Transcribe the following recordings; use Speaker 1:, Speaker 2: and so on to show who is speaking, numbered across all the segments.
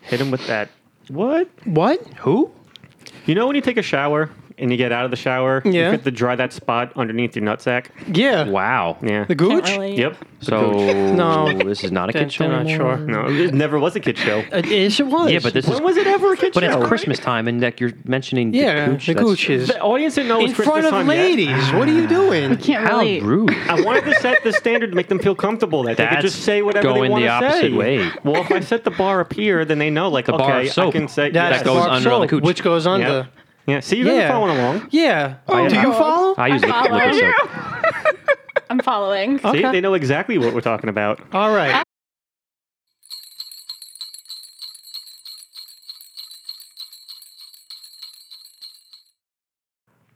Speaker 1: Hit him with that. What?
Speaker 2: What? Who?
Speaker 1: You know when you take a shower and you get out of the shower,
Speaker 2: Yeah.
Speaker 1: you have to dry that spot underneath your nutsack.
Speaker 2: Yeah.
Speaker 3: Wow.
Speaker 1: Yeah.
Speaker 2: The gooch?
Speaker 4: really.
Speaker 1: Yep. So
Speaker 2: No.
Speaker 3: Oh, this is not a
Speaker 2: They're-
Speaker 3: kid show.
Speaker 2: they're not
Speaker 3: anymore.
Speaker 2: sure.
Speaker 1: no, it never was a kid show.
Speaker 2: Uh, yes, it was.
Speaker 3: Yeah, but this is.
Speaker 1: When was it ever a kid
Speaker 3: But
Speaker 1: show?
Speaker 3: it's Christmas time, and like you're mentioning
Speaker 2: Yeah,
Speaker 3: the gooch.
Speaker 2: the
Speaker 3: that's-
Speaker 2: gooch is
Speaker 1: The audience didn't know it was
Speaker 2: in
Speaker 1: Christmas
Speaker 2: front of
Speaker 1: time yet.
Speaker 2: ladies. What are you doing?
Speaker 4: Can't
Speaker 3: How
Speaker 4: really.
Speaker 3: rude.
Speaker 1: I wanted to set the standard to make them feel comfortable that they could
Speaker 3: That's
Speaker 1: just say whatever they
Speaker 3: going
Speaker 1: want
Speaker 3: the
Speaker 1: to
Speaker 3: opposite
Speaker 1: say.
Speaker 3: way.
Speaker 1: Well, if I set the bar up here, then they know, like,
Speaker 3: The
Speaker 1: okay,
Speaker 3: bar of soap.
Speaker 1: I can say
Speaker 2: That's
Speaker 1: yes.
Speaker 3: goes
Speaker 2: Barb
Speaker 3: under on the
Speaker 2: soap,
Speaker 3: cooch.
Speaker 2: Which goes under.
Speaker 1: Yeah. yeah. See, you're
Speaker 2: Yeah.
Speaker 1: following along.
Speaker 2: Yeah.
Speaker 1: am
Speaker 2: Do you
Speaker 4: not.
Speaker 2: follow?
Speaker 3: I use liquid
Speaker 4: follow
Speaker 3: soap.
Speaker 4: I'm following.
Speaker 1: See,
Speaker 2: Okay.
Speaker 1: they know exactly what we're talking about.
Speaker 2: All right.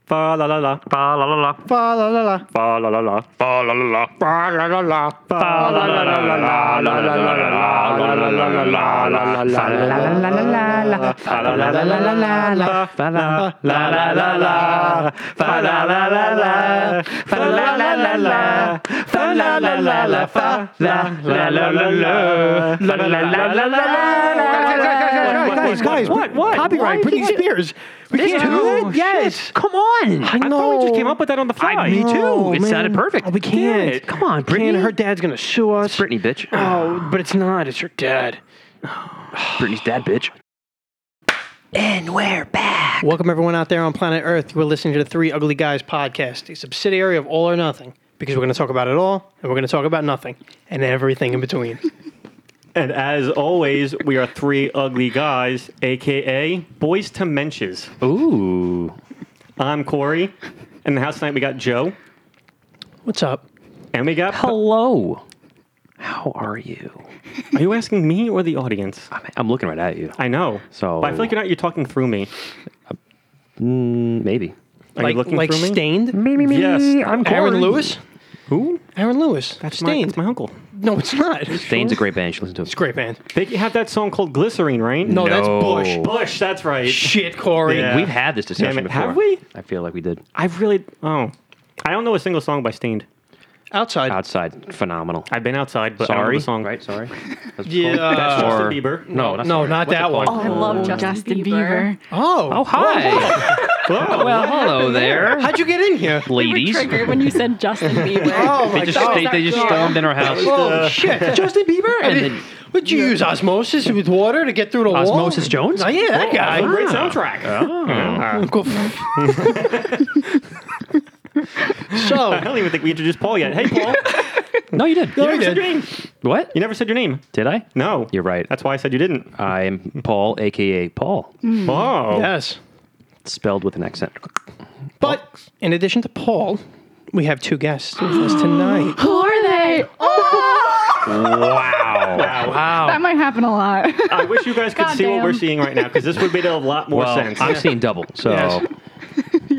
Speaker 1: Fa la la la. Fa la la la.
Speaker 2: Fa la la la.
Speaker 1: Fa la la la. Fa la la la. Fa la la la. Fa la la la la la la la la la la la la la la la la.
Speaker 2: Guys, guys,
Speaker 1: What? What?
Speaker 2: Copyright,
Speaker 1: Why
Speaker 2: Britney
Speaker 1: can't-
Speaker 2: Spears. We
Speaker 3: This
Speaker 2: can't
Speaker 3: dude?
Speaker 2: do it. Yes.
Speaker 3: Come on.
Speaker 2: I
Speaker 1: I
Speaker 2: know.
Speaker 1: thought we just came up with that on the fly.
Speaker 3: I- me too.
Speaker 2: No, Oh,
Speaker 3: It sounded perfect.
Speaker 2: We
Speaker 1: Damn
Speaker 2: can't.
Speaker 1: it.
Speaker 3: Come on,
Speaker 2: Brittany.
Speaker 3: Brittany.
Speaker 2: Her dad's gonna sue us.
Speaker 3: Brittany, bitch.
Speaker 2: Oh, but it's not. It's your dad.
Speaker 3: Brittany's dad, bitch. And we're back.
Speaker 2: Welcome, everyone out there on planet Earth. You are listening to the Three Ugly Guys podcast, a subsidiary of All or Nothing, because we're going to talk about it all, and we're going to talk about nothing, and everything in between.
Speaker 1: And as always, we are three ugly guys, aka boys to menches.
Speaker 3: Ooh.
Speaker 1: I'm Corey. In the house tonight, we got Joe,
Speaker 2: What's up?
Speaker 1: and we got.
Speaker 3: Hello. How are you?
Speaker 1: Are you asking me or the audience?
Speaker 3: I'm, I'm looking right at you.
Speaker 1: I know.
Speaker 3: So-
Speaker 1: but I feel like you're not. You're talking through me.
Speaker 3: Mm, maybe.
Speaker 1: Are
Speaker 2: like
Speaker 1: you looking
Speaker 2: like
Speaker 1: through me?
Speaker 2: stained?
Speaker 3: Maybe,
Speaker 1: me. Yes. I'm
Speaker 2: Aaron Lewis?
Speaker 1: Who?
Speaker 2: Aaron Lewis.
Speaker 1: That's my,
Speaker 2: stained.
Speaker 1: that's my uncle.
Speaker 2: No, it's not.
Speaker 3: Stain's a great band. You should listen to it.
Speaker 2: It's a great band.
Speaker 1: They have that song called Glycerine, right?
Speaker 2: No, that's
Speaker 3: No.
Speaker 2: Bush.
Speaker 1: Bush. That's right.
Speaker 2: Shit, Corey.
Speaker 1: Yeah.
Speaker 3: We've had this discussion
Speaker 1: Damn it,
Speaker 3: before.
Speaker 1: have we?
Speaker 3: I feel like we did.
Speaker 1: I really. Oh, I don't know a single song by Stained.
Speaker 2: Outside.
Speaker 3: Outside, phenomenal.
Speaker 1: I've been outside, but I don't know
Speaker 3: Sorry,
Speaker 1: the song.
Speaker 3: right? Sorry. That's
Speaker 2: Yeah.
Speaker 3: cool.
Speaker 2: That's
Speaker 1: Justin Bieber.
Speaker 3: No, that's
Speaker 2: No, not that one.
Speaker 4: I love Justin, Bieber.
Speaker 2: Oh.
Speaker 3: Oh, hi.
Speaker 1: Whoa.
Speaker 3: well, hello there,
Speaker 2: How'd you get in here?
Speaker 4: We were
Speaker 3: ladies.
Speaker 4: triggered when you said Justin
Speaker 2: Oh,
Speaker 4: Bieber.
Speaker 2: my
Speaker 3: They just
Speaker 2: God.
Speaker 3: they, they just stormed in our house.
Speaker 2: Oh, shit. Justin Bieber? And
Speaker 3: then-
Speaker 2: would you use osmosis with water to get through the wall?
Speaker 3: Osmosis Jones?
Speaker 2: Oh, yeah, that guy.
Speaker 1: That's a great soundtrack. Yeah.
Speaker 2: Go-
Speaker 1: I
Speaker 2: so,
Speaker 1: don't even think we introduced Paul yet. Hey, Paul.
Speaker 3: No, you did.
Speaker 1: you never said
Speaker 2: did.
Speaker 1: your name.
Speaker 3: What?
Speaker 1: You never said your name.
Speaker 3: Did I?
Speaker 1: No.
Speaker 3: You're right.
Speaker 1: That's why I said you didn't.
Speaker 3: I'm Paul, aka Paul,
Speaker 1: Oh.
Speaker 2: yes.
Speaker 3: spelled with an accent.
Speaker 2: But in addition to Paul, we have two guests with us tonight.
Speaker 4: Who are they? Oh,
Speaker 3: Wow.
Speaker 2: Wow.
Speaker 4: that might happen a lot.
Speaker 1: I wish you guys could see what
Speaker 4: Goddamn.
Speaker 1: we're seeing right now because this would make a lot more
Speaker 3: well,
Speaker 1: sense.
Speaker 3: I'm seeing double. So
Speaker 2: Yes.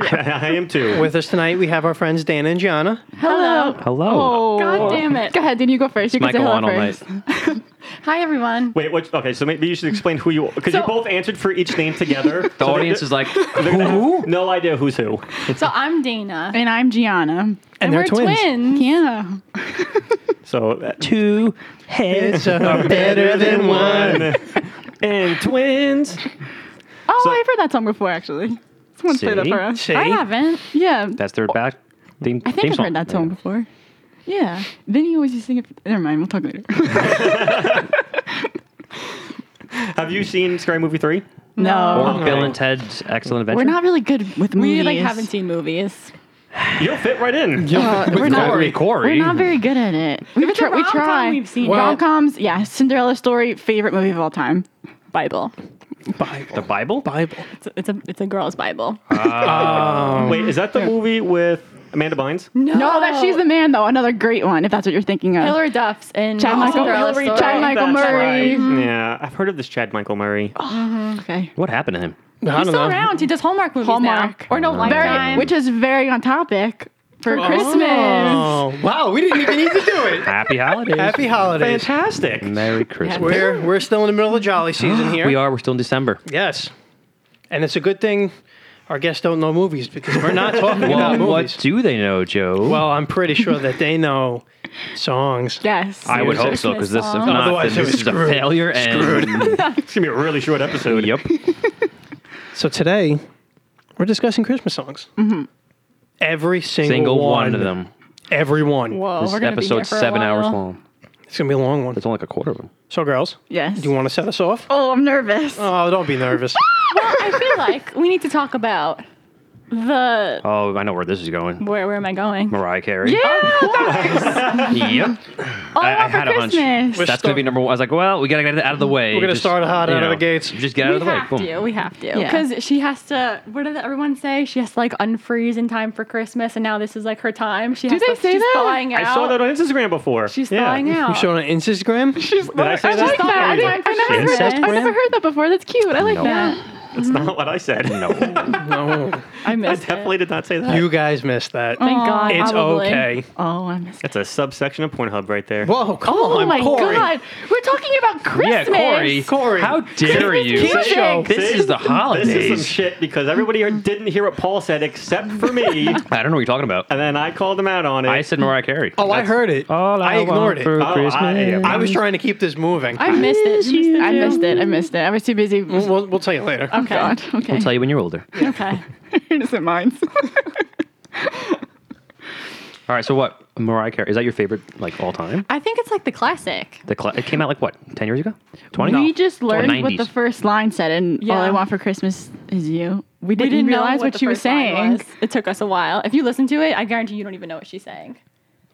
Speaker 1: I am too.
Speaker 2: With us tonight, we have our friends Dan and Gianna.
Speaker 4: Hello.
Speaker 3: hello.
Speaker 5: Oh,
Speaker 4: God damn it. Go ahead, then you go first. You can say
Speaker 3: Michael
Speaker 4: hello
Speaker 3: on all night.
Speaker 4: first. Hi, everyone.
Speaker 1: Wait, what? Okay, so maybe you should explain who you because you
Speaker 4: So-
Speaker 1: both answered for each name together.
Speaker 3: The audience is like, who?
Speaker 1: no idea who's who.
Speaker 4: So I'm Dana.
Speaker 5: And I'm Gianna.
Speaker 2: And,
Speaker 4: we're
Speaker 2: they're twins.
Speaker 4: twins.
Speaker 5: Yeah.
Speaker 1: So uh, that,
Speaker 2: Two heads are better than one.
Speaker 1: and twins.
Speaker 5: Oh,
Speaker 1: So-
Speaker 5: I've heard that song before, actually. Someone played that
Speaker 3: See?
Speaker 5: for us.
Speaker 2: See?
Speaker 4: I haven't.
Speaker 5: Yeah.
Speaker 3: That's their back theme,
Speaker 5: I think
Speaker 3: theme
Speaker 5: I've
Speaker 3: song.
Speaker 5: heard that song before. Yeah. Then you always used to sing it. Never mind. We'll talk later.
Speaker 1: Have you seen Scary Movie Three?
Speaker 3: Or
Speaker 5: no.
Speaker 3: Bill and Ted's Excellent Adventure.
Speaker 5: We're not really good with movies.
Speaker 4: We like haven't seen movies.
Speaker 1: You'll fit right in.
Speaker 5: Uh, we're not.
Speaker 3: Corey. Corey.
Speaker 5: We're not very good at it. We,
Speaker 4: it's a
Speaker 5: try, we
Speaker 4: rom-com,
Speaker 5: try.
Speaker 4: we've seen
Speaker 2: Well-
Speaker 5: rom coms. Yeah, Cinderella story, favorite movie of all time. Bible.
Speaker 3: the
Speaker 2: Bible.
Speaker 3: Bible?
Speaker 2: Bible.
Speaker 4: It's a, it's a, it's a girl's Bible.
Speaker 1: Oh, Wait, is that the movie with Amanda Bynes?
Speaker 4: No,
Speaker 5: No, Oh, that she's the man though. Another great one, if that's what you're thinking of.
Speaker 4: Hillary Duff's and
Speaker 5: Chad Michael-
Speaker 4: Cinderella
Speaker 5: Hillary
Speaker 4: Story.
Speaker 5: Chad Michael
Speaker 1: That's
Speaker 5: Murray.
Speaker 1: right. Yeah, I've heard of this Chad Michael Murray.
Speaker 5: Okay.
Speaker 3: What happened to him?
Speaker 2: I
Speaker 4: He's
Speaker 2: don't
Speaker 4: still
Speaker 2: know.
Speaker 4: around. He does Hallmark movies
Speaker 5: Hallmark.
Speaker 4: now. Or no, Lifetime. Oh.
Speaker 5: Very, which is very on topic for Christmas.
Speaker 2: Oh, wow. We didn't even need to do it.
Speaker 3: Happy holidays.
Speaker 2: Happy holidays.
Speaker 1: Fantastic.
Speaker 3: Merry Christmas.
Speaker 2: We're, we're still in the middle of jolly season here.
Speaker 3: We are. We're still in December.
Speaker 2: Yes. And it's a good thing our guests don't know movies because we're not talking about
Speaker 3: Well, what
Speaker 2: movies.
Speaker 3: do they know, Joe?
Speaker 2: Well, I'm pretty sure that they know songs.
Speaker 4: Yes.
Speaker 3: I would hope so because this, if not,
Speaker 2: Otherwise,
Speaker 3: then
Speaker 2: it
Speaker 3: this
Speaker 2: was
Speaker 3: is a
Speaker 2: screwed.
Speaker 3: failure. And
Speaker 6: It's gonna be a really short episode.
Speaker 3: yep,
Speaker 2: So today, we're discussing Christmas songs. Mm-hmm. Every single,
Speaker 3: single one of them.
Speaker 2: Every one.
Speaker 4: Whoa,
Speaker 3: this
Speaker 4: we're gonna be here
Speaker 3: episode's
Speaker 4: for a
Speaker 3: seven hours
Speaker 4: while.
Speaker 3: long.
Speaker 2: It's gonna be a long one.
Speaker 3: That's only like a quarter of them.
Speaker 2: So, girls,
Speaker 5: Yes.
Speaker 2: do you want to set us off?
Speaker 5: oh, I'm nervous.
Speaker 2: Oh, don't be nervous.
Speaker 4: Well, I feel like we need to talk about the.
Speaker 3: Oh, I know where this is going.
Speaker 4: Where where am I going?
Speaker 3: Mariah Carey. yep.
Speaker 4: All
Speaker 3: I, I
Speaker 4: I,
Speaker 3: had a hunch.
Speaker 4: Christmas.
Speaker 2: We're
Speaker 3: That's gonna be
Speaker 2: start-
Speaker 3: number one. I was like, well, we gotta get it out of the way.
Speaker 2: We're gonna start hot
Speaker 3: you
Speaker 2: out of the gates.
Speaker 3: Just get out
Speaker 4: We
Speaker 3: of the way.
Speaker 4: have
Speaker 3: Boom.
Speaker 4: to. We have to.
Speaker 5: Yeah.
Speaker 4: Because she has to. What did everyone say? She has to like unfreeze in time for Christmas, and now this is like her time. She has
Speaker 5: they
Speaker 4: to,
Speaker 5: say
Speaker 4: she's
Speaker 5: that?
Speaker 4: Thawing out.
Speaker 6: I saw that on Instagram before.
Speaker 4: She's
Speaker 6: Yeah.
Speaker 4: thawing out.
Speaker 2: You showed on Instagram?
Speaker 5: She's
Speaker 6: Did I say
Speaker 5: I
Speaker 6: that?
Speaker 5: like that. I, didn't- I never,
Speaker 4: Incest
Speaker 5: heard, I never
Speaker 2: gram?
Speaker 5: heard that before. That's cute. I like
Speaker 3: No.
Speaker 5: that.
Speaker 6: That's not what I said. No,
Speaker 2: No.
Speaker 5: I
Speaker 6: I
Speaker 5: missed
Speaker 6: definitely did not say that.
Speaker 2: You guys missed that.
Speaker 4: Thank God.
Speaker 2: it's
Speaker 4: probably.
Speaker 2: okay.
Speaker 5: it. Oh, I missed it.
Speaker 6: That's a subsection of Pornhub right there.
Speaker 2: Whoa, come
Speaker 5: Oh
Speaker 2: on,
Speaker 5: my
Speaker 2: Corey.
Speaker 5: god. We're talking about
Speaker 3: Yeah,
Speaker 5: Christmas.
Speaker 3: Corey.
Speaker 2: Corey.
Speaker 3: How dare
Speaker 5: Christmas
Speaker 3: you?
Speaker 5: music.
Speaker 2: Show.
Speaker 3: This
Speaker 6: See?
Speaker 3: is the holidays.
Speaker 6: This is some shit because everybody here didn't hear what Paul said except for me, and
Speaker 3: I don't know what you're talking about.
Speaker 6: then I called him out on it.
Speaker 3: I said Mariah Carey.
Speaker 2: Oh, I
Speaker 3: That's
Speaker 2: heard it.
Speaker 3: all
Speaker 2: I ignored
Speaker 3: want
Speaker 2: it.
Speaker 3: for
Speaker 6: Oh, I-
Speaker 3: Christmas.
Speaker 2: I was trying to keep this moving.
Speaker 4: I missed it. You
Speaker 5: I missed it. I missed it. I was too busy. Oh,
Speaker 2: we'll, we'll tell you later.
Speaker 4: Okay.
Speaker 5: God. Okay.
Speaker 3: I'll tell you when you're older.
Speaker 4: Okay.
Speaker 5: Innocent minds.
Speaker 3: All right. So what? Mariah Carey is that your favorite like all time?
Speaker 4: I think it's like the classic.
Speaker 3: The cla it came out like what? Ten years ago? Twenty?
Speaker 5: We just learned what
Speaker 3: 90s.
Speaker 5: the first line said, and all I
Speaker 4: Yeah.
Speaker 5: want for Christmas is you. We
Speaker 4: We
Speaker 5: didn't,
Speaker 4: didn't
Speaker 5: realize
Speaker 4: know
Speaker 5: what,
Speaker 4: the
Speaker 5: she was
Speaker 4: first line
Speaker 5: saying.
Speaker 4: was. It took us a while. If you listen to it, I guarantee you don't even know what she's saying.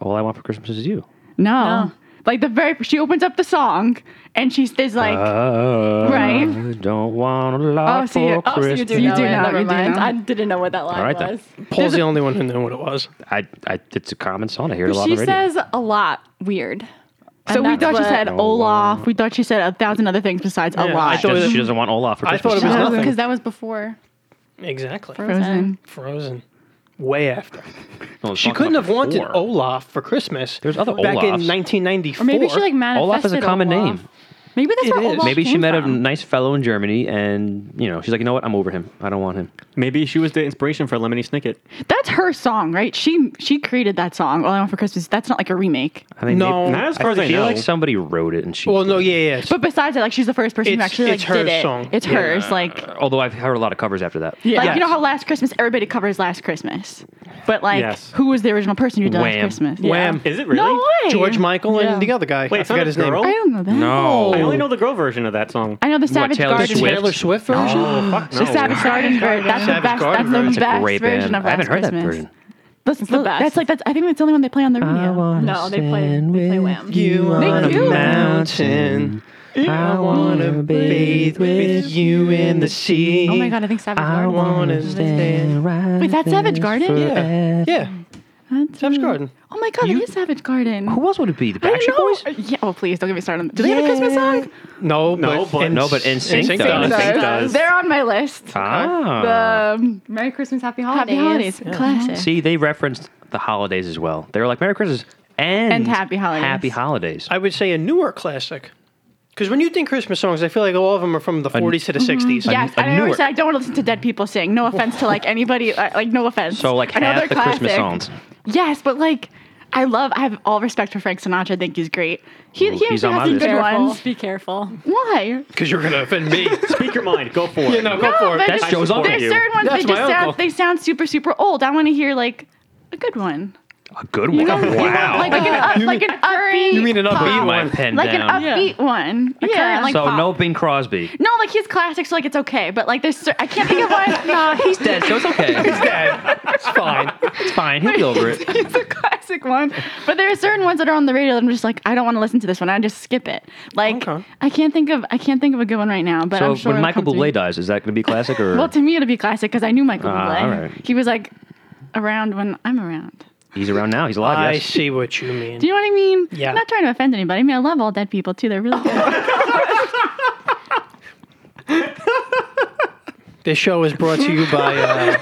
Speaker 3: All I want for Christmas is you.
Speaker 5: No.
Speaker 4: No.
Speaker 5: Like the very she opens up the song and she's there's
Speaker 2: Uh,
Speaker 5: like
Speaker 3: right. Don't want a lot
Speaker 5: Oh, so you-
Speaker 3: for
Speaker 5: oh, so
Speaker 3: Christmas.
Speaker 5: you do You know do it. know,
Speaker 4: Never
Speaker 5: you do
Speaker 4: mind.
Speaker 5: know.
Speaker 4: I didn't know what that line
Speaker 3: All right, then.
Speaker 4: was.
Speaker 2: Paul's the only one who knew what it was.
Speaker 3: I, I, it's a common song. I hear it a lot
Speaker 4: She
Speaker 3: on the radio.
Speaker 4: says a lot weird.
Speaker 5: so
Speaker 4: And
Speaker 5: we
Speaker 4: that's
Speaker 5: thought she
Speaker 4: what-
Speaker 5: said
Speaker 3: Oh,
Speaker 5: Olaf. We thought she said a thousand other things besides
Speaker 2: Yeah,
Speaker 5: a lot.
Speaker 2: I
Speaker 3: She
Speaker 2: thought-
Speaker 3: doesn't, she doesn't want Olaf for
Speaker 2: I
Speaker 3: Christmas.
Speaker 2: thought it was
Speaker 5: No.
Speaker 2: nothing.
Speaker 4: Because that was before.
Speaker 2: Exactly.
Speaker 5: Frozen.
Speaker 2: Frozen. Way after.
Speaker 3: No, it's
Speaker 2: She
Speaker 3: talking
Speaker 2: couldn't
Speaker 3: about
Speaker 2: have wanted
Speaker 3: before.
Speaker 2: Olaf for Christmas.
Speaker 3: There's other
Speaker 2: back in
Speaker 3: Olafs.
Speaker 2: 1994.
Speaker 4: Or maybe she like manifested
Speaker 3: Olaf is a common
Speaker 4: Olaf.
Speaker 3: name.
Speaker 4: Maybe that's
Speaker 2: It
Speaker 4: where
Speaker 2: is.
Speaker 4: Olaf
Speaker 3: Maybe she
Speaker 4: came
Speaker 3: met a
Speaker 4: from.
Speaker 3: nice fellow in Germany, and you know she's like, you know what? I'm over him. I don't want him.
Speaker 6: Maybe she was the inspiration for Lemony Snicket.
Speaker 5: That's her song, right? She she created that song, All I Want for Christmas. That's not like a remake.
Speaker 3: I think
Speaker 2: No.
Speaker 3: maybe-
Speaker 6: Not as far as I
Speaker 3: feel
Speaker 6: know.
Speaker 3: like somebody wrote it, and she.
Speaker 2: Well, no, yeah, yeah. yeah.
Speaker 5: But besides that, like she's the first person who
Speaker 2: It's-
Speaker 5: actually
Speaker 2: it's
Speaker 5: like
Speaker 2: her
Speaker 5: did it.
Speaker 2: song.
Speaker 5: It's hers. Like
Speaker 3: Although I've heard a lot of covers after that.
Speaker 5: like
Speaker 2: Yes.
Speaker 5: you know how Last Christmas everybody covers Last Christmas, but like
Speaker 6: Yes.
Speaker 5: who was the original person who did Last
Speaker 3: Wham.
Speaker 5: Christmas?
Speaker 2: Wham.
Speaker 6: Is it really?
Speaker 5: No way.
Speaker 2: George Michael
Speaker 4: Yeah.
Speaker 2: and the other guy.
Speaker 6: Wait,
Speaker 2: I
Speaker 6: it's not
Speaker 2: forgot
Speaker 6: a
Speaker 2: his
Speaker 6: girl?
Speaker 5: I
Speaker 2: name.
Speaker 5: don't know that.
Speaker 3: No.
Speaker 6: I only know the girl version of that song.
Speaker 5: I know the Savage
Speaker 3: Taylor
Speaker 5: Garden.
Speaker 3: Swift?
Speaker 2: Taylor Swift version?
Speaker 6: Oh fuck no!
Speaker 5: The Savage Garden version. That's the
Speaker 2: Savage
Speaker 5: best.
Speaker 2: Garden
Speaker 5: that's
Speaker 2: version.
Speaker 5: the
Speaker 3: It's a
Speaker 5: best
Speaker 3: great
Speaker 5: version
Speaker 3: band.
Speaker 5: of
Speaker 3: I
Speaker 5: Last
Speaker 3: haven't heard
Speaker 5: Christmas.
Speaker 3: that version.
Speaker 5: That's
Speaker 4: the best.
Speaker 5: That's like that's. I think that's the only one they play on the radio.
Speaker 4: No, they play they play Wham.
Speaker 2: You on a
Speaker 5: do.
Speaker 2: mountain. I wanna bathe with you in the sea.
Speaker 4: Oh my god, I think Savage Garden.
Speaker 2: wanna stand
Speaker 5: Wait, that's Savage Garden.
Speaker 2: Yeah. Yeah.
Speaker 5: That's-
Speaker 2: Savage Garden.
Speaker 5: Oh my god, it is Savage Garden.
Speaker 3: Who else would it be? The
Speaker 5: I
Speaker 3: Backstreet Boys.
Speaker 5: know. Yeah. Oh, please don't get me started on. That. Do they have a Christmas song?
Speaker 2: No,
Speaker 6: No,
Speaker 2: but
Speaker 6: but-
Speaker 2: in-
Speaker 3: No, but NSYNC
Speaker 2: NSYNC
Speaker 3: does. Uh,
Speaker 2: does.
Speaker 6: think
Speaker 5: No,
Speaker 6: does.
Speaker 5: They're on my list.
Speaker 3: Ah.
Speaker 5: Um,
Speaker 4: Merry Christmas, Happy Holidays.
Speaker 5: Happy Holidays, classic.
Speaker 3: See, they referenced the holidays as well. They were like, "Merry Christmas." And,
Speaker 5: And Happy Holidays.
Speaker 3: Happy holidays.
Speaker 2: I would say a newer classic. Because when you think Christmas songs, I feel like all of them are from the 40s to the 60s.
Speaker 5: Yes,
Speaker 3: a
Speaker 5: and I
Speaker 3: newer-
Speaker 5: always said I don't want to listen to dead people sing. No offense to like anybody, uh, like no offense.
Speaker 3: so like half the Christmas songs.
Speaker 5: Yes, but like I love. I have all respect for Frank Sinatra. I think he's great. He, he
Speaker 3: he's
Speaker 5: actually
Speaker 3: on my
Speaker 5: has some
Speaker 3: list.
Speaker 5: good ones.
Speaker 4: Be careful.
Speaker 5: Why?
Speaker 2: Because you're going to offend me.
Speaker 6: Speak your mind. Go for it.
Speaker 2: Yeah, no, go for
Speaker 5: but
Speaker 2: it.
Speaker 3: That's Joe's uncle.
Speaker 5: There's certain ones
Speaker 2: That's
Speaker 5: they
Speaker 2: my
Speaker 5: just sound
Speaker 2: uncle.
Speaker 5: they sound super super old. I want to hear like a good one,
Speaker 3: A good one. wow.
Speaker 5: like an up, like an upbeat,
Speaker 2: You Oh. mean an
Speaker 5: pop.
Speaker 2: upbeat
Speaker 3: Put my
Speaker 2: one?
Speaker 3: pen
Speaker 5: like an
Speaker 3: down.
Speaker 5: upbeat one. A current, like
Speaker 3: so
Speaker 5: pop.
Speaker 3: no Bing Crosby.
Speaker 5: No, like his classics, like it's okay, but like there's, cer- I can't think of one. no, he's
Speaker 3: Dead, so it's okay.
Speaker 2: Dad, it's fine.
Speaker 3: it's fine. He'll be over it.
Speaker 5: It's a classic one, but there are certain ones that are on the radio that I'm just like, I don't want to listen to this one. I just skip it. Like,
Speaker 2: Okay.
Speaker 5: I can't think of, I can't think of a good one right now. But
Speaker 3: So
Speaker 5: I'm sure
Speaker 3: when
Speaker 5: it'll
Speaker 3: Michael
Speaker 5: come to
Speaker 3: Bublé
Speaker 5: me.
Speaker 3: dies, is that going to be classic or?
Speaker 5: well, to me it'll be classic because I knew Michael
Speaker 3: Ah,
Speaker 5: Bublé.
Speaker 3: all right.
Speaker 5: He was like around when I'm around.
Speaker 3: he's around now. He's alive.
Speaker 2: I
Speaker 3: yes.
Speaker 2: see what you mean.
Speaker 5: Do you know what I mean?
Speaker 2: Yeah.
Speaker 5: I'm not trying to offend anybody. I mean, I love all dead people too. They're really good.
Speaker 2: This show is brought to you by uh,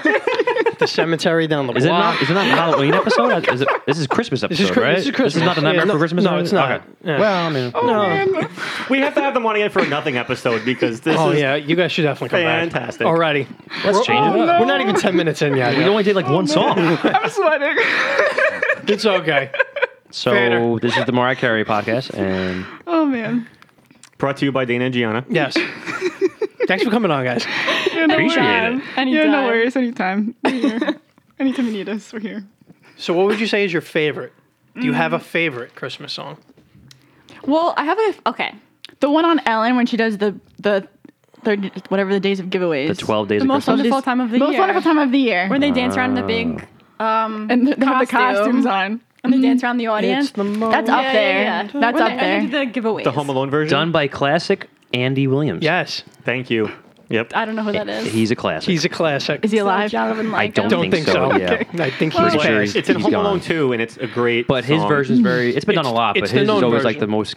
Speaker 2: the cemetery down the
Speaker 3: Is it
Speaker 2: block.
Speaker 3: not? Is it not the Halloween episode? Is it, this is Christmas episode,
Speaker 2: Chris-
Speaker 3: right?
Speaker 2: this is Christmas.
Speaker 3: not the
Speaker 2: Yeah,
Speaker 3: Nightmare
Speaker 2: no-
Speaker 3: for Christmas.
Speaker 2: no, it's not. Yeah.
Speaker 3: Well, I mean,
Speaker 2: no,
Speaker 1: we have to have them on again for nothing episode because this
Speaker 2: Oh
Speaker 1: is
Speaker 2: yeah, you guys should definitely come
Speaker 1: Fantastic.
Speaker 2: back. Alrighty.
Speaker 3: Let's change it up.
Speaker 2: We're not even ten minutes in yet.
Speaker 3: We only did like one song.
Speaker 5: I'm sweating.
Speaker 2: It's okay.
Speaker 3: So this is the Mariah Carey podcast, and
Speaker 5: oh man.
Speaker 1: brought to you by Dana and Gianna.
Speaker 2: Yes. Thanks for coming on, guys.
Speaker 3: appreciate it.
Speaker 5: Yeah,
Speaker 4: Anytime.
Speaker 5: no worries. Anytime. We're here. Anytime you need us, we're here.
Speaker 2: So, what would you say is your favorite? Do you have a favorite Christmas song?
Speaker 4: Well, I have a okay.
Speaker 5: The one on Ellen when she does the the third whatever the days of giveaways.
Speaker 3: the 12 days
Speaker 4: The
Speaker 3: of
Speaker 4: most
Speaker 3: Christmas.
Speaker 4: wonderful time of the
Speaker 5: most
Speaker 4: year.
Speaker 5: wonderful time of the year.
Speaker 4: When they dance around the big, um,
Speaker 5: and they have the
Speaker 4: Costume.
Speaker 5: costumes on.
Speaker 4: and they dance around the audience.
Speaker 2: It's the mo-
Speaker 5: That's up there. Mm. That's
Speaker 4: When
Speaker 5: up
Speaker 4: they-
Speaker 5: there.
Speaker 4: and they do the giveaways.
Speaker 1: The Home Alone version.
Speaker 3: Done by classic Andy Williams.
Speaker 2: Yes,
Speaker 1: Thank you. Yep.
Speaker 4: I don't know who that is.
Speaker 3: He's a classic.
Speaker 2: he's a classic.
Speaker 5: Is he alive?
Speaker 4: Jonathan
Speaker 3: I don't
Speaker 2: Don't think,
Speaker 3: think
Speaker 2: so.
Speaker 3: so, yeah.
Speaker 2: I think he's
Speaker 3: Pretty sure
Speaker 2: passed.
Speaker 3: he's-
Speaker 1: it's in Home
Speaker 3: gone.
Speaker 1: Alone 2, and it's a great.
Speaker 3: But his
Speaker 1: song.
Speaker 3: version is very. It's been done a lot, but
Speaker 2: it's the
Speaker 3: his is
Speaker 2: known
Speaker 3: always like
Speaker 2: version.
Speaker 3: the most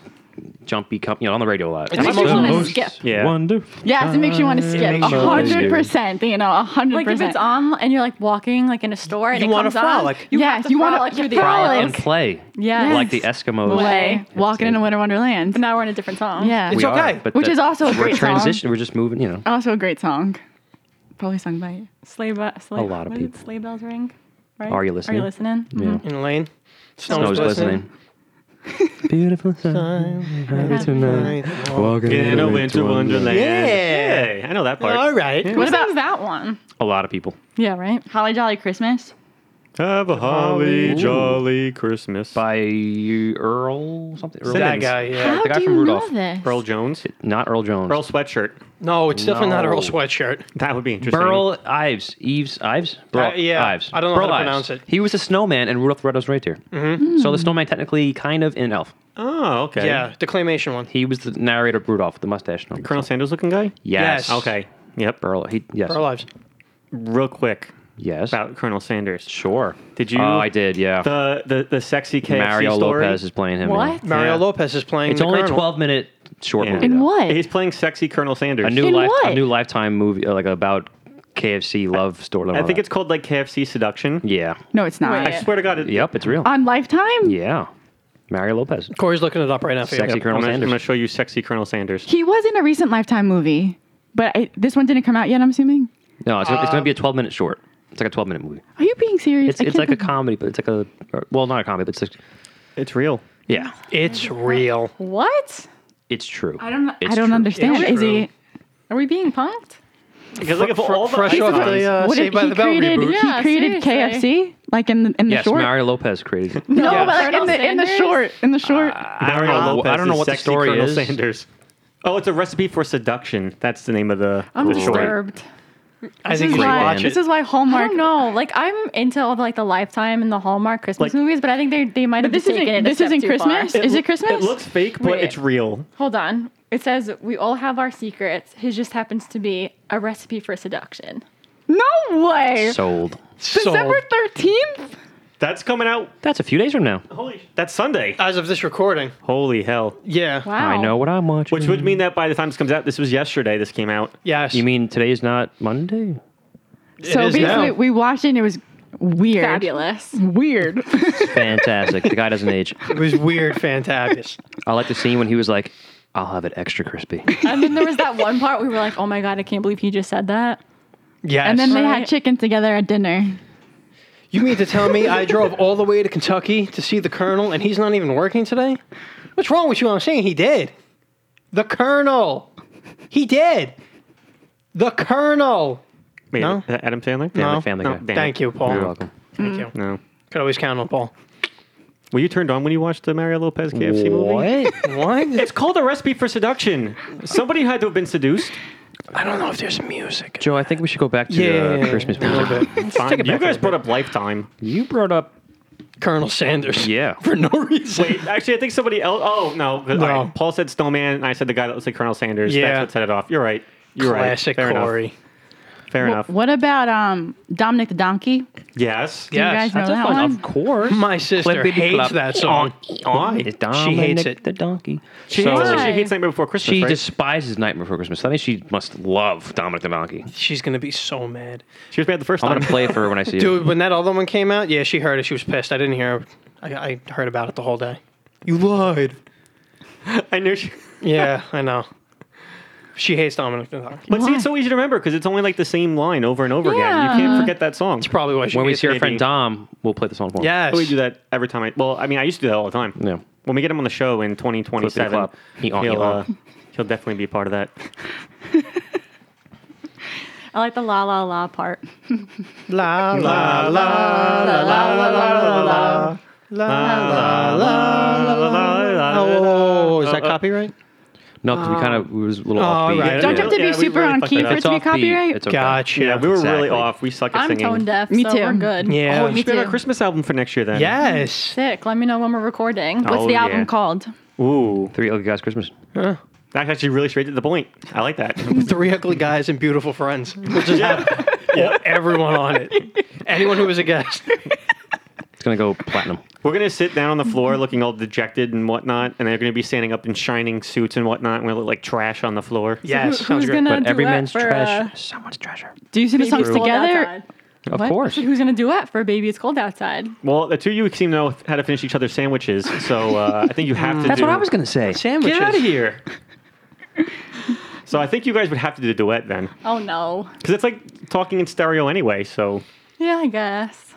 Speaker 3: jumpy, com- you know, on the radio a lot.
Speaker 2: It's
Speaker 4: makes
Speaker 2: the
Speaker 4: you want to
Speaker 2: most-
Speaker 4: skip.
Speaker 1: Yeah.
Speaker 3: Wonderful.
Speaker 5: Yes, it makes you want to skip.
Speaker 2: makes you
Speaker 5: A
Speaker 2: wanna
Speaker 5: hundred percent. You know, a hundred
Speaker 4: Like
Speaker 5: percent.
Speaker 4: if it's on and you're like walking like in a store and
Speaker 2: You
Speaker 4: it
Speaker 2: wanna
Speaker 4: comes on,
Speaker 2: frolic.
Speaker 4: you
Speaker 5: Yes,
Speaker 4: have to
Speaker 5: you wanna-
Speaker 4: frolic
Speaker 5: you
Speaker 4: through the
Speaker 5: frolic.
Speaker 4: aisles.
Speaker 3: And play.
Speaker 4: Yes.
Speaker 3: Like the Eskimos.
Speaker 5: way walking in a winter wonderland.
Speaker 4: Now we're on a different song.
Speaker 5: Yeah,
Speaker 3: We
Speaker 2: It's
Speaker 3: are,
Speaker 2: okay.
Speaker 3: but
Speaker 5: Which
Speaker 3: that-
Speaker 5: is also a
Speaker 3: We're
Speaker 5: great song.
Speaker 3: transitioning. We're just moving, you know.
Speaker 5: also a great song. Probably sung by you.
Speaker 4: Sleigh, be- sleigh
Speaker 3: A lot of
Speaker 4: what is it?
Speaker 3: people.
Speaker 4: Sleigh bells ring. Right?
Speaker 3: Are you
Speaker 4: Are
Speaker 3: listening?
Speaker 4: you listening?
Speaker 5: Mm-hmm.
Speaker 3: Yeah.
Speaker 2: in Lane.
Speaker 3: Snow's glistening. Beautiful sun. Happy tonight. Walking
Speaker 1: In a winter wonderland.
Speaker 2: Yeah.
Speaker 1: Yay, I know that part.
Speaker 2: All right.
Speaker 4: What about that one?
Speaker 3: A lot of people.
Speaker 4: Yeah, right.
Speaker 5: Holly Jolly Christmas.
Speaker 1: Have a holly
Speaker 3: Ooh.
Speaker 1: jolly Christmas.
Speaker 3: By Earl something. Earl
Speaker 2: That
Speaker 1: Synonyms.
Speaker 2: guy, yeah.
Speaker 5: How
Speaker 3: the guy
Speaker 5: do
Speaker 3: from
Speaker 5: you
Speaker 3: Rudolph.
Speaker 5: know this?
Speaker 1: Earl Jones.
Speaker 3: Not Earl Jones.
Speaker 1: Earl sweatshirt.
Speaker 2: No, it's definitely not
Speaker 3: No.
Speaker 2: Earl Sweatshirt.
Speaker 1: That would be interesting.
Speaker 3: Burl Ives. Eves Ives? Burl
Speaker 2: Uh, yeah.
Speaker 3: Ives.
Speaker 2: I don't know
Speaker 3: Burl
Speaker 2: how to
Speaker 3: Ives.
Speaker 2: pronounce it.
Speaker 3: He was a snowman in Rudolph the Red-Nosed Reindeer. So the snowman technically kind of an elf.
Speaker 1: Oh, okay.
Speaker 2: Yeah, the claymation one.
Speaker 3: He was the narrator of Rudolph, the mustache snowman.
Speaker 1: Colonel Sanders looking guy?
Speaker 3: Yes.
Speaker 2: Yes.
Speaker 1: Okay. Yep.
Speaker 3: Burl. He, yes.
Speaker 2: Our lives.
Speaker 1: Real quick
Speaker 3: Yes.
Speaker 1: about Colonel Sanders.
Speaker 3: Sure.
Speaker 1: Did you-
Speaker 3: Oh, I did. Yeah.
Speaker 1: The the, the sexy KFC
Speaker 3: Mario
Speaker 1: story.
Speaker 3: Lopez is playing him. yeah.
Speaker 4: What?
Speaker 2: Mario
Speaker 1: Yeah.
Speaker 2: Lopez is playing.
Speaker 3: It's
Speaker 2: the
Speaker 3: only a
Speaker 2: Colonel.
Speaker 3: twelve-minute short
Speaker 1: Yeah.
Speaker 3: movie.
Speaker 1: In
Speaker 3: though.
Speaker 5: What?
Speaker 1: He's playing sexy Colonel Sanders.
Speaker 3: A new
Speaker 5: In
Speaker 3: life. A
Speaker 5: what?
Speaker 3: new lifetime movie, uh, like about KFC love story.
Speaker 1: I think it's called like KFC Seduction.
Speaker 3: Yeah.
Speaker 5: No, it's not.
Speaker 1: I swear to God. It,
Speaker 3: Yep. It's real.
Speaker 5: On Lifetime,
Speaker 3: yeah. Mario Lopez.
Speaker 2: Corey's looking it up right now for you.
Speaker 3: Sexy
Speaker 1: Yep,
Speaker 3: Colonel
Speaker 1: I'm gonna- I'm
Speaker 3: Sanders.
Speaker 1: going to show you sexy Colonel Sanders.
Speaker 5: he was in a recent Lifetime movie, but I, this one didn't come out yet. I'm assuming.
Speaker 3: No, it's, gonna, it's gonna be a twelve-minute short. It's like a twelve-minute movie.
Speaker 5: Are you being serious?
Speaker 3: It's
Speaker 5: Um, I
Speaker 3: it's like
Speaker 5: can't
Speaker 3: a
Speaker 5: believe-
Speaker 3: comedy, but it's like a or- well, not a comedy, but it's like,
Speaker 1: It's real.
Speaker 3: yeah,
Speaker 2: It's real.
Speaker 4: What?
Speaker 3: it's true. I
Speaker 4: don't-
Speaker 5: I don't understand. Is he?
Speaker 4: Are we being punked?
Speaker 1: Because look at
Speaker 2: Fr-
Speaker 1: all the
Speaker 2: fresh off
Speaker 1: icons.
Speaker 2: the uh,
Speaker 5: What did
Speaker 2: Saved by
Speaker 5: he
Speaker 2: the Bell
Speaker 5: created?
Speaker 2: reboot.
Speaker 4: Yeah,
Speaker 5: he created
Speaker 4: seriously.
Speaker 5: KFC, like in the, in the
Speaker 3: Yes,
Speaker 5: short.
Speaker 3: Mario Lopez created it.
Speaker 5: no,
Speaker 4: Yeah.
Speaker 5: but like in the in the
Speaker 4: Colonel
Speaker 5: short, in the short.
Speaker 3: Ah,
Speaker 1: Mario
Speaker 3: know.
Speaker 1: Lopez
Speaker 3: I don't know
Speaker 1: is
Speaker 3: what the
Speaker 1: sexy
Speaker 3: story
Speaker 1: Colonel
Speaker 3: is.
Speaker 1: Sanders. Oh, it's a recipe for seduction. That's the name of the,
Speaker 2: Oh,
Speaker 4: I'm
Speaker 1: the short.
Speaker 4: disturbed.
Speaker 2: I
Speaker 5: this
Speaker 2: think
Speaker 5: is
Speaker 2: you should
Speaker 5: why.
Speaker 2: watch
Speaker 5: This
Speaker 2: it.
Speaker 5: is why
Speaker 4: I
Speaker 5: Hallmark.
Speaker 4: don't know. Like I'm into all the like the Lifetime and the Hallmark Christmas
Speaker 1: Like-
Speaker 4: movies, but I think they they might have
Speaker 5: But this
Speaker 4: just taken
Speaker 5: isn't
Speaker 4: it. a
Speaker 5: this
Speaker 4: step
Speaker 5: isn't
Speaker 4: too far.
Speaker 5: Christmas. Is it Christmas?
Speaker 1: It looks fake, but
Speaker 4: Wait.
Speaker 1: it's real.
Speaker 4: Hold on. It says we all have our secrets. His just happens to be a recipe for seduction.
Speaker 5: no way.
Speaker 3: Sold.
Speaker 2: Sold.
Speaker 5: December thirteenth.
Speaker 1: That's coming out.
Speaker 3: That's a few days from now.
Speaker 1: Holy, that's Sunday.
Speaker 2: As of this recording,
Speaker 1: Holy hell.
Speaker 2: yeah.
Speaker 4: Wow.
Speaker 3: I know what I'm watching.
Speaker 1: Which would mean that by the time this comes out, this was yesterday. This came out.
Speaker 2: Yes.
Speaker 3: you mean today is not Monday?
Speaker 5: So
Speaker 2: is
Speaker 5: basically,
Speaker 2: now.
Speaker 5: we watched it. and It was weird.
Speaker 4: Fabulous.
Speaker 5: Weird.
Speaker 3: Fantastic. the guy doesn't age.
Speaker 2: It was weird, fantabulous.
Speaker 3: I like the scene when he was like, "I'll have it extra crispy."
Speaker 4: and then there was that one part we were like, oh my god, I can't believe he just said that.
Speaker 2: Yes.
Speaker 5: and then they
Speaker 4: Right.
Speaker 5: had chicken together at dinner.
Speaker 2: you mean to tell me I drove all the way to Kentucky to see the Colonel, and he's not even working today? What's wrong with you? I'm saying he did. The Colonel. He did. The Colonel.
Speaker 1: Wait,
Speaker 2: No.
Speaker 1: is that Adam Sandler?
Speaker 2: No.
Speaker 3: Family
Speaker 1: No,
Speaker 3: Guy.
Speaker 1: damn
Speaker 2: Thank
Speaker 1: it.
Speaker 2: you, Paul.
Speaker 3: You're welcome. Mm.
Speaker 2: Thank you.
Speaker 1: No.
Speaker 2: Could always count on Paul.
Speaker 1: Were you turned on when you watched the Mario Lopez KFC movie?
Speaker 3: What?
Speaker 2: What?
Speaker 1: It's called a recipe for seduction. Somebody had to have been seduced.
Speaker 2: I don't know if there's music.
Speaker 3: Joe, I think we should go back to
Speaker 2: Yeah,
Speaker 3: uh, Christmas
Speaker 2: a
Speaker 3: music.
Speaker 2: little bit.
Speaker 1: Fine. You guys brought up Lifetime.
Speaker 3: You brought up
Speaker 2: Colonel Sanders.
Speaker 3: yeah.
Speaker 2: For no reason.
Speaker 1: Wait, actually, I think somebody else. Oh no, All right. Paul said Snowman, and I said the guy that looks like Colonel Sanders.
Speaker 2: Yeah.
Speaker 1: That's what set it off. You're right. You're
Speaker 2: Classic
Speaker 1: right. Fair
Speaker 2: Corey.
Speaker 1: Enough. Fair enough.
Speaker 5: What about um Dominic the Donkey?
Speaker 1: Yes.
Speaker 2: Yes,
Speaker 5: Do you guys know
Speaker 2: that's
Speaker 5: that
Speaker 3: Fun,
Speaker 5: one?
Speaker 3: Of course.
Speaker 2: My sister
Speaker 3: Clippity
Speaker 2: hates
Speaker 3: clop.
Speaker 2: that song.
Speaker 1: Why?
Speaker 3: It's
Speaker 2: She hates
Speaker 3: Dominic
Speaker 2: it.
Speaker 3: The donkey.
Speaker 1: She,
Speaker 3: So-
Speaker 1: hates, it. she
Speaker 4: Why?
Speaker 1: hates Nightmare Before Christmas.
Speaker 3: She
Speaker 1: right?
Speaker 3: despises Nightmare Before Christmas. I think she must love Dominic the Donkey.
Speaker 2: She's gonna be so mad,
Speaker 1: she was mad the first
Speaker 3: I'm
Speaker 1: time.
Speaker 3: gonna play it for her when I see
Speaker 2: dude. When that other one came out, yeah, she heard it. She was pissed. I didn't hear. I, I heard about it the whole day. You lied.
Speaker 1: I knew she.
Speaker 2: Yeah, I know. She hates Dominic the Knock.
Speaker 1: But see,
Speaker 5: Why?
Speaker 1: it's so easy to remember because it's only like the same line over and over again. You
Speaker 4: Yeah.
Speaker 1: can't forget that song.
Speaker 2: That's probably why she
Speaker 3: When we
Speaker 2: hates
Speaker 3: see our
Speaker 2: it.
Speaker 3: friend Dom, we'll play the song for him.
Speaker 2: Yes.
Speaker 1: We do that every time. I well, I mean, I used to do that all the time.
Speaker 3: Yeah.
Speaker 1: When we get him on the show in 2027,
Speaker 3: Clippity-clop.
Speaker 1: he'll,
Speaker 3: Yeehaw,
Speaker 1: uh,
Speaker 3: yeehaw.
Speaker 1: he'll definitely be part of that.
Speaker 4: I like the la la la part.
Speaker 2: La la la la la la la la. La la la la. Oh, is that copyright?
Speaker 3: No, because we kind of it was a little
Speaker 2: Oh,
Speaker 3: offbeat.
Speaker 2: right.
Speaker 5: Don't you have to
Speaker 1: Yeah,
Speaker 5: be
Speaker 1: we
Speaker 5: super
Speaker 1: really
Speaker 5: on
Speaker 1: fucked
Speaker 5: key
Speaker 1: that
Speaker 5: for it
Speaker 3: It's
Speaker 5: to be
Speaker 3: offbeat.
Speaker 5: copyright?
Speaker 3: It's okay.
Speaker 2: Gotcha.
Speaker 1: Yeah, we were
Speaker 3: Exactly.
Speaker 1: really off. We suck at
Speaker 4: I'm
Speaker 1: singing.
Speaker 4: tone deaf,
Speaker 5: Me
Speaker 4: so
Speaker 5: too.
Speaker 4: we're good.
Speaker 2: Yeah.
Speaker 1: Oh,
Speaker 2: Me
Speaker 1: we should get our
Speaker 4: too.
Speaker 1: Christmas album for next year then.
Speaker 2: Yes.
Speaker 4: Sick. Let me know when we're recording.
Speaker 5: What's
Speaker 1: Oh,
Speaker 5: the album
Speaker 1: yeah.
Speaker 5: called?
Speaker 1: Ooh,
Speaker 3: Three Ugly Guys Christmas.
Speaker 1: that's actually really straight to the point. I like that.
Speaker 2: Three ugly guys and beautiful friends. We'll just have everyone on it. Anyone who was a guest.
Speaker 3: It's gonna go platinum.
Speaker 1: We're gonna sit down on the floor looking all dejected and whatnot, and they're gonna be standing up in shining suits and whatnot, and we look like trash on the floor.
Speaker 2: Yes.
Speaker 4: Who-
Speaker 2: sounds
Speaker 4: who's
Speaker 2: great.
Speaker 4: gonna
Speaker 3: But
Speaker 4: do
Speaker 3: every
Speaker 4: it
Speaker 3: man's
Speaker 4: for,
Speaker 3: trash,
Speaker 4: uh,
Speaker 3: is someone's treasure.
Speaker 5: Do you sing the songs
Speaker 4: Baby It's Cold
Speaker 5: together?
Speaker 4: Outside?
Speaker 3: Of
Speaker 5: What?
Speaker 3: course.
Speaker 4: Who's gonna do it for Baby It's Cold Outside?
Speaker 1: Well, the two of you seem to know how to finish each other's sandwiches, so uh, I think you have to.
Speaker 3: That's
Speaker 1: do,
Speaker 3: what I was gonna say.
Speaker 2: Sandwiches.
Speaker 1: Get out of here. so I think you guys would have to do the duet then,
Speaker 4: Oh no.
Speaker 1: because it's like talking in stereo anyway. So
Speaker 4: Yeah, I guess.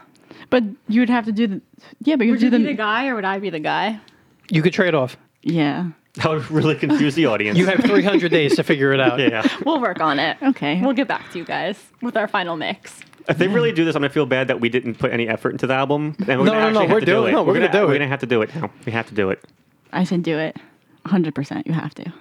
Speaker 5: But you would have to do the. Yeah, but you
Speaker 4: Would
Speaker 5: would do
Speaker 4: you
Speaker 5: the.
Speaker 4: be the guy or would I be the guy?
Speaker 2: You could trade off.
Speaker 5: Yeah.
Speaker 1: that would really confuse the audience.
Speaker 2: You have 300 days to figure it out.
Speaker 1: yeah.
Speaker 4: We'll work on it.
Speaker 5: Okay.
Speaker 4: We'll get back to you guys with our final mix.
Speaker 1: If they really do this, I'm gonna feel bad that we didn't put any effort into the album. And we're
Speaker 2: No,
Speaker 1: gonna
Speaker 2: no, no,
Speaker 1: actually have
Speaker 2: we're
Speaker 1: to do
Speaker 2: doing-
Speaker 1: it.
Speaker 2: no, we're gonna do
Speaker 1: We're
Speaker 2: it.
Speaker 1: gonna have to do it now. We have to do it.
Speaker 5: I said do it. 100%. You have to.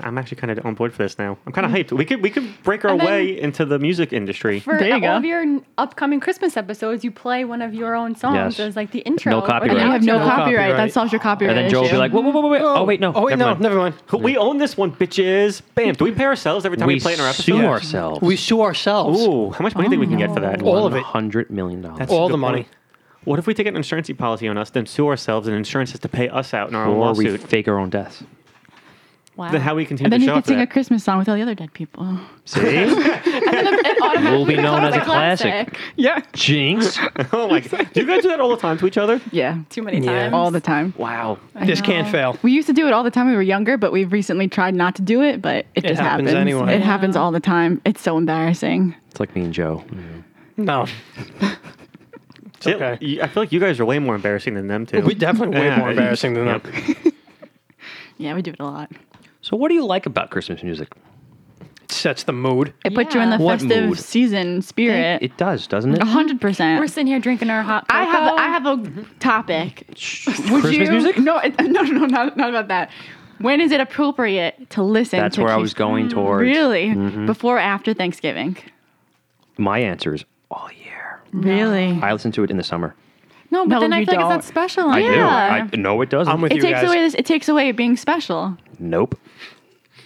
Speaker 1: I'm actually kind of on board for this now. I'm kind of
Speaker 5: Mm.
Speaker 1: hyped. We could we could break our
Speaker 4: And then-
Speaker 1: way into the music industry.
Speaker 4: For
Speaker 5: There you
Speaker 4: all
Speaker 5: go.
Speaker 4: of your n- upcoming Christmas episodes, you play one of your own songs
Speaker 3: Yes.
Speaker 4: as like the intro.
Speaker 3: No
Speaker 4: or the
Speaker 3: copyright.
Speaker 5: And you have
Speaker 2: No
Speaker 5: no, copyright.
Speaker 2: copyright.
Speaker 5: That solves your copyright.
Speaker 3: And then Joel will be
Speaker 5: issue.
Speaker 3: like, whoa, whoa, whoa, whoa, wait. Oh, wait, no.
Speaker 2: Oh, wait,
Speaker 3: Never
Speaker 2: no.
Speaker 3: mind.
Speaker 2: Never mind.
Speaker 1: We own this one, bitches. Bam. Do we pay ourselves every time we,
Speaker 3: We
Speaker 1: play in our
Speaker 3: sue
Speaker 1: episode?
Speaker 3: ourselves.
Speaker 2: We sue ourselves.
Speaker 1: Ooh, how much money do you think we can get for that?
Speaker 2: All of it.
Speaker 3: Hundred million dollars.
Speaker 2: All
Speaker 1: Good
Speaker 2: the money.
Speaker 1: point. What if we take an insurance policy on us, then sue ourselves, and insurance has to pay us out in our own
Speaker 3: Or we
Speaker 1: lawsuit?
Speaker 3: fake our own deaths.
Speaker 4: Wow.
Speaker 1: then how we continue
Speaker 5: And then
Speaker 1: the
Speaker 5: you
Speaker 1: show
Speaker 5: could
Speaker 1: after
Speaker 5: sing a
Speaker 1: that?
Speaker 5: Christmas song with all the other dead people.
Speaker 3: See? Will be known as a classic.
Speaker 5: Yeah.
Speaker 3: Jinx.
Speaker 1: oh my god! Do you guys do that all the time to each other?
Speaker 5: Yeah.
Speaker 4: Too many
Speaker 2: Yeah.
Speaker 4: times.
Speaker 5: All the time.
Speaker 3: Wow.
Speaker 2: This can't
Speaker 4: know.
Speaker 2: fail.
Speaker 5: We used to do it all the time when we were younger, but we've recently tried not to do it, but it, just
Speaker 2: happens
Speaker 5: happens.
Speaker 2: anyway.
Speaker 5: It happens all the time. It's so embarrassing.
Speaker 3: It's like me and Joe.
Speaker 2: No.
Speaker 1: Yeah,
Speaker 2: okay.
Speaker 1: you- I feel like you guys are way more embarrassing than them too.
Speaker 2: We definitely way
Speaker 1: Yeah,
Speaker 2: more embarrassing than
Speaker 1: yeah.
Speaker 2: them.
Speaker 5: Yeah, we do it a lot.
Speaker 3: So what do you like about Christmas music?
Speaker 2: It sets the mood.
Speaker 5: It puts you in the
Speaker 4: Yeah.
Speaker 3: What
Speaker 5: festive
Speaker 3: mood?
Speaker 5: season spirit.
Speaker 3: It does, doesn't it?
Speaker 5: A hundred percent.
Speaker 4: We're sitting here drinking our hot cocoa.
Speaker 5: I have I have a topic. Would
Speaker 3: Christmas
Speaker 5: you,
Speaker 3: music?
Speaker 5: No, it, no, no, not, not about that. When is it appropriate to listen?
Speaker 3: That's
Speaker 5: to
Speaker 3: where I
Speaker 5: Keith-
Speaker 3: was going Mm-hmm. towards.
Speaker 5: Really, before or after Thanksgiving?
Speaker 3: My answer is all year.
Speaker 5: Really?
Speaker 3: I listen to it in the summer.
Speaker 4: No, but
Speaker 5: No,
Speaker 4: then I
Speaker 5: you
Speaker 4: feel like
Speaker 5: don't.
Speaker 4: it's not special.
Speaker 3: I do.
Speaker 4: yeah.
Speaker 3: I no, it doesn't.
Speaker 2: I'm with
Speaker 5: It
Speaker 2: you
Speaker 5: takes
Speaker 2: guys.
Speaker 5: away this. It takes away it being special.
Speaker 3: Nope.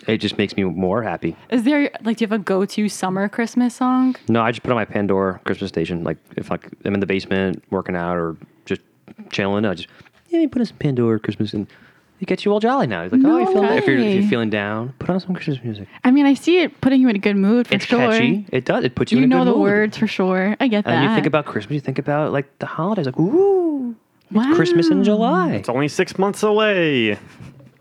Speaker 3: It just makes me more happy.
Speaker 4: Is there like do you have a go-to summer Christmas song?
Speaker 3: No, I just put on my Pandora Christmas station. Like if like I'm in the basement working out or just chilling, I just yeah, you put on some Pandora Christmas and it gets you all jolly now. It's like oh, you feel if, you're, if
Speaker 5: way.
Speaker 3: you're feeling down, put on some Christmas music.
Speaker 5: I mean, I see it putting you in a good mood for
Speaker 3: It's
Speaker 5: sure.
Speaker 3: catchy. It does. It puts you,
Speaker 5: You
Speaker 3: in a
Speaker 5: know
Speaker 3: good
Speaker 5: the
Speaker 3: mood.
Speaker 5: words for sure. I get that.
Speaker 3: And you think about Christmas, you think about like the holidays, like ooh,
Speaker 5: wow.
Speaker 3: Christmas in July.
Speaker 1: It's only six months away.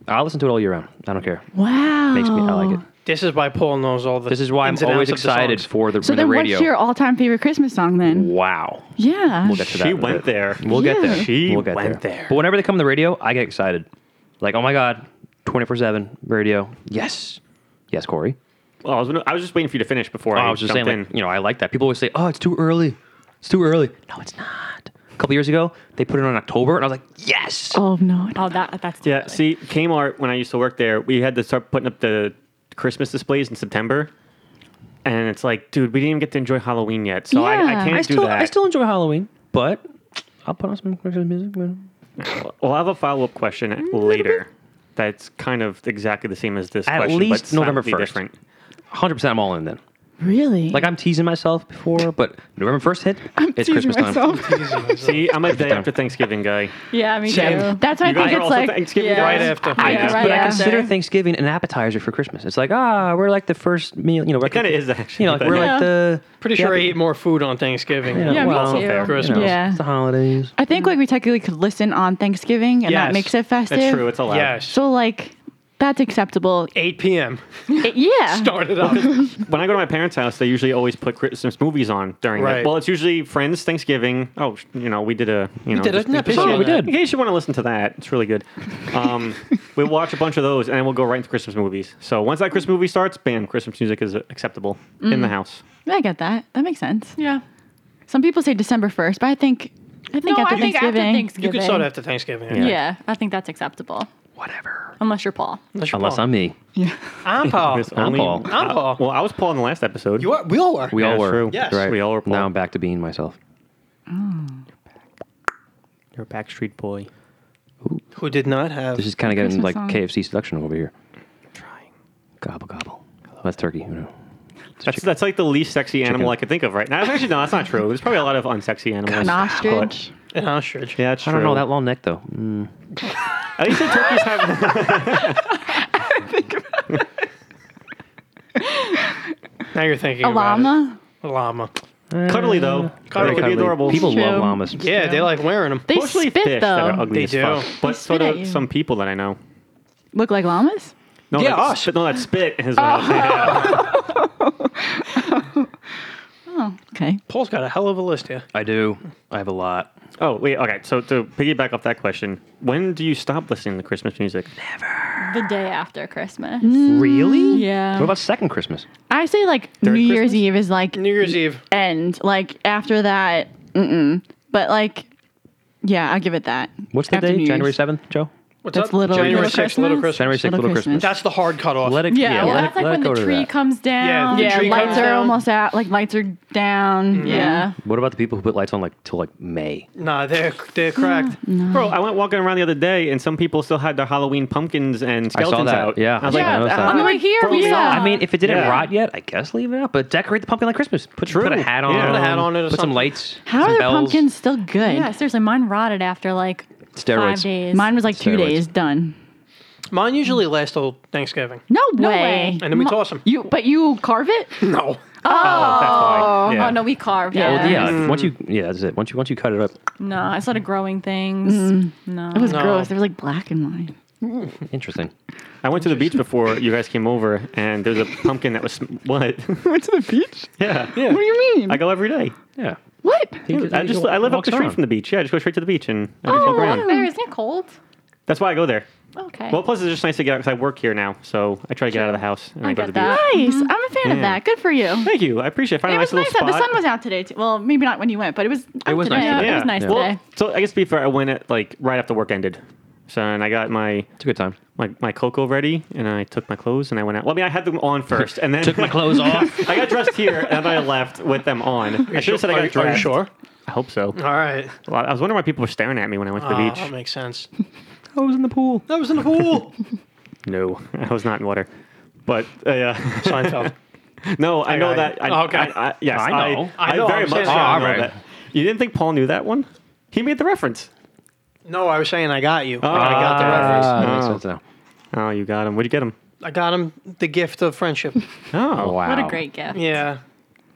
Speaker 3: I'll listen to it all year round. I don't care.
Speaker 5: Wow.
Speaker 3: Makes me. I like it.
Speaker 2: This is why Paul knows all the
Speaker 3: This is why I'm
Speaker 2: ins and
Speaker 3: always
Speaker 2: outs of the
Speaker 3: excited
Speaker 2: songs.
Speaker 3: for the,
Speaker 5: So
Speaker 3: the
Speaker 5: then,
Speaker 3: radio.
Speaker 5: what's your all-time favorite Christmas song then?
Speaker 3: wow.
Speaker 5: Yeah.
Speaker 3: We'll get to that.
Speaker 1: She
Speaker 3: in a
Speaker 1: went
Speaker 3: bit.
Speaker 1: there.
Speaker 3: We'll get there.
Speaker 5: Yeah.
Speaker 1: She
Speaker 3: we'll get
Speaker 1: went
Speaker 3: there.
Speaker 1: there.
Speaker 3: But whenever they come on the radio, I get excited. Like, oh my god, twenty four seven radio. Yes, yes, Corey.
Speaker 1: Well, I was, I was just waiting for you to finish before
Speaker 3: Oh,
Speaker 1: I,
Speaker 3: I was just
Speaker 1: jumped
Speaker 3: saying,
Speaker 1: in.
Speaker 3: like, you know, I like that. People always say, oh, it's too early. It's too early. No, it's not. A couple years ago, they put it on October, and I was like, yes.
Speaker 5: Oh no. no.
Speaker 4: Oh, that that's
Speaker 1: Yeah, see, Kmart, when I used to work there, we had to start putting up the Christmas displays in September. And it's like, dude, we didn't even get to enjoy Halloween yet. So I, I
Speaker 5: Yeah.
Speaker 1: can't do
Speaker 3: I still,
Speaker 1: that.
Speaker 3: I still enjoy Halloween, but I'll put on some Christmas music. man.
Speaker 1: Well, I have a follow up
Speaker 5: Mm-hmm.
Speaker 1: question later that's kind of exactly the same as this
Speaker 3: At
Speaker 1: question,
Speaker 3: least
Speaker 1: but
Speaker 3: November
Speaker 1: slightly
Speaker 3: 1st.
Speaker 1: different.
Speaker 3: Hundred percent, I'm all in then.
Speaker 5: Really?
Speaker 3: Like I'm teasing myself before, but November first hit.
Speaker 5: I'm
Speaker 3: it's
Speaker 5: teasing
Speaker 3: Christmas time.
Speaker 5: myself.
Speaker 1: See, I'm a day after Thanksgiving guy.
Speaker 4: Yeah, me
Speaker 2: Same.
Speaker 4: too.
Speaker 5: That's why I
Speaker 1: You guys
Speaker 5: think
Speaker 1: are
Speaker 5: it's
Speaker 1: also
Speaker 5: like
Speaker 1: Thanksgiving
Speaker 5: yeah.
Speaker 1: guys?
Speaker 2: Right after.
Speaker 5: I
Speaker 2: Yeah.
Speaker 5: know, right
Speaker 3: But I
Speaker 5: after.
Speaker 3: consider Thanksgiving an appetizer for Christmas. It's like ah, we're like the first meal. You know,
Speaker 1: It kind of is actually.
Speaker 3: You know, like,
Speaker 1: but-
Speaker 3: we're like the
Speaker 2: Pretty sure I eat more food on Thanksgiving.
Speaker 3: Yeah,
Speaker 4: Yeah,
Speaker 3: well,
Speaker 4: me
Speaker 3: you
Speaker 4: too.
Speaker 3: know,
Speaker 2: Christmas.
Speaker 5: Yeah.
Speaker 3: it's the holidays.
Speaker 5: I think like we technically could listen on Thanksgiving, and
Speaker 2: Yes.
Speaker 5: that makes it festive.
Speaker 1: That's true. It's allowed.
Speaker 2: Yes.
Speaker 5: So like, that's acceptable.
Speaker 2: 8 p.m.
Speaker 5: It- yeah.
Speaker 2: Started up.
Speaker 1: When I go to my parents' house, they usually always put Christmas movies on during
Speaker 2: Right.
Speaker 1: it. Well, it's usually Friends, Thanksgiving. Oh, sh- you know, we did a you know
Speaker 2: did
Speaker 1: just
Speaker 2: an
Speaker 1: a
Speaker 2: episode
Speaker 1: episode.
Speaker 2: on We that.
Speaker 1: In
Speaker 2: did.
Speaker 1: case you want to listen to that, it's really good. Um, we watch a bunch of those, and then we'll go right into Christmas movies. So once that Christmas movie starts, bam, Christmas music is acceptable in the house.
Speaker 5: I get that. That makes sense.
Speaker 4: Yeah.
Speaker 5: Some people say December first, but I think I think
Speaker 4: no,
Speaker 5: after
Speaker 4: I think after
Speaker 5: Thanksgiving.
Speaker 4: Thanksgiving.
Speaker 2: you could start after Thanksgiving.
Speaker 4: Yeah. I think that's acceptable.
Speaker 3: Whatever.
Speaker 4: Unless you're Paul.
Speaker 2: Unless, you're
Speaker 3: Unless
Speaker 2: Paul.
Speaker 3: I'm me.
Speaker 2: Oh, I'm Paul.
Speaker 1: It's
Speaker 3: I'm Paul.
Speaker 2: I'm
Speaker 1: uh,
Speaker 2: Paul.
Speaker 1: well, I was Paul in the last episode.
Speaker 2: You are, we all are.
Speaker 3: We
Speaker 1: Yeah,
Speaker 3: all were.
Speaker 1: true.
Speaker 2: Yes.
Speaker 3: Right.
Speaker 1: We all were Paul.
Speaker 3: Now I'm back to being myself.
Speaker 1: You're a Backstreet Boy.
Speaker 2: Who did not have.
Speaker 3: This is kind of getting like
Speaker 5: Christmas song.
Speaker 3: KFC seduction over here.
Speaker 1: Trying.
Speaker 3: Gobble gobble. That's turkey. You know. It's
Speaker 1: That's
Speaker 3: chicken.
Speaker 1: that's like the least sexy animal
Speaker 3: Chicken.
Speaker 1: I could think of right now. Actually, no, that's not true. There's probably a lot of unsexy animals.
Speaker 5: An
Speaker 1: But-
Speaker 5: ostrich.
Speaker 2: an ostrich.
Speaker 1: Yeah, that's
Speaker 3: I
Speaker 1: true.
Speaker 3: don't know that long neck though. Mm,
Speaker 1: At least the turkeys have.
Speaker 2: Now you're thinking.
Speaker 5: A
Speaker 2: about it.
Speaker 5: llama.
Speaker 2: Llama.
Speaker 1: cuddly though.
Speaker 2: Cuddly.
Speaker 1: Cuddly. They could be adorable.
Speaker 3: People
Speaker 5: True.
Speaker 3: love llamas.
Speaker 2: Yeah, they like wearing them.
Speaker 5: They
Speaker 1: Mostly
Speaker 5: spit
Speaker 1: fish
Speaker 5: though.
Speaker 1: that are ugly
Speaker 2: They
Speaker 1: as
Speaker 2: do.
Speaker 1: fuck. But so
Speaker 5: spit at
Speaker 1: do
Speaker 5: you.
Speaker 1: some people that I know.
Speaker 5: Look like llamas.
Speaker 1: No,
Speaker 2: Yeah,
Speaker 1: that
Speaker 2: us.
Speaker 1: spit, no, that spit is what I was saying.
Speaker 5: Okay.
Speaker 2: Paul's got a hell of a list here.
Speaker 3: I do. I have a lot.
Speaker 1: Oh wait, okay. So to piggyback off that question, when do you stop listening to Christmas music?
Speaker 4: The day after Christmas.
Speaker 3: Really?
Speaker 5: Yeah.
Speaker 3: What about second Christmas?
Speaker 5: I say like New Year's
Speaker 1: Christmas?
Speaker 5: Eve is like
Speaker 2: New Year's Eve.
Speaker 5: end. Like after that, mm-mm. but like, yeah, I'll give it that.
Speaker 3: What's the
Speaker 5: After New
Speaker 3: date?
Speaker 5: Year's.
Speaker 3: January seventh, Joe.
Speaker 2: What's
Speaker 5: That's
Speaker 2: up?
Speaker 5: little-
Speaker 2: January
Speaker 5: Little
Speaker 2: 6th, Little
Speaker 5: Christmas?
Speaker 2: Christmas.
Speaker 3: January sixth,
Speaker 5: Little
Speaker 3: Little Christmas.
Speaker 5: Christmas.
Speaker 2: That's the hard cutoff.
Speaker 3: Let it.
Speaker 4: Yeah, well,
Speaker 3: let it,
Speaker 4: that's like
Speaker 3: let
Speaker 4: when
Speaker 3: it go
Speaker 4: the
Speaker 3: to
Speaker 4: tree
Speaker 3: that.
Speaker 4: comes down.
Speaker 2: The
Speaker 5: Yeah,
Speaker 2: tree
Speaker 5: lights
Speaker 2: comes
Speaker 5: are
Speaker 2: down.
Speaker 5: almost out. Like lights are down. Yeah.
Speaker 3: What about the people who put lights on like till like May?
Speaker 2: Nah, they're they're cracked.
Speaker 1: Bro, I went walking around the other day, and some people still had their Halloween pumpkins and
Speaker 3: I saw
Speaker 1: skeletons
Speaker 3: that.
Speaker 1: out.
Speaker 3: Yeah.
Speaker 1: I was
Speaker 3: Yeah,
Speaker 1: like,
Speaker 3: noticed that.
Speaker 4: I'm
Speaker 5: I'm
Speaker 4: like,
Speaker 5: like,
Speaker 4: here
Speaker 5: for
Speaker 4: we
Speaker 5: real.
Speaker 4: are.
Speaker 3: I mean, if it didn't
Speaker 1: Yeah.
Speaker 3: rot yet, I guess leave it out. But decorate the pumpkin like Christmas. Put,
Speaker 1: True.
Speaker 3: put a hat on.
Speaker 1: Yeah. Put a
Speaker 2: hat on it or
Speaker 3: Put some
Speaker 2: something.
Speaker 3: lights.
Speaker 5: How
Speaker 3: some
Speaker 5: are the
Speaker 3: bells,
Speaker 5: pumpkins still good?
Speaker 4: yeah, seriously, mine rotted after like
Speaker 3: Steroids.
Speaker 4: five days.
Speaker 5: Mine was like two
Speaker 3: Steroids.
Speaker 5: days done.
Speaker 2: Mine usually lasts till Thanksgiving,
Speaker 5: No way.
Speaker 4: way.
Speaker 2: and then we toss them.
Speaker 5: You but you carve it?
Speaker 1: oh,
Speaker 2: No,
Speaker 1: that's why. Yeah.
Speaker 4: Oh no, we carved.
Speaker 5: Yeah.
Speaker 3: Well, yeah. Once you, yeah, that's it. Once you, once you cut it up,
Speaker 4: No, I started growing things.
Speaker 5: Mm.
Speaker 4: No.
Speaker 5: It was
Speaker 2: No.
Speaker 5: gross. It was like black and white.
Speaker 3: interesting.
Speaker 1: I went to the beach before you guys came over, and there's a pumpkin that was sm- what?
Speaker 5: Went to the beach?
Speaker 1: yeah,
Speaker 5: What do you mean?
Speaker 1: I go every day.
Speaker 3: Yeah.
Speaker 5: what?
Speaker 1: I just I live up
Speaker 3: walks
Speaker 1: the street
Speaker 3: around.
Speaker 1: from the beach. Yeah, I just go straight to the beach and I
Speaker 4: Oh,
Speaker 1: just walk around.
Speaker 4: there isn't it cold?
Speaker 1: That's why I go there.
Speaker 4: Okay.
Speaker 1: Well, plus it's just nice to get out because I work here now, so I try to get out of the house and I,
Speaker 4: I
Speaker 1: go
Speaker 4: get
Speaker 1: to the beach.
Speaker 4: that.
Speaker 5: Nice. I'm a fan of
Speaker 1: Yeah.
Speaker 5: that. Good for you. It
Speaker 1: Thank you. I appreciate. it. Find a nice
Speaker 5: was
Speaker 1: little
Speaker 5: nice out.
Speaker 1: spot.
Speaker 5: The sun was out today. Too. Well, maybe not when you went, but it was. Out
Speaker 3: was
Speaker 5: today.
Speaker 3: nice today.
Speaker 4: yeah, it
Speaker 1: Yeah.
Speaker 4: was nice
Speaker 3: Yeah.
Speaker 1: well,
Speaker 4: today.
Speaker 1: so I guess to be fair, I went at like right after work ended, so and I got my
Speaker 3: It's a good time.
Speaker 1: my, my cocoa ready and I took my clothes and I went out. Well, I mean, I had them on first and then
Speaker 3: Took my clothes off.
Speaker 1: I got dressed here and I left with them on. I should have said I
Speaker 2: are,
Speaker 1: got
Speaker 2: you-
Speaker 1: dressed.
Speaker 2: are you sure?
Speaker 1: I hope so.
Speaker 2: All right,
Speaker 1: Well, I was wondering why people were staring at me when I went to the
Speaker 2: Ah,
Speaker 1: beach.
Speaker 2: that makes sense.
Speaker 3: I was in the pool.
Speaker 2: That was in the pool.
Speaker 1: No, I was not in water. But uh, yeah.
Speaker 2: Seinfeld.
Speaker 1: no, I, know
Speaker 2: got
Speaker 1: that.
Speaker 2: you.
Speaker 1: I,
Speaker 2: Okay.
Speaker 1: I, I, yes,
Speaker 3: I know.
Speaker 1: I,
Speaker 2: I know,
Speaker 1: very
Speaker 2: I'm
Speaker 1: much
Speaker 2: saying-
Speaker 1: know
Speaker 3: All right.
Speaker 1: that. You didn't think Paul knew that one? He made the reference.
Speaker 2: No, I was saying I got you.
Speaker 1: Oh,
Speaker 2: I got the
Speaker 1: ah.
Speaker 2: reference.
Speaker 3: that makes
Speaker 1: Oh.
Speaker 3: sense now.
Speaker 1: Oh, you got him. Where'd you get him?
Speaker 3: Ah.
Speaker 2: I got him the gift of friendship.
Speaker 1: Oh,
Speaker 3: Wow.
Speaker 4: What a great gift.
Speaker 2: Yeah.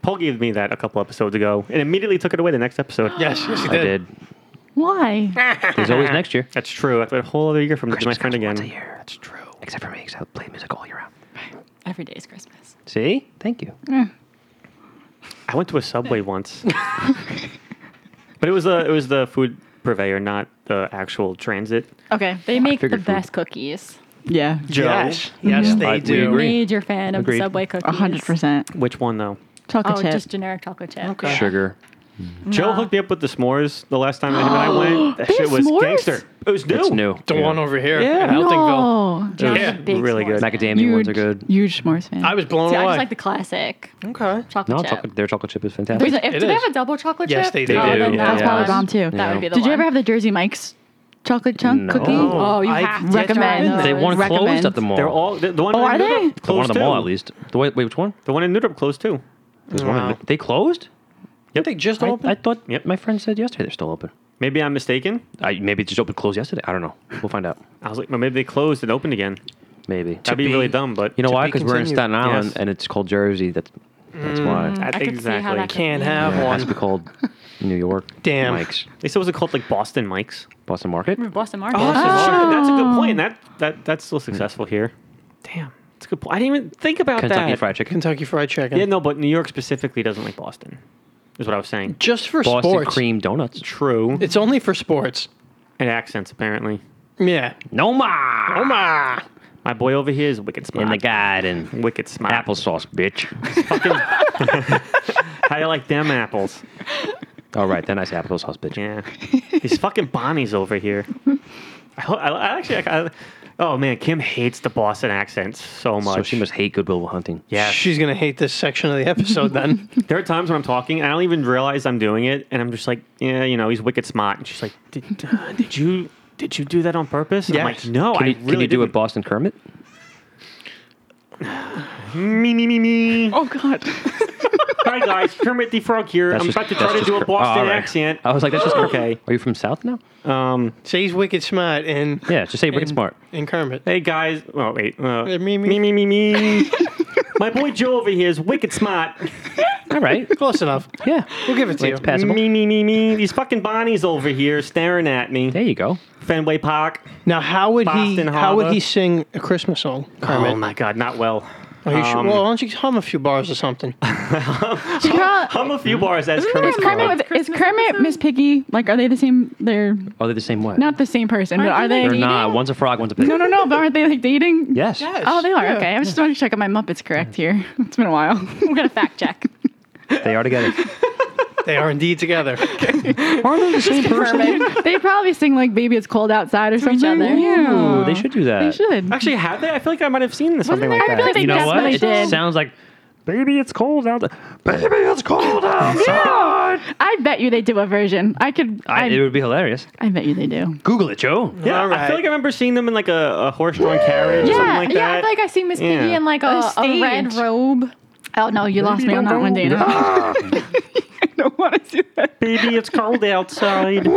Speaker 1: Paul gave me that a couple episodes ago and immediately took it away the next episode.
Speaker 2: Yes, yes, he
Speaker 3: I
Speaker 2: did.
Speaker 3: did.
Speaker 5: Why?
Speaker 3: There's always next year.
Speaker 1: That's true. I have a whole other year from to my friend again.
Speaker 3: That's true. Except for me, because I play music all year round.
Speaker 4: Every day is Christmas.
Speaker 3: See? Thank you.
Speaker 1: I went to a Subway once, but it was the it was the food purveyor, not the actual transit.
Speaker 5: Okay.
Speaker 4: They make the
Speaker 3: figured food.
Speaker 4: best cookies.
Speaker 5: Yeah.
Speaker 1: Joe,
Speaker 2: Yes, yes,
Speaker 3: Yeah.
Speaker 2: they
Speaker 3: Mm-hmm. I- we
Speaker 2: do.
Speaker 3: agree.
Speaker 4: Major fan of
Speaker 3: Agreed.
Speaker 4: the Subway cookies.
Speaker 5: A hundred percent.
Speaker 1: which one though?
Speaker 5: Chocolate
Speaker 4: Oh,
Speaker 5: chip.
Speaker 4: just generic chocolate chip.
Speaker 2: Okay.
Speaker 4: Yeah.
Speaker 3: Sugar.
Speaker 1: Joe hooked me up with the s'mores the last time that when I went. That
Speaker 5: They
Speaker 1: shit
Speaker 5: have
Speaker 1: was
Speaker 5: s'mores?
Speaker 1: gangster. It was new.
Speaker 3: It's new.
Speaker 2: The one over here
Speaker 1: Yeah.
Speaker 2: in Eltingville.
Speaker 5: oh,
Speaker 4: Giant
Speaker 2: Yeah,
Speaker 4: big
Speaker 1: really
Speaker 4: s'mores.
Speaker 1: good.
Speaker 3: Macadamia ones are good.
Speaker 5: Huge s'mores fan.
Speaker 2: I was blown
Speaker 4: See, I
Speaker 2: away.
Speaker 4: just like the classic
Speaker 2: okay.
Speaker 4: chocolate
Speaker 3: No,
Speaker 4: chip.
Speaker 3: chocolate, their chocolate chip is
Speaker 4: Wait,
Speaker 3: fantastic.
Speaker 4: so if,
Speaker 2: It
Speaker 4: do they
Speaker 2: is.
Speaker 4: have a double chocolate
Speaker 2: Yes,
Speaker 4: chip?
Speaker 2: they do.
Speaker 4: Oh,
Speaker 3: They
Speaker 4: then
Speaker 3: do,
Speaker 4: that's
Speaker 5: That's probably
Speaker 4: one.
Speaker 5: bomb too.
Speaker 4: That would be the
Speaker 5: Did
Speaker 4: one.
Speaker 5: you ever have the Jersey Mike's chocolate chunk
Speaker 3: No.
Speaker 5: cookie?
Speaker 3: No.
Speaker 4: Oh, you
Speaker 2: I
Speaker 4: have to
Speaker 5: recommend
Speaker 4: try those.
Speaker 3: They one
Speaker 5: Recommend.
Speaker 3: closed at the mall.
Speaker 1: They're all the, the one.
Speaker 5: Oh,
Speaker 1: in Newdrup
Speaker 5: are they?
Speaker 3: the one
Speaker 1: Closed
Speaker 3: at the mall,
Speaker 1: too.
Speaker 3: at least. The, wait, wait, which one?
Speaker 1: The one in Newdrup closed too.
Speaker 6: There's one. in-
Speaker 3: They closed?
Speaker 2: Yep. They just
Speaker 3: I,
Speaker 2: opened.
Speaker 3: I thought
Speaker 1: Yep.
Speaker 3: my friend said yesterday they're still open.
Speaker 1: Maybe I'm mistaken.
Speaker 3: I, maybe it just opened closed yesterday. I don't know. We'll find out.
Speaker 1: I was like, well, maybe they closed and opened again.
Speaker 3: Maybe.
Speaker 1: That'd be,
Speaker 2: be-
Speaker 1: really dumb, but
Speaker 3: You know
Speaker 2: To
Speaker 3: why?
Speaker 2: be
Speaker 3: Because we're in
Speaker 2: continued.
Speaker 3: Staten Island
Speaker 1: Yes.
Speaker 3: and it's called Jersey. That's that's why.
Speaker 1: I-
Speaker 4: I could see how
Speaker 1: exactly.
Speaker 4: that could-
Speaker 2: Can't have
Speaker 3: It has to be
Speaker 2: one.
Speaker 3: called New York.
Speaker 2: Damn.
Speaker 3: Mike's
Speaker 1: They said it was called like Boston Mike's.
Speaker 3: Boston Market.
Speaker 4: Boston Market.
Speaker 1: Sure, That's a good point. That that that's
Speaker 3: Hmm.
Speaker 1: still successful here. Damn, that's a good point. I didn't even think about that.
Speaker 3: Kentucky Fried Chicken.
Speaker 2: Kentucky Fried Chicken.
Speaker 1: Yeah, no, but New York specifically doesn't like Boston. Is what I was saying.
Speaker 2: Just for
Speaker 3: Boston
Speaker 2: sports.
Speaker 3: cream donuts.
Speaker 1: True.
Speaker 2: It's only for sports.
Speaker 1: And accents apparently. Ah!
Speaker 2: Yeah.
Speaker 3: No ma. No ma.
Speaker 1: My boy over here is wicked smart.
Speaker 3: In the garden.
Speaker 1: Wicked smart.
Speaker 3: Applesauce, bitch.
Speaker 1: How you like them apples?
Speaker 3: All right, then I say applesauce, bitch.
Speaker 1: Yeah. These fucking Bonnies over here. I, ho- I, I actually. I, I- oh man, Kim hates the Boston accent so much.
Speaker 3: So she must hate Goodwill Hunting.
Speaker 1: Yeah.
Speaker 2: She's gonna hate this section of the episode then.
Speaker 1: There are times when I'm talking and I don't even realize I'm doing it, and I'm just like, yeah, you know, he's wicked smart. And she's like, did, uh, did you did you do that on purpose? And I'm
Speaker 2: Yes.
Speaker 1: like, no,
Speaker 3: Can
Speaker 1: Oh, I
Speaker 3: you,
Speaker 1: really
Speaker 3: can you do a
Speaker 1: didn't."
Speaker 3: Boston Kermit?
Speaker 1: Me me me me.
Speaker 5: Oh God.
Speaker 1: Hi guys, Kermit the Frog here.
Speaker 3: That's
Speaker 1: I'm
Speaker 3: just-
Speaker 1: about to
Speaker 3: that's
Speaker 1: try to
Speaker 3: just
Speaker 1: do a
Speaker 3: Ker-
Speaker 1: Boston
Speaker 3: all right. Oh.
Speaker 1: accent.
Speaker 3: I was like, that's just
Speaker 1: Okay.
Speaker 3: Are you from South now?
Speaker 1: Um,
Speaker 2: so he's wicked smart and
Speaker 3: Yeah, just say wicked
Speaker 2: and-
Speaker 3: smart.
Speaker 2: and Kermit.
Speaker 1: hey guys. Oh wait. Uh,
Speaker 2: Hey,
Speaker 1: me
Speaker 2: me,
Speaker 1: me
Speaker 2: me.
Speaker 1: me me me. My boy Joe over here is wicked smart.
Speaker 3: All right.
Speaker 2: Close enough.
Speaker 3: Yeah.
Speaker 2: We'll give it to
Speaker 3: It's
Speaker 2: you.
Speaker 3: passable.
Speaker 1: Me me me me. These fucking Bonnies over here staring at me.
Speaker 3: There you go.
Speaker 1: Fenway Park.
Speaker 2: Now how would
Speaker 1: Boston
Speaker 2: he how would
Speaker 1: Harbor.
Speaker 2: he sing a Christmas song, Kermit?
Speaker 1: Oh my God, not well.
Speaker 2: Are you sure?
Speaker 1: um,
Speaker 2: Well, why don't you hum a few bars or something?
Speaker 5: She probably,
Speaker 1: Hum a few bars as
Speaker 5: is
Speaker 1: Kermit's
Speaker 5: Kermit,
Speaker 1: calling.
Speaker 5: with, is Kermit Miss Piggy? Like, are they the same? They're
Speaker 3: Are they the same way?
Speaker 5: not the same person, but are
Speaker 4: Aren't they
Speaker 5: they?
Speaker 3: They're not. One's a frog, one's a pig.
Speaker 5: No, no, no. But aren't they like dating?
Speaker 3: Yes.
Speaker 5: Oh, they are. Okay, I was just wanted to check if my Muppets correct here. It's been a while.
Speaker 4: We're gonna fact check.
Speaker 3: They are together.
Speaker 2: They are indeed together.
Speaker 3: Aren't they the same person?
Speaker 5: they probably sing like "Baby It's Cold Outside" or
Speaker 4: each
Speaker 5: something.
Speaker 4: other.
Speaker 5: Yeah.
Speaker 3: Ooh, they should do that.
Speaker 5: They should.
Speaker 1: Actually, had they? I feel like I might have seen something
Speaker 5: there-
Speaker 1: like
Speaker 5: I
Speaker 1: that.
Speaker 5: feel like they
Speaker 3: You know what?
Speaker 5: definitely
Speaker 3: It
Speaker 5: did.
Speaker 3: sounds like, baby, it's cold out. Baby, it's cold outside.
Speaker 5: I bet you they do a version. I could. I,
Speaker 3: I, it
Speaker 5: I,
Speaker 3: would be hilarious.
Speaker 5: bet you they do.
Speaker 3: Google it, Joe.
Speaker 1: yeah,
Speaker 2: All
Speaker 1: I feel
Speaker 2: right.
Speaker 1: like I remember seeing them in like a, a horse-drawn carriage or something like
Speaker 4: yeah. I
Speaker 1: that.
Speaker 4: feel like I see Miss Piggy
Speaker 1: Yeah.
Speaker 4: in like a,
Speaker 5: A
Speaker 4: a red
Speaker 5: stage.
Speaker 4: robe.
Speaker 5: Oh no, you lost me on that one, Dana. I don't want to do that.
Speaker 1: Baby, it's cold outside.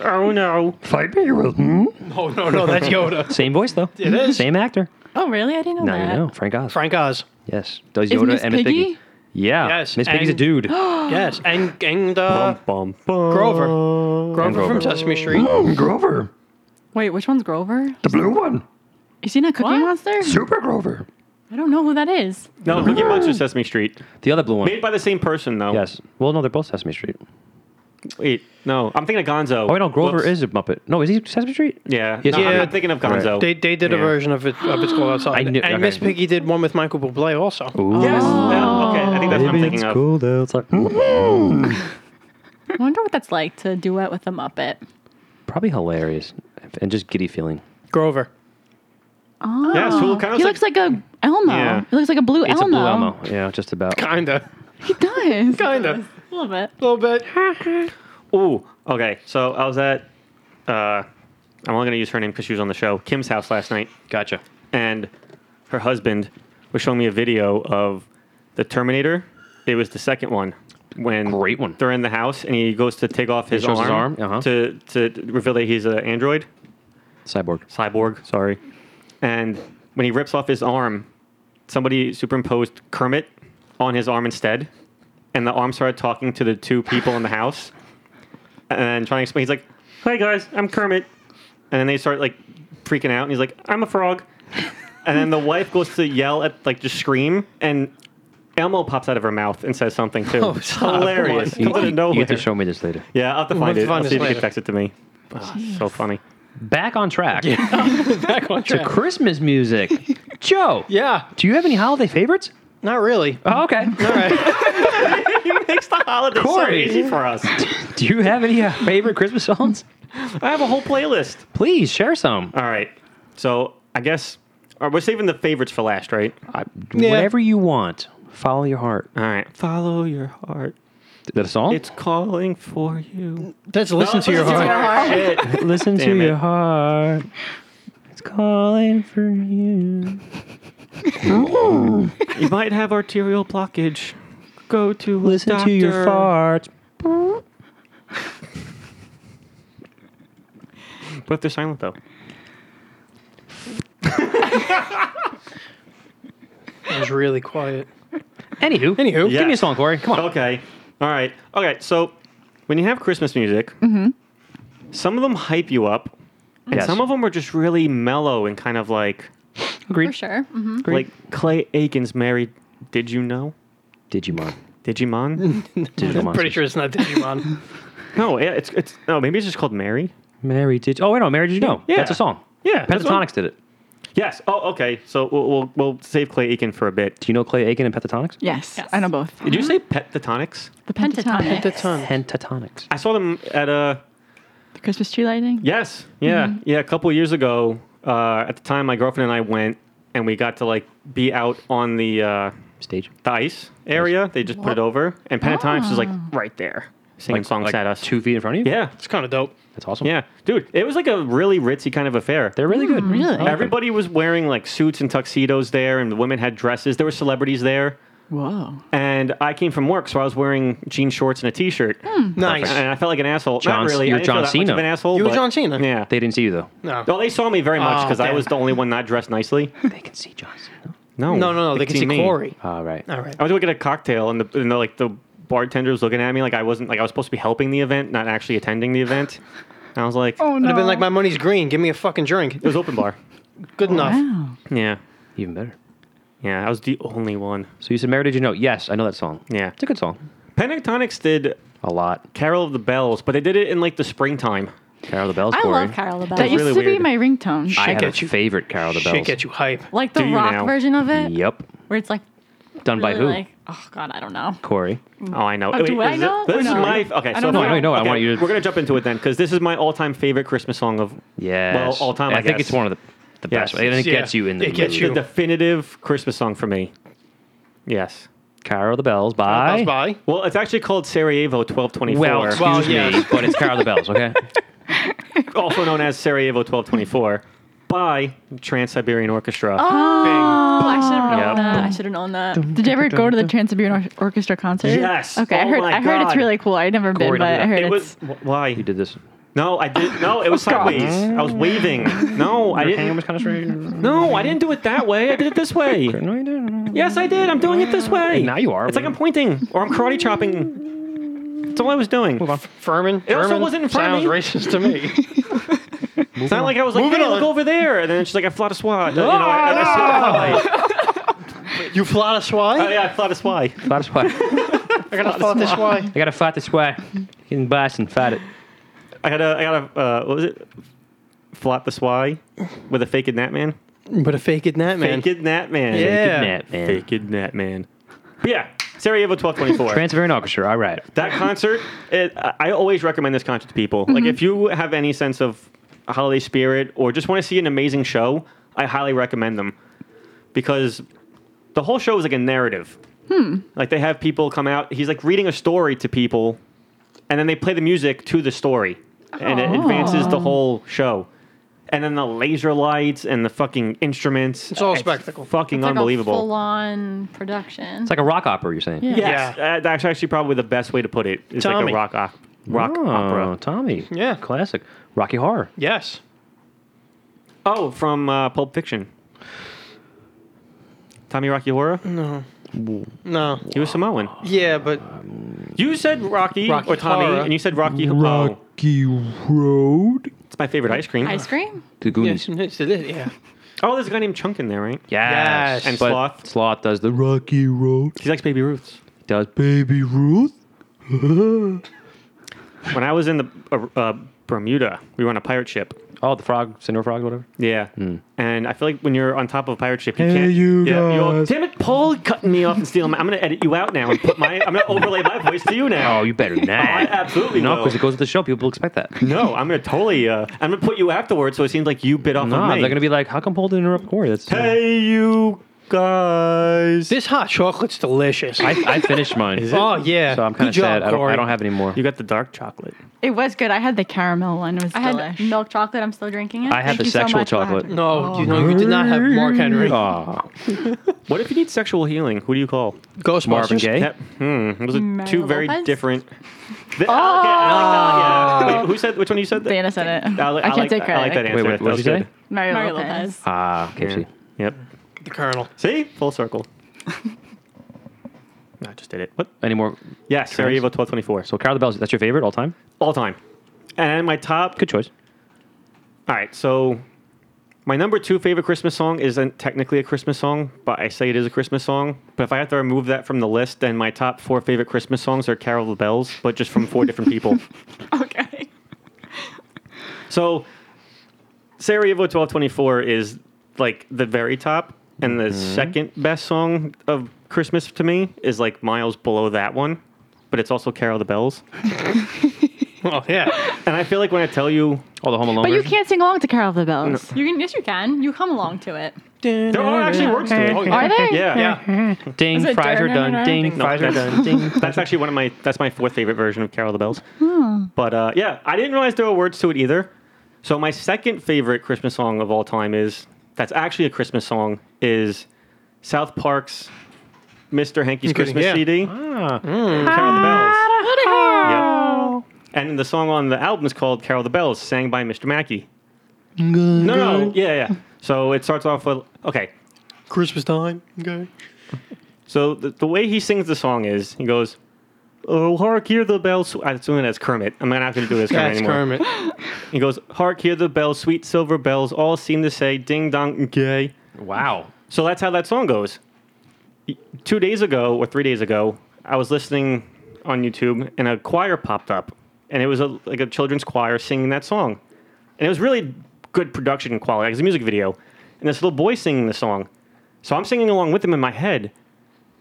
Speaker 1: oh no.
Speaker 3: Fight me with hmm?
Speaker 2: Oh no, no, that's Yoda.
Speaker 3: Same voice, though.
Speaker 2: It is.
Speaker 3: Same actor.
Speaker 4: Oh really? I didn't know
Speaker 3: Now
Speaker 4: that.
Speaker 3: you know. Frank Oz.
Speaker 2: Frank Oz.
Speaker 3: Yes. Does
Speaker 5: Is
Speaker 3: Yoda
Speaker 5: Miss
Speaker 3: and Miss Piggy?
Speaker 5: Piggy?
Speaker 3: Yeah.
Speaker 2: Yes,
Speaker 3: Miss Piggy's a
Speaker 2: and-
Speaker 3: dude.
Speaker 2: Yes, and and uh,
Speaker 1: bum, bum.
Speaker 2: Grover. Grover,
Speaker 3: And Grover.
Speaker 2: from Sesame Street.
Speaker 3: Grover.
Speaker 4: Wait, which one's Grover?
Speaker 3: The blue one.
Speaker 5: Is he not Cookie
Speaker 4: What?
Speaker 5: Monster?
Speaker 3: Super Grover.
Speaker 4: I don't know who that is.
Speaker 1: No, Cookie Monster, Sesame Street.
Speaker 3: The other blue one.
Speaker 1: Made by the same person though.
Speaker 3: Yes. Well, no, they're both Sesame Street.
Speaker 1: Wait, no, I'm thinking of Gonzo.
Speaker 3: Oh, wait, no, Grover
Speaker 1: Whoops.
Speaker 3: is a Muppet. No, is he Sesame Street?
Speaker 1: Yeah,
Speaker 3: Yes,
Speaker 1: no,
Speaker 3: he
Speaker 1: I'm-
Speaker 2: did.
Speaker 1: I'm thinking of Gonzo.
Speaker 2: They, they did a
Speaker 1: Yeah.
Speaker 2: version of it of It's Cold Outside.
Speaker 3: I knew-
Speaker 2: and
Speaker 3: okay.
Speaker 2: Miss Piggy did one with Michael Bublé also.
Speaker 3: Ooh.
Speaker 1: Yes. Oh. yeah, okay, I think that's what I'm
Speaker 3: Maybe
Speaker 1: thinking
Speaker 3: Oh. it's
Speaker 1: of.
Speaker 3: cold outside.
Speaker 4: I wonder what that's like to duet with a Muppet.
Speaker 3: Probably hilarious and just giddy feeling.
Speaker 2: Grover.
Speaker 1: Yeah, it's cool. Kind of
Speaker 5: He looks like a Elmo.
Speaker 1: Yeah.
Speaker 5: He looks like a blue
Speaker 3: It's
Speaker 5: Elmo.
Speaker 3: a blue Elmo. Yeah, just about.
Speaker 2: Kinda.
Speaker 5: He does.
Speaker 2: Kinda.
Speaker 4: A little bit.
Speaker 2: A little bit.
Speaker 1: Ooh, okay. So I was at, uh, I'm only gonna use her name because she was on the show. Kim's house last night,
Speaker 3: Gotcha.
Speaker 1: and her husband was showing me a video of the Terminator. It was the second one. When
Speaker 3: Great one.
Speaker 1: They're in the house, and he goes to take off his
Speaker 3: shows
Speaker 1: arm,
Speaker 3: his arm, uh-huh.
Speaker 1: to to reveal that he's an android.
Speaker 3: Cyborg.
Speaker 1: cyborg, sorry. And when he rips off his arm, somebody superimposed Kermit on his arm instead, and the arm started talking to the two people in the house and trying to explain. He's like, "Hey guys, I'm Kermit," and then they start like freaking out, and he's like, "I'm a frog," and then the wife goes to yell at like just scream and. Elmo pops out of her mouth and says something too.
Speaker 2: Oh,
Speaker 1: it's
Speaker 2: stop.
Speaker 1: hilarious.
Speaker 2: Come
Speaker 1: Comes
Speaker 2: on.
Speaker 1: out of
Speaker 3: You
Speaker 1: nowhere.
Speaker 3: have to show me this later.
Speaker 1: Yeah, I'll have to find
Speaker 2: have to
Speaker 1: it.
Speaker 2: find
Speaker 1: I'll
Speaker 2: this
Speaker 1: see if you can
Speaker 2: later.
Speaker 1: text it to me. Ah, so funny.
Speaker 3: Back on track.
Speaker 2: Back on track.
Speaker 3: Christmas music. Joe.
Speaker 2: Yeah,
Speaker 3: Do you have any holiday favorites?
Speaker 2: not really.
Speaker 3: Oh,
Speaker 2: All
Speaker 3: okay.
Speaker 2: right.
Speaker 1: he makes the holidays
Speaker 3: Corey.
Speaker 1: so easy for us.
Speaker 3: Do you have any uh, favorite Christmas songs?
Speaker 1: I have a whole playlist.
Speaker 3: Please share some.
Speaker 1: All right. So I guess all right, we're saving the favorites for last, right?
Speaker 3: I- Whatever you want. Follow your heart.
Speaker 1: All right. Follow your heart.
Speaker 3: Is that a song?
Speaker 1: It's calling for you.
Speaker 2: Let's listen to your
Speaker 1: Listen
Speaker 2: heart.
Speaker 1: Shit.
Speaker 3: Listen to
Speaker 1: Damn it.
Speaker 3: your heart. It's calling for you.
Speaker 1: you might have arterial blockage. Go to a
Speaker 3: Listen to your
Speaker 1: doctor.
Speaker 3: farts.
Speaker 1: What if they're silent though?
Speaker 2: It was really quiet.
Speaker 3: Anywho,
Speaker 2: Anywho.
Speaker 3: give me
Speaker 1: Yeah.
Speaker 3: a song, Corey. Come on.
Speaker 1: Okay. All right. Okay. So when you have Christmas music, some of them hype you up, and
Speaker 3: Yes.
Speaker 1: some of them are just really mellow and kind of like
Speaker 4: For sure. hmm
Speaker 1: like Clay Aiken's "Married." Did you know?
Speaker 3: Digimon.
Speaker 1: Digimon?
Speaker 3: Digital
Speaker 2: I'm pretty
Speaker 3: monsters.
Speaker 2: sure it's not Digimon.
Speaker 1: no, yeah, it's it's no, maybe it's just called Mary.
Speaker 3: Mary did. Oh, wait, no, Mary did you know?
Speaker 1: Yeah.
Speaker 3: That's a song.
Speaker 1: Yeah, that's one.
Speaker 3: Pentatonix did it.
Speaker 1: Yes. Oh, okay. So we'll we'll, we'll save Clay Aiken for a bit.
Speaker 3: Do you know Clay Aiken and Pentatonix?
Speaker 5: Yes,
Speaker 4: Yes.
Speaker 5: I know both.
Speaker 1: Did you say Pentatonix?
Speaker 5: The
Speaker 4: Pentatonic.
Speaker 5: pentatonic,
Speaker 2: the tongue.
Speaker 3: Pentatonix.
Speaker 1: I saw them at a Mm-hmm.
Speaker 5: the Christmas tree lighting.
Speaker 1: yes, yeah, yeah. A couple years ago, uh, at the time, my girlfriend and I went, and we got to like be out on the uh,
Speaker 3: Stage.
Speaker 1: the ice area. They just put it over, and Pentatonix is like right there Ah. singing songs
Speaker 3: like
Speaker 1: at us.
Speaker 3: Two feet in front of you?
Speaker 1: Yeah,
Speaker 2: it's kind of dope.
Speaker 3: That's awesome.
Speaker 1: yeah, dude. It was like a really ritzy kind of affair.
Speaker 3: They're really good.
Speaker 5: Really?
Speaker 3: I like them.
Speaker 1: Everybody was wearing like suits and tuxedos there, and the women had dresses. There were celebrities there.
Speaker 5: Whoa.
Speaker 1: and I came from work, so I was wearing jean shorts and a t-shirt,
Speaker 2: Nice.
Speaker 1: and I felt like an asshole.
Speaker 3: John-
Speaker 1: Not really.
Speaker 3: you're
Speaker 1: I didn't feel
Speaker 3: John
Speaker 1: that much
Speaker 3: Cena.
Speaker 1: of an asshole.
Speaker 2: You were
Speaker 1: but-
Speaker 2: John Cena.
Speaker 1: Yeah.
Speaker 3: They didn't see you, though.
Speaker 2: No.
Speaker 1: well, they saw me very much
Speaker 2: Oh,
Speaker 1: because I
Speaker 2: damn.
Speaker 1: was the only one not dressed nicely.
Speaker 3: They can see John Cena.
Speaker 1: No,
Speaker 2: No, no, no. They
Speaker 1: Like,
Speaker 2: can
Speaker 1: see
Speaker 2: see
Speaker 1: me.
Speaker 2: Corey.
Speaker 3: All right.
Speaker 2: All right.
Speaker 1: I was looking at a cocktail, and the, and the like the bartender was looking at me like I wasn't like I was supposed to be helping the event, not actually attending the event. And I was like,
Speaker 5: Oh
Speaker 2: I'd
Speaker 5: no.
Speaker 2: have been like, my money's green. Give me a fucking drink.
Speaker 1: it was open bar.
Speaker 2: Good enough.
Speaker 5: Wow.
Speaker 1: Yeah,
Speaker 3: Even better.
Speaker 1: yeah, I was the only one.
Speaker 3: So you said Mary Did You Know? Yes, I know that song.
Speaker 1: Yeah,
Speaker 3: It's a good song.
Speaker 1: Pentatonics did
Speaker 3: A lot.
Speaker 1: "Carol of the Bells," but they did it in like the springtime.
Speaker 3: Carol of the Bells,
Speaker 4: I
Speaker 3: Corey.
Speaker 4: love Carol the
Speaker 5: That
Speaker 4: Bells.
Speaker 5: used
Speaker 1: really
Speaker 5: to
Speaker 1: weird.
Speaker 5: be my ringtone.
Speaker 3: I
Speaker 2: Shake
Speaker 3: have a
Speaker 2: at you.
Speaker 3: favorite Carol of the Bells.
Speaker 2: Shit gets you hype.
Speaker 4: like the
Speaker 1: Do you
Speaker 4: rock
Speaker 1: now?
Speaker 4: version of it,
Speaker 3: Yep.
Speaker 4: where it's like
Speaker 3: Done by
Speaker 4: really
Speaker 3: who?
Speaker 4: like, oh god, I don't know.
Speaker 3: Corey.
Speaker 1: Oh, I know.
Speaker 4: Oh, do I
Speaker 1: is
Speaker 4: know
Speaker 1: It,
Speaker 4: or
Speaker 1: this is
Speaker 4: no?
Speaker 1: my okay.
Speaker 4: I
Speaker 1: so
Speaker 4: don't
Speaker 1: if
Speaker 4: know.
Speaker 3: No, no, no, I
Speaker 1: okay,
Speaker 3: want you to-
Speaker 1: We're gonna jump into it then because this is my all-time favorite Christmas song of
Speaker 3: Yes.
Speaker 1: well, all time.
Speaker 3: And
Speaker 1: I,
Speaker 3: I, think
Speaker 1: guess.
Speaker 3: it's one of the, the
Speaker 1: Yes.
Speaker 3: best. And it
Speaker 2: Yeah.
Speaker 3: gets you in the
Speaker 2: It gets
Speaker 3: mood.
Speaker 1: the
Speaker 2: you.
Speaker 1: definitive Christmas song for me. Yes.
Speaker 3: Carol of the Bells
Speaker 2: That
Speaker 3: by.
Speaker 2: was by.
Speaker 1: Well, it's actually called Sarajevo 1224,
Speaker 3: Well, excuse
Speaker 2: Well,
Speaker 3: me,
Speaker 2: yes.
Speaker 3: but it's Carol of the Bells, okay?
Speaker 1: also known as Sarajevo 1224, by Trans Siberian Orchestra.
Speaker 4: Oh, I should have known
Speaker 1: Yeah.
Speaker 4: that. I should have known that.
Speaker 5: Did you ever go to the Trans Siberian Or- Orchestra concert?
Speaker 1: Yes.
Speaker 5: Okay, I
Speaker 1: Oh
Speaker 5: heard.
Speaker 1: my
Speaker 5: I heard it's
Speaker 1: God.
Speaker 5: really cool. I'd never
Speaker 3: Corey, don't
Speaker 5: been, but
Speaker 3: do
Speaker 5: I
Speaker 3: that.
Speaker 5: heard
Speaker 1: It was
Speaker 5: it's.
Speaker 1: wh- why
Speaker 3: You did this.
Speaker 1: no, I did no. It was
Speaker 4: Oh,
Speaker 1: sideways. I was waving. No, I didn't.
Speaker 3: kind of straight.
Speaker 1: No, I didn't do it that way. I did it this way.
Speaker 3: No, you didn't.
Speaker 1: Yes, I did. I'm doing it this way.
Speaker 3: Now you are.
Speaker 1: It's like I'm pointing or I'm karate chopping. That's all I was doing.
Speaker 2: Furman.
Speaker 1: It also
Speaker 2: Furman
Speaker 1: wasn't in front of
Speaker 2: Sounds
Speaker 1: me.
Speaker 2: racist to me.
Speaker 1: It's not like I was like,
Speaker 2: Moving
Speaker 1: hey, look
Speaker 2: on.
Speaker 1: over there. And then she's like, I fought a swat. You know, I, I just-
Speaker 2: you fly this way?
Speaker 1: Oh, yeah, I fought a swat.
Speaker 3: That's why.
Speaker 2: I gotta fly this way.
Speaker 3: I gotta fight this way. You can bust and fight it.
Speaker 1: I got a, I got a, uh, what was it? Flop the swai with a faked nat man.
Speaker 2: But a fake it, that man.
Speaker 1: Faked nat man.
Speaker 2: Yeah.
Speaker 3: Kidnap, man.
Speaker 1: Faked nat man. But yeah, Sarajevo 1224.
Speaker 3: Transparent orchestra. All right.
Speaker 1: that concert, it, I I always recommend this concert to people. Like, if you have any sense of holiday spirit or just want to see an amazing show, I highly recommend them because the whole show is like a narrative. Like, they have people come out, he's like reading a story to people, and then they play the music to the story, and it advances the whole show. And then the laser lights and the fucking instruments. It's
Speaker 2: all spectacle.
Speaker 1: Fucking unbelievable.
Speaker 4: Full on production.
Speaker 3: It's like a rock opera, you're saying.
Speaker 4: Yeah.
Speaker 1: Yes, uh, that's actually probably the best way to put it. It's like
Speaker 2: Tommy.
Speaker 1: a rock, op- rock
Speaker 3: Oh,
Speaker 1: opera.
Speaker 3: Tommy.
Speaker 2: Yeah.
Speaker 3: Classic. Rocky Horror.
Speaker 2: Yes.
Speaker 1: Oh, from uh, Pulp Fiction. Tommy Rocky Horror.
Speaker 2: No.
Speaker 1: He was Samoan.
Speaker 2: Yeah, but
Speaker 1: You said Rocky,
Speaker 2: Rocky
Speaker 1: or Tommy,
Speaker 2: Horror.
Speaker 1: and you said Rocky. Oh,
Speaker 3: Rocky Road.
Speaker 1: it's my favorite ice cream.
Speaker 4: ice cream.
Speaker 3: The
Speaker 2: yeah,
Speaker 3: Goonies.
Speaker 2: yeah.
Speaker 1: Oh, there's a guy named Chunk in there, right?
Speaker 3: Yes.
Speaker 2: Yes.
Speaker 1: And
Speaker 3: But
Speaker 1: Sloth.
Speaker 3: Sloth does the Rocky Road.
Speaker 1: He likes Baby Ruth's.
Speaker 3: Does Baby Ruth?
Speaker 1: When I was in the uh, uh, Bermuda, we were on a pirate ship.
Speaker 3: Oh, the frog, Cinder Frog, whatever.
Speaker 1: Yeah. And I feel like when you're on top of a pirate ship, you
Speaker 3: Hmm. Hey,
Speaker 1: can't.
Speaker 3: you
Speaker 1: you all-
Speaker 3: guys.
Speaker 1: Damn it, Paul, cutting me off and stealing. My, I'm gonna edit you out now and put my. I'm gonna overlay my voice to you now.
Speaker 3: Oh, you better not.
Speaker 1: I absolutely
Speaker 3: no,
Speaker 1: will.
Speaker 3: because it goes with the show. People expect that.
Speaker 1: No, I'm gonna totally. Uh, I'm gonna put you afterwards, so it seems like you bit off
Speaker 3: No,
Speaker 1: on me.
Speaker 3: they're gonna be like, how come Paul didn't interrupt Corey? That's
Speaker 1: Hey, you guys.
Speaker 2: This hot chocolate's delicious.
Speaker 3: I, I finished mine.
Speaker 2: oh yeah.
Speaker 3: So I'm
Speaker 2: Good
Speaker 3: kind of
Speaker 2: job,
Speaker 3: sad. I, don't, I
Speaker 2: Corey.
Speaker 3: don't have any more.
Speaker 1: You got the dark chocolate.
Speaker 5: It was good. I had the caramel one. It was
Speaker 4: I had
Speaker 5: delish.
Speaker 4: milk chocolate. I'm still drinking it.
Speaker 3: I had
Speaker 5: Thank
Speaker 3: the
Speaker 5: you so
Speaker 3: sexual
Speaker 5: much for
Speaker 3: chocolate.
Speaker 5: having
Speaker 2: No, you know you did not have Mark Henry.
Speaker 3: Aw.
Speaker 1: What if you need sexual healing? Who do you call?
Speaker 2: Ghostbusters.
Speaker 3: Marvin Gaye.
Speaker 1: That, hmm, those are
Speaker 4: Mario
Speaker 1: two very
Speaker 4: Lopez?
Speaker 1: different. Th- oh, I like that, I like that, yeah. Wait, who said? Which one you said? That?
Speaker 5: Dana said it.
Speaker 1: I, li-
Speaker 5: I can't
Speaker 1: like,
Speaker 5: take credit.
Speaker 1: I like that answer.
Speaker 3: Wait, what
Speaker 1: That
Speaker 3: did
Speaker 1: was
Speaker 3: you say?
Speaker 1: good.
Speaker 5: Mario,
Speaker 4: Mario
Speaker 5: Lopez.
Speaker 4: Lopez.
Speaker 3: Ah, KFC.
Speaker 1: Yep.
Speaker 2: The Colonel.
Speaker 1: See, full circle. No, I just did it. What?
Speaker 3: Any more?
Speaker 1: Yes, Sarajevo 1224. So
Speaker 3: So, Carol the Bells, that's your favorite all time?
Speaker 1: all time. And my top.
Speaker 3: Good choice.
Speaker 1: All right, so my number two favorite Christmas song isn't technically a Christmas song, but I say it is a Christmas song. But if I have to remove that from the list, then my top four favorite Christmas songs are Carol of the Bells, but just from four different people.
Speaker 5: Okay.
Speaker 1: So Sarajevo 1224 is like the very top, and the second best song of Christmas to me is like miles below that one, but it's also Carol of the Bells.
Speaker 2: Oh yeah.
Speaker 1: And I feel like when I tell you
Speaker 3: Oh, the Home Alone.
Speaker 5: But you
Speaker 3: version?
Speaker 5: can't sing along to Carol of the Bells.
Speaker 4: You can, yes, you can. You come along to it.
Speaker 1: there are actually words to it.
Speaker 2: Oh,
Speaker 5: Are they?
Speaker 1: Yeah.
Speaker 2: Yeah.
Speaker 3: Ding,
Speaker 4: Is it
Speaker 3: fries are
Speaker 4: dun-
Speaker 3: done. Ding,
Speaker 1: No,
Speaker 3: fries are
Speaker 1: that's-
Speaker 3: done. Ding.
Speaker 1: That's actually one of my that's my fourth favorite version of Carol of the Bells. But uh, yeah, I didn't realize there were words to it either. So my second favorite Christmas song of all time is that's actually a Christmas song is South Park's Mr. Hanky's
Speaker 2: Okay,
Speaker 1: Christmas
Speaker 2: yeah.
Speaker 1: CD. Carol of the Bells. Yeah. And the song on the album is called Carol of the Bells, sang by Mr. Mackey. No, no, yeah, yeah. So it starts off with okay.
Speaker 2: Christmas time. Okay.
Speaker 1: So the, the way he sings the song is he goes, "Oh hark, hear the bells." sw-" I'm assuming that's Kermit. I'm not going to do this Kermit
Speaker 2: That's
Speaker 1: anymore.
Speaker 2: Kermit.
Speaker 1: He goes, "Hark, hear the bells, sweet silver bells, all seem to say ding dong gay."
Speaker 3: Wow.
Speaker 1: So that's how that song goes. Y- Two days ago or three days ago, I was listening on YouTube and a choir popped up, and it was a, like a children's choir singing that song, and it was really good production quality. It was a music video, and this little boy singing the song. So I'm singing along with him in my head,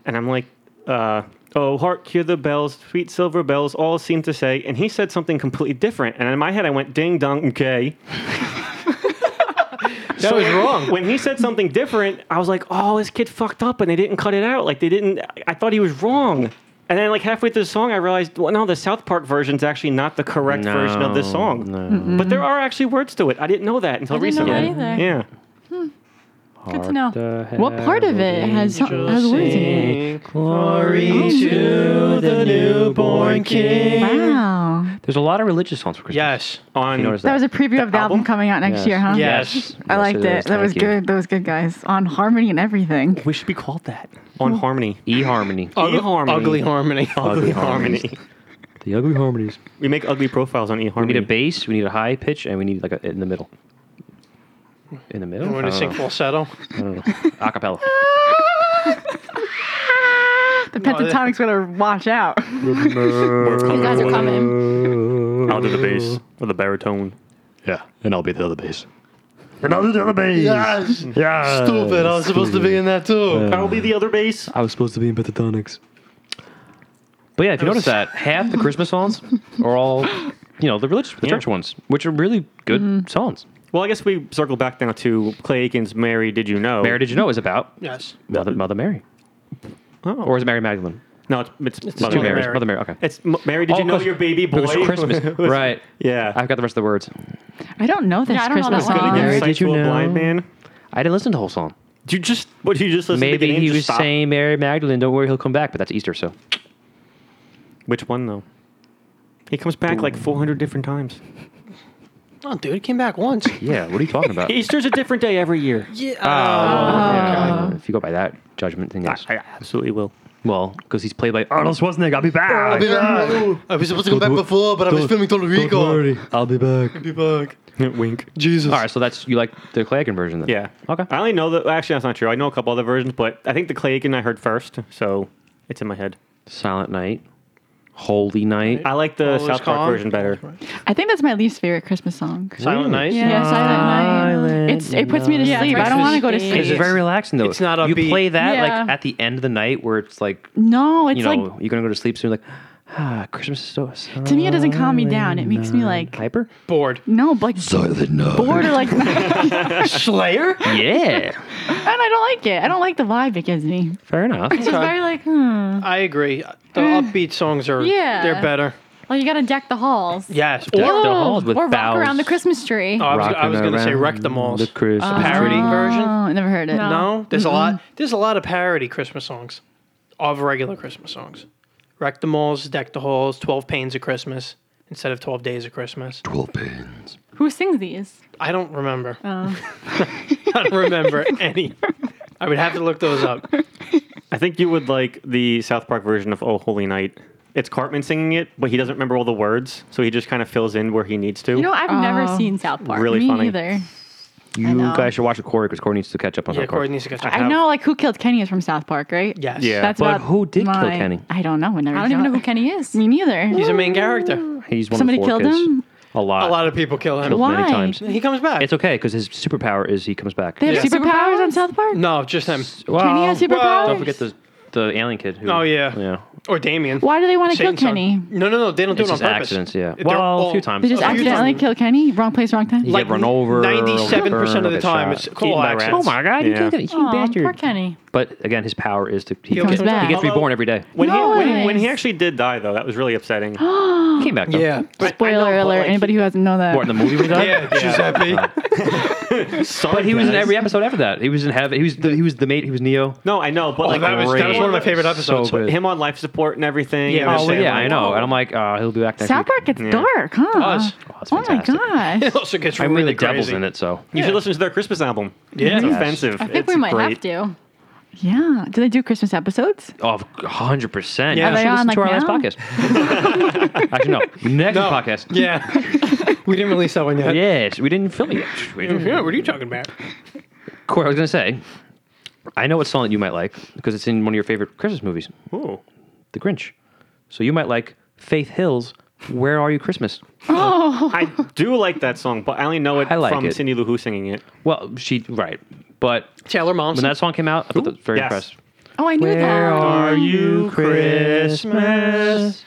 Speaker 1: and I'm like, uh, "Oh, hark, hear the bells, sweet silver bells, all seem to say." And he said something completely different, and in my head I went, "Ding dong gay."
Speaker 2: That was wrong.
Speaker 1: when he said something different, I was like, "Oh, this kid fucked up," and they didn't cut it out. Like they didn't. I thought he was wrong. And then, like halfway through the song, I realized, well, no, the South Park version's actually not the correct version of this
Speaker 3: No,
Speaker 1: song. But there are actually words to it. I didn't know that until
Speaker 4: I didn't know
Speaker 1: recently.
Speaker 4: that either.
Speaker 1: Yeah.
Speaker 4: Good to know.
Speaker 5: What part of it has, has words in it? Oh,
Speaker 3: Glory to the newborn king.
Speaker 5: Wow.
Speaker 3: There's a lot of religious songs for Christmas.
Speaker 2: Yes.
Speaker 1: On
Speaker 3: You notice
Speaker 5: That was a preview of the album,
Speaker 1: album?
Speaker 5: coming out next
Speaker 3: Yes.
Speaker 5: year, huh?
Speaker 2: Yeah.
Speaker 3: Yes.
Speaker 2: Yes.
Speaker 5: I liked it.
Speaker 3: is.
Speaker 5: that was
Speaker 3: Thank you.
Speaker 5: good. That was good, guys. On harmony and everything.
Speaker 1: we should be called that.
Speaker 4: Hmm.
Speaker 1: On harmony.
Speaker 3: E-Harmony.
Speaker 2: Ugly
Speaker 1: E-harmony.
Speaker 2: Ugly harmony.
Speaker 1: Ugly harmony.
Speaker 3: The ugly harmonies.
Speaker 1: we make ugly profiles on e
Speaker 3: We need
Speaker 1: harmony.
Speaker 3: a bass, we need a high pitch, and we need like a in the middle. In the middle?
Speaker 2: You want
Speaker 3: I
Speaker 2: to
Speaker 3: don't
Speaker 2: sing
Speaker 3: know.
Speaker 2: falsetto?
Speaker 3: I don't know. Acapella.
Speaker 5: The pentatonics better watch out.
Speaker 4: You guys
Speaker 3: Uh,
Speaker 4: are coming.
Speaker 1: I'll do the bass or the baritone.
Speaker 6: Yeah, and I'll be the other bass. And I'll be the other bass. Yes. Yeah. Stupid. I was supposed to be in that too.
Speaker 1: I'll be the other bass.
Speaker 3: I was supposed to be in pentatonics. But yeah, if you notice that, half the Christmas songs are all, you know, the religious, the
Speaker 1: Yeah.
Speaker 3: church ones, which are really good
Speaker 5: Mm-hmm.
Speaker 3: songs.
Speaker 1: Well, I guess we circle back now to Clay Aiken's "Mary, Did You Know?"
Speaker 3: Mary, did you know, is about
Speaker 2: Yes.
Speaker 3: Mother, Mother Mary.
Speaker 1: Oh.
Speaker 3: Or is it Mary Magdalene?
Speaker 1: No, it's, it's, it's
Speaker 3: Mother
Speaker 2: Mary.
Speaker 3: Mary. Mother Mary, okay.
Speaker 1: It's M- Mary. Did
Speaker 3: Oh,
Speaker 1: you know
Speaker 3: 'cause-
Speaker 1: your baby boy?
Speaker 3: It was Christmas.
Speaker 1: Was-
Speaker 3: right.
Speaker 1: Yeah.
Speaker 3: I've got the rest of the words.
Speaker 5: I don't know this
Speaker 4: Yeah, I don't know
Speaker 5: Christmas
Speaker 4: that one.
Speaker 5: song.
Speaker 4: Gonna
Speaker 3: Mary,
Speaker 1: Sight
Speaker 3: did
Speaker 1: to
Speaker 3: you
Speaker 1: a Blind
Speaker 3: know?
Speaker 1: man.
Speaker 3: I didn't listen to the whole song.
Speaker 1: Did you just? What did you just listen to? the
Speaker 3: Maybe
Speaker 1: beginning
Speaker 3: he
Speaker 1: and
Speaker 3: was
Speaker 1: just stop?
Speaker 3: saying Mary Magdalene, don't worry, he'll come back, but that's Easter, so.
Speaker 1: Which one though? He comes back like 400 different times.
Speaker 2: Oh, dude, it came back once.
Speaker 3: Yeah, what are you talking about?
Speaker 1: Easter's a different day every year.
Speaker 3: Yeah, if you go by that judgment, then yes.
Speaker 1: I absolutely will.
Speaker 3: Well, because he's played by Arnold Schwarzenegger. I'll be back.
Speaker 6: Oh,
Speaker 3: I'll be
Speaker 2: I was supposed to come back before, but I was filming Total Rico.
Speaker 3: I'll be back.
Speaker 2: Be back.
Speaker 1: Wink.
Speaker 2: Jesus.
Speaker 3: All right, so that's you like the Clay Aiken version then?
Speaker 1: Yeah. Uh,
Speaker 3: Okay.
Speaker 1: I only know that. Actually, that's not true. I know a couple other versions, but I think the Clay Aiken I heard first, so it's in my head.
Speaker 3: Silent Night, Holy Night.
Speaker 1: I like the
Speaker 2: Always
Speaker 1: South Park
Speaker 2: calm.
Speaker 1: version better.
Speaker 5: I think that's my least favorite Christmas song.
Speaker 2: Silent Night.
Speaker 5: Yeah, Silent Night. It's, it puts me to
Speaker 4: Yeah, it's
Speaker 5: sleep.
Speaker 4: right
Speaker 5: I don't want to go to
Speaker 4: Christmas
Speaker 5: sleep.
Speaker 4: Eve.
Speaker 3: It's very relaxing though.
Speaker 2: It's not upbeat.
Speaker 3: You play that
Speaker 4: Yeah.
Speaker 3: like at the end of the night where it's like
Speaker 5: no, it's
Speaker 3: you know
Speaker 5: like
Speaker 3: you're gonna go to sleep soon. Like ah, Christmas is so.
Speaker 5: To me, it doesn't calm me down. It makes me like
Speaker 3: hyper.
Speaker 2: Bored.
Speaker 5: no, like silent night. bored or like, and I
Speaker 2: Slayer?
Speaker 3: Yeah,
Speaker 5: don't like it. I don't like the vibe it gives me.
Speaker 3: fair enough.
Speaker 4: It's just
Speaker 2: Okay.
Speaker 4: very like, hmm.
Speaker 2: I agree. The
Speaker 5: Uh,
Speaker 2: upbeat songs are
Speaker 4: Yeah.
Speaker 2: they're better.
Speaker 4: Well, you got to deck the halls.
Speaker 2: Yes.
Speaker 3: Deck
Speaker 2: Or
Speaker 3: the halls with
Speaker 4: or walk around
Speaker 3: boughs.
Speaker 4: the Christmas tree.
Speaker 2: Oh, I was, I was
Speaker 3: Rocking
Speaker 2: gonna say wreck
Speaker 3: around
Speaker 2: the malls.
Speaker 3: The Christmas
Speaker 2: parody
Speaker 3: tree.
Speaker 2: version.
Speaker 5: Oh, Mm-hmm. I never heard it.
Speaker 4: No.
Speaker 2: No, there's a lot. There's a lot of parody Christmas songs, of regular Christmas songs. Wreck the malls, deck the halls, twelve pains of Christmas instead of twelve days of Christmas.
Speaker 4: Who sings these?
Speaker 2: I don't remember.
Speaker 5: Oh.
Speaker 2: I don't remember any. I would have to look those up.
Speaker 1: I think you would like the South Park version of Oh Holy Night. It's Cartman singing it, but he doesn't remember all the words, so he just kind of fills in where he needs to.
Speaker 4: You know, I've never
Speaker 5: Oh.
Speaker 4: seen South Park.
Speaker 1: Really
Speaker 5: me
Speaker 1: funny.
Speaker 5: either.
Speaker 3: You
Speaker 5: know.
Speaker 3: guys should watch with Corey because Corey needs to catch up on
Speaker 2: Yeah,
Speaker 3: that.
Speaker 2: Corey needs to catch up.
Speaker 5: I know, like, who killed Kenny is from South Park, right?
Speaker 2: Yes.
Speaker 1: Yeah.
Speaker 5: That's
Speaker 3: But
Speaker 5: about
Speaker 3: who did kill
Speaker 5: my-
Speaker 3: Kenny?
Speaker 5: I don't know. I, never
Speaker 4: I don't even
Speaker 5: saw
Speaker 4: know who
Speaker 5: it.
Speaker 4: Kenny is.
Speaker 5: Me neither.
Speaker 2: He's a main character.
Speaker 3: He's one
Speaker 5: Somebody
Speaker 3: of the four
Speaker 5: killed
Speaker 3: kids.
Speaker 5: him?
Speaker 3: A lot.
Speaker 2: A lot of people kill him.
Speaker 3: Killed many
Speaker 5: Why?
Speaker 3: times.
Speaker 2: He comes back.
Speaker 3: It's okay because his superpower is he comes back.
Speaker 5: They have
Speaker 2: Yeah.
Speaker 5: superpowers on South Park?
Speaker 2: no, just him.
Speaker 3: Well,
Speaker 5: Kenny has superpowers?
Speaker 3: Don't forget the the alien kid. Who,
Speaker 2: Oh, yeah.
Speaker 3: Yeah.
Speaker 2: Or Damien.
Speaker 5: Why do they want to kill
Speaker 2: Satan's son.
Speaker 5: Kenny?
Speaker 2: No, no, no. They don't
Speaker 3: It's
Speaker 2: do it on
Speaker 3: just
Speaker 2: purpose.
Speaker 3: accidents, yeah.
Speaker 2: They're
Speaker 3: Well, a
Speaker 2: all-
Speaker 3: few times.
Speaker 5: They just
Speaker 2: a few
Speaker 5: accidentally
Speaker 2: times.
Speaker 5: kill Kenny? Wrong place, wrong time?
Speaker 3: Like- get run over,
Speaker 2: Ninety-seven percent of
Speaker 3: or
Speaker 2: the
Speaker 3: get
Speaker 2: time,
Speaker 3: shot.
Speaker 2: it's
Speaker 1: Eaten by
Speaker 2: cool
Speaker 1: rats.
Speaker 2: accident.
Speaker 1: Oh my God, you
Speaker 3: Yeah.
Speaker 1: can't do
Speaker 4: Aw, poor Kenny.
Speaker 3: But again, his power is to he,
Speaker 2: He'll
Speaker 5: comes
Speaker 3: gets,
Speaker 5: back.
Speaker 3: he gets
Speaker 2: Although-
Speaker 3: reborn every day.
Speaker 1: when,
Speaker 5: No
Speaker 1: he, when, when he
Speaker 5: ways.
Speaker 1: actually did die, though, that was really upsetting.
Speaker 3: He came back. Though.
Speaker 2: Oh, Yeah. But I know,
Speaker 5: Spoiler
Speaker 2: but,
Speaker 5: alert.
Speaker 2: like,
Speaker 5: Anybody who doesn't know that.
Speaker 3: What in the movie was that?
Speaker 2: Yeah, Giuseppe.
Speaker 3: But he was in
Speaker 1: guys.
Speaker 3: every episode after that. He was in heaven. He was the, he was the mate. He was Neo.
Speaker 1: No, I know, but
Speaker 2: Oh,
Speaker 1: like
Speaker 2: that was that was
Speaker 1: great.
Speaker 2: one of my favorite
Speaker 3: So
Speaker 2: episodes.
Speaker 3: good.
Speaker 1: him on life support and everything.
Speaker 2: Yeah,
Speaker 1: and
Speaker 2: oh,
Speaker 1: just
Speaker 3: well,
Speaker 1: saying,
Speaker 3: yeah,
Speaker 1: like,
Speaker 3: I know. And I'm like, uh, he'll be back next
Speaker 5: South
Speaker 3: week.
Speaker 5: Park gets dark, huh?
Speaker 2: does.
Speaker 3: Oh, that's
Speaker 5: oh my
Speaker 3: fantastic.
Speaker 2: it
Speaker 5: gosh.
Speaker 2: also gets
Speaker 3: I mean,
Speaker 2: really
Speaker 3: the devil's
Speaker 2: crazy.
Speaker 3: in it, so
Speaker 1: You
Speaker 2: Yeah.
Speaker 1: should listen to their Christmas album.
Speaker 2: Yeah.
Speaker 1: it's
Speaker 2: Yes.
Speaker 1: offensive.
Speaker 4: I think
Speaker 1: It's
Speaker 4: we might
Speaker 1: great.
Speaker 4: have to.
Speaker 5: yeah. Do they do Christmas episodes?
Speaker 3: oh, 100 percent.
Speaker 2: Yeah. Are
Speaker 3: you
Speaker 2: they
Speaker 3: should listen
Speaker 5: on,
Speaker 3: to our last
Speaker 5: like, now?
Speaker 3: podcast. Actually, no, next podcast.
Speaker 2: Yeah. we didn't release that one yet.
Speaker 3: Yes, we didn't film it yet. We didn't-
Speaker 2: Yeah, what are you talking about?
Speaker 3: Corey, I was gonna say, I know what song that you might like because it's in one of your favorite Christmas movies,
Speaker 1: Ooh.
Speaker 3: The Grinch. So you might like Faith Hill's "Where Are You Christmas."
Speaker 1: I do like that song, but I only know it
Speaker 3: I like
Speaker 1: from
Speaker 3: it.
Speaker 1: Cindy Lou Who singing it.
Speaker 3: Well, she right, but
Speaker 2: Taylor
Speaker 3: when
Speaker 2: Momsen.
Speaker 3: that song came out, I was very
Speaker 1: Yes.
Speaker 3: impressed.
Speaker 5: Oh, I knew that.
Speaker 3: are you
Speaker 1: Christmas?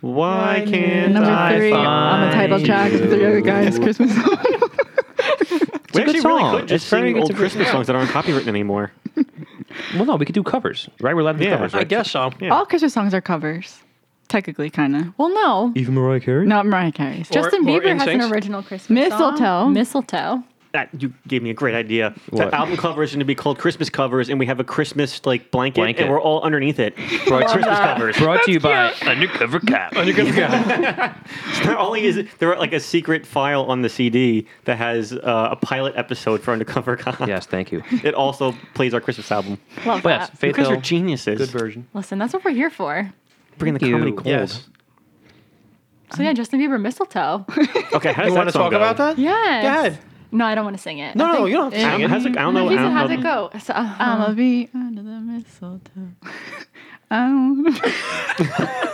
Speaker 1: Why can't
Speaker 5: Number
Speaker 1: I
Speaker 5: three
Speaker 1: find
Speaker 5: on the title track.
Speaker 1: you?
Speaker 5: The other guy's Christmas.
Speaker 1: We
Speaker 3: a good
Speaker 1: actually really
Speaker 3: song.
Speaker 1: could just
Speaker 3: It's
Speaker 1: sing
Speaker 3: very- it's a
Speaker 1: old
Speaker 3: good-
Speaker 1: Christmas songs that aren't copywritten anymore.
Speaker 3: Well, no, we could do covers, right? We're allowed to do
Speaker 1: Yeah.
Speaker 3: covers,
Speaker 2: I
Speaker 3: right?
Speaker 2: guess so.
Speaker 1: Yeah.
Speaker 5: All Christmas songs are covers. Technically, kind of.
Speaker 4: Well, no.
Speaker 3: Even Mariah Carey.
Speaker 5: Not Mariah Carey's. Just
Speaker 4: Justin
Speaker 2: or
Speaker 4: Bieber has an
Speaker 2: NSYNC.
Speaker 4: original Christmas song.
Speaker 5: Mistletoe.
Speaker 4: Mistletoe.
Speaker 1: That you gave me a great idea.
Speaker 3: What?
Speaker 1: The album cover is going to be called Christmas covers, and we have a Christmas like blanket,
Speaker 3: Blanket.
Speaker 1: and we're all underneath it. Christmas covers.
Speaker 3: Brought to you by Undercover Cop.
Speaker 1: Not only is it, there like a secret file on the CD that has uh, a pilot episode for Undercover Cop.
Speaker 3: yes, thank you.
Speaker 1: It also plays our Christmas album.
Speaker 4: Love
Speaker 3: But yes,
Speaker 4: that.
Speaker 3: Faith
Speaker 1: you guys
Speaker 3: Hill.
Speaker 1: are geniuses.
Speaker 3: Good version.
Speaker 4: Listen, that's what we're here for.
Speaker 1: Bringing the
Speaker 3: Thank you.
Speaker 1: comedy gold.
Speaker 2: Yes.
Speaker 4: So yeah, Justin Bieber, Mistletoe.
Speaker 1: Okay, how does
Speaker 2: You
Speaker 1: that
Speaker 2: want to
Speaker 1: song
Speaker 2: talk
Speaker 1: go?
Speaker 2: about that?
Speaker 4: yes.
Speaker 2: Go ahead.
Speaker 4: No, I don't want to sing it.
Speaker 2: No,
Speaker 4: I
Speaker 2: no,
Speaker 4: think-
Speaker 2: you don't have to
Speaker 1: I
Speaker 2: sing
Speaker 1: don't, how's it, I don't know.
Speaker 4: How's it-
Speaker 1: I don't
Speaker 4: how's
Speaker 1: know.
Speaker 4: it go? So, uh,
Speaker 5: I'm a bee under the mistletoe. Um. I don't. you don't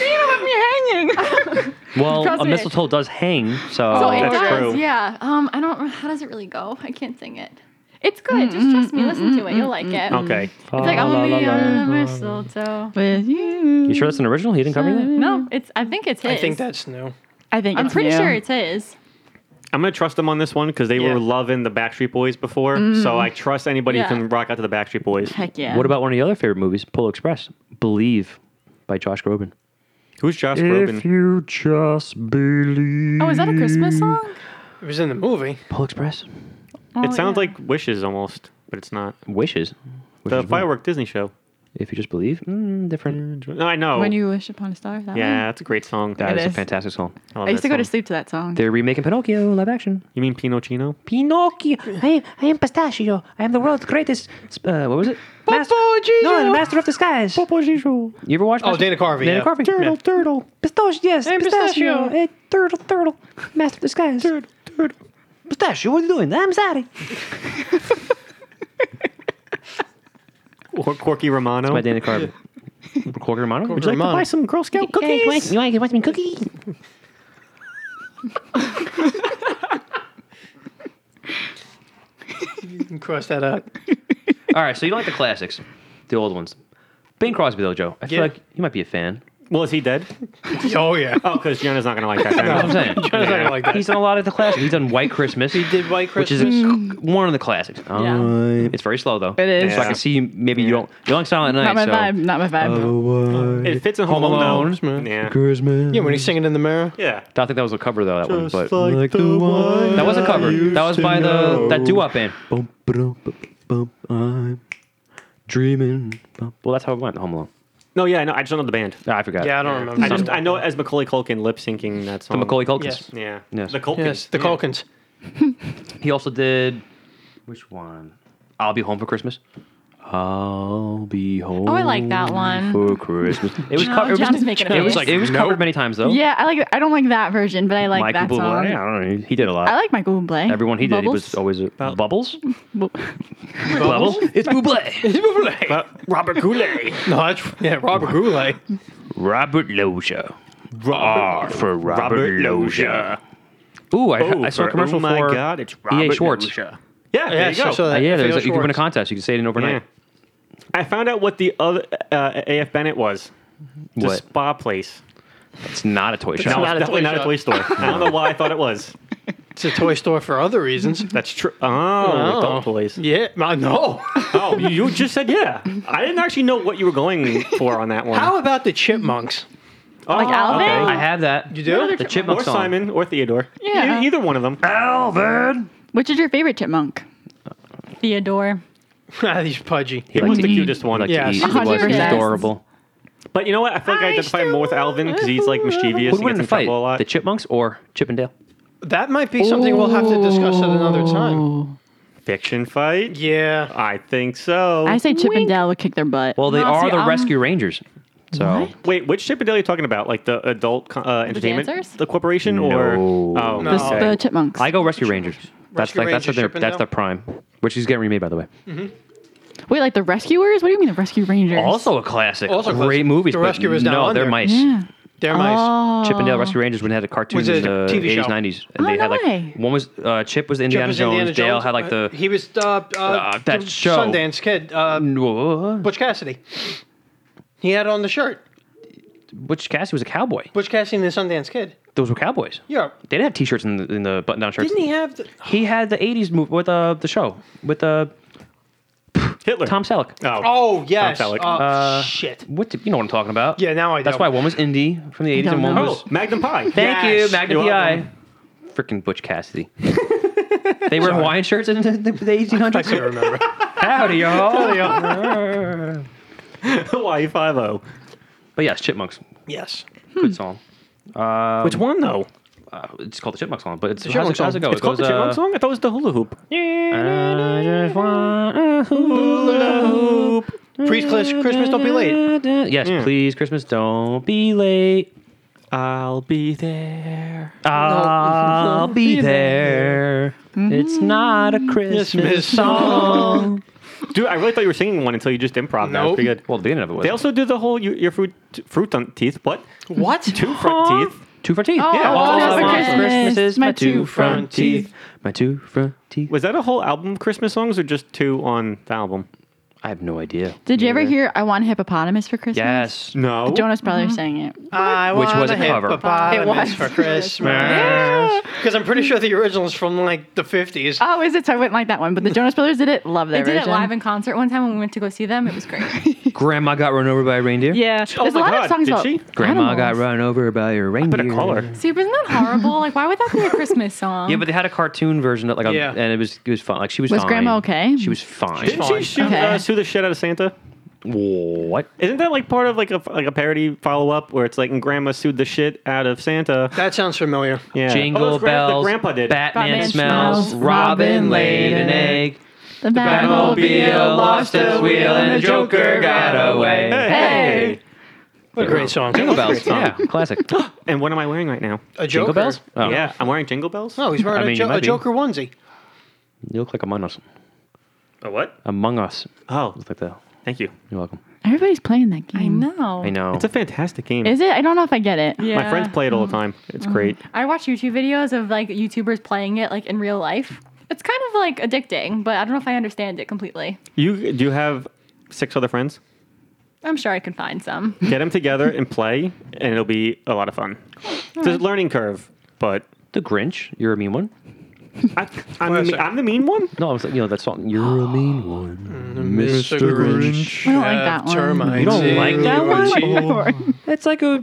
Speaker 5: let me hanging.
Speaker 3: Well, a
Speaker 4: Crossfade.
Speaker 3: mistletoe does hang, so,
Speaker 5: Oh,
Speaker 4: so oh, it
Speaker 1: that's
Speaker 4: does.
Speaker 1: true.
Speaker 4: Yeah. Um, I don't. How does it really go? I can't sing it. It's good.
Speaker 5: Mm,
Speaker 4: Just trust me. Listen to it. You'll like it.
Speaker 1: Okay.
Speaker 4: It's like I'm a bee under the mistletoe.
Speaker 5: With you.
Speaker 3: You sure that's an original? He didn't cover that.
Speaker 4: No, it's. I think it's his.
Speaker 2: I think that's new.
Speaker 5: I think
Speaker 4: I'm
Speaker 5: it's
Speaker 4: pretty
Speaker 5: you.
Speaker 4: sure it's his.
Speaker 1: I'm gonna trust them on this one because they
Speaker 2: Yeah.
Speaker 1: were loving the Backstreet Boys before, so I trust anybody
Speaker 4: Yeah.
Speaker 1: who can rock out to the Backstreet Boys.
Speaker 5: Heck yeah.
Speaker 3: What about one of your other favorite movies, Polo Express? Believe by Josh Groban.
Speaker 1: Who's Josh Groban?
Speaker 3: you just believe.
Speaker 4: Oh, is that a Christmas song?
Speaker 2: It was in the movie.
Speaker 3: Polo Express?
Speaker 5: Oh,
Speaker 1: It sounds like Wishes almost, but it's not.
Speaker 3: Wishes. Which
Speaker 1: The
Speaker 3: is what?
Speaker 1: firework Disney show.
Speaker 3: If you just believe, mm, different.
Speaker 1: No, I
Speaker 3: oh.
Speaker 1: know.
Speaker 5: When you wish upon a star. That
Speaker 1: yeah, that's a great song.
Speaker 3: That is,
Speaker 5: It
Speaker 3: a
Speaker 5: is.
Speaker 3: fantastic song.
Speaker 1: I, love
Speaker 5: One? I used
Speaker 1: that
Speaker 5: to go to
Speaker 1: song.
Speaker 5: sleep to that song.
Speaker 3: They're remaking Pinocchio live action.
Speaker 1: You mean Pinocchio?
Speaker 3: Pinocchio, I, I am Pistachio. I am the world's greatest. Uh, what was it? Master, no, the master of the skies. You ever watched?
Speaker 2: Oh,
Speaker 3: Master-
Speaker 2: Dana Carvey,
Speaker 3: Dana
Speaker 2: yeah.
Speaker 3: Carvey.
Speaker 2: Turtle, Yeah.
Speaker 3: turtle. Pistachio, yes.
Speaker 2: I'm pistachio. pistachio.
Speaker 3: turtle, turtle. Master of the skies. Turtle, turtle. Pistachio, what are you doing? I'm sorry.
Speaker 1: Or Corky Romano?
Speaker 3: By Dana Carvey. Corky Romano. Would you like
Speaker 2: Romano.
Speaker 3: to buy some Girl Scout cookies? you want to get some cookie?
Speaker 2: You can cross that out.
Speaker 3: All right, so you like the classics, the old ones. Bing Crosby though, Joe. I feel
Speaker 2: Yeah.
Speaker 3: like you might be a fan.
Speaker 1: Well, is he dead?
Speaker 2: Oh yeah.
Speaker 1: Oh, because Jonah's not gonna like that.
Speaker 3: That's what
Speaker 1: Then.
Speaker 3: I'm saying.
Speaker 2: Jonah's not gonna like that.
Speaker 3: He's done a lot of the classics. He's done White Christmas. He
Speaker 2: did White
Speaker 3: which is one of the classics. Um, It's very slow though.
Speaker 5: It is.
Speaker 3: So I can see maybe you don't you don't like Silent Night.
Speaker 5: Not my
Speaker 3: so.
Speaker 5: vibe. Not my vibe.
Speaker 1: it fits in Home,
Speaker 3: Home
Speaker 1: Alone.
Speaker 3: Alone.
Speaker 1: though. Yeah.
Speaker 3: Christmas.
Speaker 2: Yeah, when he's singing in the mirror.
Speaker 1: Yeah.
Speaker 3: I don't think that was a cover though. That one, but
Speaker 6: like the one
Speaker 3: that wasn't covered. That was by the that doo-wop band.
Speaker 6: Bump, bump, bump, bump, I'm dreaming. Bump.
Speaker 3: Well, that's how it went. Home Alone.
Speaker 1: No, yeah, I know. I just don't know the band.
Speaker 3: Ah, I forgot.
Speaker 2: Yeah, I don't
Speaker 5: Hmm.
Speaker 2: remember.
Speaker 1: I just I know it as Macaulay Culkin lip syncing that song.
Speaker 3: the Macaulay Culkin.
Speaker 2: Yes.
Speaker 1: Yeah.
Speaker 3: Yes.
Speaker 1: The Culkin.
Speaker 2: Yes, the
Speaker 1: yeah.
Speaker 2: Culkins.
Speaker 3: He also did which one? I'll be home for Christmas. I'll be home.
Speaker 4: Oh, I like that one.
Speaker 3: for Christmas. It was
Speaker 4: No,
Speaker 3: covered. It was,
Speaker 4: John's making a
Speaker 3: it was
Speaker 4: face.
Speaker 3: like it was covered many times though.
Speaker 5: Yeah, I like. I don't like that version, but I like
Speaker 3: Oh. Michael
Speaker 5: that song.
Speaker 3: Bublé. I don't know. He did a lot.
Speaker 5: I like Michael Bublé.
Speaker 3: Everyone he did, he
Speaker 5: Bubbles.
Speaker 3: was always a, bubbles.
Speaker 5: Bu-
Speaker 3: Bubbles. It's Buble.
Speaker 1: Robert Goulet.
Speaker 2: No, that's yeah, Robert Goulet.
Speaker 3: Robert Loja. R for Robert,
Speaker 1: Robert
Speaker 3: Loja. Ooh, I,
Speaker 1: Oh,
Speaker 3: I saw a
Speaker 1: for-
Speaker 3: commercial
Speaker 1: oh my
Speaker 3: for
Speaker 1: God, it's
Speaker 3: EA
Speaker 1: Robert
Speaker 3: Schwartz.
Speaker 1: Yeah, there
Speaker 2: Yeah,
Speaker 1: you
Speaker 2: so-
Speaker 1: go.
Speaker 2: so
Speaker 3: Uh,
Speaker 2: that-
Speaker 3: yeah, there's,
Speaker 2: Theo
Speaker 3: you can win a
Speaker 2: Schwartz.
Speaker 3: contest. You can say it in overnight.
Speaker 1: Yeah. I found out what the other uh, AF Bennett was. The
Speaker 3: What?
Speaker 1: spa place.
Speaker 3: It's not a toy
Speaker 1: No,
Speaker 3: shop.
Speaker 1: it's
Speaker 2: not a
Speaker 1: definitely
Speaker 2: toy
Speaker 1: not a
Speaker 2: shop.
Speaker 1: toy store. I don't know why I thought it was.
Speaker 2: It's a toy store for other reasons.
Speaker 1: That's true. Oh,
Speaker 2: Oh.
Speaker 1: adult toys.
Speaker 2: Yeah, I know.
Speaker 1: Oh, you- you just said yeah. I didn't actually know what you were going for on that one.
Speaker 2: How about the chipmunks?
Speaker 1: Oh,
Speaker 5: Like Alvin?
Speaker 3: I have that.
Speaker 2: You do?
Speaker 3: The
Speaker 1: Or
Speaker 3: chipmunk song.
Speaker 1: Simon or Theodore.
Speaker 5: Yeah.
Speaker 1: E- either one of them.
Speaker 3: Alvin.
Speaker 5: Which is your favorite chipmunk?
Speaker 4: Theodore.
Speaker 2: Ah, He's pudgy.
Speaker 3: He
Speaker 1: He was
Speaker 3: liked
Speaker 1: the
Speaker 3: to eat.
Speaker 1: cutest one.
Speaker 3: Like
Speaker 2: Yeah,
Speaker 3: to eat. He
Speaker 2: hundred
Speaker 3: was
Speaker 5: percent.
Speaker 3: adorable.
Speaker 1: But you know what? I feel like I, identify more with Alvin because he's like mischievous.
Speaker 3: Who
Speaker 1: He
Speaker 3: would
Speaker 1: gets
Speaker 3: win the
Speaker 1: in
Speaker 3: fight?
Speaker 1: trouble a lot.
Speaker 3: The chipmunks or Chippendale?
Speaker 2: That might be something we'll have to discuss at another time.
Speaker 1: Fiction fight?
Speaker 2: Yeah.
Speaker 1: I think so.
Speaker 5: I say Chip and Dale would kick their butt.
Speaker 3: Well, they
Speaker 4: No,
Speaker 3: are
Speaker 4: see,
Speaker 3: the
Speaker 4: um,
Speaker 3: Rescue Rangers. So
Speaker 1: Wait, which Chip and Dale are you talking about? Like the adult co- uh, entertainment,
Speaker 4: dancers?
Speaker 1: the corporation, or
Speaker 3: No.
Speaker 1: oh,
Speaker 2: No.
Speaker 5: the,
Speaker 2: okay.
Speaker 5: the chipmunks.
Speaker 3: I go Rescue Rangers. That's
Speaker 2: Rescue
Speaker 3: like that's
Speaker 2: Rangers,
Speaker 3: their
Speaker 2: Chippendale?
Speaker 3: that's their prime, which is getting remade by the way.
Speaker 5: Wait, like the rescuers? What do you mean the rescue rangers?
Speaker 3: Also a classic.
Speaker 2: Also a
Speaker 3: great
Speaker 2: classic.
Speaker 3: movies.
Speaker 2: The
Speaker 3: but
Speaker 2: Rescue is Down
Speaker 3: no, they're
Speaker 2: Under.
Speaker 3: mice.
Speaker 5: yeah.
Speaker 2: They're mice.
Speaker 5: Oh.
Speaker 3: Chippendale Rescue Rangers when they had a cartoon
Speaker 2: Was
Speaker 3: in
Speaker 2: it
Speaker 3: the
Speaker 2: a TV show?
Speaker 3: eighties, nineties, and
Speaker 5: Oh,
Speaker 3: they had
Speaker 5: no
Speaker 3: like
Speaker 5: way.
Speaker 3: one was uh, Chip was the
Speaker 2: Chip
Speaker 3: Indiana,
Speaker 2: was
Speaker 3: Jones,
Speaker 2: Indiana
Speaker 3: Dale
Speaker 2: Jones.
Speaker 3: had like
Speaker 2: Uh,
Speaker 3: the
Speaker 2: He was uh, uh,
Speaker 3: Uh, that
Speaker 2: the
Speaker 3: show.
Speaker 2: Sundance kid, uh, Butch Cassidy. He had on the shirt.
Speaker 3: which Cassie was a cowboy.
Speaker 2: Butch Cassidy and the Sundance Kid.
Speaker 3: Those were cowboys.
Speaker 2: Yeah.
Speaker 3: They didn't have T-shirts in the, in the button-down shirts.
Speaker 2: Didn't he have the
Speaker 3: He had the '80s move with uh, the show with uh,
Speaker 1: Hitler?
Speaker 3: Tom Selleck.
Speaker 1: Oh,
Speaker 2: Oh yes.
Speaker 1: Tom Selleck.
Speaker 2: Uh, shit.
Speaker 3: What do- you know what I'm talking about?
Speaker 2: Yeah, now I
Speaker 3: That's
Speaker 2: do.
Speaker 3: why one was indie from the '80s
Speaker 5: don't
Speaker 3: and one
Speaker 5: know.
Speaker 3: was.
Speaker 1: oh, Magnum Pie.
Speaker 3: Thank
Speaker 2: Yes.
Speaker 3: you, Magna
Speaker 1: You're
Speaker 3: PI. Freaking Butch Cassidy. they wear Hawaiian shirts in the, the, the
Speaker 2: I
Speaker 3: 1800s.
Speaker 2: couldn't remember.
Speaker 3: Howdy, y'all.
Speaker 2: Yeah.
Speaker 1: Hawaii Five oh. O.
Speaker 3: but yes, Chipmunks.
Speaker 2: yes.
Speaker 1: Hmm.
Speaker 3: Good song.
Speaker 1: Which one though?
Speaker 3: Uh, it's called the Chipmunk song, but it's how's,
Speaker 2: Chipmunk
Speaker 3: it, how's it
Speaker 2: song.
Speaker 3: go?
Speaker 1: It's
Speaker 3: it
Speaker 1: called
Speaker 3: goes,
Speaker 1: the Chipmunk
Speaker 3: uh,
Speaker 1: song. I thought it was the Hula Hoop.
Speaker 3: I just want a hula hoop.
Speaker 2: Priest Chris- Christmas, don't be late.
Speaker 3: Yes, please, Christmas, don't be late.
Speaker 1: I'll be there.
Speaker 3: I'll be Mm-hmm. there. It's not a Christmas
Speaker 2: Christmas
Speaker 3: song.
Speaker 1: Dude, I really thought you were singing one until you just improv. That was
Speaker 2: Nope.
Speaker 1: pretty good.
Speaker 3: well, the beginning of it was.
Speaker 1: They also did the whole you, your fruit fruit on teeth. What?
Speaker 2: What?
Speaker 1: Two front teeth
Speaker 3: Two front teeth.
Speaker 1: Yeah.
Speaker 3: Oh, All
Speaker 1: All I want
Speaker 3: I want
Speaker 5: for
Speaker 3: for Christmas is my two front
Speaker 2: front
Speaker 3: teeth. My two front teeth.
Speaker 1: was that a whole album of Christmas songs or just two on the album?
Speaker 3: I have no idea.
Speaker 5: Did you ever hear "I Want a Hippopotamus for Christmas"?
Speaker 3: Yes. Mm-hmm.
Speaker 1: No.
Speaker 5: Jonas Brothers sang it.
Speaker 2: I
Speaker 3: Which was
Speaker 2: want
Speaker 3: a cover.
Speaker 2: hippopotamus
Speaker 5: It was.
Speaker 2: for Christmas.
Speaker 5: Yeah.
Speaker 2: Because I'm pretty sure the original is from like the 50s.
Speaker 5: Oh, is it? So I wouldn't like that one, but the Jonas Brothers did it. Love
Speaker 4: They
Speaker 5: that.
Speaker 4: did it live in concert one time when we went to go see them. It was great.
Speaker 3: Grandma got run over by a reindeer.
Speaker 5: Yeah,
Speaker 1: Oh
Speaker 5: there's
Speaker 1: my
Speaker 5: a lot
Speaker 1: God,
Speaker 5: of songs
Speaker 1: did
Speaker 5: about
Speaker 1: she?
Speaker 3: Grandma got
Speaker 5: animals.
Speaker 3: run over by a reindeer.
Speaker 1: Better call her.
Speaker 4: See, wasn't that horrible? Like, why would that be a Christmas song?
Speaker 3: Yeah, but they had a cartoon version, of, like, a,
Speaker 2: Yeah.
Speaker 3: and it was it was fun. Like she was.
Speaker 5: Was
Speaker 3: fine.
Speaker 5: Grandma okay?
Speaker 3: She was fine.
Speaker 1: Didn't she shoot,
Speaker 5: Okay.
Speaker 1: uh, sue the shit out of Santa?
Speaker 3: What?
Speaker 1: Isn't that like part of like a like a parody follow up where it's like and Grandma sued the shit out of Santa?
Speaker 2: That sounds familiar.
Speaker 1: Yeah.
Speaker 3: Jingle
Speaker 1: Oh, that's grand-
Speaker 3: bells.
Speaker 1: The grandpa did.
Speaker 3: Batman,
Speaker 5: Batman
Speaker 3: smells.
Speaker 5: smells,
Speaker 3: Robin laid an egg.
Speaker 5: the Batmobile lost its wheel and the Joker got away. Hey.
Speaker 2: What a great song.
Speaker 3: Jingle bells.
Speaker 1: Great song.
Speaker 3: Yeah, classic.
Speaker 1: And what am I wearing right now?
Speaker 2: A Joker.
Speaker 3: Jingle bells. Oh,
Speaker 1: Yeah, I'm wearing jingle bells.
Speaker 5: Oh.
Speaker 2: No, he's wearing
Speaker 3: I mean,
Speaker 2: a,
Speaker 3: you
Speaker 2: jo-
Speaker 3: might
Speaker 2: a
Speaker 3: be.
Speaker 2: Joker onesie.
Speaker 3: You look like Among Us.
Speaker 1: A what?
Speaker 3: Among Us.
Speaker 1: Oh,
Speaker 3: Look like that.
Speaker 1: thank you.
Speaker 3: You're welcome.
Speaker 5: Everybody's playing that
Speaker 4: I
Speaker 5: game.
Speaker 4: know.
Speaker 3: I
Speaker 5: Oh.
Speaker 3: know.
Speaker 1: It's a fantastic game.
Speaker 5: Is it? I don't know if I get it.
Speaker 4: Yeah.
Speaker 1: My friends play it all the time. It's great.
Speaker 4: I watch YouTube videos of like YouTubers playing it like in real life. It's kind of like addicting, but I don't know if I understand it completely.
Speaker 1: You do you have six other friends?
Speaker 4: I'm sure I can find some.
Speaker 1: Get them together and play, and it'll be a lot of fun. It's a learning curve, but
Speaker 3: The Grinch, you're a mean one.
Speaker 1: I, I'm,
Speaker 2: Wait
Speaker 1: the,
Speaker 2: a
Speaker 1: mean-
Speaker 2: second.
Speaker 1: I'm the mean one.
Speaker 3: No, I was like, you know that song. You're a mean
Speaker 6: Mm,
Speaker 3: one, Mr. Grinch.
Speaker 5: I don't like that one.
Speaker 2: Termites
Speaker 3: You don't like
Speaker 2: in
Speaker 3: that
Speaker 2: your
Speaker 3: one?
Speaker 2: teeth.
Speaker 3: It's like a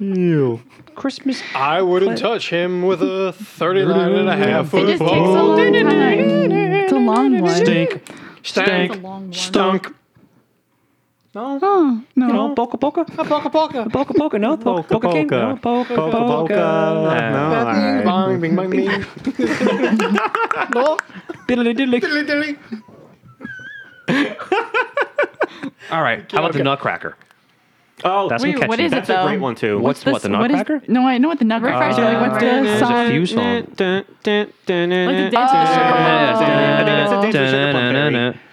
Speaker 3: Christmas.
Speaker 2: I wouldn't touch him with a 39 and a half
Speaker 5: It
Speaker 2: foot
Speaker 5: just takes a
Speaker 2: pole.
Speaker 5: long time. It's a long one.
Speaker 2: Stink.
Speaker 4: That's a
Speaker 2: Stank.
Speaker 4: long one.
Speaker 2: Stunk. No.
Speaker 5: Oh, no.
Speaker 3: No, polka polka,
Speaker 2: Poka poka.
Speaker 3: polka polka. No, polka polka king. No, polka
Speaker 1: Polka, polka.
Speaker 3: polka.
Speaker 1: No, all right.
Speaker 2: Bong, bing, bong, bing. No.
Speaker 3: Diddly diddly.
Speaker 2: Dilly, dilly.
Speaker 3: All right. How about the
Speaker 2: Okay.
Speaker 3: Nutcracker?
Speaker 1: Oh,
Speaker 3: That's
Speaker 5: Wait,
Speaker 3: catchy.
Speaker 5: what is it
Speaker 1: that's a
Speaker 5: though?
Speaker 1: great one too.
Speaker 3: What's what the
Speaker 5: This- what is-
Speaker 3: Nutcracker?
Speaker 5: no, I know what the nutcracker is.
Speaker 4: Refresh
Speaker 5: Like, what's
Speaker 4: it.
Speaker 5: the
Speaker 4: There's
Speaker 3: There's a
Speaker 5: song?
Speaker 3: few songs.
Speaker 1: Like the
Speaker 4: Like the dance
Speaker 1: I think that's a
Speaker 5: Oh.
Speaker 1: Dave Chappelle one theory.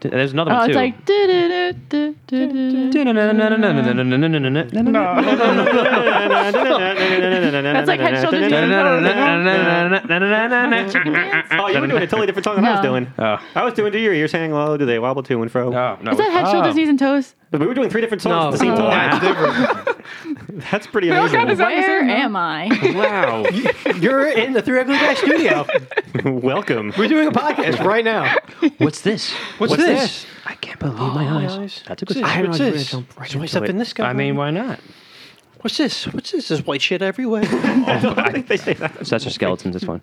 Speaker 3: There's another
Speaker 5: Oh,
Speaker 3: one
Speaker 5: it's
Speaker 3: too.
Speaker 5: like. du-du-du-du-du-du-du.
Speaker 1: That's
Speaker 5: like Head, Shoulders, and
Speaker 1: Oh, you were doing a totally different song than I was
Speaker 5: No.
Speaker 1: doing.
Speaker 3: Oh.
Speaker 1: I was doing to your ear. You're saying, "Well, do they wobble to and fro?"
Speaker 5: Is that
Speaker 3: Ah.
Speaker 5: head,
Speaker 2: Ah.
Speaker 5: shoulders, knees, and toes?
Speaker 1: But we were doing three different songs
Speaker 2: No,
Speaker 1: at the same time.
Speaker 2: that's different.
Speaker 1: That's pretty amazing.
Speaker 4: Where am I?
Speaker 1: wow.
Speaker 2: You're in the Three Ugly Guys studio.
Speaker 1: Welcome.
Speaker 2: We're doing a podcast right now.
Speaker 3: What's this?
Speaker 2: What's this? Oh,
Speaker 3: I can't believe my eyes.
Speaker 2: eyes.
Speaker 3: That's a good.
Speaker 2: What's
Speaker 3: song.
Speaker 2: this? What's this? It's always up in this guy.
Speaker 3: I mean, why not?
Speaker 2: what's this? What's this? There's white shit everywhere.
Speaker 1: I think they say that.
Speaker 3: So that's your skeletons. It's fine.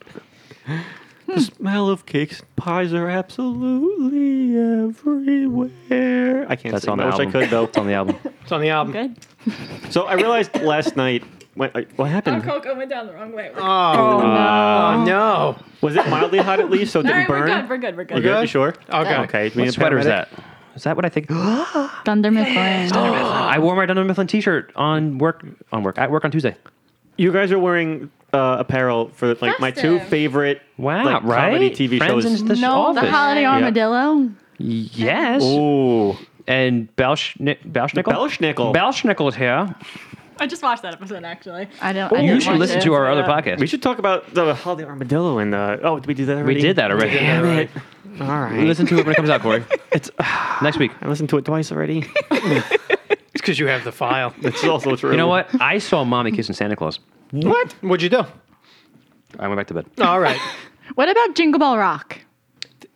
Speaker 1: The smell of cakes and pies are absolutely everywhere. I can't
Speaker 3: That's
Speaker 1: sing.
Speaker 3: on the
Speaker 1: I wish
Speaker 3: album.
Speaker 1: I could though.
Speaker 3: It's on the album.
Speaker 2: it's on the album.
Speaker 4: Good.
Speaker 1: So I realized last night. What, what happened?
Speaker 4: Coco went down the wrong way.
Speaker 2: Oh,
Speaker 5: Oh.
Speaker 2: no. no.
Speaker 1: Was it mildly hot at least, so it
Speaker 4: All
Speaker 1: didn't
Speaker 4: right, we're
Speaker 1: burn?
Speaker 4: good. We're good. We're good.
Speaker 1: You good? You sure?
Speaker 5: Oh.
Speaker 2: Okay.
Speaker 1: Okay. you need
Speaker 3: What
Speaker 1: a
Speaker 3: sweater is
Speaker 1: paramedic?
Speaker 3: that? Is that what I think?
Speaker 5: Thunder Mifflin.
Speaker 3: I wore my Dunder Mifflin T-shirt on work on work at work on Tuesday.
Speaker 1: You guys are wearing uh, apparel for like my two
Speaker 4: Festive.
Speaker 1: favorite
Speaker 3: Wow,
Speaker 1: like,
Speaker 3: right?
Speaker 1: comedy TV
Speaker 3: Friends
Speaker 1: shows.
Speaker 3: and the
Speaker 5: Oh, No,
Speaker 3: office.
Speaker 5: the holiday
Speaker 4: Yeah.
Speaker 5: armadillo.
Speaker 3: yes.
Speaker 1: Ooh.
Speaker 3: And Belschnickel.
Speaker 1: Belschnickel.
Speaker 3: Belschnickel is here.
Speaker 4: I just watched that episode actually.
Speaker 5: I don't. I
Speaker 3: You
Speaker 5: didn't
Speaker 3: should
Speaker 5: watch
Speaker 3: listen
Speaker 5: it.
Speaker 3: to our other podcast.
Speaker 1: We should talk about the holiday armadillo and the. Oh, did we do that
Speaker 3: We
Speaker 1: already?
Speaker 3: did that already.
Speaker 1: Damn it. All right.
Speaker 3: Listen to it when it comes out, Corey.
Speaker 1: It's,
Speaker 3: Next week.
Speaker 1: I listened to it twice already.
Speaker 2: It's because you have the file.
Speaker 1: It's also true.
Speaker 3: You know what? I saw Mommy kissing Santa Claus.
Speaker 2: what? What'd you do?
Speaker 3: I went back to bed.
Speaker 2: All right.
Speaker 5: What about Jingle Bell Rock?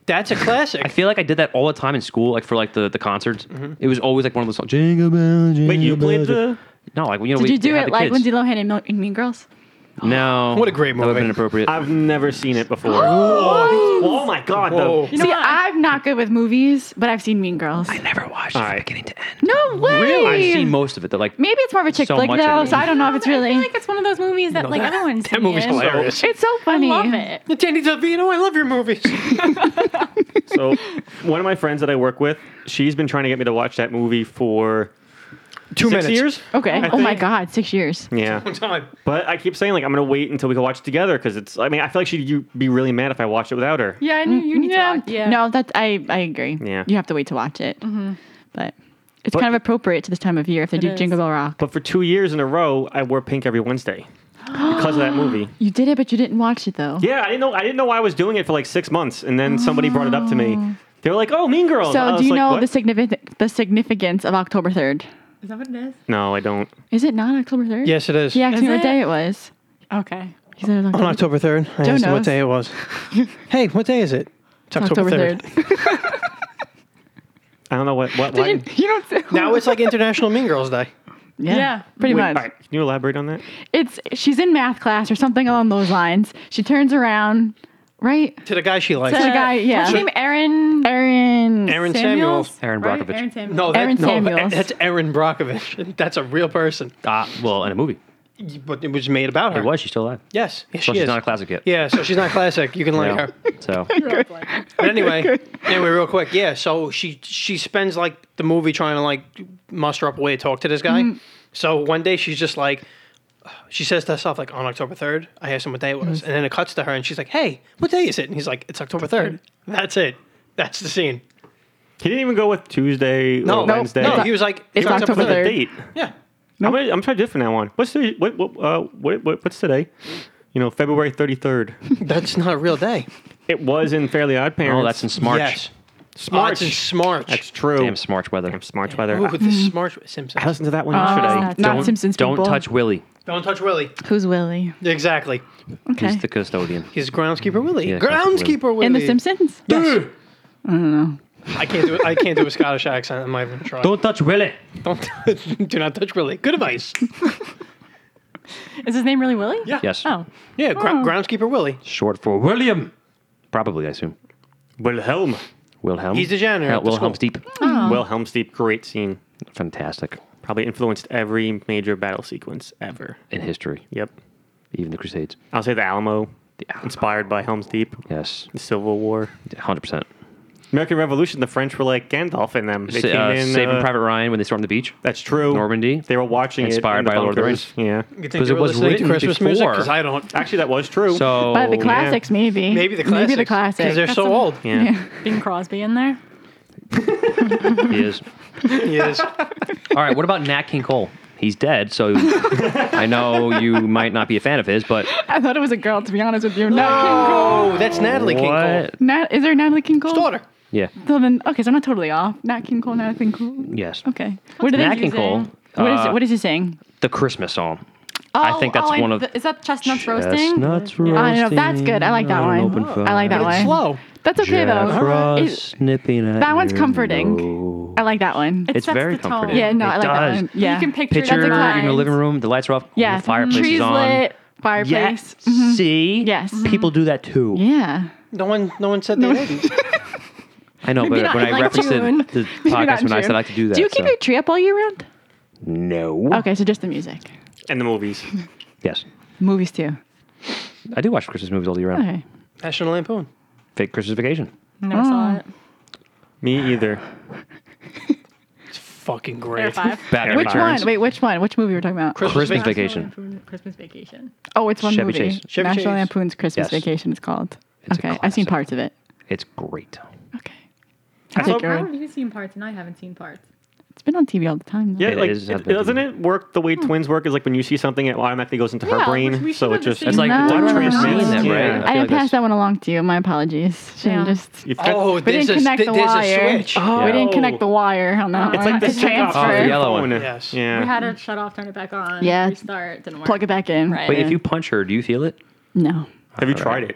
Speaker 2: That's a classic.
Speaker 3: I feel like I did that all the time in school, like for like the, the concerts. It was always like one of those songs. Jingle bell, jingle
Speaker 1: Wait, you played
Speaker 3: bell,
Speaker 1: the.
Speaker 3: jing-" No, like you know.
Speaker 5: Did
Speaker 3: we
Speaker 5: you do
Speaker 3: had
Speaker 5: it
Speaker 3: the
Speaker 5: like
Speaker 3: kids.
Speaker 5: Lindsay Lohan in Mo- in Mean Girls?
Speaker 3: No.
Speaker 2: What a great
Speaker 3: That would have been
Speaker 2: movie.
Speaker 3: inappropriate.
Speaker 1: I've never seen it before. Oh, my god. The,
Speaker 2: Whoa.
Speaker 1: all
Speaker 4: You know
Speaker 5: See,
Speaker 4: what?
Speaker 5: I'm not good with movies, but I've seen Mean Girls.
Speaker 3: never watched
Speaker 1: right.
Speaker 3: to end.
Speaker 5: No way.
Speaker 3: I've seen most of it. They're like
Speaker 5: Maybe it's more of a chick
Speaker 3: So
Speaker 5: flick
Speaker 3: much
Speaker 5: though,
Speaker 3: of it.
Speaker 5: so I don't know if Oh, it's really.
Speaker 4: I feel like it's one of those movies that like
Speaker 2: that-
Speaker 4: everyone's
Speaker 2: that movie's
Speaker 4: seen.
Speaker 2: hilarious.
Speaker 5: It's so
Speaker 4: I
Speaker 5: funny.
Speaker 4: love it.
Speaker 2: Danny DeVito, I love your movies.
Speaker 1: So, one of my friends that I work with, she's been trying to get me to watch that movie for
Speaker 2: Two
Speaker 1: six
Speaker 2: minutes.
Speaker 1: years.
Speaker 5: Okay.
Speaker 1: I
Speaker 5: oh my
Speaker 1: think.
Speaker 5: God, six years.
Speaker 1: Yeah.
Speaker 2: Time.
Speaker 1: But I keep saying like I'm gonna wait until we can watch it together because it's. I mean, I feel like she'd you- be really mad if I watched it without her.
Speaker 4: Yeah, I knew you need
Speaker 5: yeah.
Speaker 4: to. Watch. Yeah.
Speaker 5: No, that I I agree.
Speaker 1: Yeah.
Speaker 5: You have to wait to watch it. But it's
Speaker 1: But-
Speaker 5: kind of appropriate to this time of year if they
Speaker 4: It
Speaker 5: do
Speaker 4: is.
Speaker 5: Jingle Bell Rock.
Speaker 1: But for two years in a row, I wore pink every Wednesday because of that movie.
Speaker 5: You did it, but you didn't watch it though.
Speaker 1: Yeah, I didn't know. I didn't know why I was doing it for like six months, and then somebody brought it up to me. They were like, "Oh, Mean Girls." I
Speaker 5: So
Speaker 1: was
Speaker 5: do you
Speaker 1: like,
Speaker 5: know
Speaker 1: "What?"
Speaker 5: the significant the significance of October third?
Speaker 4: Is that what it is?
Speaker 1: No, I don't.
Speaker 5: Is it not October third?
Speaker 2: Yes, it is.
Speaker 5: He asked
Speaker 4: Is
Speaker 5: me what
Speaker 4: it?
Speaker 5: day it was.
Speaker 4: Okay.
Speaker 5: He said it
Speaker 2: On
Speaker 5: was October,
Speaker 2: October 3rd, I
Speaker 5: Joe
Speaker 2: asked him what
Speaker 5: knows.
Speaker 2: day it was. hey, what day is it? It's
Speaker 5: October third.
Speaker 1: I don't know what. What? Why?
Speaker 5: you, you don't. Say,
Speaker 2: Now it's like International Mean Girls Day.
Speaker 5: yeah,
Speaker 4: Yeah.
Speaker 5: pretty
Speaker 1: Wait,
Speaker 5: much.
Speaker 1: all right, can you elaborate on that?
Speaker 5: It's she's in math class or something along those lines. She turns around, right?
Speaker 2: To the guy she likes.
Speaker 5: To- The guy, yeah.
Speaker 4: Uh, What's his name? Aaron.
Speaker 5: Erin.
Speaker 2: Aaron
Speaker 4: Samuels.
Speaker 2: Samuels.
Speaker 3: Aaron
Speaker 4: Right?
Speaker 3: Brockovich.
Speaker 4: Aaron Samuels.
Speaker 2: No, that,
Speaker 5: Aaron
Speaker 2: no,
Speaker 5: Samuels.
Speaker 2: that's Aaron Brockovich. That's a real person.
Speaker 3: ah, well, in a movie.
Speaker 2: But it was made about her.
Speaker 3: It was. She's still alive.
Speaker 2: Yes. yes
Speaker 3: So
Speaker 2: she
Speaker 3: she's
Speaker 2: is.
Speaker 3: not a classic yet.
Speaker 2: Yeah, so she's not classic. You can like
Speaker 3: No.
Speaker 2: her.
Speaker 3: So
Speaker 2: But anyway, anyway, real quick, yeah. So she she spends like the movie trying to like muster up a way to talk to this guy.
Speaker 5: Mm.
Speaker 2: So one day she's just like, she says to herself like on October third, I asked him what day it
Speaker 5: Mm.
Speaker 2: was, and then it cuts to her and she's like, Hey, what day is it? And he's like, It's October third. That's it. That's the scene.
Speaker 1: He didn't even go with Tuesday
Speaker 2: No,
Speaker 1: or Oh, Wednesday.
Speaker 2: no. He was like,
Speaker 5: It's October
Speaker 1: What a
Speaker 5: 3rd.
Speaker 1: date.
Speaker 2: Yeah.
Speaker 1: I'm, gonna, I'm trying to do it from now on. What's the, what, what, uh, what, what, what's today? You know, February 33rd.
Speaker 2: That's not a real day.
Speaker 1: it was in Fairly Odd Parents.
Speaker 3: oh, that's in March.
Speaker 2: Yes. Smarts
Speaker 1: Smarch.
Speaker 2: and smarch.
Speaker 1: That's true.
Speaker 3: Damn smarch weather.
Speaker 1: Damn smart weather.
Speaker 2: Ooh,
Speaker 1: I,
Speaker 2: the
Speaker 5: Mm-hmm.
Speaker 2: smarch Simpsons.
Speaker 1: I listened to that
Speaker 5: Oh,
Speaker 1: one yesterday.
Speaker 5: not Simpsons
Speaker 3: Don't
Speaker 5: people.
Speaker 3: touch Willie.
Speaker 2: Don't touch Willie.
Speaker 5: Who's Willie?
Speaker 2: Exactly.
Speaker 5: Okay.
Speaker 3: He's the custodian.
Speaker 2: He's groundskeeper Willie.
Speaker 3: Yeah,
Speaker 2: groundskeeper Willie.
Speaker 5: In The Simpsons?
Speaker 2: I can't do. I can't do a Scottish accent. I'm not even trying.
Speaker 3: Don't touch Willie.
Speaker 2: Don't do not touch Willie. Good advice.
Speaker 4: Is his name really Willie?
Speaker 2: Yeah.
Speaker 3: Yes.
Speaker 4: Oh.
Speaker 2: Yeah. Gr- Groundskeeper Willie.
Speaker 3: Short for William. Probably, I assume.
Speaker 1: Wilhelm.
Speaker 3: Wilhelm.
Speaker 2: He's the janitor
Speaker 3: Yeah,
Speaker 2: at the
Speaker 3: Wilhelm's
Speaker 2: school.
Speaker 3: Deep.
Speaker 1: Wilhelm Steep, great scene.
Speaker 3: Fantastic
Speaker 1: Probably influenced every major battle sequence ever.
Speaker 3: in history,
Speaker 1: Yep.
Speaker 3: even the Crusades.
Speaker 1: I'll say the Alamo,
Speaker 3: Alamo.
Speaker 1: inspired by Helm's Deep,
Speaker 3: Yes,
Speaker 1: the Civil War.
Speaker 3: 100%.
Speaker 1: American Revolution, the French were like Gandalf in them. They
Speaker 3: Sa-
Speaker 1: came
Speaker 3: uh,
Speaker 1: in,
Speaker 3: Saving
Speaker 1: uh,
Speaker 3: Private Ryan when they stormed the beach.
Speaker 1: That's true.
Speaker 3: Normandy.
Speaker 1: They were watching it
Speaker 3: Inspired
Speaker 1: in the
Speaker 3: by Lord of the
Speaker 1: bunkers. Yeah.
Speaker 2: You think
Speaker 3: 'Cause
Speaker 2: they
Speaker 3: it
Speaker 2: were
Speaker 3: was
Speaker 2: listening to
Speaker 3: written
Speaker 2: Christmas music?
Speaker 3: before.
Speaker 2: Because I don't.
Speaker 1: Actually, that was true.
Speaker 3: So,
Speaker 5: But Uh, the classics, maybe.
Speaker 2: Maybe the
Speaker 5: Maybe the
Speaker 2: classics, 'cause
Speaker 5: classics.
Speaker 2: they're so
Speaker 5: That's a-
Speaker 2: old.
Speaker 1: yeah.
Speaker 4: Bing Crosby in there.
Speaker 3: he is.
Speaker 2: Yes.
Speaker 3: All right, what about Nat King Cole? He's dead, so I know you might not be a fan of his, but
Speaker 5: I thought it was a girl, to be honest with you. No.
Speaker 2: Oh, that's Natalie King Cole.
Speaker 3: what?
Speaker 5: Nat, is there Natalie King Cole?
Speaker 2: Daughter.
Speaker 3: Yeah,
Speaker 5: So then, okay, so I'm not totally off. Nat King Cole, Nat King Cole.
Speaker 3: yes.
Speaker 5: Okay. What are
Speaker 3: Nat
Speaker 5: they
Speaker 3: King
Speaker 5: using?
Speaker 3: Cole.
Speaker 5: What is,
Speaker 3: uh,
Speaker 5: what is he saying?
Speaker 3: the Christmas song? I think that's
Speaker 4: one
Speaker 3: one of
Speaker 4: oh, is that chestnuts roasting?
Speaker 3: Chestnuts roasting.
Speaker 5: I don't know. That's good. I like that
Speaker 3: on an
Speaker 5: one.
Speaker 3: open
Speaker 5: I like that
Speaker 3: fire.
Speaker 5: one.
Speaker 2: Slow.
Speaker 5: That's okay,
Speaker 3: Jack
Speaker 5: though.
Speaker 3: Frost
Speaker 5: It-
Speaker 3: snipping at
Speaker 5: that one's
Speaker 3: your
Speaker 5: comforting.
Speaker 3: nose.
Speaker 5: I like that one.
Speaker 3: It's
Speaker 4: sets
Speaker 3: very
Speaker 4: the tone.
Speaker 3: comforting.
Speaker 5: yeah, no,
Speaker 3: it
Speaker 5: I like
Speaker 3: does.
Speaker 5: that one. Yeah.
Speaker 4: You can picture,
Speaker 3: Picture in
Speaker 4: the
Speaker 3: your
Speaker 4: lines.
Speaker 3: living room, the lights are off,
Speaker 5: yeah.
Speaker 3: the fireplace
Speaker 5: Trees
Speaker 3: is on.
Speaker 5: lit, fireplace.
Speaker 3: Yes.
Speaker 5: Mhm.
Speaker 3: See?
Speaker 5: Yes. Mhm.
Speaker 3: People do that too.
Speaker 5: Yeah.
Speaker 2: No one. No one said they didn't.
Speaker 3: I know, but
Speaker 4: not
Speaker 3: when
Speaker 4: in,
Speaker 3: I
Speaker 4: like,
Speaker 3: referenced
Speaker 4: June.
Speaker 3: it, the
Speaker 5: Maybe not
Speaker 3: podcast when I
Speaker 5: June.
Speaker 3: said I could do that.
Speaker 5: Do you keep
Speaker 3: so-
Speaker 5: your tree up all year round?
Speaker 3: No.
Speaker 5: Okay, so just the music.
Speaker 1: And the movies.
Speaker 3: Yes.
Speaker 5: Movies too.
Speaker 3: I do watch Christmas movies all year round.
Speaker 5: Okay.
Speaker 2: National Lampoon.
Speaker 3: Fake Christmas Vacation.
Speaker 4: Never saw it.
Speaker 1: Me either.
Speaker 2: It's fucking
Speaker 4: There are
Speaker 2: great.
Speaker 4: five.
Speaker 3: Batman
Speaker 5: Which
Speaker 3: Returns.
Speaker 5: one? Wait, which one? Which movie we're talking about?
Speaker 2: Christmas
Speaker 3: Christmas
Speaker 2: Vacation.
Speaker 3: Vacation.
Speaker 4: Christmas vacation.
Speaker 5: Oh, it's one
Speaker 3: Chevy
Speaker 5: movie.
Speaker 3: Chase.
Speaker 2: Chevy
Speaker 5: National
Speaker 2: Chase.
Speaker 5: Lampoon's Christmas
Speaker 3: Yes.
Speaker 5: Vacation. It's called.
Speaker 3: It's a
Speaker 5: okay, I've seen
Speaker 3: classic.
Speaker 5: parts of it.
Speaker 3: It's great.
Speaker 5: Okay. I take your word.
Speaker 4: you've seen parts and I haven't seen parts.
Speaker 5: It's been on TV all the time. Though.
Speaker 1: Yeah,
Speaker 3: It
Speaker 1: like
Speaker 3: is,
Speaker 1: it-
Speaker 3: has been
Speaker 1: doesn't
Speaker 3: to
Speaker 1: it work the way twins work? Is like when you see something, it automatically goes into her
Speaker 4: Hmm. Yeah, which
Speaker 1: brain.
Speaker 4: we
Speaker 1: So
Speaker 4: should
Speaker 1: it
Speaker 4: have
Speaker 1: just
Speaker 4: seen.
Speaker 1: it's
Speaker 3: It's like,
Speaker 5: No.
Speaker 3: why do I
Speaker 5: Transmits,
Speaker 3: remember seeing that,
Speaker 1: yeah.
Speaker 3: right?
Speaker 1: I
Speaker 5: I,
Speaker 3: feel
Speaker 5: didn't
Speaker 3: like
Speaker 5: pass
Speaker 3: that's-
Speaker 5: that one along to you. My apologies. Should
Speaker 4: Yeah.
Speaker 5: have just.
Speaker 1: You've got-
Speaker 2: Oh,
Speaker 5: We didn't
Speaker 2: there's a,
Speaker 5: connect
Speaker 2: th-
Speaker 5: the
Speaker 2: there's
Speaker 5: wire.
Speaker 2: a switch.
Speaker 5: Oh, we
Speaker 3: Yeah.
Speaker 5: didn't connect the wire on that
Speaker 1: it's
Speaker 5: one.
Speaker 1: like the
Speaker 5: It's
Speaker 1: second
Speaker 5: transfer.
Speaker 3: Oh, the yellow one.
Speaker 1: Yes.
Speaker 2: Yes.
Speaker 4: We
Speaker 1: Yeah.
Speaker 4: had it shut off, turn it back on.
Speaker 5: Yeah.
Speaker 4: Restart. Didn't work.
Speaker 5: Plug it back in.
Speaker 4: Right.
Speaker 3: Wait, if you punch her, do you feel it?
Speaker 5: No.
Speaker 1: Have you tried it?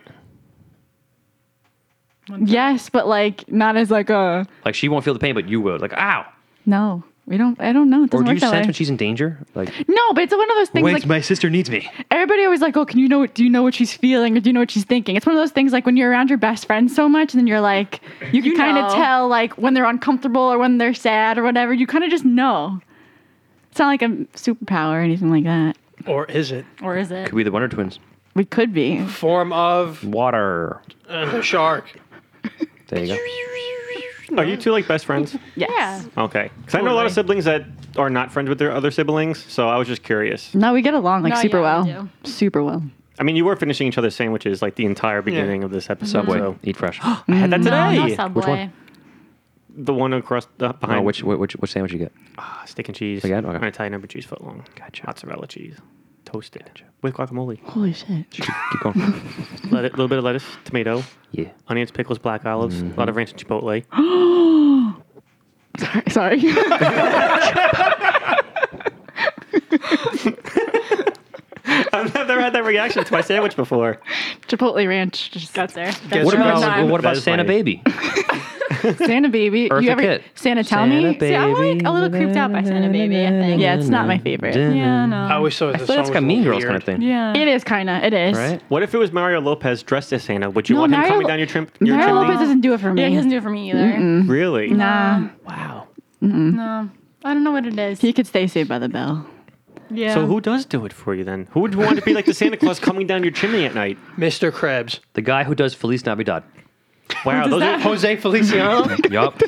Speaker 5: Yes, but like not as like a
Speaker 3: Like she won't feel the pain, but you will. Like ow.
Speaker 5: no. We don't. I don't know. It
Speaker 3: Or
Speaker 5: doesn't
Speaker 3: do
Speaker 5: work
Speaker 3: you
Speaker 5: that
Speaker 3: sense
Speaker 5: way.
Speaker 3: when she's in danger? Like
Speaker 5: no, but it's one of those things.
Speaker 3: wait,
Speaker 5: like
Speaker 3: my sister needs me.
Speaker 5: everybody always like, oh, can you know? Do you know what she's feeling or do you know what she's thinking? It's one of those things like when you're around your best friend so much, and then you're like, you can kind
Speaker 4: know.
Speaker 5: of tell like when they're uncomfortable or when they're sad or whatever. You kind of just know. It's not like a superpower or anything like that.
Speaker 2: Or is it
Speaker 4: or is it?
Speaker 3: Could be the Wonder Twins.
Speaker 5: We could be.
Speaker 2: form of
Speaker 3: Water.
Speaker 2: a shark?
Speaker 3: There you go.
Speaker 1: Are you two like best friends?
Speaker 5: Yes.
Speaker 4: Yeah.
Speaker 1: Okay. Because I know a lot of siblings that are not friends with their other siblings. So I was just curious.
Speaker 5: No, we get along like
Speaker 4: No,
Speaker 5: super
Speaker 4: yeah, we
Speaker 5: well. Super well.
Speaker 1: I mean, you were finishing each other's sandwiches like the entire beginning of this episode.
Speaker 3: Subway.
Speaker 1: So
Speaker 3: Eat fresh.
Speaker 1: I had that
Speaker 4: No,
Speaker 1: today.
Speaker 4: no Subway.
Speaker 3: one?
Speaker 1: the one across the, behind
Speaker 3: oh, which, which which which sandwich you get?
Speaker 1: Ah, steak and cheese.
Speaker 3: Again? Okay.
Speaker 1: An Italian number cheese footlong. Gotcha. Mozzarella cheese. Toasted. With guacamole.
Speaker 5: Holy shit.
Speaker 3: Keep going.
Speaker 1: Let it, little bit of lettuce, tomato,
Speaker 3: yeah.
Speaker 1: onions, pickles, black olives, a lot of ranch and chipotle.
Speaker 5: Sorry.
Speaker 1: I've never had that reaction to my sandwich before.
Speaker 5: Chipotle Ranch. Just
Speaker 4: Got there.
Speaker 2: Guess
Speaker 3: What
Speaker 2: Sure.
Speaker 3: about
Speaker 2: Time.
Speaker 3: well, what about
Speaker 1: That is
Speaker 3: Santa
Speaker 1: my-
Speaker 3: Baby?
Speaker 5: Santa Baby.
Speaker 3: Eartha
Speaker 5: you ever
Speaker 3: Kitt.
Speaker 5: Santa tell
Speaker 3: Santa
Speaker 5: me?
Speaker 3: Baby.
Speaker 4: See, I'm like a little creeped out by Santa Baby, I think.
Speaker 5: Yeah, it's not my favorite.
Speaker 4: Yeah, no.
Speaker 2: I always saw
Speaker 3: I
Speaker 2: the
Speaker 3: feel like that's like a Mean Girls kind of thing,
Speaker 4: yeah.
Speaker 5: It is kinda. It is.
Speaker 3: right?
Speaker 1: What if it was Mario Lopez dressed as Santa? Would you
Speaker 5: No,
Speaker 1: want him
Speaker 5: Mario
Speaker 1: coming
Speaker 5: Lo-
Speaker 1: down your, trim- your
Speaker 5: Mario
Speaker 1: chimney?
Speaker 5: Lopez doesn't do it for me.
Speaker 4: Yeah, he doesn't do it for me either.
Speaker 1: Really?
Speaker 5: nah.
Speaker 3: Wow.
Speaker 4: No. I don't know what it is.
Speaker 5: He could stay saved by the bell.
Speaker 4: Yeah.
Speaker 1: So who does do it for you then? Who would want to be like the Santa Claus coming down your chimney at night?
Speaker 2: Mr. Krebs,
Speaker 3: The guy who does Feliz Navidad.
Speaker 1: Wow, those are
Speaker 2: Jose Feliciano,
Speaker 3: yup.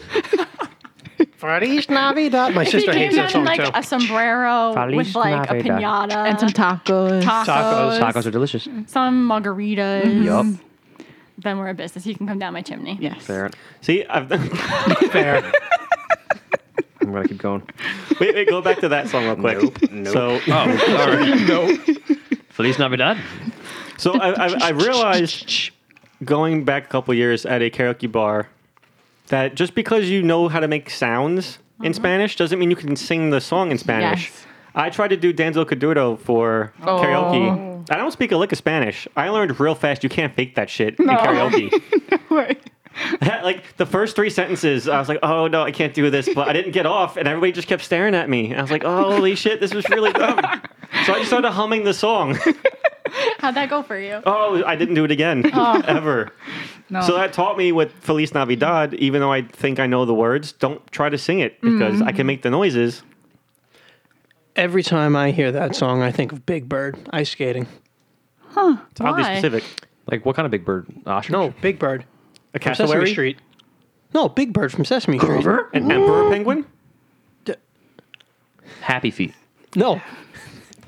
Speaker 2: Feliz Navidad. My
Speaker 4: He
Speaker 2: sister
Speaker 4: came
Speaker 2: hates
Speaker 4: down
Speaker 2: that
Speaker 4: in
Speaker 2: song
Speaker 4: like
Speaker 2: too.
Speaker 4: a sombrero
Speaker 3: Feliz
Speaker 4: with like a
Speaker 3: Navidad.
Speaker 4: pinata
Speaker 5: And some tacos.
Speaker 4: tacos,
Speaker 3: Tacos are delicious.
Speaker 4: some margaritas.
Speaker 3: Yup.
Speaker 4: Then we're a business. You can come down my chimney.
Speaker 5: Yes.
Speaker 3: Fair.
Speaker 1: See, I've wait,
Speaker 2: Fair.
Speaker 3: I'm gonna keep going.
Speaker 1: wait, go back to that song real quick. So,
Speaker 3: Oh, sorry. no. Feliz Navidad.
Speaker 1: so I, I, I realized going back a couple years at a karaoke bar that just because you know how to make sounds in Spanish doesn't mean you can sing the song in Spanish.
Speaker 5: Yes.
Speaker 1: I tried to do Danzo Caduto for karaoke. I don't speak a lick of Spanish. I learned real fast you can't fake that shit in karaoke. like the first three sentences, I was like, "Oh no, I can't do this," but I didn't get off, and everybody just kept staring at me. And I was like, oh, "Holy shit, this was really dumb." So I just started humming the song.
Speaker 4: How'd that go for you?
Speaker 1: Oh, I didn't do it again
Speaker 5: Oh.
Speaker 1: ever.
Speaker 7: No.
Speaker 1: So that taught me with Feliz Navidad. Even though I think I know the words, don't try to sing it because I
Speaker 5: Mm.
Speaker 1: can make the noises.
Speaker 2: Every time I hear that song, I think of Big Bird ice skating.
Speaker 1: It's oddly
Speaker 5: Why?
Speaker 1: specific.
Speaker 3: Like what kind of big bird? Ostrich?
Speaker 2: No, Big Bird.
Speaker 1: A
Speaker 2: From Sesame
Speaker 1: cassowary,
Speaker 2: Street. No, Big Bird from Sesame Street.
Speaker 1: an emperor penguin,
Speaker 3: Happy feet.
Speaker 2: No.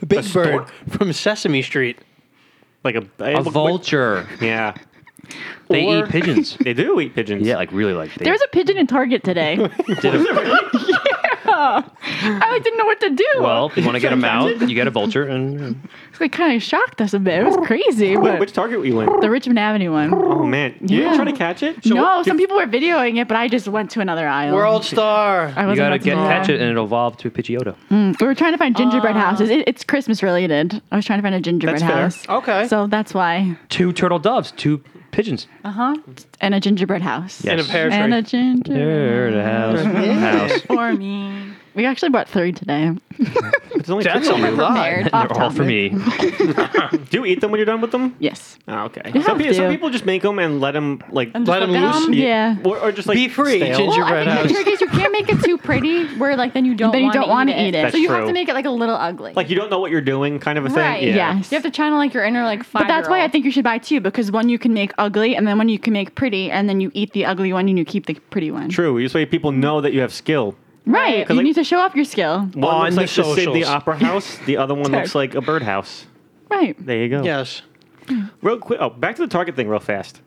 Speaker 2: Big
Speaker 1: stork.
Speaker 2: Bird from Sesame Street.
Speaker 1: like a
Speaker 3: A vulture.
Speaker 1: Yeah,
Speaker 3: They
Speaker 1: Or-
Speaker 3: eat pigeons.
Speaker 1: they do eat pigeons.
Speaker 3: yeah, like really like. They,
Speaker 5: There was a pigeon in Target today.
Speaker 3: did a,
Speaker 5: I didn't know what to do.
Speaker 3: well. If you want to get them out, you get a vulture, and
Speaker 5: it kind of shocked us a bit. It was crazy.
Speaker 1: Wh-
Speaker 5: But
Speaker 1: which target we went?
Speaker 5: the Richmond Avenue one.
Speaker 1: Oh man, you didn't
Speaker 5: Yeah.
Speaker 1: try to catch it?
Speaker 5: no, some
Speaker 1: Did-
Speaker 5: people were videoing it, but I just went to another aisle.
Speaker 2: World Star.
Speaker 5: I
Speaker 3: you
Speaker 5: wasn't
Speaker 3: gotta
Speaker 5: about to
Speaker 3: get
Speaker 5: do
Speaker 3: catch
Speaker 5: that.
Speaker 3: it, and it'll evolve to a Pidgeotto.
Speaker 5: We were trying to find gingerbread houses. It, it's Christmas related. I was trying to find a gingerbread
Speaker 1: That's fair.
Speaker 5: house.
Speaker 2: Okay.
Speaker 5: So that's why.
Speaker 3: Two turtle doves, two pigeons.
Speaker 5: Uh huh. And a gingerbread house.
Speaker 3: Yes.
Speaker 2: in a
Speaker 5: And a
Speaker 2: paratrade.
Speaker 5: ginger.
Speaker 3: There the house. house.
Speaker 4: For me.
Speaker 5: We actually bought three today.
Speaker 1: It's only
Speaker 2: That's
Speaker 1: two of
Speaker 2: a
Speaker 1: you.
Speaker 2: lot.
Speaker 5: Prepared.
Speaker 3: They're all for me.
Speaker 1: Do you eat them when you're done with them?
Speaker 5: Yes.
Speaker 1: Oh, okay.
Speaker 5: You
Speaker 1: Some,
Speaker 5: have
Speaker 1: pe- some
Speaker 5: to.
Speaker 1: people just make them and let them like
Speaker 2: Let him loose.
Speaker 1: be-
Speaker 5: Yeah.
Speaker 1: or, or just like
Speaker 2: Be free,
Speaker 1: stale.
Speaker 2: ginger-
Speaker 4: Well, I
Speaker 2: Gingerbread
Speaker 4: think the
Speaker 2: house.
Speaker 4: trick is you can't make it too pretty, where like then you don't.
Speaker 5: Then you
Speaker 4: wanna
Speaker 5: don't wanna eat it.
Speaker 4: So
Speaker 1: That's
Speaker 4: you have
Speaker 1: true.
Speaker 4: to make it like a little ugly.
Speaker 1: Like you don't know what you're doing, kind of a thing.
Speaker 4: right?
Speaker 1: Yeah.
Speaker 5: Yes.
Speaker 4: You have to channel like your inner like five.
Speaker 5: But that's why I think you should buy two because one you can make ugly and then one you can make pretty and then you eat the ugly one and you keep the pretty one.
Speaker 1: True. This way people know that you have skill.
Speaker 5: Right. You
Speaker 1: like-
Speaker 5: need to show off your skill.
Speaker 1: One
Speaker 2: On
Speaker 1: looks
Speaker 2: the
Speaker 1: like the Sydney
Speaker 2: socials.
Speaker 1: Opera House. The other one
Speaker 5: Sorry.
Speaker 1: looks like a birdhouse.
Speaker 5: Right.
Speaker 1: There you go.
Speaker 2: Yes.
Speaker 1: Real quick. Oh, back to the target thing, real fast.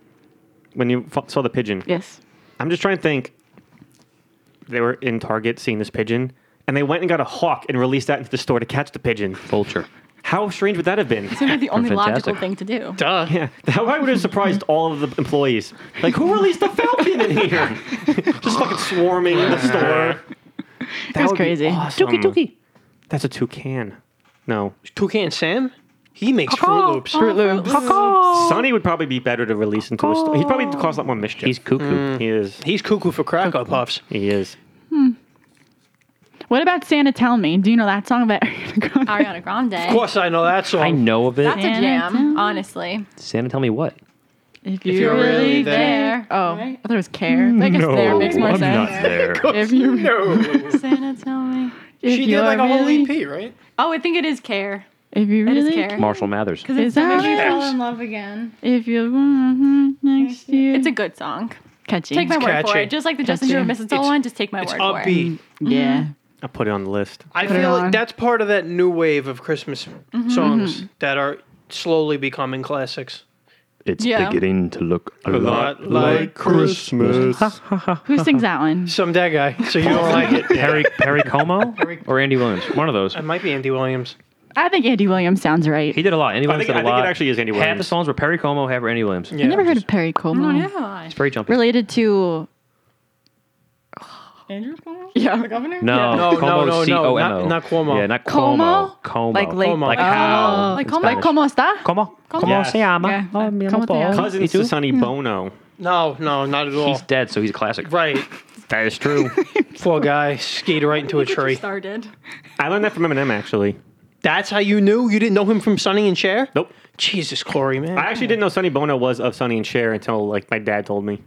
Speaker 1: When you f- saw the pigeon,
Speaker 5: Yes.
Speaker 1: I'm just trying to think. They were in Target seeing this pigeon, and they went and got a hawk and released that into the store to catch the pigeon.
Speaker 3: Vulture.
Speaker 1: How strange would that have been?
Speaker 4: seems like the only logical
Speaker 3: Fantastic.
Speaker 4: thing to do.
Speaker 2: Duh.
Speaker 1: Yeah, that probably would have surprised all of the employees. Like, who released the Falcon in here? Just fucking swarming the store. That
Speaker 5: was
Speaker 1: would be
Speaker 5: crazy.
Speaker 1: Awesome.
Speaker 3: Dookie dookie.
Speaker 1: That's a toucan. No,
Speaker 2: Toucan Sam? He makes Fruit Loops. Fruit Loops. Oh.
Speaker 1: Sonny would probably be better to release into a store. He'd probably cause a lot more mischief.
Speaker 3: He's cuckoo.
Speaker 1: he is.
Speaker 2: He's cuckoo for Krakow Puffs.
Speaker 1: He is.
Speaker 5: What about Santa Tell Me? Do you know that song about
Speaker 4: Ariana Grande.
Speaker 2: Of course I know that
Speaker 3: I
Speaker 2: song.
Speaker 3: know of it.
Speaker 4: That's a jam, honestly.
Speaker 3: Santa, tell me what.
Speaker 5: If
Speaker 2: you're really
Speaker 4: there.
Speaker 5: Oh,
Speaker 4: Right?
Speaker 5: I thought it was care. I guess there makes more sense.
Speaker 3: there.
Speaker 5: If you
Speaker 4: Santa, tell me.
Speaker 5: if
Speaker 2: She did like a
Speaker 5: you're really,
Speaker 2: whole EP, right?
Speaker 4: Oh, I think it is care.
Speaker 5: If you
Speaker 4: That is
Speaker 5: really
Speaker 4: care.
Speaker 3: Marshall Mathers.
Speaker 4: Because it's
Speaker 5: Is that
Speaker 4: that makes
Speaker 5: right?
Speaker 4: you fall in love again.
Speaker 5: If you want her next year.
Speaker 4: It's a good song.
Speaker 5: catchy.
Speaker 4: Take my word for
Speaker 2: catchy.
Speaker 4: it. Just like the Justin
Speaker 5: Catchy.
Speaker 4: Bieber Mistletoe
Speaker 2: It's-
Speaker 4: one, just take my
Speaker 2: It's
Speaker 4: word for it.
Speaker 2: upbeat.
Speaker 5: yeah.
Speaker 1: I'll put it on the list.
Speaker 2: I
Speaker 5: Put it
Speaker 2: feel
Speaker 5: on. Mm-hmm.
Speaker 2: like that's part of that new wave of Christmas songs that are slowly becoming classics.
Speaker 3: It's
Speaker 4: Yeah.
Speaker 3: beginning to look a
Speaker 2: lot like
Speaker 1: Christmas.
Speaker 5: Who sings that one?
Speaker 2: Some dead guy, so you don't like it.
Speaker 3: Perry Perry Como or Andy Williams. One of those.
Speaker 2: It might be Andy Williams.
Speaker 5: I think Andy Williams sounds right.
Speaker 3: He did a lot. Andy
Speaker 1: I
Speaker 3: Williams
Speaker 1: think, I
Speaker 3: did a
Speaker 1: think
Speaker 3: lot.
Speaker 1: it actually is Andy
Speaker 3: Half the
Speaker 1: Williams.
Speaker 3: songs were Perry Como, half were Andy Williams.
Speaker 5: I
Speaker 2: Yeah.
Speaker 5: never heard of Perry Como.
Speaker 4: Yeah.
Speaker 3: It's very jumpy.
Speaker 5: Related to
Speaker 4: Andrew Cuomo?
Speaker 5: Yeah.
Speaker 4: The governor?
Speaker 3: No,
Speaker 2: No, no,
Speaker 3: Como,
Speaker 2: no, no,
Speaker 3: C-O-M-O.
Speaker 2: not- not Cuomo.
Speaker 3: Yeah, not
Speaker 5: Como?
Speaker 3: Como. Como.
Speaker 5: Like late-
Speaker 2: Como.
Speaker 3: Like
Speaker 2: Oh.
Speaker 3: how.
Speaker 4: Like
Speaker 3: in
Speaker 4: como-
Speaker 5: Like,
Speaker 3: Spanish.
Speaker 5: ¿Cómo está?
Speaker 3: Como. Como
Speaker 1: Yeah.
Speaker 3: se llama?
Speaker 5: Yeah.
Speaker 3: Oh, mi
Speaker 5: Como te
Speaker 3: amor.
Speaker 5: llama.
Speaker 1: Cousins
Speaker 3: You
Speaker 1: to
Speaker 3: too?
Speaker 1: Sonny Bono.
Speaker 2: No, no, not at all.
Speaker 3: He's dead, so he's a classic.
Speaker 2: Right.
Speaker 3: That is true.
Speaker 2: Poor guy skated right into a tree.
Speaker 4: Started.
Speaker 1: I learned that from Eminem actually.
Speaker 2: That's how you knew you didn't know him from Sonny and Cher?
Speaker 1: Nope.
Speaker 2: Jesus, Corey, man.
Speaker 1: I actually didn't know Sonny Bono was of Sonny and Cher until like my dad told me.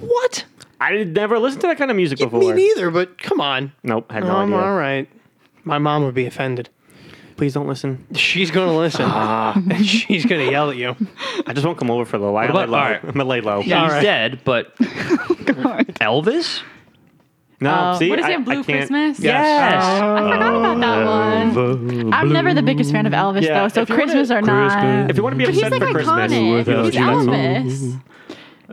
Speaker 2: what?
Speaker 1: I had never listened to that kind of music before.
Speaker 2: Me neither, but come on.
Speaker 1: Nope, had no
Speaker 2: um,
Speaker 1: idea.
Speaker 2: all right. My mom would be offended.
Speaker 1: Please don't listen.
Speaker 2: She's going to listen. and she's going to yell at you.
Speaker 1: I just won't come over for the lie.
Speaker 3: What
Speaker 1: Lay
Speaker 3: about-
Speaker 1: low.
Speaker 3: all right.
Speaker 1: I'm gonna lay low.
Speaker 3: Yeah,
Speaker 2: All
Speaker 3: he's
Speaker 2: right.
Speaker 3: dead, but
Speaker 5: Oh
Speaker 3: Elvis?
Speaker 1: No,
Speaker 5: Uh,
Speaker 1: see,
Speaker 4: What is
Speaker 1: I,
Speaker 4: it,
Speaker 1: I
Speaker 4: Blue
Speaker 1: can't-
Speaker 4: Christmas?
Speaker 2: Yes.
Speaker 3: Oh,
Speaker 4: I forgot about that one.
Speaker 5: I'm never the biggest fan of Elvis
Speaker 1: Yeah,
Speaker 5: though, so
Speaker 1: if you wanna-
Speaker 5: Christmas or not.
Speaker 1: If you want to be
Speaker 4: But he's
Speaker 1: upset
Speaker 4: like
Speaker 1: for Christmas,
Speaker 4: iconic.
Speaker 3: without
Speaker 4: He's
Speaker 3: you.
Speaker 4: Elvis.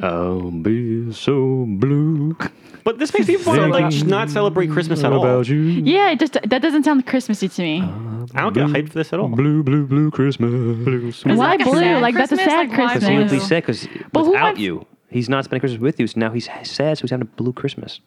Speaker 3: I'll be so blue
Speaker 1: but this makes people want to like not celebrate Christmas at all.
Speaker 3: you.
Speaker 5: Yeah, it just that doesn't sound Christmassy to me.
Speaker 3: Oh.
Speaker 1: I don't get hyped for this at all.
Speaker 3: Blue, blue, blue Christmas.
Speaker 4: Is it
Speaker 5: Why
Speaker 4: like a
Speaker 5: blue?
Speaker 4: sad
Speaker 5: Like that's a
Speaker 4: Christmas? Like,
Speaker 5: sad
Speaker 4: why
Speaker 5: Christmas.
Speaker 3: That's
Speaker 4: blue?
Speaker 3: uniquely sick because
Speaker 5: who
Speaker 3: without
Speaker 5: wants-
Speaker 3: you, He's not spending Christmas with you, so now he's sad, so he's having a blue Christmas.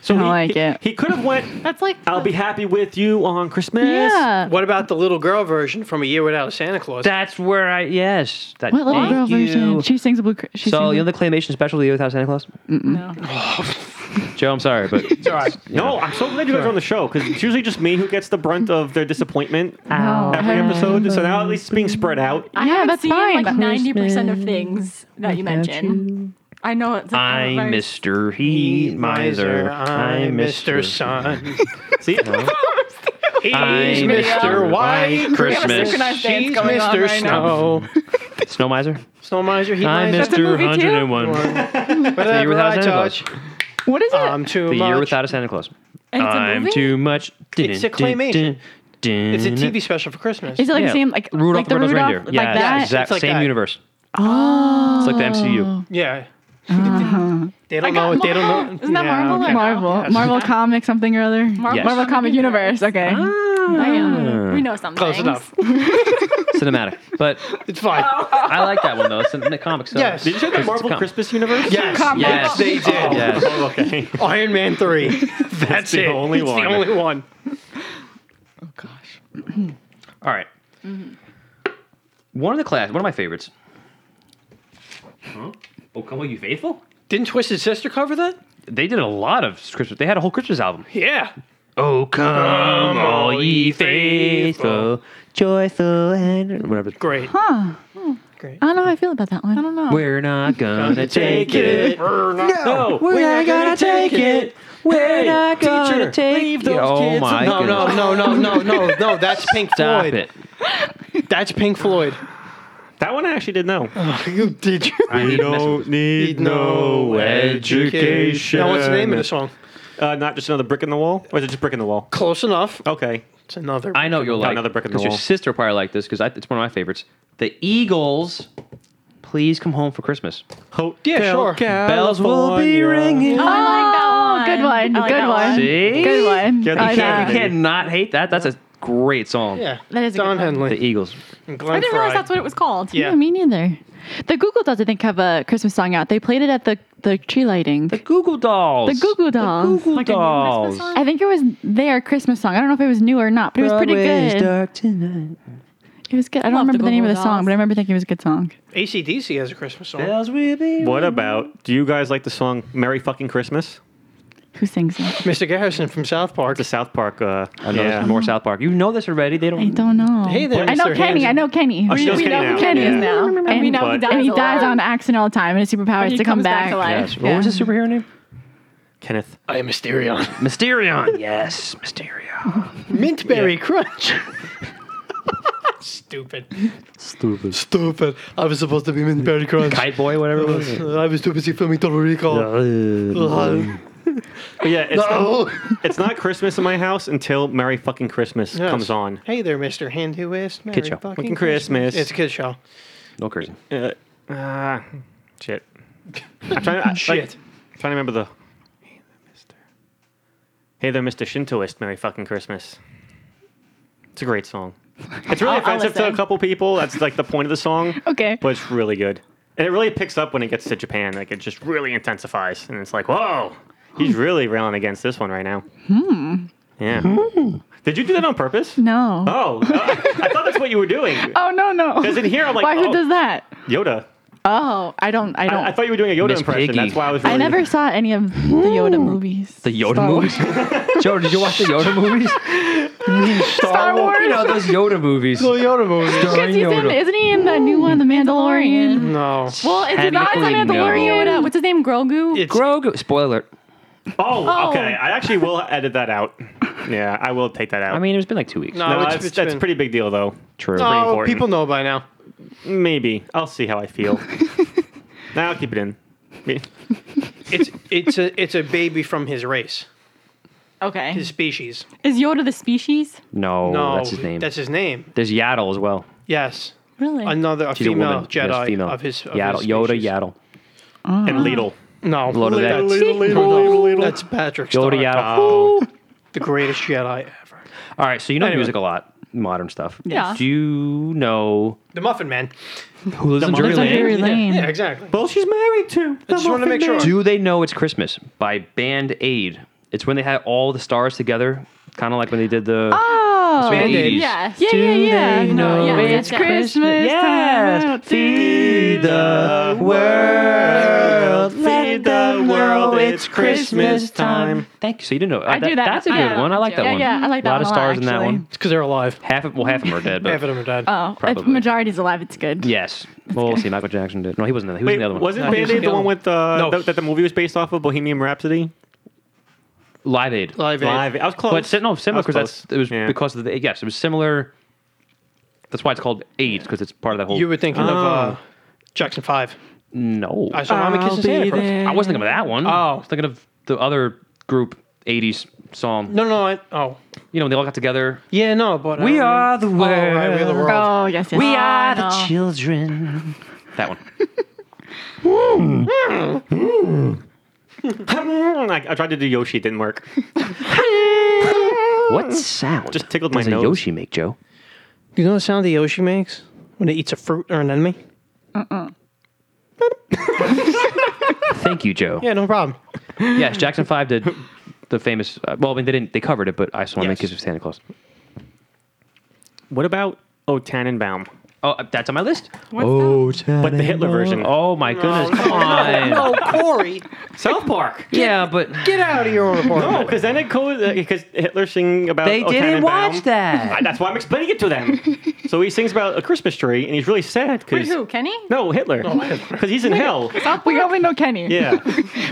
Speaker 1: So
Speaker 5: I
Speaker 1: he,
Speaker 5: like
Speaker 1: he-
Speaker 5: it.
Speaker 1: He could have went.
Speaker 4: That's like
Speaker 1: I'll be happy with you on Christmas.
Speaker 5: Yeah.
Speaker 2: What about the little girl version from A Year Without a Santa Claus?
Speaker 3: That's where I yes. That,
Speaker 5: What little
Speaker 3: thank
Speaker 5: girl
Speaker 3: you.
Speaker 5: version? She sings a blue. Cr- She
Speaker 3: so
Speaker 5: sings
Speaker 3: you know
Speaker 5: a-
Speaker 3: the claymation special the year without Santa Claus?
Speaker 4: no.
Speaker 3: Joe, I'm sorry, but
Speaker 2: all right.
Speaker 1: No, I'm so glad you guys are on the show because it's usually just me who gets the brunt of their disappointment
Speaker 3: Oh.
Speaker 5: No.
Speaker 1: every episode. So now at least it's being spread out.
Speaker 4: I
Speaker 5: Yeah,
Speaker 4: haven't
Speaker 5: that's
Speaker 4: seen
Speaker 5: fine.
Speaker 4: like ninety percent of things that you mentioned. I know it's.
Speaker 3: I'm
Speaker 4: very-
Speaker 3: Mr. Heat Miser.
Speaker 2: I'm Mr. Sun.
Speaker 1: See,
Speaker 2: He's
Speaker 3: I'm
Speaker 2: Mr.
Speaker 3: Mr.
Speaker 2: White
Speaker 3: White Christmas.
Speaker 2: Christmas.
Speaker 3: We have a
Speaker 4: synchronized dance
Speaker 2: She's
Speaker 4: going on
Speaker 2: Mr.
Speaker 4: right now.
Speaker 2: Snow.
Speaker 3: Snow Miser.
Speaker 2: Snow Miser, he
Speaker 3: I'm
Speaker 2: miser.
Speaker 3: Mr.
Speaker 5: movie, too?
Speaker 3: 101. The year
Speaker 2: Whatever
Speaker 3: without
Speaker 2: I
Speaker 3: Santa Claus.
Speaker 2: touch,
Speaker 5: What is it?
Speaker 2: I'm too
Speaker 3: The
Speaker 2: much.
Speaker 3: year without a Santa Claus.
Speaker 4: And it's a
Speaker 3: I'm
Speaker 4: movie?
Speaker 3: too much.
Speaker 2: It's a claymation. it's
Speaker 3: It's
Speaker 2: a TV special for Christmas.
Speaker 5: is it like the same like
Speaker 3: Rudolph
Speaker 5: like the
Speaker 3: the Red-Nosed
Speaker 5: Rudolph
Speaker 3: Reindeer?
Speaker 5: like
Speaker 3: yeah,
Speaker 5: that?
Speaker 3: exact-
Speaker 2: It's like
Speaker 3: same
Speaker 2: that.
Speaker 3: universe.
Speaker 5: Oh,
Speaker 3: It's like the MCU.
Speaker 2: Yeah. they don't know.
Speaker 4: got
Speaker 2: They don't know.
Speaker 4: Marvel. Isn't that
Speaker 2: yeah,
Speaker 4: Marvel?
Speaker 2: okay.
Speaker 4: Like-
Speaker 5: Marvel,
Speaker 2: Yes.
Speaker 5: Marvel comic something or other. Marvel,
Speaker 3: Yes.
Speaker 5: comic universe. Okay.
Speaker 4: Damn. We know something.
Speaker 2: Close enough.
Speaker 3: Cinematic. But
Speaker 2: It's fine.
Speaker 3: I like that one though. It's in the comics. So
Speaker 2: Yes.
Speaker 1: did you say the
Speaker 3: It's a
Speaker 1: Marvel
Speaker 3: com-
Speaker 1: Christmas universe?
Speaker 2: Yes.
Speaker 3: Yes.
Speaker 2: They did.
Speaker 3: Yes.
Speaker 1: Oh, okay.
Speaker 2: Iron Man 3. That's,
Speaker 1: the
Speaker 2: it.
Speaker 1: only
Speaker 2: it's
Speaker 1: one.
Speaker 2: the only one.
Speaker 3: All right. One of the class. One of my favorites. Huh? Oh, come on, you faithful.
Speaker 2: Didn't Twisted Sister cover that?
Speaker 3: They did a lot of Christmas. They had a whole Christmas album.
Speaker 2: Yeah.
Speaker 3: Oh, come, all ye faithful, joyful, and whatever.
Speaker 2: Great.
Speaker 5: Huh.
Speaker 2: Great.
Speaker 5: I don't know how I feel about that one. I don't know.
Speaker 3: We're not gonna take it.
Speaker 1: No,
Speaker 3: We're not gonna take it. We're not gonna
Speaker 1: teacher,
Speaker 3: take
Speaker 1: leave
Speaker 3: it.
Speaker 1: those
Speaker 3: oh
Speaker 1: kids
Speaker 3: my
Speaker 2: No, no,
Speaker 3: goodness.
Speaker 2: no, no, no, no, no. That's Pink
Speaker 3: Stop
Speaker 2: Floyd.
Speaker 3: it.
Speaker 2: That's Pink Floyd.
Speaker 1: that one I actually didn't know.
Speaker 2: you did you?
Speaker 3: You don't
Speaker 1: need
Speaker 2: no
Speaker 3: education.
Speaker 2: Now, what's the name of the song?
Speaker 1: Uh, not just another brick in the wall, or is it just brick in the wall?
Speaker 2: Close enough.
Speaker 1: Okay.
Speaker 2: It's another.
Speaker 3: I know you'll like
Speaker 1: Another brick in the
Speaker 3: 'cause your
Speaker 1: wall.
Speaker 3: sister will probably like this because it's one of my favorites. The Eagles, please come home for Christmas.
Speaker 1: Hotel
Speaker 2: Yeah, sure.
Speaker 3: Bells will be
Speaker 1: California.
Speaker 3: ringing.
Speaker 4: I
Speaker 5: Oh,
Speaker 4: like that
Speaker 5: good one.
Speaker 4: one. I like
Speaker 5: good
Speaker 4: that
Speaker 5: one.
Speaker 4: one.
Speaker 3: See?
Speaker 5: Good one.
Speaker 1: Get the
Speaker 5: I like
Speaker 1: camera,
Speaker 5: that.
Speaker 3: You
Speaker 1: baby.
Speaker 3: cannot hate that. That's a great song.
Speaker 2: Yeah.
Speaker 5: That is a
Speaker 2: Don
Speaker 5: good one.
Speaker 3: The
Speaker 2: Henley.
Speaker 3: Eagles.
Speaker 2: And
Speaker 4: I
Speaker 2: Glenn
Speaker 4: didn't
Speaker 2: Frey.
Speaker 4: realize that's what it was called.
Speaker 2: Yeah.
Speaker 5: Yeah, me neither. The Google Dolls, I think, have a Christmas song out. They played it at the, the tree lighting.
Speaker 3: The Google Dolls.
Speaker 5: The Google Dolls.
Speaker 3: Google
Speaker 4: Like a new
Speaker 3: Dolls.
Speaker 4: Christmas song?
Speaker 5: I think it was their Christmas song. I don't know if it was new or not, but it was pretty
Speaker 3: Broadway's
Speaker 5: good.
Speaker 3: dark tonight.
Speaker 5: It was good. I don't
Speaker 4: Love the
Speaker 5: remember the, name of
Speaker 4: Google
Speaker 5: the song,
Speaker 4: Dolls.
Speaker 5: but I remember thinking it was a good song.
Speaker 2: ACDC has a Christmas song.
Speaker 3: Bells will be
Speaker 1: What
Speaker 3: ringing.
Speaker 1: about? Do you guys like the song "Merry Fucking Christmas"?
Speaker 5: Who sings it?
Speaker 2: Mr. Garrison from South Park.
Speaker 1: The South Park. Uh,
Speaker 3: I know this is more South Park. You know this already. They
Speaker 5: I
Speaker 3: don't.
Speaker 5: don't know.
Speaker 2: Hey there,
Speaker 5: I know
Speaker 2: Mr.
Speaker 5: Kenny.
Speaker 2: Hands-
Speaker 5: I know Kenny.
Speaker 1: Oh, she knows
Speaker 5: we
Speaker 1: Kenny
Speaker 5: know who
Speaker 1: now.
Speaker 5: Kenny
Speaker 1: Yeah.
Speaker 5: is now.
Speaker 4: And we know he
Speaker 1: But-
Speaker 4: dies
Speaker 5: and he
Speaker 4: a
Speaker 5: dies
Speaker 4: lot.
Speaker 5: on accident all the time, and his superpower
Speaker 4: But
Speaker 5: is
Speaker 4: he
Speaker 5: to come
Speaker 4: comes back
Speaker 5: back.
Speaker 4: to life.
Speaker 3: Yes. What was his superhero name?
Speaker 1: Kenneth.
Speaker 2: I am Mysterion.
Speaker 3: Mysterion. Yes, Mysterion.
Speaker 2: Mintberry Crunch. Stupid.
Speaker 3: Stupid.
Speaker 2: Stupid. I was supposed to be Mintberry Crunch.
Speaker 3: Kite Boy, whatever it was.
Speaker 2: I was too busy filming Total Recall.
Speaker 3: Uh,
Speaker 1: But yeah, it's,
Speaker 2: Oh.
Speaker 1: it's not Christmas in my house until "Merry Fucking Christmas"
Speaker 2: Yes.
Speaker 1: comes on.
Speaker 2: Hey there, Mr. Hinduist. Merry
Speaker 3: Kid show.
Speaker 2: fucking
Speaker 1: Fucking Christmas.
Speaker 2: It's a kid show.
Speaker 3: no cursing.
Speaker 1: Uh, ah, shit. I'm trying, I,
Speaker 2: Shit.
Speaker 1: I'm trying to remember the. Hey there, Mr. Shintoist. Merry fucking Christmas. It's a great song. It's really offensive to a
Speaker 4: listen.
Speaker 1: couple people. That's like the point of the song,
Speaker 5: Okay.
Speaker 1: but it's really good. And it really picks up when it gets to Japan. Like it just really intensifies, and it's like, whoa, he's really railing against this one right now. Hmm. Yeah. Did you do that on purpose?
Speaker 5: No. Oh,
Speaker 1: Oh, I I thought that's what you were doing.
Speaker 5: no no.
Speaker 1: Because in here, I'm like,
Speaker 5: Oh. Why?
Speaker 1: oh,
Speaker 5: Who does that?
Speaker 1: Yoda.
Speaker 5: Oh, I don't. I don't.
Speaker 1: I,
Speaker 5: I,
Speaker 1: I thought you were doing a Yoda
Speaker 3: Miss
Speaker 1: impression.
Speaker 3: Piggy.
Speaker 1: That's why I was. Really,
Speaker 5: never saw any of the Yoda
Speaker 4: Hmm.
Speaker 5: movies.
Speaker 3: The Yoda
Speaker 5: Star Wars.
Speaker 3: er movies? Joe, did you watch the Yoda movies?
Speaker 2: Star
Speaker 5: Wars.
Speaker 3: You know, those Yoda movies.
Speaker 2: Little Yoda movie.
Speaker 5: Because he's in, isn't he in the new one, The Mandalorian?
Speaker 2: No.
Speaker 4: Well, it's
Speaker 3: How do
Speaker 4: not
Speaker 3: you
Speaker 4: it's not
Speaker 3: know?
Speaker 4: Mandalorian. Yoda. What's his name? Grogu.
Speaker 2: It's
Speaker 3: Grogu. Spoiler alert.
Speaker 1: Oh,
Speaker 4: Oh.
Speaker 1: okay. I actually will edit that out. Yeah, I will take that out.
Speaker 3: I mean, it's been like two weeks.
Speaker 2: No,
Speaker 1: no,
Speaker 2: it's,
Speaker 1: that's,
Speaker 2: it's
Speaker 1: that's
Speaker 2: been-
Speaker 1: pretty big deal though.
Speaker 3: True.
Speaker 1: pretty
Speaker 2: No,
Speaker 1: important.
Speaker 2: people know by now.
Speaker 1: Maybe I'll see how I feel. now I'll keep it in. Me-
Speaker 2: It's it's a it's a baby from his race,
Speaker 4: Okay.
Speaker 2: his species.
Speaker 4: Is Yoda the species?
Speaker 3: No,
Speaker 2: no,
Speaker 3: Oh, that's his name.
Speaker 2: That's his name.
Speaker 3: There's Yaddle as well.
Speaker 2: Yes,
Speaker 4: Really?
Speaker 2: another a
Speaker 3: She's a
Speaker 2: female
Speaker 3: woman.
Speaker 2: Jedi
Speaker 3: Yes, female.
Speaker 2: of his. Of
Speaker 3: Yaddle.
Speaker 2: his
Speaker 3: Yoda,
Speaker 2: species.
Speaker 3: Yaddle.
Speaker 1: And Lidl.
Speaker 2: No,
Speaker 3: Lord of the
Speaker 2: that's,
Speaker 3: Rings.
Speaker 2: that's Patrick. Star,
Speaker 3: Yoda, Yaddle.
Speaker 1: Oh,
Speaker 2: the greatest Jedi ever.
Speaker 3: All right, so you know music a lot. modern stuff.
Speaker 5: Yeah.
Speaker 3: Do you know
Speaker 2: The Muffin Man.
Speaker 3: who lives in
Speaker 1: Muffin
Speaker 3: Drury
Speaker 5: Lives on
Speaker 3: Lane?
Speaker 5: Drury Lane.
Speaker 2: Yeah, exactly.
Speaker 1: Well, she's married to. the
Speaker 2: just wanted to
Speaker 1: Muffin
Speaker 2: make sure.
Speaker 1: Man.
Speaker 3: Do they know it's Christmas by Band Aid? It's when they had all the stars together, kind of like when they did the.
Speaker 5: Oh,
Speaker 3: Band
Speaker 2: Band-Aid.
Speaker 3: Aid.
Speaker 4: Yes.
Speaker 5: yeah, yeah, yeah.
Speaker 3: they
Speaker 4: know
Speaker 5: yeah,
Speaker 4: it's
Speaker 5: it's Christmas.
Speaker 3: Yes,
Speaker 5: time.
Speaker 3: feed the world, feed the world. It's Christmas time. Thank you. So you didn't know.
Speaker 5: I do that.
Speaker 3: That's a good
Speaker 5: Yeah.
Speaker 3: one. I like that
Speaker 5: Yeah,
Speaker 3: one.
Speaker 5: yeah, I like that
Speaker 3: A lot of
Speaker 5: one a lot,
Speaker 3: stars in that
Speaker 5: actually.
Speaker 3: one.
Speaker 2: It's because they're alive.
Speaker 3: Half of well, half of them are dead,
Speaker 2: Half of
Speaker 3: but
Speaker 2: them are dead.
Speaker 5: Oh, if
Speaker 3: Probably.
Speaker 5: majority's alive, it's good.
Speaker 3: yes. Well, we'll see. Michael Jackson did. No, he wasn't in that. He was
Speaker 1: Wait,
Speaker 3: in the other one.
Speaker 1: wasn't
Speaker 2: No, he was
Speaker 1: Band Aid
Speaker 2: the
Speaker 1: the
Speaker 2: other
Speaker 1: one
Speaker 2: one.
Speaker 1: with uh,
Speaker 2: No.
Speaker 1: th- that the movie was based off of, Bohemian Rhapsody?
Speaker 3: Live Aid.
Speaker 2: Live Aid.
Speaker 1: Live. I was close.
Speaker 3: But si- no,
Speaker 1: I
Speaker 3: similar
Speaker 1: was
Speaker 3: because that's
Speaker 1: close.
Speaker 3: it was
Speaker 1: Yeah.
Speaker 3: because of the yes, it was similar. That's why it's called AIDS because it's part of that whole.
Speaker 2: You were thinking of uh,
Speaker 1: Oh.
Speaker 2: Jackson 5.
Speaker 3: no.
Speaker 2: I saw Mommy Kissing Santa Claus.
Speaker 3: I wasn't thinking of that one. I was thinking of the other group '80s song.
Speaker 2: No, no, I, oh.
Speaker 3: You know, when they all got together.
Speaker 2: Yeah, no, but.
Speaker 3: We
Speaker 2: um,
Speaker 3: are the
Speaker 2: Oh, right, we are the
Speaker 3: world.
Speaker 2: world.
Speaker 5: Oh, yes, yes.
Speaker 3: We
Speaker 5: Oh,
Speaker 3: are
Speaker 5: no.
Speaker 3: the children. That one.
Speaker 1: Mm, I, I tried to do Yoshi, it didn't work.
Speaker 3: What sound?
Speaker 1: Just tickled my
Speaker 3: does a
Speaker 1: nose.
Speaker 3: Yoshi make Joe?
Speaker 2: You know the sound the Yoshi makes when it eats a fruit or an enemy?
Speaker 3: Thank you, Joe.
Speaker 2: Yeah, no problem.
Speaker 3: Yes, Jackson Five did the famous. Uh, well, I mean, they didn't. They covered it, but I saw him in
Speaker 2: Yes.
Speaker 3: Kiss of Santa Claus.
Speaker 1: What about Oh Tannenbaum?
Speaker 3: Oh, that's on my list.
Speaker 1: But the Hitler version.
Speaker 3: Oh my goodness! Come on.
Speaker 2: Oh, Corey,
Speaker 1: South Park.
Speaker 3: Yeah, but
Speaker 2: get out of your own apartment.
Speaker 1: No, because then it goes because Hitler singing about.
Speaker 3: they
Speaker 1: "O Tannenbaum."
Speaker 3: didn't watch that.
Speaker 1: I, that's why I'm explaining it to them. so he sings about a Christmas tree, and he's really sad
Speaker 4: Wait,
Speaker 1: because
Speaker 4: who? Kenny?
Speaker 1: no Hitler, because he's in hell.
Speaker 5: We only know Kenny.
Speaker 1: Yeah.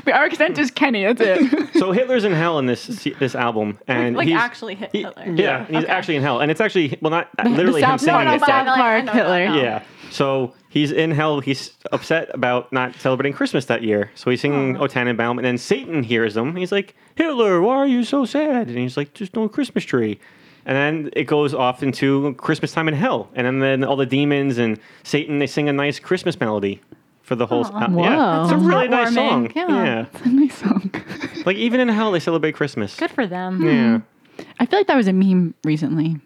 Speaker 5: We, our extent is Kenny. That's it.
Speaker 1: So Hitler's in hell in this this album, and
Speaker 4: Like
Speaker 1: he's,
Speaker 4: actually hit
Speaker 1: he-
Speaker 4: Hitler.
Speaker 1: Yeah, and he's actually in hell, and it's actually well not literally
Speaker 5: the
Speaker 1: him
Speaker 5: South,
Speaker 1: singing
Speaker 5: no, no,
Speaker 1: it.
Speaker 4: but I
Speaker 5: South
Speaker 4: know- I
Speaker 5: Park
Speaker 4: know that
Speaker 5: Oh Hitler.
Speaker 4: now.
Speaker 1: Yeah. So he's in hell. He's upset about not celebrating Christmas that year. So he's singing
Speaker 4: Oh.
Speaker 1: O Tannenbaum, and then Satan hears him. He's like, Hitler, why are you so sad? And he's like, just no Christmas tree. And then it goes off into Christmas time in hell. And then, then all the demons and Satan, they sing a nice Christmas melody for the whole. uh,
Speaker 5: Wow.
Speaker 1: Yeah. It's a
Speaker 5: That's
Speaker 1: really nice song.
Speaker 4: heartwarming. Yeah.
Speaker 5: Nice song.
Speaker 1: Like even in hell, they celebrate Christmas.
Speaker 4: Good for them.
Speaker 1: Yeah.
Speaker 5: I feel like that was a meme recently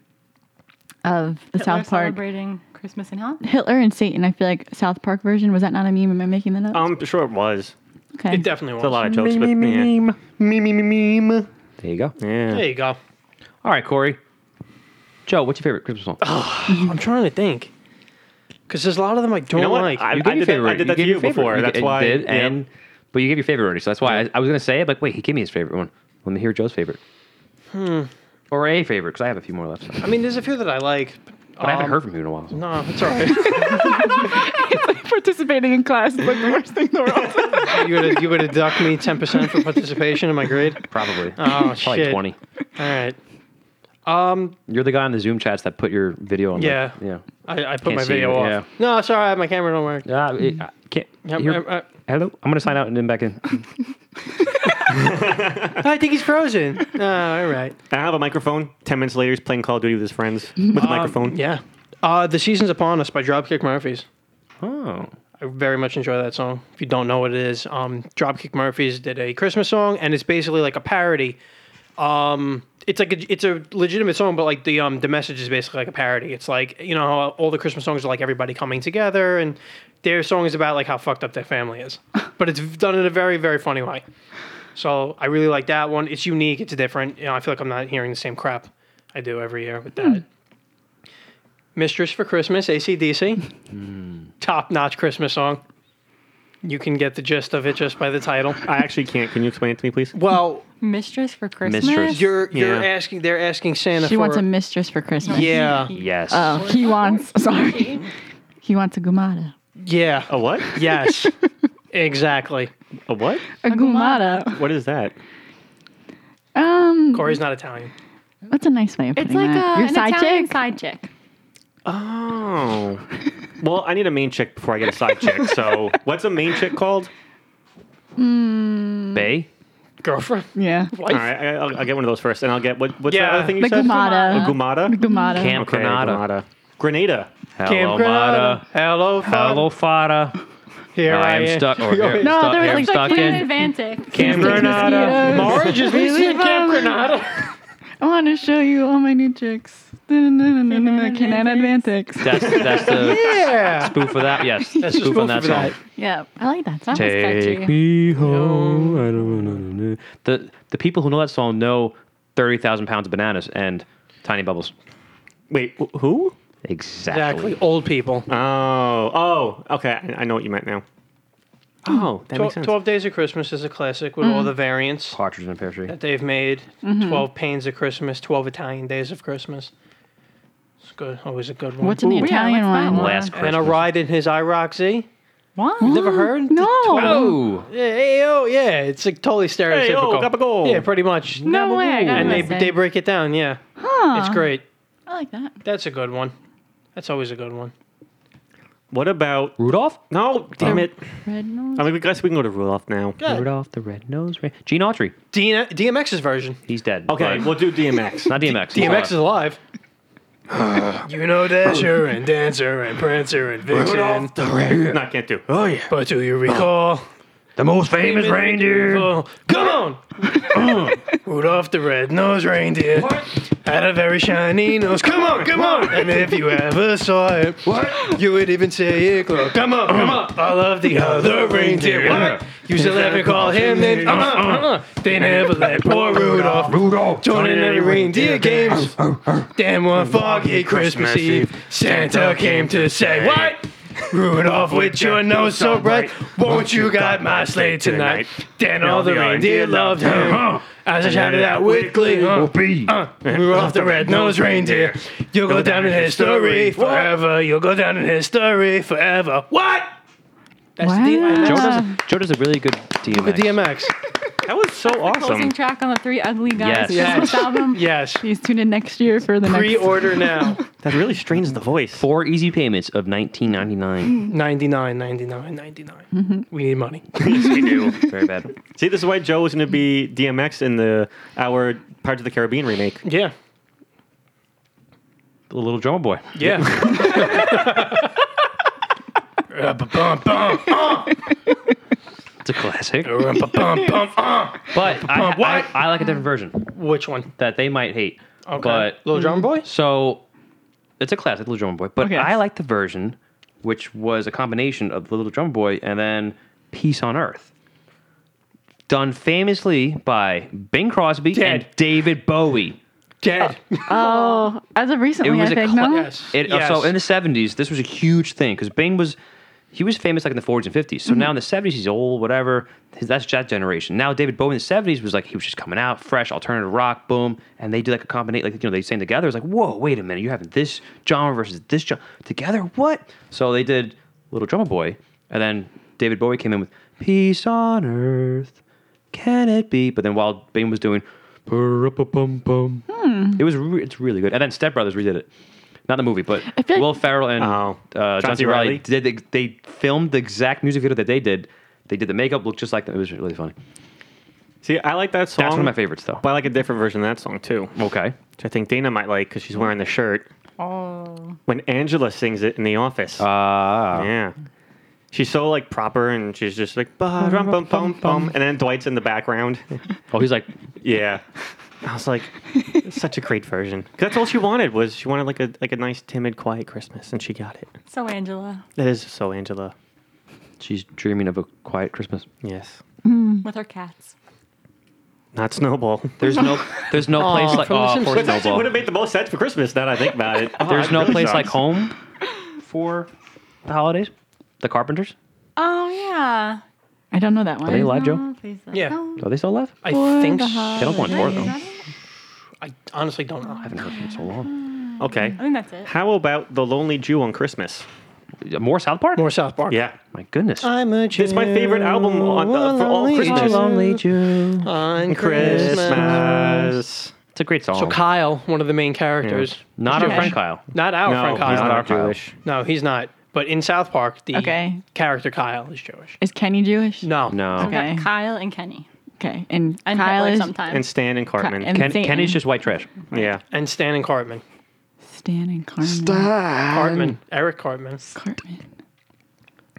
Speaker 5: of the
Speaker 4: Hitler
Speaker 5: South Park.
Speaker 4: celebrating Christmas in hell.
Speaker 5: Hitler and Satan. I feel like South Park version was that not a meme? Am I making that up?
Speaker 1: I'm sure it was.
Speaker 5: okay.
Speaker 2: It definitely
Speaker 1: It's a
Speaker 2: was.
Speaker 1: lot of jokes, but yeah.
Speaker 3: There you go.
Speaker 2: There
Speaker 1: yeah.
Speaker 2: you go.
Speaker 3: All right, Corey. Joe, what's your favorite Christmas song?
Speaker 2: I'm trying to think. Because there's a lot of them I don't
Speaker 1: You know what?
Speaker 2: like.
Speaker 1: I,
Speaker 3: You
Speaker 1: I did that, I did that to
Speaker 3: gave
Speaker 1: you
Speaker 3: your favorite.
Speaker 1: before.
Speaker 3: You
Speaker 1: That's
Speaker 3: g- you
Speaker 1: why.
Speaker 3: did,
Speaker 1: yeah.
Speaker 3: and but you gave your favorite already, so that's why I, I was gonna say it. But wait, he gave me his favorite one. Let me hear Joe's favorite. Hmm. Or a favorite, because I have a few more left. But
Speaker 2: I mean, there's a few that I like. But
Speaker 3: I haven't heard from you in a while. so-
Speaker 2: No, it's all right.
Speaker 5: Participating in class is like the worst thing in the world.
Speaker 2: you would you would deduct me 10% for participation in my grade.
Speaker 3: Probably.
Speaker 2: Oh
Speaker 3: Probably
Speaker 2: shit.
Speaker 3: twenty.
Speaker 2: All right. Um,
Speaker 3: You're the guy in the Zoom chats that put your video on. the-
Speaker 2: Yeah.
Speaker 3: yeah.
Speaker 2: I, I put
Speaker 3: Can't
Speaker 2: my
Speaker 3: see
Speaker 2: video
Speaker 3: you,
Speaker 2: off.
Speaker 3: yeah.
Speaker 2: No, it's all right. My camera don't work.
Speaker 3: Ah, it- I can't.
Speaker 2: Yep,
Speaker 3: here-
Speaker 2: I- I-
Speaker 3: hello. I'm gonna sign out and then back in.
Speaker 2: I think he's frozen. Oh, all right.
Speaker 1: I have a microphone. Ten minutes later, he's playing Call of Duty with his friends with
Speaker 4: Um,
Speaker 1: a microphone.
Speaker 2: Yeah. Uh, the Season's Upon Us by Dropkick Murphys.
Speaker 3: Oh.
Speaker 2: I very much enjoy that song. If you don't know what it is, um, Dropkick Murphys did a Christmas song, and it's basically like a parody. Um, it's like a, it's a legitimate song, but like the um the message is basically like a parody. It's like you know how all the Christmas songs are like everybody coming together, and their song is about like how fucked up their family is, but it's done in a very very funny way. So I really like that one. It's unique. It's different. You know, I feel like I'm not hearing the same crap I do every year with that. Mistress for Christmas, ACDC. Top notch Christmas song. You can get the gist of it just by the title.
Speaker 1: I actually can't. Can you explain it to me, please?
Speaker 2: Well,
Speaker 4: Mistress for Christmas.
Speaker 3: Mistress.
Speaker 2: you're you're
Speaker 1: Yeah.
Speaker 2: asking they're asking Santa
Speaker 5: she
Speaker 2: for
Speaker 5: wants a mistress for Christmas.
Speaker 2: Yeah.
Speaker 3: Yes.
Speaker 5: Oh, he wants. Sorry. He wants a gumata.
Speaker 2: Yeah.
Speaker 1: A what?
Speaker 2: Oh, Yes. exactly.
Speaker 1: A what?
Speaker 5: A gumata.
Speaker 1: What is that?
Speaker 5: Um,
Speaker 2: Corey's not Italian.
Speaker 5: what's a nice way of putting
Speaker 4: It's like
Speaker 5: that?
Speaker 4: a
Speaker 5: Your
Speaker 4: an
Speaker 5: side
Speaker 4: Italian
Speaker 5: chick.
Speaker 4: side chick.
Speaker 1: Oh. Well, I need a main chick before I get a side chick. So, what's a main chick called?
Speaker 3: Bay.
Speaker 2: Girlfriend.
Speaker 5: Yeah.
Speaker 1: All right, I, I'll, I'll get one of those first, and I'll get what? What's
Speaker 2: Yeah.
Speaker 1: the other thing you
Speaker 5: The
Speaker 1: said?
Speaker 5: gumata.
Speaker 1: A gumata.
Speaker 5: Gumata.
Speaker 3: Cam
Speaker 1: Okay,
Speaker 3: Granada.
Speaker 1: Granada. Grenada.
Speaker 3: Hello, Mata.
Speaker 2: Hello, Fada.
Speaker 3: Hello, Fada.
Speaker 2: Here
Speaker 3: I am stuck. Or, here,
Speaker 5: No,
Speaker 3: stuck,
Speaker 5: there was
Speaker 3: here,
Speaker 5: like
Speaker 3: stuck
Speaker 4: Clean
Speaker 3: in.
Speaker 4: Atlantic.
Speaker 3: Cam
Speaker 5: Mosquitoes.
Speaker 3: Granada.
Speaker 2: Orange is music. Camp Granada.
Speaker 5: I want to show you all my new tricks. Na-na-na-na-na-na, Canon Advantix.
Speaker 3: That's that's the
Speaker 2: Yeah.
Speaker 3: spoof of that. Yes,
Speaker 2: That's just
Speaker 3: on
Speaker 2: both of
Speaker 3: song.
Speaker 2: that.
Speaker 5: Yeah, I like that.
Speaker 4: That was
Speaker 3: Take
Speaker 4: catchy.
Speaker 3: me home. I don't wanna- The the people who know that song know thirty thousand pounds of bananas and tiny bubbles.
Speaker 1: Wait, wh- who?
Speaker 3: Exactly.
Speaker 2: Exactly. Old people.
Speaker 1: Oh, oh, okay. I, I know what you meant now. Oh, that
Speaker 2: Tw-
Speaker 1: makes sense.
Speaker 2: 12 Days of Christmas is a classic with all
Speaker 5: Mm-hmm.
Speaker 2: the variants
Speaker 3: Partridge in a Pear Tree.
Speaker 2: that they've made. 12 Pains of Christmas, 12 Italian Days of Christmas. It's good. Always a good one.
Speaker 5: What's in the
Speaker 4: Ooh, yeah,
Speaker 5: Italian
Speaker 4: what's that
Speaker 5: one?
Speaker 4: one?
Speaker 3: Last
Speaker 2: and
Speaker 3: Christmas.
Speaker 2: a ride in his IROC.
Speaker 4: What?
Speaker 2: Never heard?
Speaker 5: No.
Speaker 3: Oh,
Speaker 2: Yeah, hey, oh, yeah, it's like totally stereotypical.
Speaker 1: gabagool.
Speaker 2: Yeah, pretty much.
Speaker 5: No
Speaker 4: Oh,
Speaker 5: way, I gotta
Speaker 2: And they,
Speaker 5: listen.
Speaker 2: they break it down, yeah.
Speaker 5: Huh.
Speaker 2: It's great.
Speaker 5: I like that.
Speaker 2: That's a good one. That's always a good one.
Speaker 1: What about?
Speaker 3: Rudolph.
Speaker 1: No, damn it.
Speaker 5: Red nose.
Speaker 1: I think we guess we can go to Rudolph now.
Speaker 2: Good.
Speaker 3: Rudolph the Red Nose. Ra- Gene Autry.
Speaker 2: D- DMX's version.
Speaker 3: He's dead.
Speaker 1: Okay,
Speaker 3: but-
Speaker 1: we'll do DMX.
Speaker 3: not DMX.
Speaker 2: DMX is alive. you know Dasher and Dancer and Prancer and Vixen.
Speaker 1: no, I can't do.
Speaker 2: Oh yeah. But do you recall?
Speaker 3: the most famous
Speaker 2: Oh, Come on! Uh, Rudolph the red-nosed reindeer had a very shiny nose. Come on, come on! And if you ever saw it, what? You would even say it glow. Come on, come on! All of the other reindeer, what? You still haven't called him then? Uh, uh, uh. They never let poor Rudolph
Speaker 6: Rudolph,
Speaker 2: join in any reindeer games. Damn, one foggy Christmas Eve, Santa came to say, what? Rudolph, with your nose so bright, won't you guide my sleigh tonight? Then all the reindeer loved him. As I shouted out with glee, huh? Uh,
Speaker 6: Whoopee.
Speaker 2: Rudolph the red-nosed reindeer, you'll go down in history forever. You'll go down in history forever. What? That's
Speaker 5: Wow.
Speaker 3: Joe
Speaker 2: DMX.
Speaker 3: does, Joe does a really good DMX.
Speaker 2: With DMX.
Speaker 1: That was so
Speaker 4: Closing
Speaker 1: awesome.
Speaker 4: track on the Three Ugly Guys
Speaker 3: Yes.
Speaker 4: Christmas album.
Speaker 2: Yes.
Speaker 5: Please tune in next year for the next.
Speaker 2: Pre-order now.
Speaker 1: That really strains the voice.
Speaker 3: Four easy payments of 1999.
Speaker 2: 99, 99, 99. We need money.
Speaker 1: we do.
Speaker 3: Very bad.
Speaker 1: See, this is why Joe is going to be DMX in the our Pirates of the Caribbean remake.
Speaker 2: Yeah.
Speaker 3: The little drummer boy.
Speaker 2: Yeah. Uh,
Speaker 3: It's a classic.
Speaker 2: Which
Speaker 3: But I,
Speaker 2: What?
Speaker 3: I, I like a different version
Speaker 2: one?
Speaker 3: that they might hate.
Speaker 2: Okay.
Speaker 3: But
Speaker 2: Little Drum Boy?
Speaker 3: so it's a classic, Little Drummer Boy. But
Speaker 5: Okay.
Speaker 3: I like the version which was a combination of Little Drummer Boy and then Peace on Earth. Done famously by Bing Crosby
Speaker 2: Dead.
Speaker 3: and David Bowie.
Speaker 2: Dead.
Speaker 5: Oh, as of
Speaker 3: It
Speaker 5: recently,
Speaker 3: was
Speaker 5: I
Speaker 3: a
Speaker 5: think.
Speaker 3: cla-
Speaker 5: no.
Speaker 2: Yes.
Speaker 3: It, uh, So in the seventies, this was a huge thing because Bing was he was famous like in the forties and fifties. So now in the seventies, he's old, whatever. His- That's that generation. Now David Bowie in the seventies was like he was just coming out, fresh alternative rock, boom, and they did like a combination, like you know they sang together. It's like whoa, wait a minute, you're having this genre versus this genre together, what? So they did Little Drummer Boy, and then David Bowie came in with Peace on Earth, can it be? But then while Bing was doing. "Purr-a-pum-pum-pum," It was re- it's really good, and then Step Brothers redid it not the movie, but
Speaker 5: feel like-
Speaker 3: Will Ferrell and
Speaker 1: Oh.
Speaker 3: uh,
Speaker 1: John
Speaker 3: John
Speaker 1: C.
Speaker 3: C. Riley
Speaker 1: Reilly?
Speaker 3: did. They, they filmed the exact music video that they did. They did the makeup look just like them. It was really funny.
Speaker 1: See, I like that song.
Speaker 3: That's one of my favorites, though.
Speaker 1: But I like a different version of that song too,
Speaker 3: Okay,
Speaker 1: which I think Dana might like because she's wearing the shirt.
Speaker 4: Oh.
Speaker 1: When Angela sings it in the office.
Speaker 3: uh,
Speaker 1: yeah. She's so like proper, and she's just like bum bum bum bum, and then Dwight's in the background.
Speaker 3: oh, he's like,
Speaker 1: Yeah, I was like, it's such a great version. 'Cause That's all she wanted was she wanted like a like a nice, timid, quiet Christmas, and she got it.
Speaker 4: So Angela,
Speaker 1: That is so Angela.
Speaker 3: she's dreaming of a quiet Christmas.
Speaker 1: Yes,
Speaker 4: with her cats.
Speaker 1: not Snowball.
Speaker 3: There's no, there's no place like
Speaker 2: from The
Speaker 3: oh, poor
Speaker 2: Simpsons.
Speaker 1: Which actually would have
Speaker 3: Snowball.
Speaker 1: made the most sense for Christmas. Now that I think about it,
Speaker 3: There's
Speaker 1: I'm
Speaker 3: no
Speaker 1: really
Speaker 3: place like
Speaker 1: shocked.
Speaker 3: home for the holidays. The Carpenters
Speaker 4: Oh yeah.
Speaker 5: I don't know that one.
Speaker 3: are they alive, Joe?
Speaker 4: Oh, please don't.
Speaker 2: Yeah.
Speaker 3: Are they still alive?
Speaker 2: I
Speaker 5: For
Speaker 2: think
Speaker 5: the
Speaker 2: so.
Speaker 5: holidays.
Speaker 3: They don't go on tour
Speaker 4: Is
Speaker 3: though.
Speaker 4: that
Speaker 3: I
Speaker 4: it?
Speaker 2: I honestly don't know.
Speaker 3: haven't heard from them in so long.
Speaker 1: Okay.
Speaker 4: I think that's it.
Speaker 1: How about the Lonely Jew on Christmas?
Speaker 3: More South Park.
Speaker 2: More South Park.
Speaker 1: Yeah.
Speaker 3: My goodness.
Speaker 2: I'm a Jew.
Speaker 1: It's my favorite album on the, for all
Speaker 2: Lonely
Speaker 1: Christmas.
Speaker 2: Jew.
Speaker 3: Jew.
Speaker 2: On
Speaker 1: Christmas.
Speaker 3: It's a great song.
Speaker 2: So Kyle, one of the main characters.
Speaker 3: not our
Speaker 5: Okay.
Speaker 3: friend Kyle.
Speaker 2: Not our
Speaker 1: No,
Speaker 2: friend Kyle.
Speaker 1: he's
Speaker 3: Not
Speaker 1: not
Speaker 3: our Kyle.
Speaker 1: Jewish.
Speaker 2: No, he's not. But in South Park, the
Speaker 5: Okay.
Speaker 2: character Kyle is Jewish.
Speaker 5: Is Kenny Jewish?
Speaker 2: No.
Speaker 3: No.
Speaker 4: We got
Speaker 5: Okay.
Speaker 4: Kyle and Kenny.
Speaker 5: Okay. And,
Speaker 4: And
Speaker 5: Kyle
Speaker 4: Hitler
Speaker 5: is
Speaker 4: sometimes.
Speaker 1: And Stan and Cartman.
Speaker 5: and
Speaker 3: Ken,
Speaker 5: Satan.
Speaker 3: Kenny's just white trash.
Speaker 1: yeah.
Speaker 2: And Stan and Cartman.
Speaker 5: Stan and Carmen.
Speaker 2: Cartman. Eric Cartman.
Speaker 5: Cartman.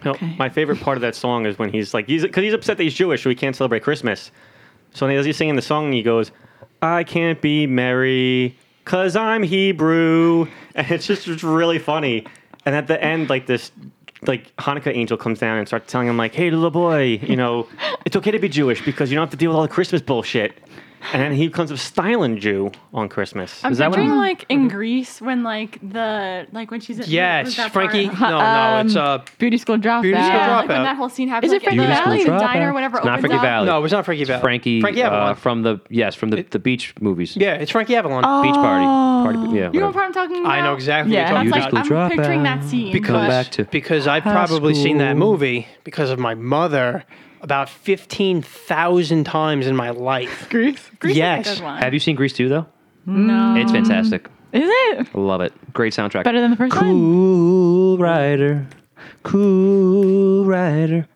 Speaker 1: No,
Speaker 5: Okay.
Speaker 1: My favorite part of that song is when he's like, he's because he's upset that he's Jewish, so he can't celebrate Christmas. So when he's singing the song, he goes, I can't be merry because I'm Hebrew. And it's just it's really funny. And at the end, like this like Hanukkah angel comes down and starts telling him, like, hey little boy, you know, it's okay to be Jewish because you don't have to deal with all the Christmas bullshit. And then he becomes a styling Jew on Christmas.
Speaker 4: I'm
Speaker 3: Is that when-
Speaker 4: picturing like in Greece when like the like when she's at-
Speaker 2: Yes,
Speaker 4: was that
Speaker 2: Frankie.
Speaker 4: part?
Speaker 2: No, no, it's uh,
Speaker 5: Beauty school dropout.
Speaker 2: Beauty School
Speaker 4: Yeah, like
Speaker 2: Dropout.
Speaker 4: when that whole scene happens.
Speaker 5: Is it
Speaker 4: like, in
Speaker 5: Frankie
Speaker 4: the
Speaker 5: Valley?
Speaker 4: alley, The
Speaker 3: Dropout.
Speaker 4: diner, whatever
Speaker 3: It's not
Speaker 4: opens
Speaker 3: Frankie
Speaker 4: up.
Speaker 3: Valley.
Speaker 2: no, it was not Frankie Avalon.
Speaker 3: Frankie,
Speaker 2: Frankie Avalon.
Speaker 3: uh, from the yes, from the, the beach movies.
Speaker 2: yeah, it's Frankie Avalon.
Speaker 3: Beach party. party Oh, yeah.
Speaker 4: Oh. You know what
Speaker 3: whatever.
Speaker 4: I'm talking about?
Speaker 2: I know exactly
Speaker 5: Yeah,
Speaker 2: what
Speaker 4: That's
Speaker 2: you're
Speaker 4: like,
Speaker 2: talking
Speaker 3: Beauty
Speaker 2: about.
Speaker 4: I'm
Speaker 3: School Dropout.
Speaker 4: picturing that scene
Speaker 3: Come
Speaker 2: because,
Speaker 3: back to-
Speaker 2: because I've probably seen that movie because of my mother about 15,000 times in my life.
Speaker 5: Greece. Mm.
Speaker 4: Greece is a
Speaker 2: yes.
Speaker 4: good one.
Speaker 3: Have you seen Grease 2 though? No.
Speaker 4: Um,
Speaker 3: It's fantastic.
Speaker 5: Is it
Speaker 3: Love it. Great soundtrack.
Speaker 5: better than the first one?
Speaker 3: Cool Rider. Cool Rider.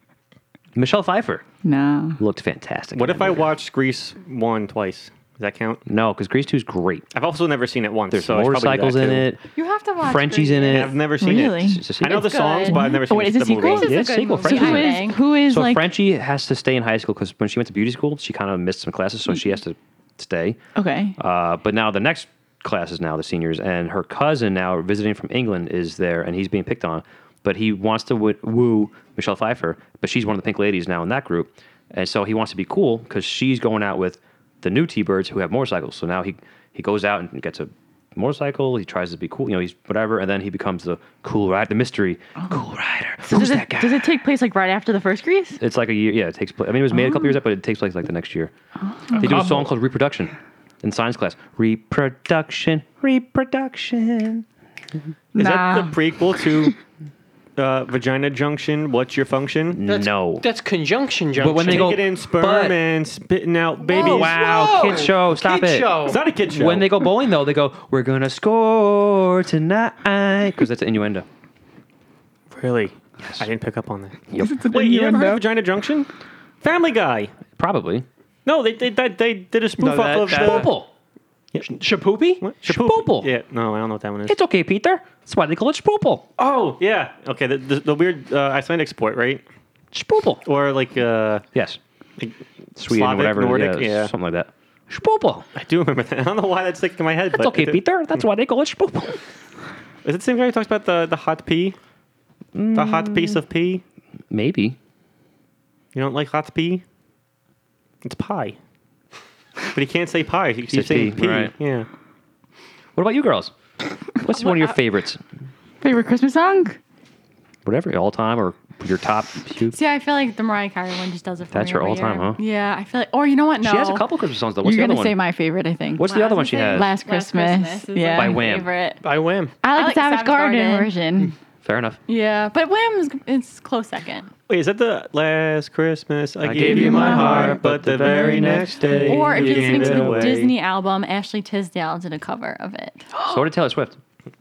Speaker 3: Michelle Pfeiffer
Speaker 5: No.
Speaker 3: looked fantastic.
Speaker 1: What
Speaker 3: in
Speaker 1: if
Speaker 3: that
Speaker 1: I
Speaker 3: movie.
Speaker 1: watched Grease one twice? Does that count?
Speaker 3: No, because Grease 2 is great.
Speaker 1: I've also never seen it once.
Speaker 3: There's
Speaker 1: so I should probably do
Speaker 3: motorcycles
Speaker 1: that,
Speaker 3: in
Speaker 1: too.
Speaker 3: it.
Speaker 4: You have to watch
Speaker 3: Frenchies in
Speaker 4: Greece.
Speaker 3: it.
Speaker 1: I've never seen
Speaker 5: Really?
Speaker 1: it.
Speaker 3: It's a
Speaker 1: I know
Speaker 3: sequel.
Speaker 1: the songs,
Speaker 4: good.
Speaker 1: but I've never seen
Speaker 5: wait, is
Speaker 1: the
Speaker 5: it sequel?
Speaker 1: movie.
Speaker 4: Greece is
Speaker 3: Yeah,
Speaker 4: a good
Speaker 3: sequel,
Speaker 4: movie.
Speaker 5: So
Speaker 3: Frankie.
Speaker 5: who
Speaker 4: I
Speaker 5: is
Speaker 4: think.
Speaker 5: who is
Speaker 3: So
Speaker 5: like
Speaker 3: Frenchie has to stay in high school because when she went to beauty school, she kind of missed some classes, so she has to stay.
Speaker 5: okay?
Speaker 3: Uh, but now the next class is now the seniors, and her cousin now visiting from England is there, and he's being picked on. But he wants to woo, woo Michelle Pfeiffer, but she's one of the pink ladies now in that group, and so he wants to be cool because she's going out with the new T-birds who have motorcycles. So now he he goes out and gets a motorcycle. He tries to be cool, you know, he's whatever, and then he becomes the cool ride, the mystery cool rider. Who's
Speaker 5: does,
Speaker 3: that
Speaker 5: it,
Speaker 3: guy?
Speaker 5: does it take place like right after the first Greece?
Speaker 3: It's like a year. Yeah, it takes place. I mean, it was made a couple years up, but it takes place like the next year. They do a song called "Reproduction" in science class. Reproduction, reproduction.
Speaker 1: Is
Speaker 5: Nah.
Speaker 1: that the prequel to uh, Vagina Junction? What's your function?
Speaker 2: That's,
Speaker 3: no.
Speaker 2: That's conjunction junction.
Speaker 3: But when they go-
Speaker 1: Taking in sperm
Speaker 3: but-
Speaker 1: and spitting out babies.
Speaker 3: Oh, wow, kid show, stop
Speaker 2: Kid
Speaker 3: it.
Speaker 2: show.
Speaker 1: It's not a kid show.
Speaker 3: When they go bowling, though, they go, "We're gonna score tonight," because that's an innuendo.
Speaker 1: really, I didn't pick up on that.
Speaker 3: Yep.
Speaker 1: Wait, you never heard of Vagina Junction? Family Guy.
Speaker 3: Probably.
Speaker 1: No, they they, they, they did a
Speaker 2: No,
Speaker 1: spoof
Speaker 2: that-
Speaker 1: off
Speaker 2: that-
Speaker 1: of the.
Speaker 2: Shpoopal. Shapoopy?
Speaker 1: What?
Speaker 3: Shpoopal.
Speaker 1: Yeah, no, I don't know what that one is.
Speaker 3: It's okay, Peter. That's why they call it Spoopal.
Speaker 1: oh, yeah. Okay, the, the, the weird uh, Icelandic sport, right?
Speaker 3: Spoopal.
Speaker 1: Or like, uh,
Speaker 3: Yes.
Speaker 1: like-
Speaker 3: Sweden,
Speaker 1: Slavic,
Speaker 3: whatever.
Speaker 1: Nordic,
Speaker 3: yeah,
Speaker 1: yeah.
Speaker 3: Something like that. Spoopal.
Speaker 1: I do remember that. I don't know why that's sticking in my head.
Speaker 3: That's
Speaker 1: but
Speaker 3: okay,
Speaker 1: it-
Speaker 3: Peter. That's why they call it Spoopal.
Speaker 1: Is it the same guy who talks about the, the hot pea? The hot piece of pea?
Speaker 3: Maybe.
Speaker 1: You don't like hot pea? It's pie. But he can't say pie. He keeps
Speaker 3: said
Speaker 1: saying
Speaker 3: pea,
Speaker 1: pea.
Speaker 3: right.
Speaker 1: Yeah.
Speaker 3: What about you girls? What's one of your
Speaker 5: uh,
Speaker 3: favorites?
Speaker 5: Favorite Christmas song?
Speaker 3: Whatever, all time or your top few?
Speaker 4: See, I feel like the Mariah Carey one just does it for
Speaker 3: That's
Speaker 4: me.
Speaker 3: her
Speaker 4: every
Speaker 3: all-time,
Speaker 4: year.
Speaker 3: huh?
Speaker 4: Yeah, I feel like. Or you know what? No.
Speaker 3: She has a couple Christmas songs though. What's
Speaker 5: You're
Speaker 3: the
Speaker 5: gonna
Speaker 3: other
Speaker 5: say
Speaker 3: one?
Speaker 5: my favorite, I think.
Speaker 3: What's the other one she has?
Speaker 5: Last Christmas,
Speaker 4: is
Speaker 5: yeah.
Speaker 4: my
Speaker 3: By Wham.
Speaker 4: Favorite.
Speaker 2: I wham.
Speaker 5: I like,
Speaker 4: I like
Speaker 5: the Savage,
Speaker 4: Savage
Speaker 5: Garden,
Speaker 4: Garden.
Speaker 5: version.
Speaker 3: Fair enough.
Speaker 4: Yeah, but Wham's it's close second.
Speaker 1: Wait, is that the last Christmas? I, gave you my heart, but the very next day.
Speaker 4: Or if
Speaker 1: you
Speaker 4: you're listening
Speaker 1: gave
Speaker 4: to
Speaker 1: it
Speaker 4: the
Speaker 1: away.
Speaker 4: Disney album, Ashley Tisdale did a cover of it.
Speaker 3: So did Taylor Swift.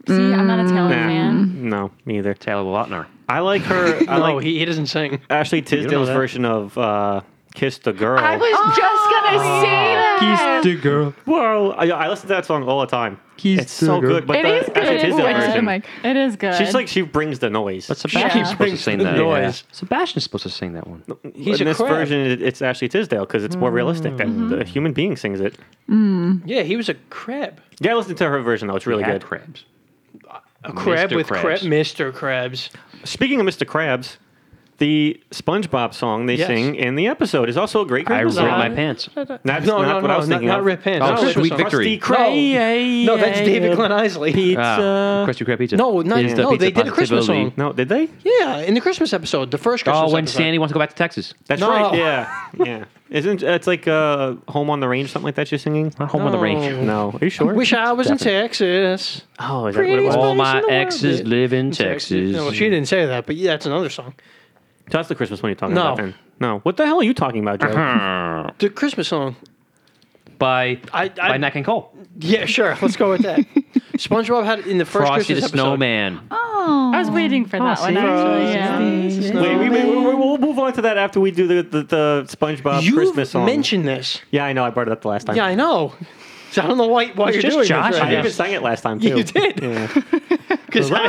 Speaker 4: See, I'm not a Taylor fan.
Speaker 1: No, me either.
Speaker 3: Taylor Lautner.
Speaker 1: I like her. I
Speaker 2: No,
Speaker 1: like
Speaker 2: Oh, he, he doesn't sing.
Speaker 1: Ashley
Speaker 3: You don't know
Speaker 1: Tisdale's
Speaker 3: that.
Speaker 1: version of uh, Kiss the Girl.
Speaker 3: Oh.
Speaker 5: I was just
Speaker 4: Oh.
Speaker 5: gonna say that.
Speaker 3: the girl.
Speaker 1: Whoa. I, I listen to that song all the time.
Speaker 3: Kiss
Speaker 1: it's so
Speaker 3: the Girl.
Speaker 1: good. But
Speaker 5: It
Speaker 1: the
Speaker 5: is good.
Speaker 1: Ashley Tisdale
Speaker 5: I just hit the
Speaker 1: version.
Speaker 5: mic.
Speaker 4: It is good.
Speaker 1: She's like, she brings the noise.
Speaker 3: But Sebastian's supposed to
Speaker 2: brings
Speaker 3: sing
Speaker 2: the
Speaker 3: that.
Speaker 2: noise.
Speaker 3: Sebastian's supposed to sing that one.
Speaker 2: He's
Speaker 1: in
Speaker 2: a
Speaker 1: this
Speaker 2: crab. Mm.
Speaker 1: version, it, it's Ashley Tisdale because it's more realistic that a human being sings it.
Speaker 2: Yeah, he was a crab.
Speaker 1: Yeah, I listened to her version though; it's really
Speaker 3: Cat
Speaker 1: good.
Speaker 3: Crabs.
Speaker 2: A crab
Speaker 3: Mr.
Speaker 2: with crab.
Speaker 3: Krabs.
Speaker 2: Mr. Krabs.
Speaker 1: Speaking of Mr. Krabs, the SpongeBob song they
Speaker 2: Yes.
Speaker 1: sing in the episode is also a great
Speaker 3: I
Speaker 1: Christmas
Speaker 3: ripped
Speaker 1: song.
Speaker 3: my pants.
Speaker 1: That's
Speaker 2: No,
Speaker 1: not
Speaker 2: no,
Speaker 1: what
Speaker 2: no,
Speaker 1: I was
Speaker 2: not-
Speaker 1: thinking
Speaker 2: not
Speaker 1: of.
Speaker 2: Rip Pants.
Speaker 3: Oh,
Speaker 1: it's
Speaker 3: Sweet
Speaker 1: Krusty
Speaker 3: Victory.
Speaker 1: Krab.
Speaker 2: No, that's David Glenn Isley.
Speaker 3: Ah, Krusty Krab pizza.
Speaker 2: No, not-
Speaker 3: Is the
Speaker 2: no,
Speaker 3: pizza
Speaker 2: they did a Christmas
Speaker 3: possibility.
Speaker 2: song.
Speaker 1: No, did they?
Speaker 2: Yeah, in the Christmas episode, the first Christmas
Speaker 3: Oh, when
Speaker 2: episode.
Speaker 3: Sandy wants to go back to Texas.
Speaker 1: That's
Speaker 2: No.
Speaker 1: right. Yeah, yeah. Isn't it's like uh, Home on the Range, something like that? She's singing.
Speaker 3: Not home on the range.
Speaker 1: No, are you sure?
Speaker 2: Wish I was in Texas.
Speaker 1: oh, is that what it
Speaker 2: Pretty
Speaker 1: was?
Speaker 2: Texas.
Speaker 3: All my
Speaker 2: Place in the world.
Speaker 3: exes live in Texas.
Speaker 2: No, she didn't say that, but yeah, that's another song.
Speaker 1: So that's the Christmas one you're talking
Speaker 2: No.
Speaker 1: about. Then. No, what the hell are you talking about, Joe?
Speaker 2: The Christmas song.
Speaker 3: Hmm. By
Speaker 2: I- I-
Speaker 3: by Nat King Cole.
Speaker 2: Yeah, sure. Let's go with that. SpongeBob had in the first
Speaker 3: Frosty the
Speaker 2: Christmas episode. Oh,
Speaker 3: Snowman. Oh.
Speaker 4: I was waiting for
Speaker 5: Oh,
Speaker 4: that one actually. Yeah.
Speaker 1: Wait, we, we, we, we'll move on to that after we do the, the, the SpongeBob
Speaker 2: You
Speaker 1: Christmas song.
Speaker 2: mentioned this.
Speaker 1: yeah, I know. I brought it up the last time.
Speaker 2: Yeah, I know. So I don't know why why
Speaker 3: was
Speaker 2: you're
Speaker 3: just
Speaker 2: doing
Speaker 3: Josh,
Speaker 2: this.
Speaker 1: I
Speaker 2: Right
Speaker 3: Yeah.
Speaker 1: even sang it last time, too.
Speaker 2: You did.
Speaker 1: Yeah.
Speaker 2: Because I,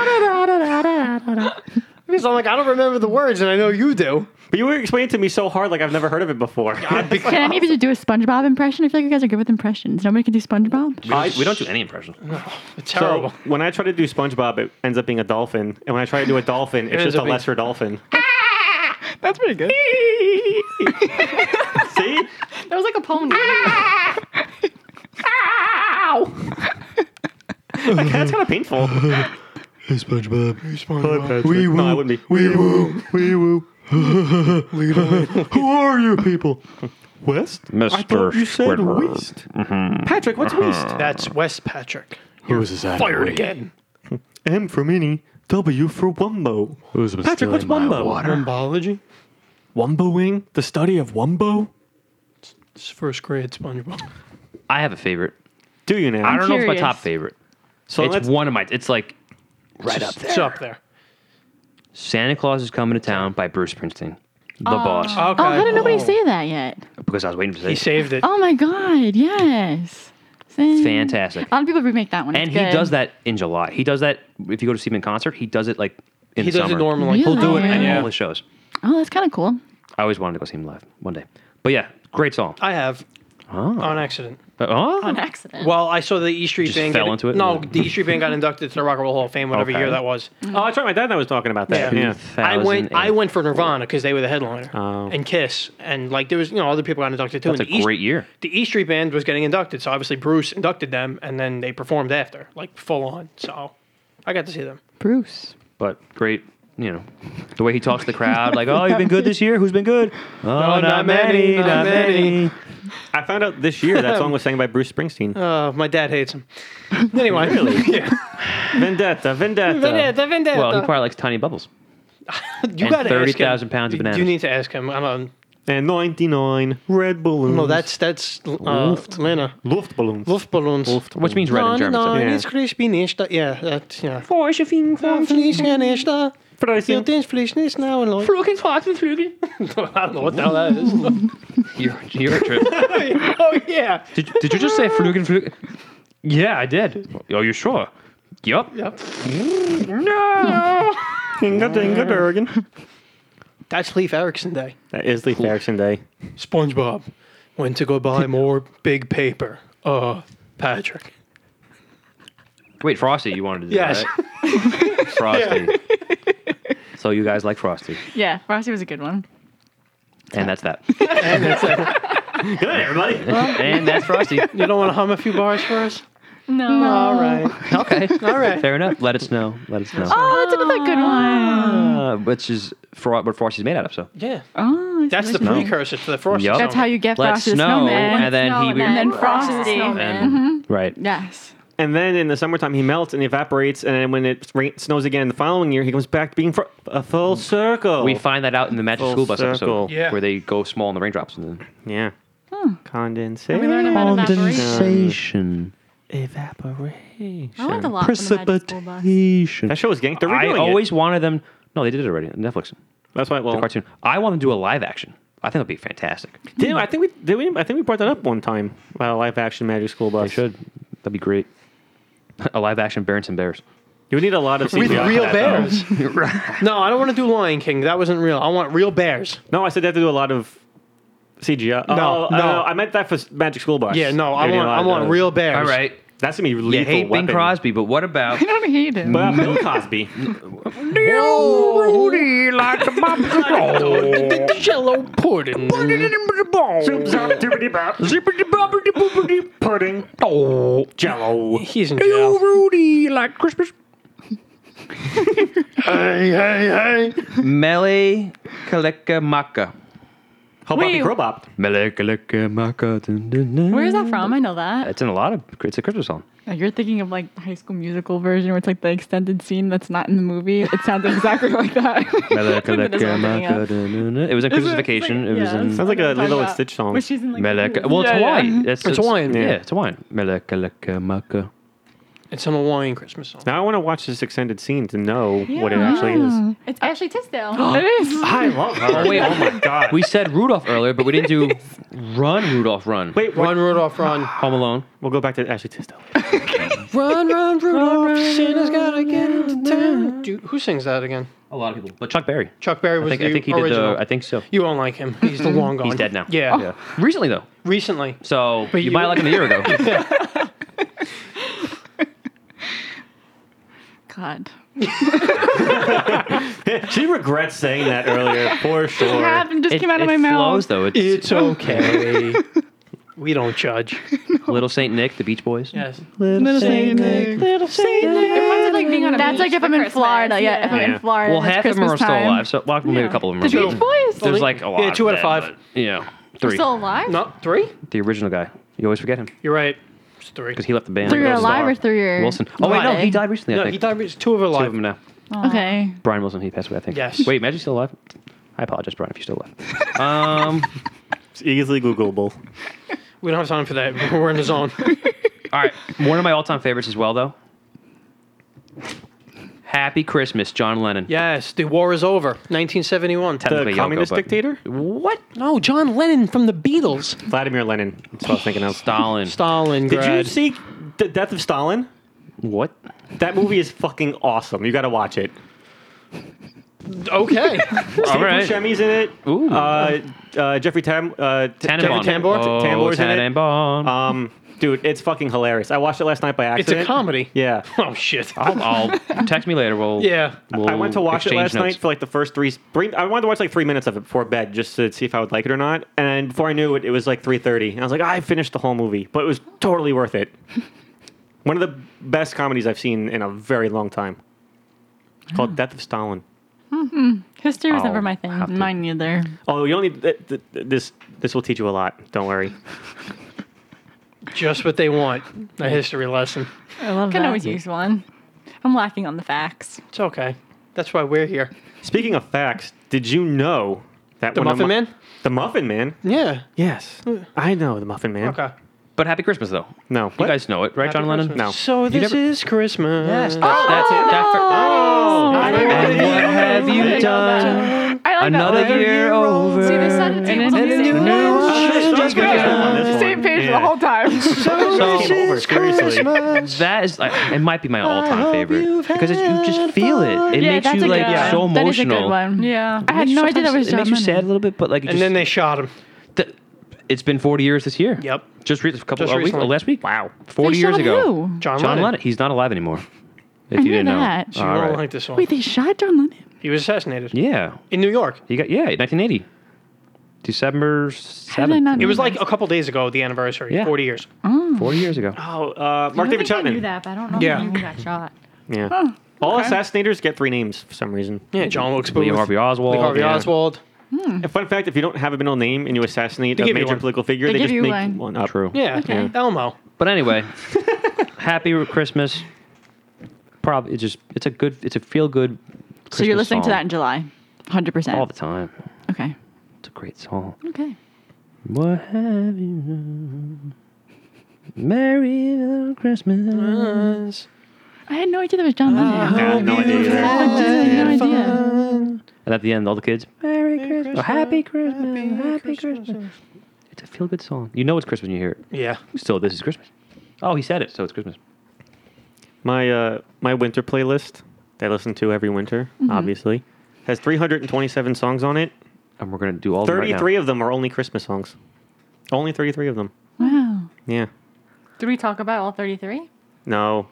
Speaker 2: Because I'm like, I don't remember the words, and I know you do.
Speaker 1: But you were explaining to me so hard, like I've never heard of it before.
Speaker 5: Can any of you just do a SpongeBob impression? I feel like you guys are good with impressions. Nobody can do SpongeBob.
Speaker 3: We don't, we don't do any impression.
Speaker 2: It's
Speaker 1: so
Speaker 2: terrible.
Speaker 1: when I try to do SpongeBob, it ends up being a dolphin, and when I try to do a dolphin, it's
Speaker 2: ends
Speaker 1: just a
Speaker 2: up being-
Speaker 1: lesser dolphin.
Speaker 5: That's pretty good.
Speaker 1: See?
Speaker 4: There was like a pony.
Speaker 5: Oh,
Speaker 1: That's kind of painful.
Speaker 6: SpongeBob. SpongeBob.
Speaker 1: Wee woo. No, I wouldn't be.
Speaker 6: Wee woo. Wee woo. Who are you people? West?
Speaker 3: Mr.
Speaker 6: I thought you said
Speaker 3: Squidward.
Speaker 6: West.
Speaker 1: Patrick, what's Weast?
Speaker 2: That's West Patrick.
Speaker 6: Who is that?
Speaker 2: Fired again.
Speaker 1: M for Minnie, W for Wumbo.
Speaker 6: Who's
Speaker 1: Patrick, what's Wumbo?
Speaker 2: Biology.
Speaker 1: Wumboing? The study of Wumbo?
Speaker 2: It's first grade SpongeBob.
Speaker 3: I have a favorite.
Speaker 1: Do you now?
Speaker 3: I don't know if it's
Speaker 5: curious.
Speaker 3: my top favorite.
Speaker 1: so
Speaker 3: it's
Speaker 1: let's,
Speaker 3: one of my. It's like right up
Speaker 2: It's up there.
Speaker 3: Santa Claus is coming to town by Bruce Springsteen, the boss.
Speaker 2: Okay.
Speaker 5: Oh, how did nobody say that yet?
Speaker 3: Because I was waiting for
Speaker 2: He
Speaker 3: this.
Speaker 2: saved it.
Speaker 5: Oh my god, yes. Say-
Speaker 2: Oh,
Speaker 3: Fantastic.
Speaker 5: A lot of people remake that one.
Speaker 3: And
Speaker 5: It's
Speaker 3: he
Speaker 5: good.
Speaker 3: does that in July. He does that if you go to see him in concert. He does it like in
Speaker 2: He
Speaker 3: the
Speaker 2: does it
Speaker 3: summer.
Speaker 2: normally.
Speaker 5: Really?
Speaker 3: He'll do it
Speaker 5: Yeah.
Speaker 3: at
Speaker 2: Yeah.
Speaker 3: all his shows.
Speaker 5: Oh, that's kind of cool.
Speaker 3: I always wanted to go see him live one day. But yeah, great song.
Speaker 2: I have
Speaker 3: Oh,
Speaker 2: on accident.
Speaker 3: oh.
Speaker 4: on accident.
Speaker 2: Well, I saw the E Street
Speaker 3: Just
Speaker 2: Band
Speaker 3: fell
Speaker 2: get,
Speaker 3: into it?
Speaker 2: No, the E Street Band got inducted to the Rock and Roll Hall of Fame, whatever
Speaker 3: Okay.
Speaker 2: year that was.
Speaker 1: oh, that's right. My dad and I was talking about that.
Speaker 2: Yeah.
Speaker 1: Yeah.
Speaker 2: I went. I
Speaker 3: 2008.
Speaker 2: went for Nirvana because they were the headliner,
Speaker 1: Oh.
Speaker 2: and Kiss, and like there was you know other people got inducted too.
Speaker 3: That's
Speaker 2: and
Speaker 3: a
Speaker 2: the E-
Speaker 3: great year.
Speaker 2: The E Street Band was getting inducted, so obviously Bruce inducted them, and then they performed after, like full on. So I got to see them.
Speaker 5: Bruce.
Speaker 3: But great, you know, the way he talks to the crowd, like, oh, you've been good this year. Who's been good? Oh, not, many, not many.
Speaker 1: I found out this year that song was sang by Bruce Springsteen.
Speaker 2: Uh, my dad hates them. Anyway, really? yeah.
Speaker 1: vendetta, vendetta.
Speaker 2: Vendetta, vendetta.
Speaker 3: Well, he probably likes tiny bubbles.
Speaker 2: you
Speaker 3: and
Speaker 2: gotta ask him.
Speaker 3: 30,000 pounds of
Speaker 2: You- You
Speaker 3: bananas.
Speaker 2: need to ask him. I'm on.
Speaker 1: And 99 Eh, red balloons.
Speaker 2: No, that's that's uh,
Speaker 1: Luft.
Speaker 2: Lena.
Speaker 1: Luftballons.
Speaker 2: Luftballons. Luft.
Speaker 3: Which means red in German. so-
Speaker 1: Yeah.
Speaker 2: it's crispy nästa. Yeah, that, yeah.
Speaker 7: Vorschefing von
Speaker 2: Fliegen nästa.
Speaker 1: Pricing.
Speaker 2: Guiltins fliegen nästa now and like.
Speaker 7: Flugins, Fahrtenflügel.
Speaker 2: I don't know what the hell that is.
Speaker 3: You're, you're a trip.
Speaker 2: oh yeah.
Speaker 3: Did, did you just say flugen flug? Yeah, I did. Are you sure? Yup. No.
Speaker 1: Dinga dinga durgan.
Speaker 2: That's Leif Erikson day.
Speaker 1: That is Leif Erickson Day.
Speaker 2: SpongeBob went to go buy more big paper. Uh, Patrick.
Speaker 3: Wait, Frosty, you wanted to do
Speaker 2: Yes.
Speaker 3: that, right? Frosty. So you guys like Frosty,
Speaker 5: Yeah, Rossi was a good one.
Speaker 3: and that's that,
Speaker 1: Good, everybody.
Speaker 3: and that's Frosty.
Speaker 2: You don't want to hum a few bars for us?
Speaker 4: no.
Speaker 2: All right.
Speaker 3: Okay,
Speaker 2: All right.
Speaker 3: fair enough. Let it snow. Let it snow.
Speaker 5: Oh, that's another good one.
Speaker 3: Uh, which is fro- what Frosty's made out of. So
Speaker 2: Yeah.
Speaker 5: Oh, I see
Speaker 2: That's the
Speaker 5: what you mean.
Speaker 2: precursor to the frost.
Speaker 3: Yup.
Speaker 5: That's how you get
Speaker 3: Let's
Speaker 5: Frosty the
Speaker 3: snow,
Speaker 5: Snowman.
Speaker 3: and then he
Speaker 4: Snow, and
Speaker 5: then
Speaker 4: then Frosty. Mm-hmm.
Speaker 5: Frosty.
Speaker 3: and- right.
Speaker 5: Yes.
Speaker 1: And then in the summertime, he melts and evaporates. And then when it rain- snows again the following year, he comes back to being fr- a full circle.
Speaker 3: We find that out in the Magic
Speaker 1: Full
Speaker 3: School Bus
Speaker 1: circle.
Speaker 3: episode,
Speaker 2: Yeah.
Speaker 3: where they go small in the raindrops and then
Speaker 1: yeah.
Speaker 2: Hmm.
Speaker 1: Condensation.
Speaker 4: We learn about evaporation.
Speaker 3: condensation.
Speaker 1: evaporation.
Speaker 5: I want the lot from the Magic School Bus.
Speaker 1: That show was ganked. They're
Speaker 3: I
Speaker 1: redoing
Speaker 3: always
Speaker 1: it.
Speaker 3: wanted them. No, they did it already on Netflix.
Speaker 1: That's why. Well,
Speaker 3: The cartoon. I want them to do a live action. I think that'd be fantastic.
Speaker 1: Damn, I think we did. We, I think we brought that up one time about a live action Magic School Bus.
Speaker 3: They should. That'd be great. a live action Barons and Bears.
Speaker 1: You would need a lot of CGI.
Speaker 2: With
Speaker 1: for
Speaker 2: real
Speaker 1: that, though.
Speaker 2: bears. no, I don't want to do Lion King. That wasn't real. I want real bears.
Speaker 1: No, I said they have to do a lot of CGI. oh,
Speaker 2: No,
Speaker 1: I-
Speaker 2: no.
Speaker 1: I meant that for s- Magic School Bus.
Speaker 2: Yeah, no, I
Speaker 1: They need a
Speaker 2: want
Speaker 1: lot
Speaker 2: I
Speaker 1: of
Speaker 2: want
Speaker 1: those.
Speaker 2: real bears.
Speaker 3: uh, All right.
Speaker 1: That's gonna be lethal.
Speaker 3: You hate
Speaker 1: weapon.
Speaker 3: Bing Crosby, but what about
Speaker 5: I don't hate him.
Speaker 1: But Bill Cosby.
Speaker 3: Oh,
Speaker 6: Rudy like the bop
Speaker 3: Mm.
Speaker 6: the
Speaker 2: Jello pudding.
Speaker 6: ball. Zippity boppity boopity pudding. Oh, jello.
Speaker 2: He's in
Speaker 6: You
Speaker 2: jail.
Speaker 6: Rudy like Christmas. hey, hey, hey.
Speaker 3: Mele Kaleka Maka?
Speaker 1: Hobop Crobop.
Speaker 3: Mele Kaleka Maka. dun, dun, dun.
Speaker 5: Where is that from? I know that.
Speaker 3: It's in a lot of. It's a Christmas song.
Speaker 5: Oh, you're thinking of like the High School Musical version where it's like the extended scene that's not in the movie. It sounds exactly like that.
Speaker 3: Mele
Speaker 5: Look at this
Speaker 3: Kaleka
Speaker 5: one thing
Speaker 3: Maka.
Speaker 5: up.
Speaker 3: dun, dun, dun. It was in Christmas Vacation. It was
Speaker 5: yeah,
Speaker 3: in.
Speaker 1: Sounds like a
Speaker 5: Talking
Speaker 1: Lilo and
Speaker 5: about-
Speaker 1: Stitch song.
Speaker 5: Where she's in like.
Speaker 3: Mele Ka- Well, it's
Speaker 5: Yeah, yeah.
Speaker 3: Hawaiian. It's,
Speaker 2: Hawaiian,
Speaker 3: Yeah,
Speaker 2: yeah.
Speaker 3: it's Hawaiian. Mele Kaleka Maka.
Speaker 2: It's an Hawaiian Christmas song.
Speaker 1: Now I want to watch this extended scene to know what it actually is.
Speaker 4: It's Ashley Tisdale.
Speaker 5: It is.
Speaker 1: I love her. Oh, wait, oh my god.
Speaker 3: We said Rudolph earlier, but we didn't do Run Rudolph Run.
Speaker 1: wait, what-
Speaker 2: Run, Rudolph, run.
Speaker 3: Home Alone.
Speaker 1: we'll go back to Ashley Tisdale.
Speaker 2: run, run, Rudolph. Santa's gotta get into town. Do, who sings that again?
Speaker 3: A lot of people, but Chuck Berry.
Speaker 2: Chuck Berry
Speaker 3: I
Speaker 2: was
Speaker 3: think,
Speaker 2: the
Speaker 3: I think he
Speaker 2: original.
Speaker 3: did the. I think so.
Speaker 2: you don't like him. He's the long gone.
Speaker 3: He's dead now.
Speaker 2: Yeah,
Speaker 3: Recently though,
Speaker 2: recently.
Speaker 3: so you,
Speaker 2: you-
Speaker 3: might like him a year ago.
Speaker 5: God.
Speaker 1: she regrets saying that earlier for
Speaker 5: It
Speaker 1: sure.
Speaker 5: happened, just
Speaker 3: it,
Speaker 5: came out of
Speaker 3: it
Speaker 5: my
Speaker 3: flows
Speaker 5: mouth.
Speaker 3: though. It's,
Speaker 2: It's okay. we don't judge.
Speaker 3: Little Saint Nick, the Beach Boys.
Speaker 2: Yes.
Speaker 5: Little Saint Nick.
Speaker 2: Little Saint Nick.
Speaker 4: It's like being on a
Speaker 5: That's
Speaker 4: beach
Speaker 5: like if
Speaker 4: for
Speaker 5: I'm in
Speaker 4: Christmas,
Speaker 5: Florida. Yeah, if I'm
Speaker 1: Yeah.
Speaker 5: in Florida.
Speaker 3: Well,
Speaker 5: and it's
Speaker 3: half of them
Speaker 5: Christmas
Speaker 3: are still
Speaker 5: time.
Speaker 3: alive. So well, maybe a couple of them.
Speaker 5: The
Speaker 3: are
Speaker 5: Beach Boys.
Speaker 3: There's like a lot.
Speaker 2: two out of
Speaker 3: them,
Speaker 2: five.
Speaker 3: but, Yeah, three.
Speaker 4: Still alive?
Speaker 2: No, three?
Speaker 3: the original guy. You always forget him
Speaker 2: You're right. It's three.
Speaker 3: because he left the band.
Speaker 5: Three are
Speaker 3: Goes
Speaker 5: alive
Speaker 3: star.
Speaker 5: or three are.
Speaker 3: Wilson. Oh wait, no,
Speaker 5: Why?
Speaker 3: he died recently. I
Speaker 2: No,
Speaker 3: think.
Speaker 2: he died. It's two of our
Speaker 3: Two of them
Speaker 2: life.
Speaker 3: now.
Speaker 5: Okay.
Speaker 3: Brian Wilson, he passed away. I think.
Speaker 2: Yes.
Speaker 3: Wait, imagine he's still alive. I apologize, Brian, if you're still alive. um.
Speaker 1: It's easily Googleable.
Speaker 2: We don't have time for that. We're in the zone.
Speaker 3: All right, one of my all-time favorites as well, though. Happy Christmas, John Lennon.
Speaker 2: yes, the war is over. 1971.
Speaker 1: The
Speaker 3: Yoko,
Speaker 1: communist
Speaker 3: but-
Speaker 1: dictator?
Speaker 3: What?
Speaker 2: No, John Lennon from the Beatles.
Speaker 1: Vladimir Lenin. That's what I was thinking of.
Speaker 3: Stalin.
Speaker 2: Stalin.
Speaker 1: Did you see The Death of Stalin?
Speaker 3: What?
Speaker 1: That movie is fucking awesome. You got to watch it.
Speaker 2: Okay.
Speaker 3: All
Speaker 1: Steve
Speaker 3: right.
Speaker 1: Buscemi's in it.
Speaker 3: Oow.
Speaker 1: Uh, uh, Jeffrey Tam, uh, T- Jeffrey
Speaker 3: Tannenbaum.
Speaker 1: Tambor.
Speaker 3: Oh,
Speaker 1: Tambor's in
Speaker 3: Tannenbaum.
Speaker 1: it. Um, dude, it's fucking hilarious. I watched it last night by
Speaker 2: it's a
Speaker 1: accident.
Speaker 2: comedy.
Speaker 1: Yeah.
Speaker 2: Oh, shit.
Speaker 3: I'll, I'll- text me later. We'll.
Speaker 2: Yeah.
Speaker 3: we'll
Speaker 1: I went to watch it
Speaker 3: exchange
Speaker 1: last
Speaker 3: notes.
Speaker 1: night for like the first three. three- I wanted to watch like three minutes of it before bed just to see if I would like it or not. And before I knew it, it was like three thirty, and I was like, I finished the whole movie, but it was totally worth it. One of the best comedies I've seen in a very long time. It's
Speaker 2: Ah.
Speaker 1: called Death of Stalin.
Speaker 5: History was
Speaker 3: I'll
Speaker 5: never my thing.
Speaker 3: Oh, have to-
Speaker 5: Mine neither.
Speaker 1: Oh, you don't need th- th- th- this. This will teach you a lot. Don't worry.
Speaker 2: Just what they want. A history lesson.
Speaker 5: I love
Speaker 4: Can
Speaker 5: that.
Speaker 4: always use one. I'm lacking on the facts.
Speaker 2: It's okay. That's why we're here.
Speaker 1: Speaking of facts, did you know that
Speaker 2: The
Speaker 1: one of
Speaker 2: Muffin
Speaker 1: my-
Speaker 2: Man?
Speaker 1: The Muffin Man.
Speaker 2: Yeah.
Speaker 1: Yes, I know the Muffin Man.
Speaker 2: Okay.
Speaker 3: But Happy Christmas, though.
Speaker 1: No,
Speaker 3: You
Speaker 1: what?
Speaker 3: guys know it, right, John Lennon?
Speaker 1: No.
Speaker 2: So this
Speaker 3: never-
Speaker 2: is Christmas.
Speaker 3: Yes, that's, that's it. That
Speaker 1: Oh,
Speaker 3: and what have you done?
Speaker 5: I like
Speaker 3: Another
Speaker 5: that one.
Speaker 3: year over.
Speaker 4: See, they sat at tables on
Speaker 5: And
Speaker 4: these
Speaker 5: a new
Speaker 4: things.
Speaker 5: one.
Speaker 1: Same
Speaker 5: Same page the whole time.
Speaker 3: So-
Speaker 1: Came over, seriously.
Speaker 3: That is, like, it might be my all-time favorite
Speaker 2: you've
Speaker 3: because it, you just
Speaker 2: had
Speaker 3: feel it. It
Speaker 5: yeah,
Speaker 3: makes
Speaker 5: that's
Speaker 3: you
Speaker 5: a good
Speaker 3: like
Speaker 5: one.
Speaker 3: so
Speaker 5: That is a
Speaker 3: emotional.
Speaker 5: good one.
Speaker 4: Yeah.
Speaker 5: I had no idea that was
Speaker 3: It
Speaker 5: John
Speaker 3: makes you
Speaker 5: Lennon.
Speaker 3: sad a little bit, but like, it
Speaker 2: And
Speaker 3: just,
Speaker 2: then they shot him.
Speaker 3: th- it's been 40 years this year.
Speaker 2: Yep.
Speaker 3: Just re- a couple
Speaker 2: Just
Speaker 3: a week,
Speaker 2: recently.
Speaker 3: last week. Wow, 40
Speaker 5: They
Speaker 3: years
Speaker 5: shot
Speaker 3: ago.
Speaker 5: who?
Speaker 2: John,
Speaker 3: John Lennon. He's not alive anymore. If
Speaker 5: I
Speaker 3: you
Speaker 5: knew
Speaker 3: didn't
Speaker 5: that.
Speaker 3: know.
Speaker 5: So
Speaker 2: You
Speaker 3: All
Speaker 2: won't
Speaker 3: right.
Speaker 2: like this one.
Speaker 5: Wait, they shot John Lennon.
Speaker 2: He was assassinated
Speaker 3: Yeah.
Speaker 2: in New York.
Speaker 3: He got yeah, 1980. December
Speaker 5: How did I
Speaker 3: 7th.
Speaker 5: not
Speaker 2: It was
Speaker 5: know
Speaker 2: like
Speaker 5: that?
Speaker 2: a couple days ago, the anniversary,
Speaker 3: Yeah.
Speaker 2: 40 years.
Speaker 3: Forty years ago.
Speaker 2: Ah,
Speaker 1: Oh, uh, Mark David
Speaker 4: I knew
Speaker 1: Chapman.
Speaker 4: that, but I don't know
Speaker 2: Yeah.
Speaker 4: when he got shot.
Speaker 1: Yeah. All assassinators get three names for some reason.
Speaker 2: Yeah, John Wilkes Booth.
Speaker 3: William Harvey Oswald.
Speaker 2: Lee Harvey
Speaker 1: yeah.
Speaker 2: Oswald.
Speaker 1: A fun fact: if you don't have a middle name and you assassinate
Speaker 2: They
Speaker 1: a
Speaker 2: give you
Speaker 1: major
Speaker 2: one.
Speaker 1: political figure,
Speaker 5: They
Speaker 1: they,
Speaker 5: give
Speaker 1: just
Speaker 5: you
Speaker 1: make
Speaker 5: one.
Speaker 1: one up.
Speaker 3: True.
Speaker 2: Yeah.
Speaker 5: Okay.
Speaker 2: Elmo.
Speaker 3: Uh, But anyway, happy Christmas. Probably it's just it's a good it's a feel good.
Speaker 5: So you're listening to that in July, hundred percent.
Speaker 3: all the time.
Speaker 5: Okay.
Speaker 3: It's a great song.
Speaker 5: Okay.
Speaker 3: What have you done? Merry little Christmas.
Speaker 5: I had no idea that was
Speaker 3: Ah,
Speaker 5: John Lennon.
Speaker 1: Yeah, no idea either.
Speaker 5: I had no idea.
Speaker 3: And at the end, all the kids, Merry Christmas, Oh, Happy Christmas, Happy, Christmas. It's a feel good song. You know it's Christmas when you hear it.
Speaker 2: Yeah.
Speaker 3: So this is Christmas. Oh, he said it. So it's Christmas.
Speaker 1: My uh, my winter playlist that I listen to every winter,
Speaker 5: Mm-hmm.
Speaker 1: obviously, has 327 songs on it.
Speaker 3: And we're gonna do all
Speaker 1: 33
Speaker 3: of them right
Speaker 1: of them are only Christmas songs. Only 33 of them.
Speaker 5: Wow.
Speaker 1: Yeah.
Speaker 4: Did we talk about all 33?
Speaker 1: No.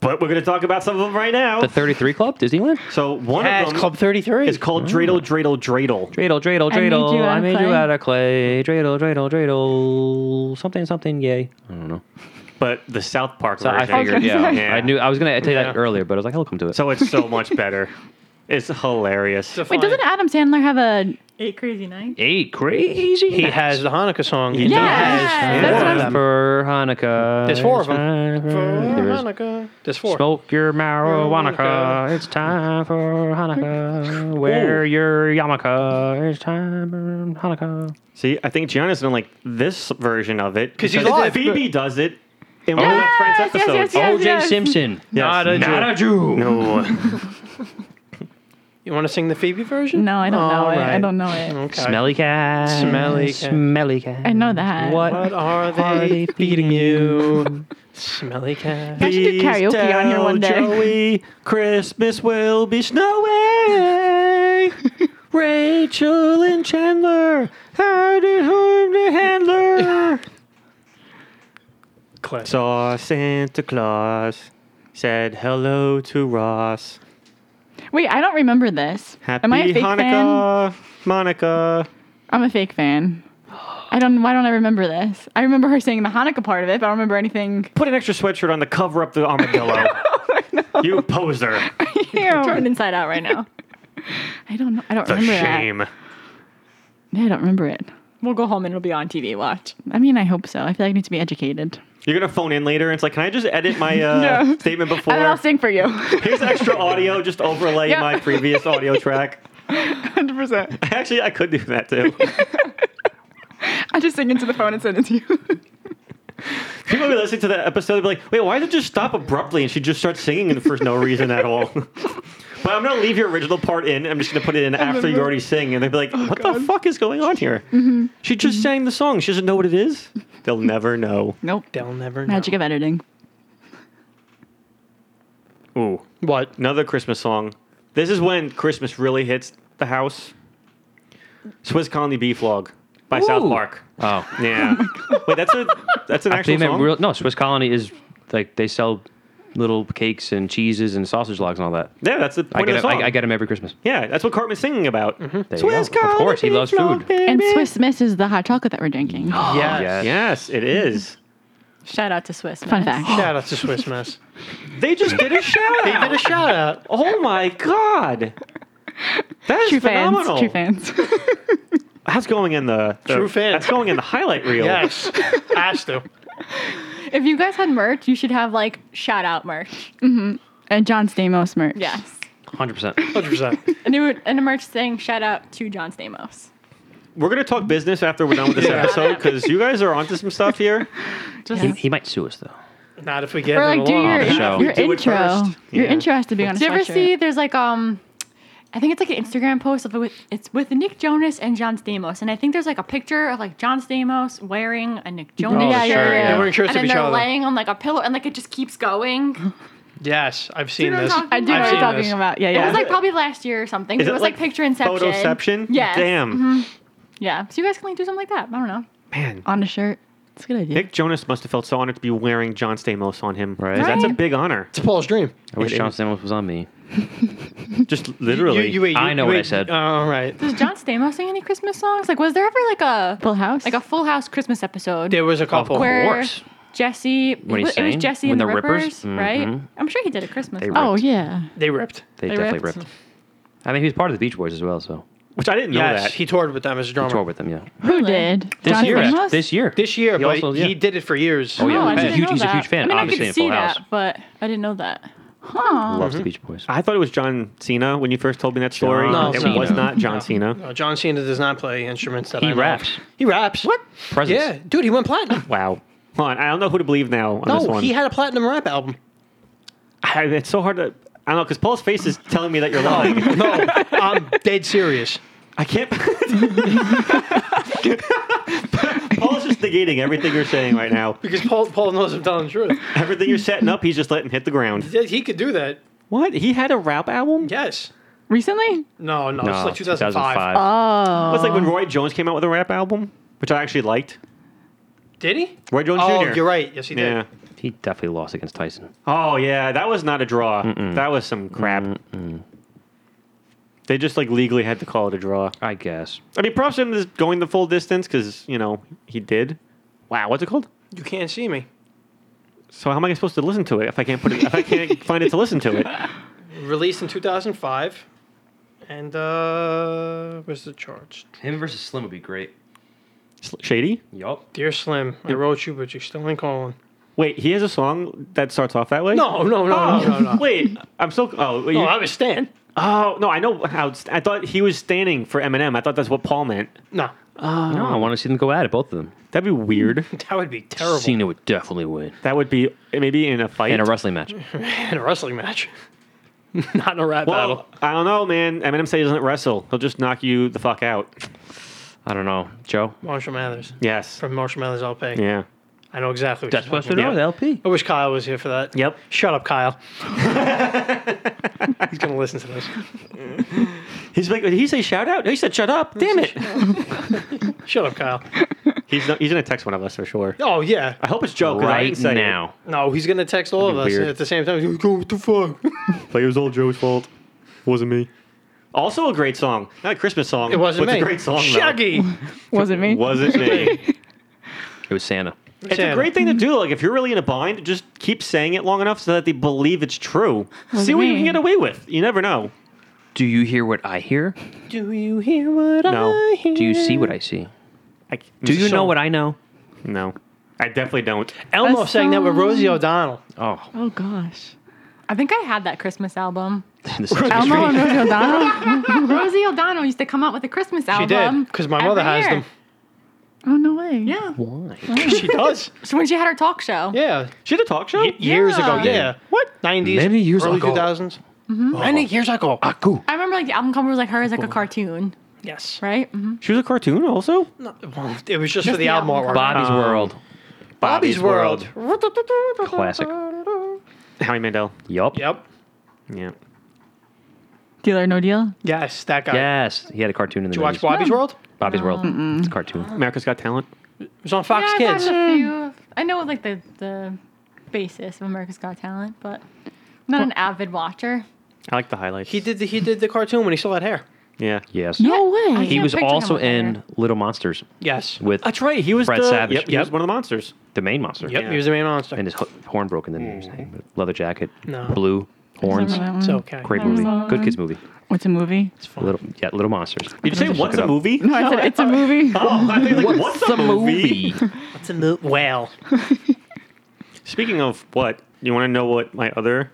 Speaker 1: But we're going to talk about some of them right now.
Speaker 3: now. The 33 Club, Disneyland.
Speaker 1: so one
Speaker 2: Yeah,
Speaker 1: of
Speaker 2: it's
Speaker 1: them
Speaker 2: Club 33.
Speaker 1: is called Dreidel,
Speaker 5: Mm.
Speaker 1: Dreidel, Dreidel.
Speaker 3: Dreidel, dreidel,
Speaker 5: I made
Speaker 3: dreidel. I
Speaker 5: you out of
Speaker 3: made you
Speaker 5: clay.
Speaker 3: out of clay. Dreidel, dreidel, dreidel. Something, something, yay. I don't know.
Speaker 1: But the South Park
Speaker 3: So I
Speaker 1: version.
Speaker 3: figured,
Speaker 5: Okay.
Speaker 3: yeah.
Speaker 1: Yeah.
Speaker 3: I knew, I was going to tell you that
Speaker 2: Yeah.
Speaker 3: earlier, but I was like, I'll come to it.
Speaker 1: So it's so much better. It's hilarious.
Speaker 2: It's a
Speaker 5: Wait,
Speaker 2: fine-
Speaker 5: doesn't Adam Sandler have a?
Speaker 4: Eight crazy nights.
Speaker 3: eight crazy.
Speaker 2: he has the Hanukkah song.
Speaker 1: He
Speaker 2: in
Speaker 1: does.
Speaker 2: there.
Speaker 5: Yeah.
Speaker 2: Four
Speaker 5: That's what
Speaker 2: of
Speaker 5: I'm.
Speaker 2: them.
Speaker 3: For Hanukkah.
Speaker 2: There's four of
Speaker 3: it's time for-
Speaker 5: Mm,
Speaker 3: there is-
Speaker 2: Hanukkah. There's four.
Speaker 3: Smoke your marijuana.
Speaker 2: Marijuana.
Speaker 3: It's time for Hanukkah. Wear
Speaker 1: Ooh.
Speaker 3: your yarmulke. It's time for Hanukkah.
Speaker 1: See, I think Gianna's gonna like this version of it.
Speaker 2: 'Cause he's live.
Speaker 1: Phoebe does it in one
Speaker 5: Yes,
Speaker 1: of
Speaker 5: yes,
Speaker 1: Friends episodes.
Speaker 5: yes, yes.
Speaker 3: OJ Simpson.
Speaker 2: Not a
Speaker 1: Not
Speaker 2: Jew.
Speaker 1: No.
Speaker 2: You want to sing the Phoebe version?
Speaker 5: No, I don't know
Speaker 2: All
Speaker 5: it. I
Speaker 2: right.
Speaker 5: don't know it.
Speaker 2: Okay.
Speaker 3: Smelly cat.
Speaker 2: Smelly cat.
Speaker 3: Smelly cat.
Speaker 5: I know that.
Speaker 3: What?
Speaker 2: What are
Speaker 3: Are
Speaker 2: they
Speaker 3: they
Speaker 2: feeding you? Smelly cat.
Speaker 5: I should do karaoke on here one day.
Speaker 1: Joey, Christmas will be snowy. Rachel and Chandler, how to harm the handler.
Speaker 2: Classic.
Speaker 1: Saw Santa Claus, said hello to Ross.
Speaker 5: Wait, I don't remember this.
Speaker 1: Happy
Speaker 5: Am I a fake fan?
Speaker 1: Hanukkah, Monica.
Speaker 5: I'm a fake fan. I don't. Why don't I remember this? I remember her saying the Hanukkah part of it, but I don't remember anything.
Speaker 1: Put an extra sweatshirt on to cover up the armadillo. You poser.
Speaker 4: Turned
Speaker 5: Ew.
Speaker 4: inside out right now.
Speaker 5: I don't. know. I don't
Speaker 1: The
Speaker 5: remember
Speaker 1: shame.
Speaker 5: that. Yeah, I don't remember it.
Speaker 4: We'll go home and it'll be on TV. Watch.
Speaker 5: I mean, I hope so. I feel like I need to be educated.
Speaker 1: You're going to phone in later and it's like, can I just edit my uh,
Speaker 5: No.
Speaker 1: statement
Speaker 5: And then I'll
Speaker 1: before?
Speaker 5: sing for you.
Speaker 1: Here's extra audio, just overlay
Speaker 5: Yeah.
Speaker 1: my previous audio track.
Speaker 5: Hundred percent.
Speaker 1: Actually, I could do that too.
Speaker 5: I just sing into the phone and send it to you.
Speaker 1: People will be listening to that episode and be like, wait, why did it just stop abruptly? And she just starts singing for no reason at all. but I'm going to leave your original part in. I'm just going to put it in after you already sing. And they'll be like, what the fuck is going on here? She just sang the song. She doesn't know what it is. They'll never know.
Speaker 5: Nope.
Speaker 2: They'll never know.
Speaker 5: Magic of editing.
Speaker 1: Ooh.
Speaker 2: What?
Speaker 1: Another Christmas song. This is when Christmas really hits the house. Swiss Colony Beef Log by South
Speaker 3: Ooh.
Speaker 1: Park.
Speaker 3: Oh,
Speaker 1: Yeah. Wait, that's a that's an
Speaker 3: actually,
Speaker 1: actual song.
Speaker 3: real, no. Swiss Colony is like they sell little cakes and cheeses and sausage logs and all that.
Speaker 1: yeah, that's the
Speaker 3: I
Speaker 1: point of
Speaker 3: get,
Speaker 1: the
Speaker 3: them,
Speaker 1: song.
Speaker 3: I, I get them every Christmas.
Speaker 1: Yeah, that's what Cartman's singing about.
Speaker 2: Mm-hmm.
Speaker 3: There you go. Of course, he loves food.
Speaker 5: And Swiss Miss is the hot chocolate that we're drinking.
Speaker 2: Yes.
Speaker 3: Yes.
Speaker 1: Yes, it is.
Speaker 4: Shout out to Swiss.
Speaker 5: Fun
Speaker 4: Miss.
Speaker 5: fact.
Speaker 2: Shout out to Swiss Mess.
Speaker 1: They just did a shout
Speaker 2: They did
Speaker 1: out.
Speaker 2: a shout out.
Speaker 1: Oh my god. That's
Speaker 5: True fans.
Speaker 1: phenomenal.
Speaker 5: True fans.
Speaker 1: That's going in the, the-
Speaker 2: True fan.
Speaker 1: That's going in the highlight reel.
Speaker 2: Yes. Has to.
Speaker 4: If you guys had merch, you should have like shout out merch.
Speaker 5: and John Stamos merch.
Speaker 4: Yes.
Speaker 3: Hundred percent.
Speaker 2: 100%.
Speaker 4: And, it would, and a merch saying shout out to John Stamos.
Speaker 1: We're gonna talk business after we're done with this
Speaker 2: Yeah.
Speaker 1: episode because you guys are onto some stuff here.
Speaker 3: He, he might sue us though.
Speaker 2: Not if we get
Speaker 5: Or
Speaker 2: it
Speaker 5: like do
Speaker 2: along.
Speaker 5: your
Speaker 3: the show.
Speaker 5: your
Speaker 1: Do it
Speaker 5: intro.
Speaker 1: first.
Speaker 5: Your
Speaker 1: Yeah.
Speaker 5: intro has to be on a
Speaker 4: Did you ever
Speaker 5: sweatshirt.
Speaker 4: see there's like um I think it's like an Instagram post of it with it's with Nick Jonas and John Stamos. And I think there's like a picture of like John Stamos wearing a Nick Jonas
Speaker 3: Oh,
Speaker 4: shirt.
Speaker 3: sure, yeah. They're
Speaker 2: wearing shirts
Speaker 4: and
Speaker 2: of
Speaker 4: then
Speaker 2: each
Speaker 4: they're
Speaker 2: other.
Speaker 4: laying on like a pillow and like it just keeps going.
Speaker 2: Yes, I've seen
Speaker 4: what I'm
Speaker 2: this.
Speaker 4: talking
Speaker 5: I do know
Speaker 2: I've
Speaker 5: what
Speaker 2: seen
Speaker 5: you're talking
Speaker 2: this.
Speaker 5: about. Yeah,
Speaker 4: It
Speaker 5: yeah.
Speaker 4: was like probably last year or something.
Speaker 1: Is
Speaker 4: It was like, picture inception.
Speaker 1: Photoception?
Speaker 4: Yes.
Speaker 1: Damn.
Speaker 4: Yeah. So you guys can like do something like that. I don't know.
Speaker 1: Man.
Speaker 5: on a shirt. It's a good idea.
Speaker 1: Nick Jonas must have felt so honored to be wearing John Stamos on him.
Speaker 3: Right.
Speaker 1: 'Cause That's a
Speaker 5: Right.
Speaker 1: big honor.
Speaker 2: It's Paul's dream.
Speaker 3: I wish
Speaker 1: It
Speaker 3: John
Speaker 1: is.
Speaker 3: Stamos was on me.
Speaker 1: Just literally.
Speaker 2: You, you, wait, you,
Speaker 3: I know
Speaker 2: you,
Speaker 3: what I
Speaker 2: wait,
Speaker 3: said.
Speaker 2: all right.
Speaker 4: Does John Stamos sing any Christmas songs? Like was there ever like a
Speaker 5: Full House.
Speaker 4: like a Full House Christmas episode?
Speaker 2: There was a couple.
Speaker 4: Where-
Speaker 3: course.
Speaker 4: Jesse, it
Speaker 3: he
Speaker 4: was, it was
Speaker 3: sang?
Speaker 4: Jesse
Speaker 3: When
Speaker 4: and the,
Speaker 3: the Rippers?
Speaker 4: Rippers, right?
Speaker 3: Mhm.
Speaker 4: I'm sure he did a Christmas.
Speaker 3: They
Speaker 4: song.
Speaker 5: oh yeah.
Speaker 2: They ripped.
Speaker 3: They,
Speaker 4: They
Speaker 3: definitely
Speaker 4: ripped.
Speaker 3: ripped. I think he was part of the Beach Boys as well. So
Speaker 1: which I didn't know
Speaker 2: Yes,
Speaker 1: that.
Speaker 2: he toured with them as a drummer.
Speaker 3: tour with them. Yeah.
Speaker 5: Who did?
Speaker 3: This
Speaker 5: John
Speaker 3: year.
Speaker 5: Stamos.
Speaker 3: This year.
Speaker 2: this year,
Speaker 3: He
Speaker 2: but
Speaker 3: also- yeah.
Speaker 2: he did it for years.
Speaker 3: Oh, yeah.
Speaker 4: Oh, I
Speaker 3: He's a
Speaker 4: didn't
Speaker 3: huge-
Speaker 4: know
Speaker 3: he's a
Speaker 4: that.
Speaker 3: huge fan,
Speaker 4: I mean, I
Speaker 3: obviously,
Speaker 4: could
Speaker 3: in
Speaker 4: see
Speaker 3: Full House.
Speaker 4: that, but I didn't know that.
Speaker 5: Huh.
Speaker 3: Loves
Speaker 2: Mm-hmm.
Speaker 3: the Beach Boys.
Speaker 1: I thought it was John Cena when you first told me that story.
Speaker 3: John
Speaker 1: Uh, it
Speaker 2: Cena.
Speaker 1: was not John
Speaker 2: No.
Speaker 1: Cena.
Speaker 2: No, John Cena does not play instruments that
Speaker 3: He
Speaker 2: I know of.
Speaker 3: raps.
Speaker 2: He raps. What?
Speaker 3: Presents.
Speaker 2: Yeah, dude, he went platinum.
Speaker 1: Wow. Hold on. I don't know who to believe now on this
Speaker 2: No,
Speaker 1: one.
Speaker 2: he had a platinum rap album.
Speaker 1: I- it's so hard to. I don't know because Paul's face is telling me that you're lying.
Speaker 2: No, I'm dead serious.
Speaker 1: I can't. Paul's just negating everything you're saying right now.
Speaker 2: Because Paul, Paul knows I'm telling the truth.
Speaker 1: Everything you're setting up, he's just letting hit the ground.
Speaker 2: Yeah, He could do that.
Speaker 1: What? He had a rap album?
Speaker 2: Yes.
Speaker 5: Recently?
Speaker 2: No, no, it's
Speaker 3: Uh,
Speaker 2: like 2005. Uh.
Speaker 5: Oh.
Speaker 1: That's like when Roy Jones came out with a rap album, which I actually liked.
Speaker 2: Did he?
Speaker 1: Roy Jones
Speaker 2: Oh,
Speaker 1: Jr.
Speaker 2: you're right. Yes, he did.
Speaker 1: Yeah.
Speaker 3: He definitely lost against Tyson.
Speaker 1: Oh yeah, that was not a draw. That was some crap. They just like legally had to call it a draw.
Speaker 3: I guess.
Speaker 1: I mean, props to him is going the full distance because you know he did. Wow, what's it called?
Speaker 2: You can't see me.
Speaker 1: So how am I supposed to listen to it if I can't put it? If I can't find it to listen to it,
Speaker 2: Released in 2005. And uh where's the charge?
Speaker 3: Him versus Slim would be great.
Speaker 1: S- Shady.
Speaker 3: Yup.
Speaker 2: Dear Slim, I wrote you, but you still ain't calling.
Speaker 1: Wait, he has a song that starts off that way.
Speaker 2: No, no, no,
Speaker 1: Oh,
Speaker 2: no, no, no.
Speaker 1: Wait, I'm still. Oh, wait, you-
Speaker 2: No, I was Stan.
Speaker 1: oh, no, I know how. it's- I thought he was standing for Eminem. I thought that's what Paul meant.
Speaker 2: No,
Speaker 3: No, I want to see them go at it, both of them.
Speaker 1: That'd be weird.
Speaker 2: that would be terrible.
Speaker 3: Cena would definitely win
Speaker 1: That would be maybe in a fight.
Speaker 3: in a wrestling match.
Speaker 2: In a wrestling match, not in a rap battle.
Speaker 1: Well, I don't know, man. Eminem said he doesn't wrestle. He'll just knock you the fuck out.
Speaker 3: I don't know, Joe.
Speaker 2: Marshall Mathers
Speaker 1: Yes.
Speaker 2: from Marshall Mathers LP.
Speaker 1: Yeah.
Speaker 2: I know exactly. What
Speaker 3: That's
Speaker 2: you're
Speaker 3: what
Speaker 2: talking
Speaker 3: I
Speaker 2: about.
Speaker 3: know. The LP.
Speaker 2: I wish Kyle was here for that.
Speaker 1: Yep.
Speaker 2: Shut up, Kyle. He's gonna listen to this.
Speaker 1: He's like, did he say shout out? He said shut up. Damn it.
Speaker 2: Shut up, Kyle.
Speaker 1: he's not, he's gonna text one of us for sure.
Speaker 2: Oh yeah.
Speaker 1: I hope it's Joe 'cause I
Speaker 3: Right
Speaker 1: ain't saying it.
Speaker 3: now.
Speaker 2: No, he's gonna text all of
Speaker 1: That'd
Speaker 2: us
Speaker 1: be weird.
Speaker 2: at the same time. He's Like, what the fuck?
Speaker 1: Like it was all Joe's fault. Wasn't me. Also a great song. Not a Christmas song.
Speaker 2: It wasn't
Speaker 1: but
Speaker 2: me.
Speaker 1: It's a great song. though.
Speaker 2: Shaggy.
Speaker 5: Wasn't me.
Speaker 1: Wasn't me.
Speaker 3: It was Santa.
Speaker 1: It's
Speaker 2: Santa.
Speaker 1: a great thing to do. Like if you're really in a bind, just keep saying it long enough so that they believe it's true. See what you
Speaker 5: me.
Speaker 1: can get away with. You never know.
Speaker 3: Do you hear what I hear?
Speaker 2: Do you hear what
Speaker 1: No.
Speaker 2: I hear?
Speaker 3: Do you see what I see?
Speaker 1: I,
Speaker 3: Do you know what I know?
Speaker 1: No, I definitely don't.
Speaker 2: Elmo
Speaker 5: A
Speaker 2: sang that with
Speaker 5: song.
Speaker 2: Rosie O'Donnell.
Speaker 3: Oh,
Speaker 5: Oh gosh.
Speaker 4: I think I had that Christmas album.
Speaker 3: the Sesame Street.
Speaker 5: Elmo and Rosie O'Donnell.
Speaker 4: Rosie O'Donnell used to come out with a Christmas
Speaker 2: She
Speaker 4: album.
Speaker 2: did because my mother
Speaker 4: every
Speaker 2: has
Speaker 4: year.
Speaker 2: them.
Speaker 5: Oh no way.
Speaker 4: Yeah.
Speaker 3: Why?
Speaker 2: She does.
Speaker 4: So when she had her talk show.
Speaker 2: Yeah.
Speaker 1: She had a talk show.
Speaker 2: Y- years ago.
Speaker 4: Yeah.
Speaker 2: Yeah. What? Nineties.
Speaker 3: Many years
Speaker 2: early
Speaker 3: ago.
Speaker 2: 2000s Many years ago.
Speaker 4: I remember like the album cover was like hers, like a cartoon,
Speaker 2: yes.
Speaker 4: right? Mm-hmm.
Speaker 1: She was a cartoon also.
Speaker 2: Well, it was just, for the
Speaker 4: the
Speaker 2: album
Speaker 4: album
Speaker 2: artwork.
Speaker 3: Bobby's
Speaker 1: Um,
Speaker 3: World.
Speaker 2: Bobby's World.
Speaker 3: Classic.
Speaker 1: Howie Mandel.
Speaker 3: Yup.
Speaker 2: Yep.
Speaker 1: Yeah.
Speaker 5: Deal or no deal.
Speaker 2: Yes, that guy.
Speaker 3: Yes. He had a cartoon in the
Speaker 2: You watch
Speaker 3: 90s.
Speaker 2: Bobby's World?
Speaker 3: Bobby's World. It's a cartoon.
Speaker 1: America's Got Talent.
Speaker 2: It was on Fox
Speaker 4: yeah, I've
Speaker 2: Kids.
Speaker 4: gotten a few. I know like the the basis of America's Got Talent, but I'm not an avid watcher.
Speaker 1: I like the highlights.
Speaker 2: He did the he did the cartoon when he still had hair.
Speaker 1: Yeah.
Speaker 3: Yes.
Speaker 5: No
Speaker 4: I
Speaker 5: way.
Speaker 4: can't
Speaker 3: He was
Speaker 4: picture him
Speaker 3: also
Speaker 4: with hair.
Speaker 3: in Little Monsters
Speaker 2: Yes.
Speaker 3: with
Speaker 1: That's right. He was
Speaker 3: Fred
Speaker 1: the,
Speaker 3: Savage.
Speaker 1: Yep, He was
Speaker 2: Yep.
Speaker 1: one of the monsters.
Speaker 3: the main monster.
Speaker 2: Yep,
Speaker 1: Yeah.
Speaker 2: he was the main monster.
Speaker 3: And his ho- horn broke and then he was hanging. Leather jacket.
Speaker 2: No.
Speaker 3: Blue. Horns.
Speaker 5: Remember that
Speaker 2: it's
Speaker 5: one?
Speaker 2: okay.
Speaker 3: Great
Speaker 5: Remember
Speaker 3: movie.
Speaker 5: that
Speaker 3: Good
Speaker 5: one?
Speaker 3: kids movie.
Speaker 5: What's a movie?
Speaker 3: Little, yeah, Little Monsters.
Speaker 1: Did you say
Speaker 3: Look
Speaker 1: what's
Speaker 3: it
Speaker 1: a
Speaker 3: up.
Speaker 1: movie?
Speaker 5: No, I said it's a movie.
Speaker 1: Oh, I think, like, what's, a movie?
Speaker 2: It's a mo- well.
Speaker 1: Speaking of what, you want to know what my other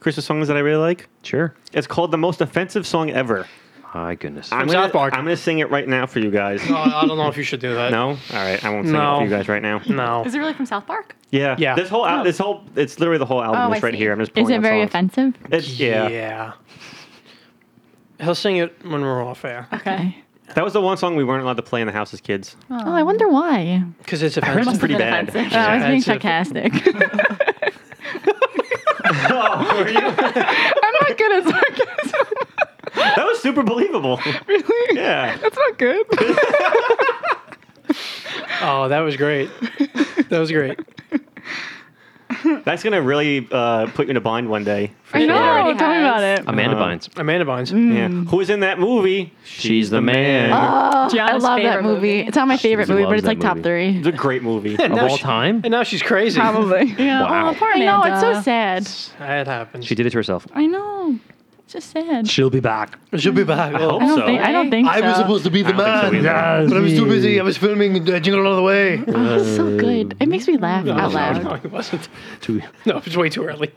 Speaker 1: Christmas songs that I really like?
Speaker 3: Sure.
Speaker 1: It's called the most offensive song ever.
Speaker 3: My goodness.
Speaker 1: I'm gonna,
Speaker 2: South Park.
Speaker 1: I'm gonna sing it right now for you guys.
Speaker 2: No, Oh, I don't know if you should do that.
Speaker 1: No, all right, I won't sing
Speaker 2: No.
Speaker 1: it for you guys right now.
Speaker 2: No.
Speaker 4: Is it really from South Park?
Speaker 1: Yeah,
Speaker 2: Yeah.
Speaker 1: This whole, al- this whole, it's literally the whole album
Speaker 4: Oh,
Speaker 1: is
Speaker 4: I
Speaker 1: right
Speaker 4: see.
Speaker 1: here. I'm just.
Speaker 5: Is
Speaker 1: pulling
Speaker 5: it
Speaker 1: up
Speaker 5: very
Speaker 1: songs.
Speaker 5: offensive?
Speaker 1: It's, yeah.
Speaker 2: Yeah. He'll sing it when we're off air
Speaker 4: Okay.
Speaker 1: that was the one song we weren't allowed to play in the house as kids.
Speaker 5: Oh, I wonder why.
Speaker 2: because it's
Speaker 1: I heard
Speaker 2: offensive.
Speaker 1: it's pretty
Speaker 4: been
Speaker 1: bad.
Speaker 4: offensive.
Speaker 5: Oh, I was being
Speaker 2: it's a-
Speaker 5: sarcastic.
Speaker 1: Oh,
Speaker 5: I'm not good at sarcasm.
Speaker 1: That was super believable.
Speaker 5: Really?
Speaker 1: Yeah,
Speaker 5: That's not good.
Speaker 2: Oh, that was great. That was great.
Speaker 1: that's gonna really uh, put you in a bind one day.
Speaker 5: I know.
Speaker 4: already
Speaker 5: Tell me
Speaker 4: has.
Speaker 5: about it.
Speaker 3: Amanda
Speaker 1: Uh,
Speaker 3: Bynes.
Speaker 2: Amanda Bynes.
Speaker 1: Yeah, who was in that movie?
Speaker 3: She's the man.
Speaker 2: Ah.
Speaker 5: I
Speaker 4: Gianna's
Speaker 5: love that
Speaker 4: favorite
Speaker 5: movie.
Speaker 4: movie.
Speaker 5: It's not my favorite
Speaker 3: She
Speaker 5: movie, but
Speaker 3: loves
Speaker 5: it's like
Speaker 3: that
Speaker 5: top
Speaker 3: movie.
Speaker 5: three.
Speaker 1: It's a great movie.
Speaker 2: And
Speaker 3: Of
Speaker 2: now
Speaker 3: all
Speaker 2: she-
Speaker 3: time?
Speaker 2: And now she's crazy.
Speaker 5: Yeah.
Speaker 3: Wow.
Speaker 5: Oh, poor I know. It's so
Speaker 4: Amanda.
Speaker 5: sad.
Speaker 2: That happens.
Speaker 3: She did it to herself.
Speaker 5: I know. It's just sad.
Speaker 3: She'll be back.
Speaker 2: She'll be back.
Speaker 1: hope
Speaker 5: I don't
Speaker 1: So-
Speaker 5: think. I don't think. so.
Speaker 2: to be the
Speaker 1: so either.
Speaker 2: but I was too busy. I was filming uh, Jingle All the Way.
Speaker 5: Oh, it's so good. It makes me laugh out
Speaker 2: No,
Speaker 5: loud.
Speaker 2: it wasn't.
Speaker 3: To
Speaker 2: No, it was way too early.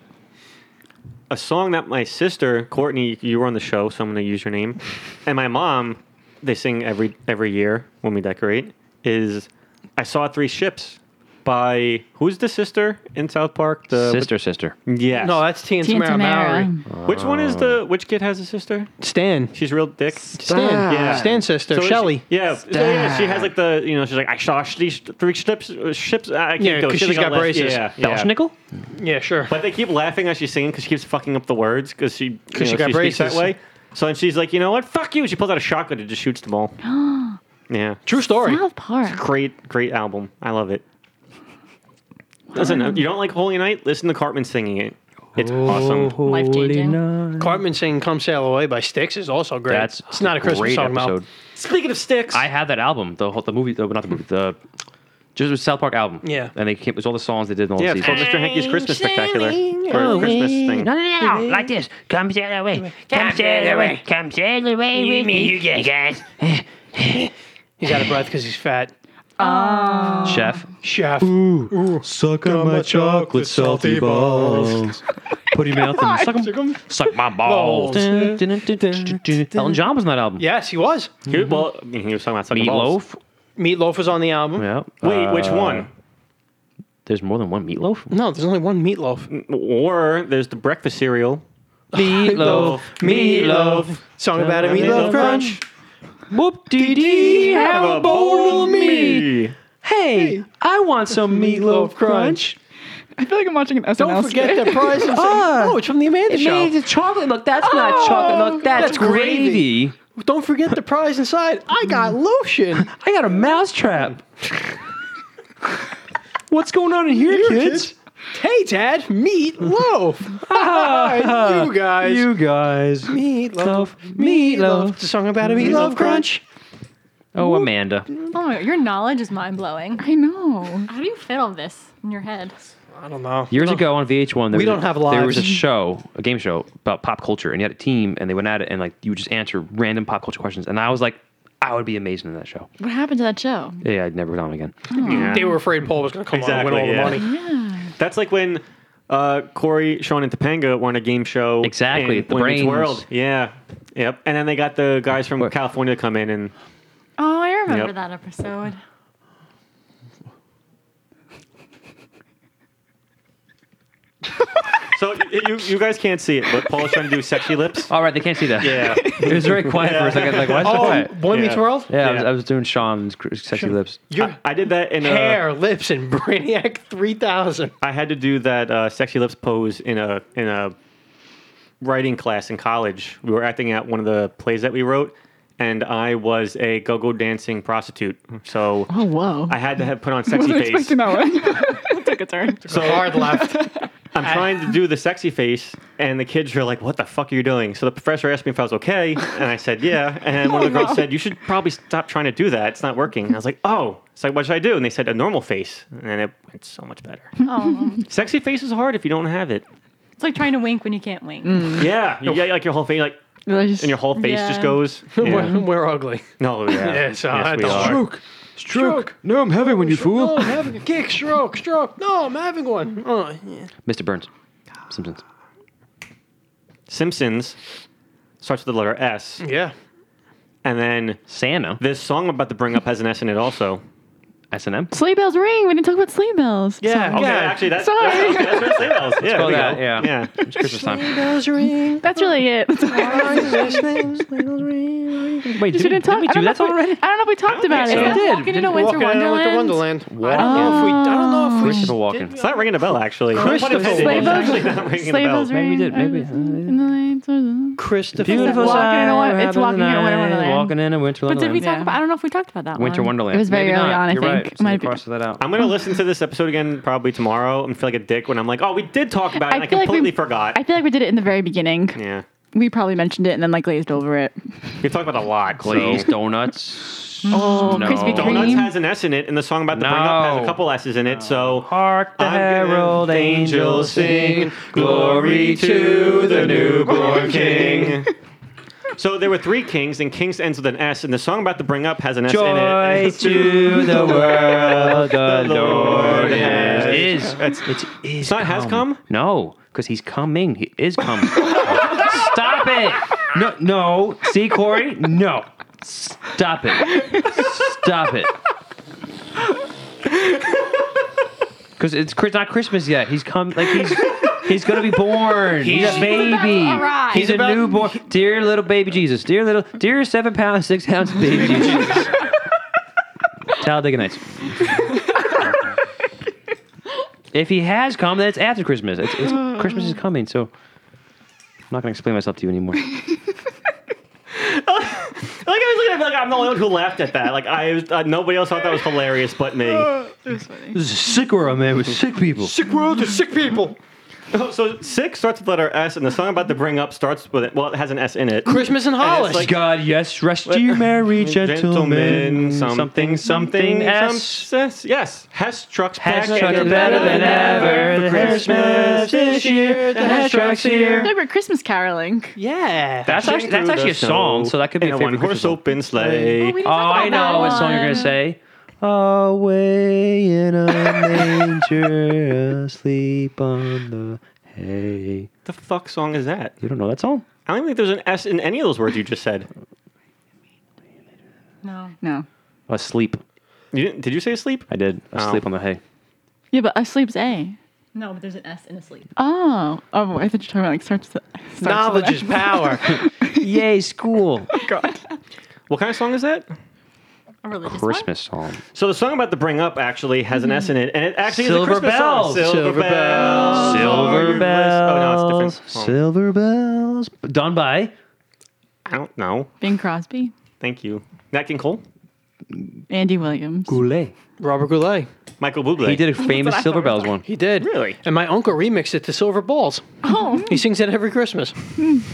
Speaker 1: a song that my sister Courtney, you were on the show, so I'm going to use your name, and my mom, they sing every every year when we decorate. Is I saw three ships by who's the sister in South Park? The
Speaker 3: sister, sister.
Speaker 1: Yes.
Speaker 2: No, that's Tia and
Speaker 5: Tia and
Speaker 2: Tamara
Speaker 5: Tamara.
Speaker 2: Mallory.
Speaker 1: which one is the which kid has a sister?
Speaker 2: Stan.
Speaker 1: She's real dick.
Speaker 2: Stan.
Speaker 1: Yeah.
Speaker 2: Stan's sister,
Speaker 1: she-
Speaker 2: Shelley.
Speaker 1: yeah, so yeah, she has like the you know she's like I saw three sh- three ships uh, ships. I can't
Speaker 2: Yeah,
Speaker 1: do it.
Speaker 2: 'cause
Speaker 1: She has,
Speaker 2: she's
Speaker 1: like, a
Speaker 2: got
Speaker 1: list.
Speaker 2: braces.
Speaker 1: Yeah, yeah.
Speaker 3: Nickel?
Speaker 2: Yeah, sure.
Speaker 1: But they keep laughing as she's singing because she keeps fucking up the words because she, you know,
Speaker 2: she
Speaker 1: she,
Speaker 2: got
Speaker 1: speaks that
Speaker 2: braces.
Speaker 1: way. So then she's like, you know what? Fuck you. She pulls out a shotgun and just shoots them all. yeah.
Speaker 2: True story.
Speaker 5: South Park.
Speaker 1: Great, great album. I love it. Listen, you don't like Holy Night? Listen to Cartman singing it. It's
Speaker 2: Oh.
Speaker 1: awesome.
Speaker 4: Life changing.
Speaker 2: Cartman singing "Come Sail Away" by Styx is also great.
Speaker 3: That's
Speaker 2: it's not a Christmas
Speaker 3: great
Speaker 2: song, Mel.
Speaker 3: episode.
Speaker 1: Speaking of sticks,
Speaker 3: I have that album, the whole, the movie, the, not the movie, the just the South Park album.
Speaker 2: Yeah.
Speaker 3: and they came, it was all the songs they did in all
Speaker 1: yeah,
Speaker 3: the
Speaker 1: it's called
Speaker 3: season.
Speaker 1: Mr. Hanky's Christmas Spectacular or Christmas thing.
Speaker 7: like this. Come sail away. Come sail away. Come sail away with me, you guys.
Speaker 2: He's out of breath because he's fat.
Speaker 3: Chef,
Speaker 2: Chef.
Speaker 3: suck on my chocolate salty balls. Put your mouth in, suck 'em. suck my balls. Dun, dun, dun, dun, dun. Elton John was on that album.
Speaker 2: Yes, he was.
Speaker 1: He- well, Mm-hmm, he was talking about sucking balls.
Speaker 3: Mm-hmm. Meatloaf.
Speaker 2: Meatloaf was on the album.
Speaker 3: Yeah.
Speaker 1: Wait, which
Speaker 3: Uh,
Speaker 1: one?
Speaker 3: There's more than one Meatloaf.
Speaker 2: No, there's only one Meatloaf.
Speaker 1: Or there's the breakfast cereal.
Speaker 3: Meatloaf,
Speaker 2: Song about a meatloaf
Speaker 1: Meatloaf
Speaker 2: crunch.
Speaker 3: Whoop dee dee,
Speaker 1: Have a bowl of me.
Speaker 3: Hey, I want some meatloaf crunch.
Speaker 5: I feel like I'm watching an SNL
Speaker 2: Don't forget
Speaker 5: skit.
Speaker 2: the prize. and say, oh, it's from the Amanda
Speaker 3: It
Speaker 2: Show.
Speaker 3: made it chocolate. Look, that's not chocolate. Look, that's,
Speaker 2: that's
Speaker 3: gravy.
Speaker 2: gravy. Don't forget the prize inside. I got lotion.
Speaker 3: I got a mousetrap. What's going on in here, kids?
Speaker 2: Hey, Dad, meatloaf. Hi, you guys.
Speaker 3: You guys.
Speaker 2: meatloaf,
Speaker 3: meatloaf.
Speaker 2: It's a song about a meatloaf crunch.
Speaker 3: Oh, Amanda.
Speaker 4: Oh my, your knowledge is mind blowing.
Speaker 5: I know.
Speaker 4: How do you fit all this in your head?
Speaker 2: I don't know.
Speaker 3: Years ago on VH1, there
Speaker 2: We
Speaker 3: was a-
Speaker 2: don't have
Speaker 3: There was a
Speaker 2: lives.
Speaker 3: show, a game show about pop culture, and you had a team, and they went at it, and like you would just answer random pop culture questions, and I was like, I would be amazing in that show.
Speaker 5: What happened to that show?
Speaker 3: Yeah, I'd never on again.
Speaker 1: Yeah.
Speaker 2: Hmm. They were afraid Paul was going to come
Speaker 1: Exactly,
Speaker 2: on and win all
Speaker 1: yeah.
Speaker 2: the money.
Speaker 1: That's like when uh, Corey, Sean, and Topanga were on a game show.
Speaker 3: Exactly,
Speaker 1: in
Speaker 3: the
Speaker 1: Women's
Speaker 3: brains.
Speaker 1: World. Yeah. Yep. And then they got the guys from California to come in and
Speaker 4: Oh, I remember
Speaker 1: Yep.
Speaker 4: that episode.
Speaker 1: so you, you- you guys can't see it, but Paul is trying to do sexy lips.
Speaker 3: All right, they can't see that.
Speaker 1: Yeah.
Speaker 3: It was very quiet for a second. Like,
Speaker 2: Oh.
Speaker 3: why is it quiet?
Speaker 2: Boy
Speaker 1: Yeah.
Speaker 2: Meets World?
Speaker 3: Yeah, I, was,
Speaker 1: Yeah.
Speaker 3: I was doing Sean's cr- sexy lips.
Speaker 2: Your
Speaker 1: I, I did that in uh, a.
Speaker 2: hair, lips, and Brainiac 3000.
Speaker 1: I had to do that uh, sexy lips pose in a in a writing class in college. We were acting out one of the plays that we wrote, and I was a go-go dancing prostitute. So
Speaker 5: Oh, whoa.
Speaker 1: I had to have put on
Speaker 5: I
Speaker 1: sexy
Speaker 5: wasn't
Speaker 1: face.
Speaker 5: expecting that one. it took a turn.
Speaker 2: So hard left.
Speaker 1: I'm trying to do the sexy face, and the kids are like, "What the fuck are you doing?" So the professor asked me if I was okay, and I said, "Yeah." And one of the
Speaker 5: Oh,
Speaker 1: girls said, "You should probably stop trying to do that. It's not working." And I was like, "Oh." So what should I do? And they said, "A normal face," and it went so much better.
Speaker 4: Oh,
Speaker 1: sexy face is hard if you don't have it.
Speaker 4: it's like trying to wink when you can't wink.
Speaker 1: Yeah, you get like your whole face, like, and your whole face just
Speaker 4: Yeah.
Speaker 1: goes.
Speaker 2: we're,
Speaker 1: Yeah.
Speaker 2: we're ugly.
Speaker 1: no, yeah,
Speaker 2: Yes, uh,
Speaker 1: yes, we
Speaker 2: that's
Speaker 1: are.
Speaker 2: true.
Speaker 3: Stroke. No, I'm having one, you
Speaker 2: No, Oh, I'm having a kick, stroke, stroke. No, I'm having one. Oh, yeah.
Speaker 3: Mr. Burns. Simpsons.
Speaker 1: Simpsons starts with the letter S,
Speaker 2: yeah.
Speaker 1: and then
Speaker 3: Santa.
Speaker 1: this song I'm about to bring up has an S in it also.
Speaker 3: S&M.
Speaker 5: Sleigh bells ring. We didn't talk about sleigh bells.
Speaker 2: Yeah.
Speaker 1: Okay,
Speaker 2: Yeah.
Speaker 1: actually, that's
Speaker 5: Sorry.
Speaker 1: that's, that's where sleigh bells. Yeah, there
Speaker 3: call
Speaker 1: we
Speaker 3: that,
Speaker 1: go.
Speaker 3: yeah.
Speaker 1: yeah.
Speaker 3: It's Christmas time.
Speaker 2: Bells ring.
Speaker 5: That's really it. That's all.
Speaker 3: Wait, did
Speaker 5: Just
Speaker 3: we,
Speaker 5: we didn't talk.
Speaker 3: did we do
Speaker 5: I don't know
Speaker 3: that
Speaker 5: if we-
Speaker 3: already?
Speaker 5: I don't know if we talked about
Speaker 1: think
Speaker 5: it.
Speaker 1: so.
Speaker 5: Is that
Speaker 3: did.
Speaker 4: Walking into Winter
Speaker 2: Walking in with the
Speaker 4: Wonderland.
Speaker 2: Wonderland. I don't know if we. I don't know if we.
Speaker 3: Christopher Walken.
Speaker 1: It's not ringing a bell, actually. No pun
Speaker 2: Christopher
Speaker 1: intended.
Speaker 5: Sleigh
Speaker 1: It's
Speaker 5: bells-
Speaker 1: actually not ringing a
Speaker 5: Sleigh
Speaker 1: bell.
Speaker 5: bells
Speaker 3: Maybe
Speaker 5: ring.
Speaker 3: we did. Maybe.
Speaker 5: In the lights or the-
Speaker 2: Christopher
Speaker 5: Beautiful
Speaker 2: Walken.
Speaker 5: Walking in a wa- it's walking in a winter
Speaker 3: Wonderland.
Speaker 5: wonderland.
Speaker 3: Walking in a winter
Speaker 4: But
Speaker 3: wonderland.
Speaker 4: did we talk
Speaker 5: Yeah.
Speaker 4: about? I don't know if we talked about that.
Speaker 3: Winter
Speaker 4: one.
Speaker 3: Wonderland.
Speaker 5: It was very
Speaker 3: Maybe
Speaker 5: early
Speaker 3: not.
Speaker 5: on, I
Speaker 3: You're
Speaker 5: think.
Speaker 3: Right. So
Speaker 5: Might
Speaker 3: you
Speaker 5: be-
Speaker 3: crossed that out.
Speaker 1: I'm gonna listen to this episode again probably tomorrow and feel like a dick when I'm like, oh, we did talk about it. and I
Speaker 5: feel like we-
Speaker 1: completely forgot.
Speaker 5: I feel like we did it in the very beginning.
Speaker 1: yeah,
Speaker 5: We probably mentioned it and then like glazed over it.
Speaker 1: we've talked about it a lot.
Speaker 3: Glazed
Speaker 1: so.
Speaker 3: donuts.
Speaker 5: Oh,
Speaker 3: No. Donuts
Speaker 5: Krispy Kreme.
Speaker 1: Donuts has an S in it, and the song I'm about to bring up has
Speaker 3: No.
Speaker 1: a couple S's in it. So
Speaker 3: Hark the
Speaker 1: I'm gonna
Speaker 3: herald angels sing, glory to the newborn king.
Speaker 1: So there were three kings, and kings ends with an S, and the song I'm about to bring up has an S in it.
Speaker 3: Joy to the world, the Lord has is.
Speaker 1: It's, it's,
Speaker 3: is
Speaker 1: not has come?
Speaker 3: No, because he's coming. He is coming. Stop it! No, no. See, Corey? No. Stop it. Stop it. Because it's Chris- not Christmas yet. He's come. Like he's he's gonna be born. He's, a baby.
Speaker 4: arrive.
Speaker 3: He's, a newborn. Dear little baby Jesus. Dear little dear seven pound six ounce baby Jesus. Talladega Nights. If he has come, then it's after Christmas. It's, it's, Christmas is coming, so I'm not going to explain myself to you anymore.
Speaker 1: Like I was looking at it, like I'm the only one who laughed at that. Like I was, uh, nobody else thought that was hilarious but me.
Speaker 3: This is a sick world, man, with sick people.
Speaker 2: Sick world to sick people.
Speaker 1: So six starts with letter S, and the song I'm about to bring up starts with it. Well, it has an S in it.
Speaker 2: Christmas in Hollis.
Speaker 1: like-
Speaker 3: God, yes, rest ye merry gentlemen. Something, something, S.
Speaker 1: S. Yes, Hess trucks
Speaker 3: Has
Speaker 1: back
Speaker 3: trucks
Speaker 1: again.
Speaker 3: better than ever. The Christmas this year. The has trucks
Speaker 5: I
Speaker 3: here.
Speaker 5: feel like we're Christmas caroling.
Speaker 2: yeah.
Speaker 3: That's actually, that's
Speaker 1: Through
Speaker 3: actually
Speaker 1: the
Speaker 3: a song,
Speaker 1: snow
Speaker 3: so that could be
Speaker 1: in
Speaker 3: a
Speaker 1: a
Speaker 3: favorite
Speaker 1: one
Speaker 3: Christmas
Speaker 1: horse
Speaker 3: song.
Speaker 1: open sleigh.
Speaker 4: Oh, we didn't
Speaker 3: Oh,
Speaker 4: talk about
Speaker 3: I know what
Speaker 4: that
Speaker 3: song you're
Speaker 4: one.
Speaker 3: gonna say. Away in a manger, asleep on the hay.
Speaker 1: the fuck song is that?
Speaker 3: You don't know that song?
Speaker 1: I don't think there's an S in any of those words you just said.
Speaker 4: No.
Speaker 5: No.
Speaker 3: Asleep.
Speaker 1: You didn't, did you say sleep?
Speaker 3: I did. Asleep
Speaker 1: Oh.
Speaker 3: on the hay.
Speaker 5: Yeah, but asleep's A.
Speaker 4: No, but there's an S in asleep.
Speaker 5: Oh. Oh, I thought you were talking about like starts. The, starts
Speaker 2: Knowledge is power.
Speaker 3: Yay, school.
Speaker 1: What kind of song is that?
Speaker 4: A religious
Speaker 3: Christmas song.
Speaker 1: So the song I'm about to bring up actually has an S in it, and it actually is a
Speaker 3: Silver
Speaker 1: Christmas
Speaker 3: bells.
Speaker 1: song. Silver,
Speaker 2: Silver
Speaker 1: bells. Are you
Speaker 3: Silver
Speaker 1: bliss-
Speaker 3: bells.
Speaker 1: Oh no, it's different. Song.
Speaker 3: Silver bells. Done by
Speaker 1: I don't know.
Speaker 5: Bing Crosby,
Speaker 1: Thank you. Nat King Cole,
Speaker 5: Andy Williams.
Speaker 3: Goulet.
Speaker 2: Robert Goulet.
Speaker 1: Michael Bublé.
Speaker 3: He did a famous Silver Bells one.
Speaker 2: He did.
Speaker 1: Really?
Speaker 2: And my uncle remixed it to Silver Balls.
Speaker 5: Oh,
Speaker 2: He sings it every Christmas.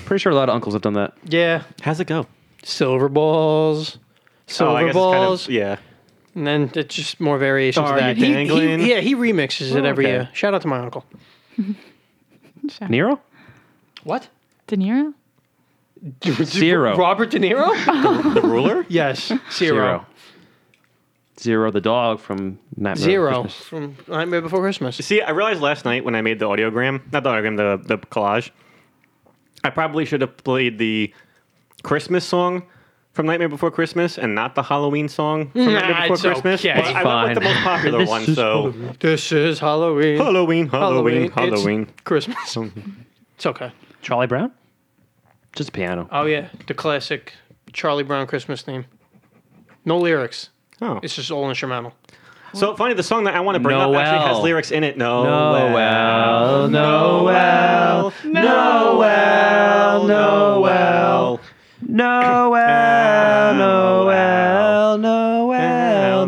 Speaker 3: Pretty sure a lot of uncles have done that.
Speaker 2: Yeah.
Speaker 1: How's it go?
Speaker 2: Silver
Speaker 1: Oh,
Speaker 2: Balls.
Speaker 1: I guess it's
Speaker 2: Silver
Speaker 1: kind of-
Speaker 2: Balls.
Speaker 1: yeah.
Speaker 2: And then it's just more variations
Speaker 1: Are
Speaker 2: of that.
Speaker 1: you
Speaker 2: He- he-
Speaker 1: dangling?
Speaker 2: yeah, he remixes it
Speaker 1: Oh,
Speaker 2: every
Speaker 1: okay.
Speaker 2: year. Shout out to my uncle.
Speaker 3: Nero?
Speaker 2: What?
Speaker 5: De Niro.
Speaker 3: Zero.
Speaker 2: Robert De Niro?
Speaker 1: The ruler.
Speaker 2: yes.
Speaker 3: Zero.
Speaker 2: Zero.
Speaker 3: Zero, the dog from Nightmare. on
Speaker 2: Zero.
Speaker 3: Christmas.
Speaker 2: From Nightmare Before Christmas.
Speaker 1: See, I realized last night when I made the audiogram, not the audiogram, the, the collage, I probably should have played the Christmas song from Nightmare Before Christmas and not the Halloween song from
Speaker 2: Nah,
Speaker 1: Nightmare Before
Speaker 2: it's
Speaker 1: Christmas.
Speaker 2: okay.
Speaker 1: But
Speaker 2: It's
Speaker 1: I went with the
Speaker 3: fine.
Speaker 1: most popular
Speaker 3: This
Speaker 1: one,
Speaker 3: is
Speaker 1: so
Speaker 2: Mm-hmm. This is Halloween.
Speaker 1: Halloween, Halloween, Halloween.
Speaker 2: It's Christmas. it's okay.
Speaker 3: Charlie Brown? Just a piano.
Speaker 2: Oh yeah, the classic Charlie Brown Christmas theme. No lyrics.
Speaker 1: Oh.
Speaker 2: It's just all instrumental.
Speaker 1: So funny, the song that I want to bring up actually has
Speaker 3: Noel.
Speaker 1: lyrics in it. No,
Speaker 3: Noel,
Speaker 1: Noel, Noel, Noel.
Speaker 3: Noel, Noel, Noel,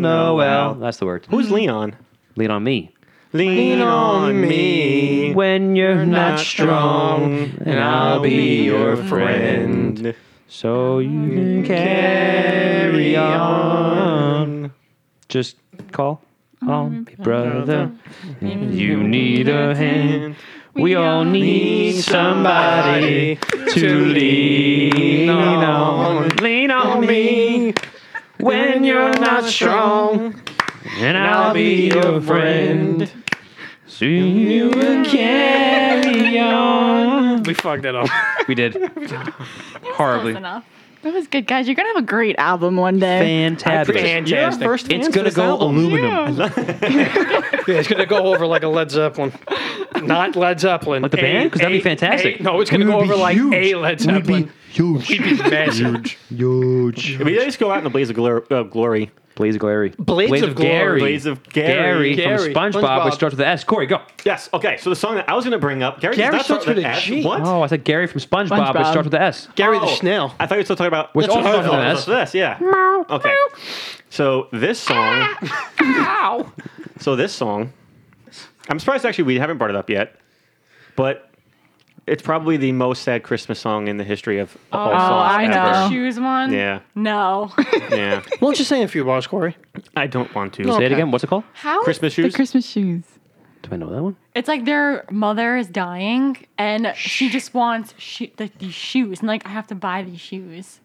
Speaker 1: Noel.
Speaker 3: Noel. That's the word.
Speaker 1: Who's Leon?
Speaker 3: Lean on me.
Speaker 1: Lean on me.
Speaker 3: When you're not strong, and I'll be your friend. So you can carry on. Just call on me, brother. You need a hand. Mm-hmm. We all need somebody to lean on. Lean on me when you're not strong, and I'll be your friend. So you can carry on.
Speaker 2: We fucked it up.
Speaker 3: We did
Speaker 4: one.
Speaker 3: horribly.
Speaker 4: Close enough.
Speaker 5: That was good, guys. You're gonna have a great album one day.
Speaker 3: Fantastic.
Speaker 2: Fantastic.
Speaker 3: It's gonna go aluminum.
Speaker 2: Yeah, it's gonna go over like a Led Zeppelin. Not Led Zeppelin.
Speaker 3: Like the band? 'Cause that'd be
Speaker 2: a-
Speaker 3: fantastic.
Speaker 2: a- no, it's gonna
Speaker 3: We
Speaker 2: go
Speaker 3: would be
Speaker 2: over like
Speaker 3: huge.
Speaker 2: a Led Zeppelin.
Speaker 3: Huge.
Speaker 2: We'd be massive.
Speaker 3: Huge.
Speaker 1: I mean, they just go out in a blaze of glor- uh, glory.
Speaker 3: Blaze of Glory.
Speaker 2: Blades of Glory.
Speaker 1: Blaze of Gary.
Speaker 3: Gary,
Speaker 2: Gary.
Speaker 3: from SpongeBob,
Speaker 2: SpongeBob.
Speaker 3: which starts with the S. Corey, go.
Speaker 1: Yes. Okay. So the song that I was going to bring up, Gary, does
Speaker 2: Gary
Speaker 1: not start
Speaker 2: starts with a
Speaker 1: S.
Speaker 2: G.
Speaker 1: What?
Speaker 3: Oh, I said Gary from SpongeBob, which
Speaker 5: SpongeBob.
Speaker 3: starts with the S.
Speaker 2: Gary
Speaker 1: Oh.
Speaker 2: the Snail.
Speaker 1: I thought you were still talking about
Speaker 3: Which
Speaker 1: That's
Speaker 3: also
Speaker 1: what-
Speaker 3: starts with
Speaker 1: oh,
Speaker 3: an S.
Speaker 1: this. Yeah. Okay. So this song.
Speaker 4: Ah,
Speaker 1: so this song. I'm surprised actually we haven't brought it up yet, but it's probably the most sad Christmas song in the history of all songs
Speaker 5: I
Speaker 4: The
Speaker 5: know.
Speaker 1: ever.
Speaker 4: shoes one.
Speaker 1: Uh, Yeah.
Speaker 4: No.
Speaker 1: Yeah.
Speaker 2: Won't you sing a few bars, Corey?
Speaker 1: I don't want to.
Speaker 3: Say it again. What's it called?
Speaker 4: How?
Speaker 1: Christmas
Speaker 5: The
Speaker 1: shoes.
Speaker 5: Christmas shoes.
Speaker 3: Do I know that one?
Speaker 4: It's like their mother is dying, and she just wants sho- like these shoes, and like I have to buy these shoes,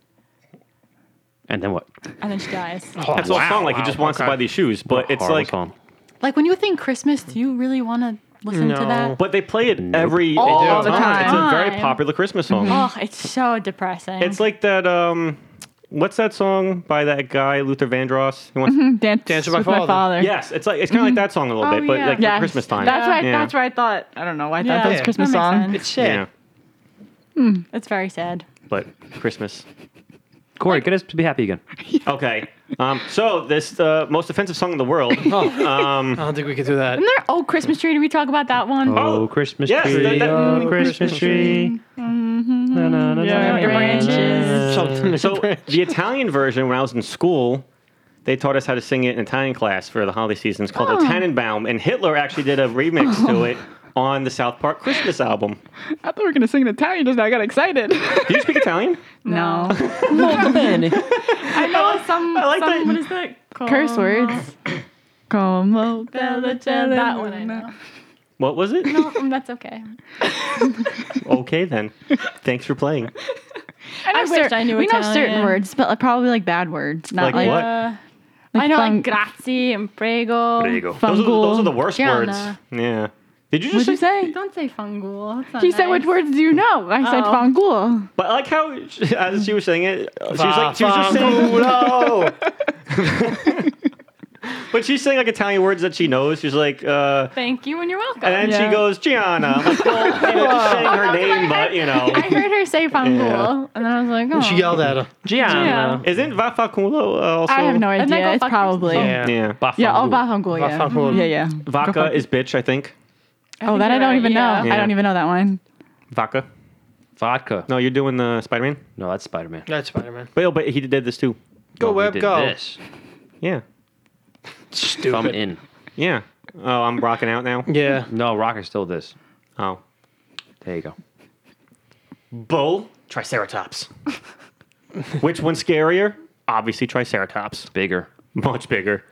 Speaker 3: And then what?
Speaker 4: and then she dies.
Speaker 1: That's the whole song. Like he just wants to buy these shoes, but it's
Speaker 3: Horrible
Speaker 1: like.
Speaker 3: song.
Speaker 4: Like when you think Christmas, do you really want to listen to
Speaker 2: No.
Speaker 4: that?
Speaker 1: But they play it every
Speaker 4: All
Speaker 1: It's
Speaker 4: the
Speaker 1: a very
Speaker 4: time.
Speaker 1: popular Christmas song.
Speaker 4: Oh, it's so depressing.
Speaker 1: It's like that. Um, what's that song by that guy Luther Vandross? He wants-
Speaker 5: Dance,
Speaker 2: Dance with
Speaker 5: with
Speaker 2: my
Speaker 5: my father.
Speaker 2: father.
Speaker 1: Yes, it's like it's kind of like that song a little
Speaker 4: Oh,
Speaker 1: bit, but
Speaker 4: yeah.
Speaker 1: like
Speaker 5: Yes.
Speaker 1: for Christmas time.
Speaker 5: That's why.
Speaker 1: Yeah.
Speaker 5: That's why I thought. I don't know. why I
Speaker 4: Yeah.
Speaker 5: thought that was
Speaker 2: Yeah.
Speaker 5: Christmas
Speaker 4: That makes
Speaker 5: song.
Speaker 4: sense.
Speaker 2: It's sad.
Speaker 1: Yeah,
Speaker 4: it's very sad.
Speaker 1: but Christmas.
Speaker 3: Corey, get us to be happy again.
Speaker 1: Okay. Um, so this uh, most offensive song in the world. Um,
Speaker 2: I don't think we could do that.
Speaker 4: Isn't there old Oh, Christmas tree? Did we talk about that one?
Speaker 3: Oh, Christmas
Speaker 1: yes,
Speaker 3: tree.
Speaker 1: that- that-
Speaker 3: oh, Christmas tree.
Speaker 5: Mm-hmm.
Speaker 3: Na, na, na,
Speaker 5: Yeah,
Speaker 3: na,
Speaker 5: your
Speaker 3: na, Uh,
Speaker 5: branches.
Speaker 2: Something
Speaker 1: So the Italian version, when I was in school, they taught us how to sing it in Italian class for the holiday season. It's called
Speaker 4: Oh.
Speaker 1: the Tannenbaum, and Hitler actually did a remix to it on the South Park Christmas album.
Speaker 5: I thought we were gonna sing in Italian. Just now I got excited.
Speaker 1: Do you speak Italian?
Speaker 5: No.
Speaker 4: I know some.
Speaker 1: I like
Speaker 4: some
Speaker 1: that-
Speaker 4: What is that? Called?
Speaker 5: Curse words. Como bella celena.
Speaker 4: That one I know.
Speaker 1: What was it?
Speaker 4: No, um, that's okay.
Speaker 1: Okay then. Thanks for playing.
Speaker 4: I,
Speaker 5: know
Speaker 4: wish
Speaker 5: cer-
Speaker 4: I knew
Speaker 5: We know
Speaker 4: Italian.
Speaker 5: certain words, but like, probably like bad words, not
Speaker 1: Like
Speaker 5: like,
Speaker 1: what?
Speaker 4: Uh, I know like
Speaker 5: fun-
Speaker 4: grazie and prego.
Speaker 3: Prego.
Speaker 1: Those are, the- those are the
Speaker 5: fungal.
Speaker 1: worst
Speaker 4: Gianna.
Speaker 1: words. Yeah. Did you just
Speaker 5: What'd you
Speaker 1: say?
Speaker 5: say?
Speaker 4: Don't say fangul. That's not
Speaker 5: She said,
Speaker 4: nice.
Speaker 5: "What words do you know?" I said,
Speaker 4: Oh.
Speaker 5: "Fangul."
Speaker 1: But I like how she, as she was saying it, uh, she was like she was just saying. But she's saying like Italian words that she knows. She's like, uh,
Speaker 4: Thank you and you're welcome.
Speaker 1: and then
Speaker 5: Yeah.
Speaker 1: she goes Gianna. I'm like, well, you know, just saying her name, but you
Speaker 5: I
Speaker 1: know,
Speaker 5: heard her say "fun cool," and then I was like, "Oh."
Speaker 2: She yelled at him.
Speaker 5: Yeah.
Speaker 3: Gianna.
Speaker 1: isn't Vafaculo uh, also?
Speaker 5: I have no
Speaker 4: And then go
Speaker 5: idea. It's
Speaker 4: fuck yourself.
Speaker 5: probably yeah.
Speaker 2: Yeah.
Speaker 1: Yeah,
Speaker 5: Yeah, all Bahangul, yeah.
Speaker 2: Bahangul.
Speaker 5: Yeah, yeah. Go
Speaker 1: Vaca
Speaker 5: fuck-
Speaker 1: is bitch. I think
Speaker 5: Oh, that I don't even know.
Speaker 1: Yeah.
Speaker 5: I don't even know that one.
Speaker 1: Vaca.
Speaker 3: Vodka.
Speaker 1: No, you're doing the Spider-Man.
Speaker 3: No, that's Spider Man.
Speaker 2: That's Spider Man.
Speaker 1: But, oh, but he did this too.
Speaker 2: Go web go.
Speaker 3: This.
Speaker 1: Yeah,
Speaker 3: Thumb
Speaker 2: Stupid.
Speaker 3: in.
Speaker 1: yeah. Oh, I'm rocking out now.
Speaker 2: Yeah.
Speaker 3: No, Rocker's still this.
Speaker 1: Oh,
Speaker 3: There you go.
Speaker 1: bull Triceratops. Which one's scarier? Obviously, Triceratops.
Speaker 3: Bigger.
Speaker 1: Much bigger,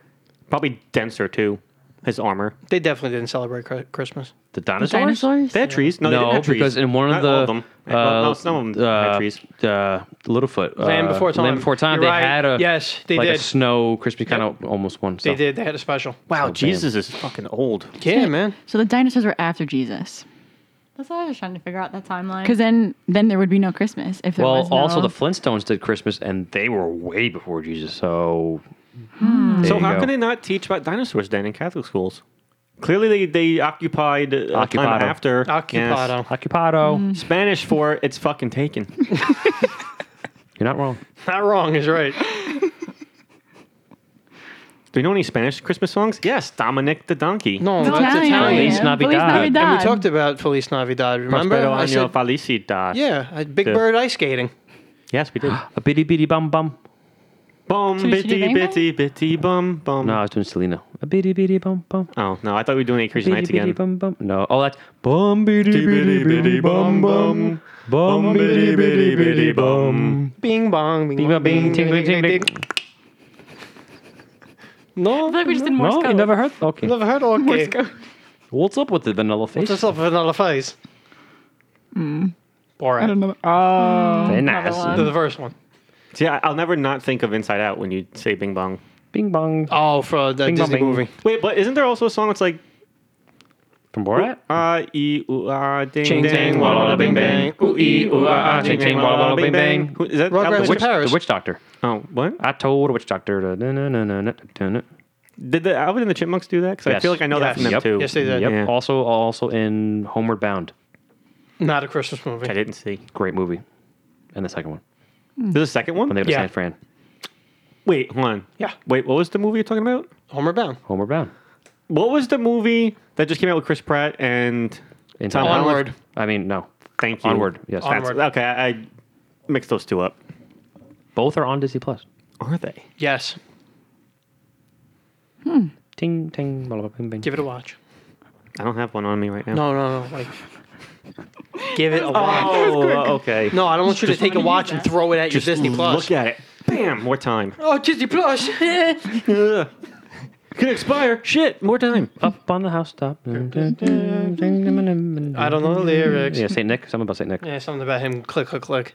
Speaker 1: probably denser too. His armor.
Speaker 2: They definitely didn't celebrate Chri- Christmas.
Speaker 3: The dinosaurs?
Speaker 5: Dinosaurs?
Speaker 1: They had trees. No, they didn't
Speaker 3: No,
Speaker 1: have trees.
Speaker 3: because in one of
Speaker 1: Not
Speaker 3: the
Speaker 1: all of them.
Speaker 3: uh,
Speaker 1: Well, no, some of them had
Speaker 3: uh,
Speaker 1: trees.
Speaker 3: Uh, Littlefoot, uh,
Speaker 2: Land Before Time.
Speaker 3: Land Before Time.
Speaker 2: You're
Speaker 3: they
Speaker 2: right.
Speaker 3: had a
Speaker 2: Yes, they
Speaker 3: like a
Speaker 2: did.
Speaker 3: snow crispy kind of almost one.
Speaker 2: They
Speaker 3: so.
Speaker 2: did. They had a special.
Speaker 1: Wow,
Speaker 3: Oh,
Speaker 1: Jesus is fucking old.
Speaker 2: Yeah, man.
Speaker 5: So the dinosaurs were after Jesus,
Speaker 4: That's what I was trying to figure out that timeline.
Speaker 5: because then then there would be no Christmas if there
Speaker 3: Well,
Speaker 5: was no.
Speaker 3: also the Flintstones did Christmas, and they were way before Jesus. So,
Speaker 1: So how
Speaker 3: can
Speaker 1: can they not teach about dinosaurs then in Catholic schools? Clearly, they they occupied uh, a time
Speaker 3: Occupado.
Speaker 1: after
Speaker 2: Occupado.
Speaker 3: Occupado.
Speaker 1: Yes. Spanish for it's fucking taken.
Speaker 3: You're not wrong.
Speaker 2: Not wrong is right.
Speaker 1: Do you know any Spanish Christmas songs? Yes, Dominic the Donkey.
Speaker 2: No, that's
Speaker 5: Italian.
Speaker 2: Italian.
Speaker 3: Feliz Navidad.
Speaker 2: And we talked about Feliz Navidad. Remember?
Speaker 1: Prospero
Speaker 2: I
Speaker 1: año
Speaker 2: said,
Speaker 1: felicidad.
Speaker 2: yeah, I- Big
Speaker 1: Yeah.
Speaker 2: Bird ice skating.
Speaker 1: Yes, we did.
Speaker 3: A bitty bitty bum bum.
Speaker 1: bum,
Speaker 5: we do
Speaker 1: bitty,
Speaker 5: Bang
Speaker 1: bitty, bitty, bum, bum.
Speaker 3: No, I was doing Selena. A bitty bitty bum bum.
Speaker 1: Oh, no, I thought we were doing Eight Crazy Nights
Speaker 3: Bitty bitty
Speaker 1: again.
Speaker 3: bum bum. No, oh that's bum bitty bitty
Speaker 1: Bitty, bitty,
Speaker 3: bitty bum bum. Bum bitty bitty bitty bum.
Speaker 2: Bing bong, bing bong, bing,
Speaker 3: Bing,
Speaker 2: bing,
Speaker 3: tingling,
Speaker 2: bing, bing,
Speaker 3: tingling.
Speaker 2: bing. No,
Speaker 4: I feel like we just did Morse
Speaker 3: No,
Speaker 4: code.
Speaker 3: you never heard. Okay,
Speaker 2: never heard of okay.
Speaker 3: what's up with the vanilla face?
Speaker 2: What's up with another face? Borat.
Speaker 5: Hmm. I don't know. Oh,
Speaker 3: Very
Speaker 4: Another
Speaker 3: nice.
Speaker 4: one.
Speaker 2: The, the first one.
Speaker 1: See, I- I'll never not think of Inside Out when you say Bing Bong.
Speaker 3: Bing bong
Speaker 2: Oh, for the
Speaker 3: Bing, bong,
Speaker 2: Disney
Speaker 3: bing.
Speaker 2: movie.
Speaker 1: Wait, but isn't there also a song that's like
Speaker 3: from Borat.
Speaker 1: Ah, ee, ooh, ah, ding,
Speaker 2: Ching,
Speaker 1: ding,
Speaker 2: ding,
Speaker 1: walla, walla, bing, bang. Ooh, ee, ooh, ah, ah, ching, ding, walla, walla, bing, bang. Who- Is that
Speaker 2: Rugrats
Speaker 1: Albert
Speaker 2: in
Speaker 1: Witch?
Speaker 2: Paris.
Speaker 3: The witch doctor.
Speaker 1: Oh, what?
Speaker 3: I told a witch doctor. to na- na- na- na- na- na- na-
Speaker 1: Did the Alvin and the Chipmunks do that? Because I
Speaker 3: Yes.
Speaker 1: feel like I know that
Speaker 2: Yes.
Speaker 1: from them
Speaker 3: Yep.
Speaker 1: too.
Speaker 2: Yes, they did.
Speaker 3: Yep.
Speaker 1: Yeah.
Speaker 3: Also, also in Homeward Bound.
Speaker 2: Not a Christmas movie.
Speaker 1: I didn't see.
Speaker 3: Great movie. And the second one
Speaker 1: There's a second one.
Speaker 3: when they go to
Speaker 2: Yeah.
Speaker 3: San Fran.
Speaker 1: Wait, hold on.
Speaker 2: Yeah.
Speaker 1: Wait, what was the movie you're talking about?
Speaker 2: Homeward Bound.
Speaker 3: Homeward Bound.
Speaker 1: What was the movie that just came out with Chris Pratt and
Speaker 3: In
Speaker 1: Tom
Speaker 3: time.
Speaker 1: Holland?
Speaker 2: Onward.
Speaker 3: I mean, no.
Speaker 1: Thank you.
Speaker 3: Onward, yes.
Speaker 1: That's-
Speaker 2: Onward.
Speaker 1: Okay, I, I mixed those two up.
Speaker 3: Both are on Disney Plus.
Speaker 1: Are they?
Speaker 2: Yes.
Speaker 3: Ting ting. bada bing bing.
Speaker 2: Give it a watch.
Speaker 1: I don't have one on me right now.
Speaker 2: No, no, no. Like, give it a watch.
Speaker 1: Oh, okay.
Speaker 2: No, I don't want you to take a watch and throw it at your
Speaker 1: Just
Speaker 2: Disney Plus.
Speaker 1: Look at it. Bam. More time.
Speaker 2: Oh, Disney Plus.
Speaker 1: Ugh. Could expire. Shit. More time. Oh,
Speaker 3: Up on the housetop. I don't
Speaker 2: I don't know the lyrics.
Speaker 3: Yeah, Saint Nick. Something about Saint Nick.
Speaker 2: Yeah, something about him. Click, click, click.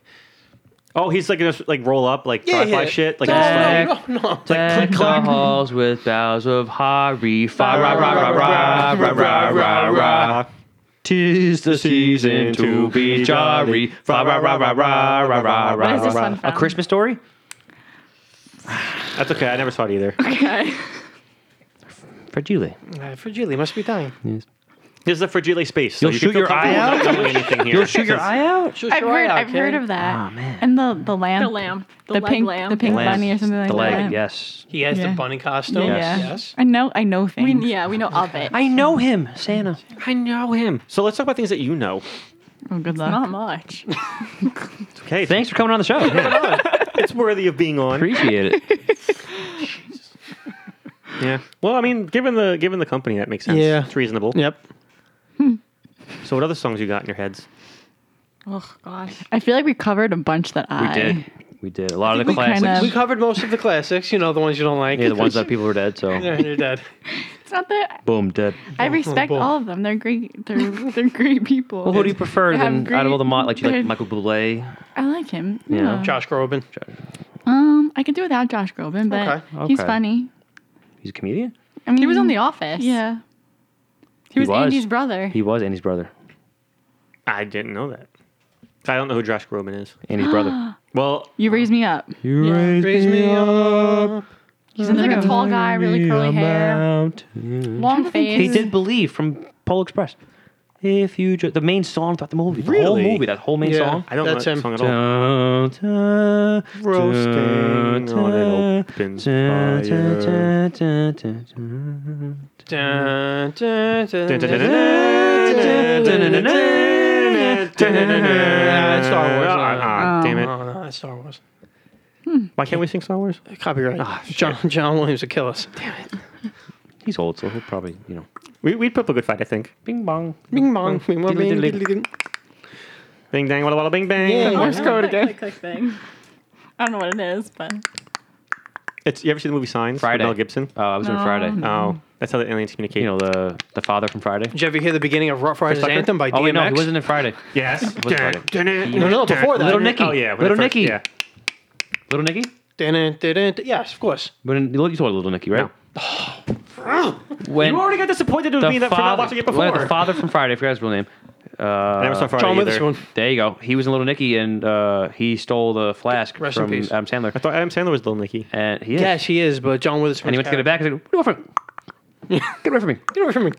Speaker 1: Oh, he's like gonna like roll up like
Speaker 2: Yeah,
Speaker 1: drive-by
Speaker 2: yeah.
Speaker 1: shit. Like
Speaker 2: No,
Speaker 1: it's like-
Speaker 2: Oh, no, no, no.
Speaker 3: Deck the halls with boughs of holly. Fa ra ra ra ra ra ra ra ra. Tis the season to be jolly. Fa ra ra ra ra ra ra
Speaker 5: Why is this
Speaker 3: ra.
Speaker 5: one
Speaker 3: A
Speaker 5: from?
Speaker 3: Christmas story?
Speaker 1: That's okay. I never saw it either.
Speaker 5: Okay.
Speaker 3: For Julie.
Speaker 2: Uh, for Julie, must be dying.
Speaker 1: This is a fragile space. So
Speaker 3: You'll
Speaker 1: you can
Speaker 3: shoot
Speaker 1: feel
Speaker 3: your eye
Speaker 1: comfortable not knowing anything here.
Speaker 3: You'll shoot your eye out?
Speaker 2: Sure,
Speaker 5: I've
Speaker 2: sure,
Speaker 5: heard.
Speaker 2: yeah,
Speaker 5: I've
Speaker 2: okay.
Speaker 5: heard of that. And the the lamb.
Speaker 4: The lamb. The,
Speaker 5: The
Speaker 4: leg
Speaker 5: pink.
Speaker 4: lamb.
Speaker 5: The pink
Speaker 3: Lamb.
Speaker 5: bunny or something like
Speaker 3: The leg,
Speaker 5: that.
Speaker 3: yes.
Speaker 2: He has the bunny costume.
Speaker 5: Yeah.
Speaker 2: Yes.
Speaker 5: I know. I know
Speaker 4: We,
Speaker 5: things.
Speaker 4: yeah, we know of it.
Speaker 3: I know him, Santa.
Speaker 1: I know him. So let's talk about things that you know.
Speaker 5: Oh, good
Speaker 4: Not
Speaker 5: luck.
Speaker 4: much.
Speaker 1: Okay.
Speaker 3: Thanks for coming on the show. Yeah,
Speaker 1: It's worthy of being on.
Speaker 3: Appreciate it.
Speaker 1: Yeah. Well, I mean, given the given the company, that makes sense.
Speaker 2: Yeah.
Speaker 1: It's reasonable.
Speaker 2: Yep.
Speaker 1: So what other songs you got in your heads?
Speaker 4: oh gosh.
Speaker 5: I feel like we covered a bunch that I
Speaker 3: We did. We did. A lot of the
Speaker 5: think we
Speaker 3: classics.
Speaker 5: kinda-
Speaker 2: We covered most of the classics. You know, the ones you don't like.
Speaker 3: Yeah, the ones that people were dead, so
Speaker 2: Yeah, You're dead.
Speaker 5: It's not that
Speaker 3: boom, dead.
Speaker 5: I respect all of them. They're great. They're they're great people.
Speaker 3: Well, who do you prefer
Speaker 5: They have
Speaker 3: then out of all the mod?
Speaker 5: great-
Speaker 3: Like, you like
Speaker 5: they're-
Speaker 3: Michael Bublé?
Speaker 5: I like him.
Speaker 3: Yeah.
Speaker 2: Josh Groban.
Speaker 5: Um, I can do without Josh Groban, but
Speaker 2: Okay.
Speaker 5: he's
Speaker 3: Okay.
Speaker 5: funny.
Speaker 3: He's a comedian?
Speaker 5: I mean,
Speaker 4: He was on The Office.
Speaker 5: Yeah.
Speaker 4: He was,
Speaker 3: was.
Speaker 4: Andy's brother.
Speaker 3: He was Andy's brother.
Speaker 1: I didn't know that. I don't know who Josh Groban is.
Speaker 3: Andy's brother.
Speaker 1: Well,
Speaker 5: You raised me up.
Speaker 3: You raised
Speaker 2: Raise me up.
Speaker 5: He's in the
Speaker 4: He's like a
Speaker 5: room.
Speaker 4: tall guy, really curly hair, long face.
Speaker 3: He did believe from Pole Express. If you ju- the main song throughout the movie, the whole
Speaker 1: Really?
Speaker 3: movie, that whole main
Speaker 2: Yeah.
Speaker 3: song.
Speaker 1: I don't
Speaker 2: That's
Speaker 1: know
Speaker 2: him.
Speaker 1: that song at all.
Speaker 3: Dun, dun,
Speaker 1: Roasting
Speaker 3: dun,
Speaker 1: on an
Speaker 3: dun,
Speaker 1: open
Speaker 3: dun, dun,
Speaker 1: oh, fire.
Speaker 3: dun, dun, dun, dun.
Speaker 2: Dun, dun, dun, dun, dun, dun, dun, dun, dun, Nah, it's Star Wars.
Speaker 1: Ah,
Speaker 5: Oh.
Speaker 1: Damn it!
Speaker 3: Uh-huh.
Speaker 2: Oh, no, it's Star Wars.
Speaker 1: Why can't we sing Star Wars?
Speaker 2: Copyright. John, John Williams would kill us.
Speaker 3: He's old, so he'll probably you know.
Speaker 1: We, we'd put up a good fight, I think.
Speaker 3: Bing bong.
Speaker 2: Bing bong. Bing bong. Bing,
Speaker 3: Diddly-diddly.
Speaker 2: diddly, diddly.
Speaker 1: Bing dang, wada wada, bing bang.
Speaker 2: Yeah.
Speaker 5: Morse
Speaker 4: Click,
Speaker 5: code again.
Speaker 4: click, click thing. I don't know what it is, but
Speaker 1: It's you ever seen the movie Signs? with
Speaker 3: Friday.
Speaker 1: Mel Gibson.
Speaker 2: Mm-hmm.
Speaker 3: Oh, I was on Friday.
Speaker 1: Oh, that's how the aliens communicate.
Speaker 3: You know the the father from Friday.
Speaker 2: Did you ever hear the beginning of Rough Riders
Speaker 1: Sucker?
Speaker 2: Anthem by DMX?
Speaker 3: Oh wait, no, he wasn't in Friday.
Speaker 1: yes.
Speaker 3: It was Friday.
Speaker 2: No, no, before that.
Speaker 3: Little Nicky.
Speaker 1: Oh yeah, when
Speaker 3: Little
Speaker 1: I first-
Speaker 3: Nicky.
Speaker 1: Yeah.
Speaker 3: Little Nicky.
Speaker 2: Dun, dun, dun, dun, dun. Yes, of course.
Speaker 3: But in, you saw Little Nicky, right? when
Speaker 1: You already got disappointed with me that for not watching it before.
Speaker 3: when the father from Friday, I forgot his real name. Uh,
Speaker 1: I never saw Friday
Speaker 2: John
Speaker 1: either.
Speaker 2: Witherspoon.
Speaker 3: There you go. He was in Little Nicky, and uh, he stole the flask
Speaker 2: Rest in
Speaker 3: from
Speaker 2: peace.
Speaker 3: Adam Sandler.
Speaker 1: I thought Adam Sandler was Little Nicky.
Speaker 3: And he is.
Speaker 2: Yes, he is, but John Witherspoon.
Speaker 3: and he went to get it back. and said, "Get away from me! Get away from me!"
Speaker 2: Get away from me.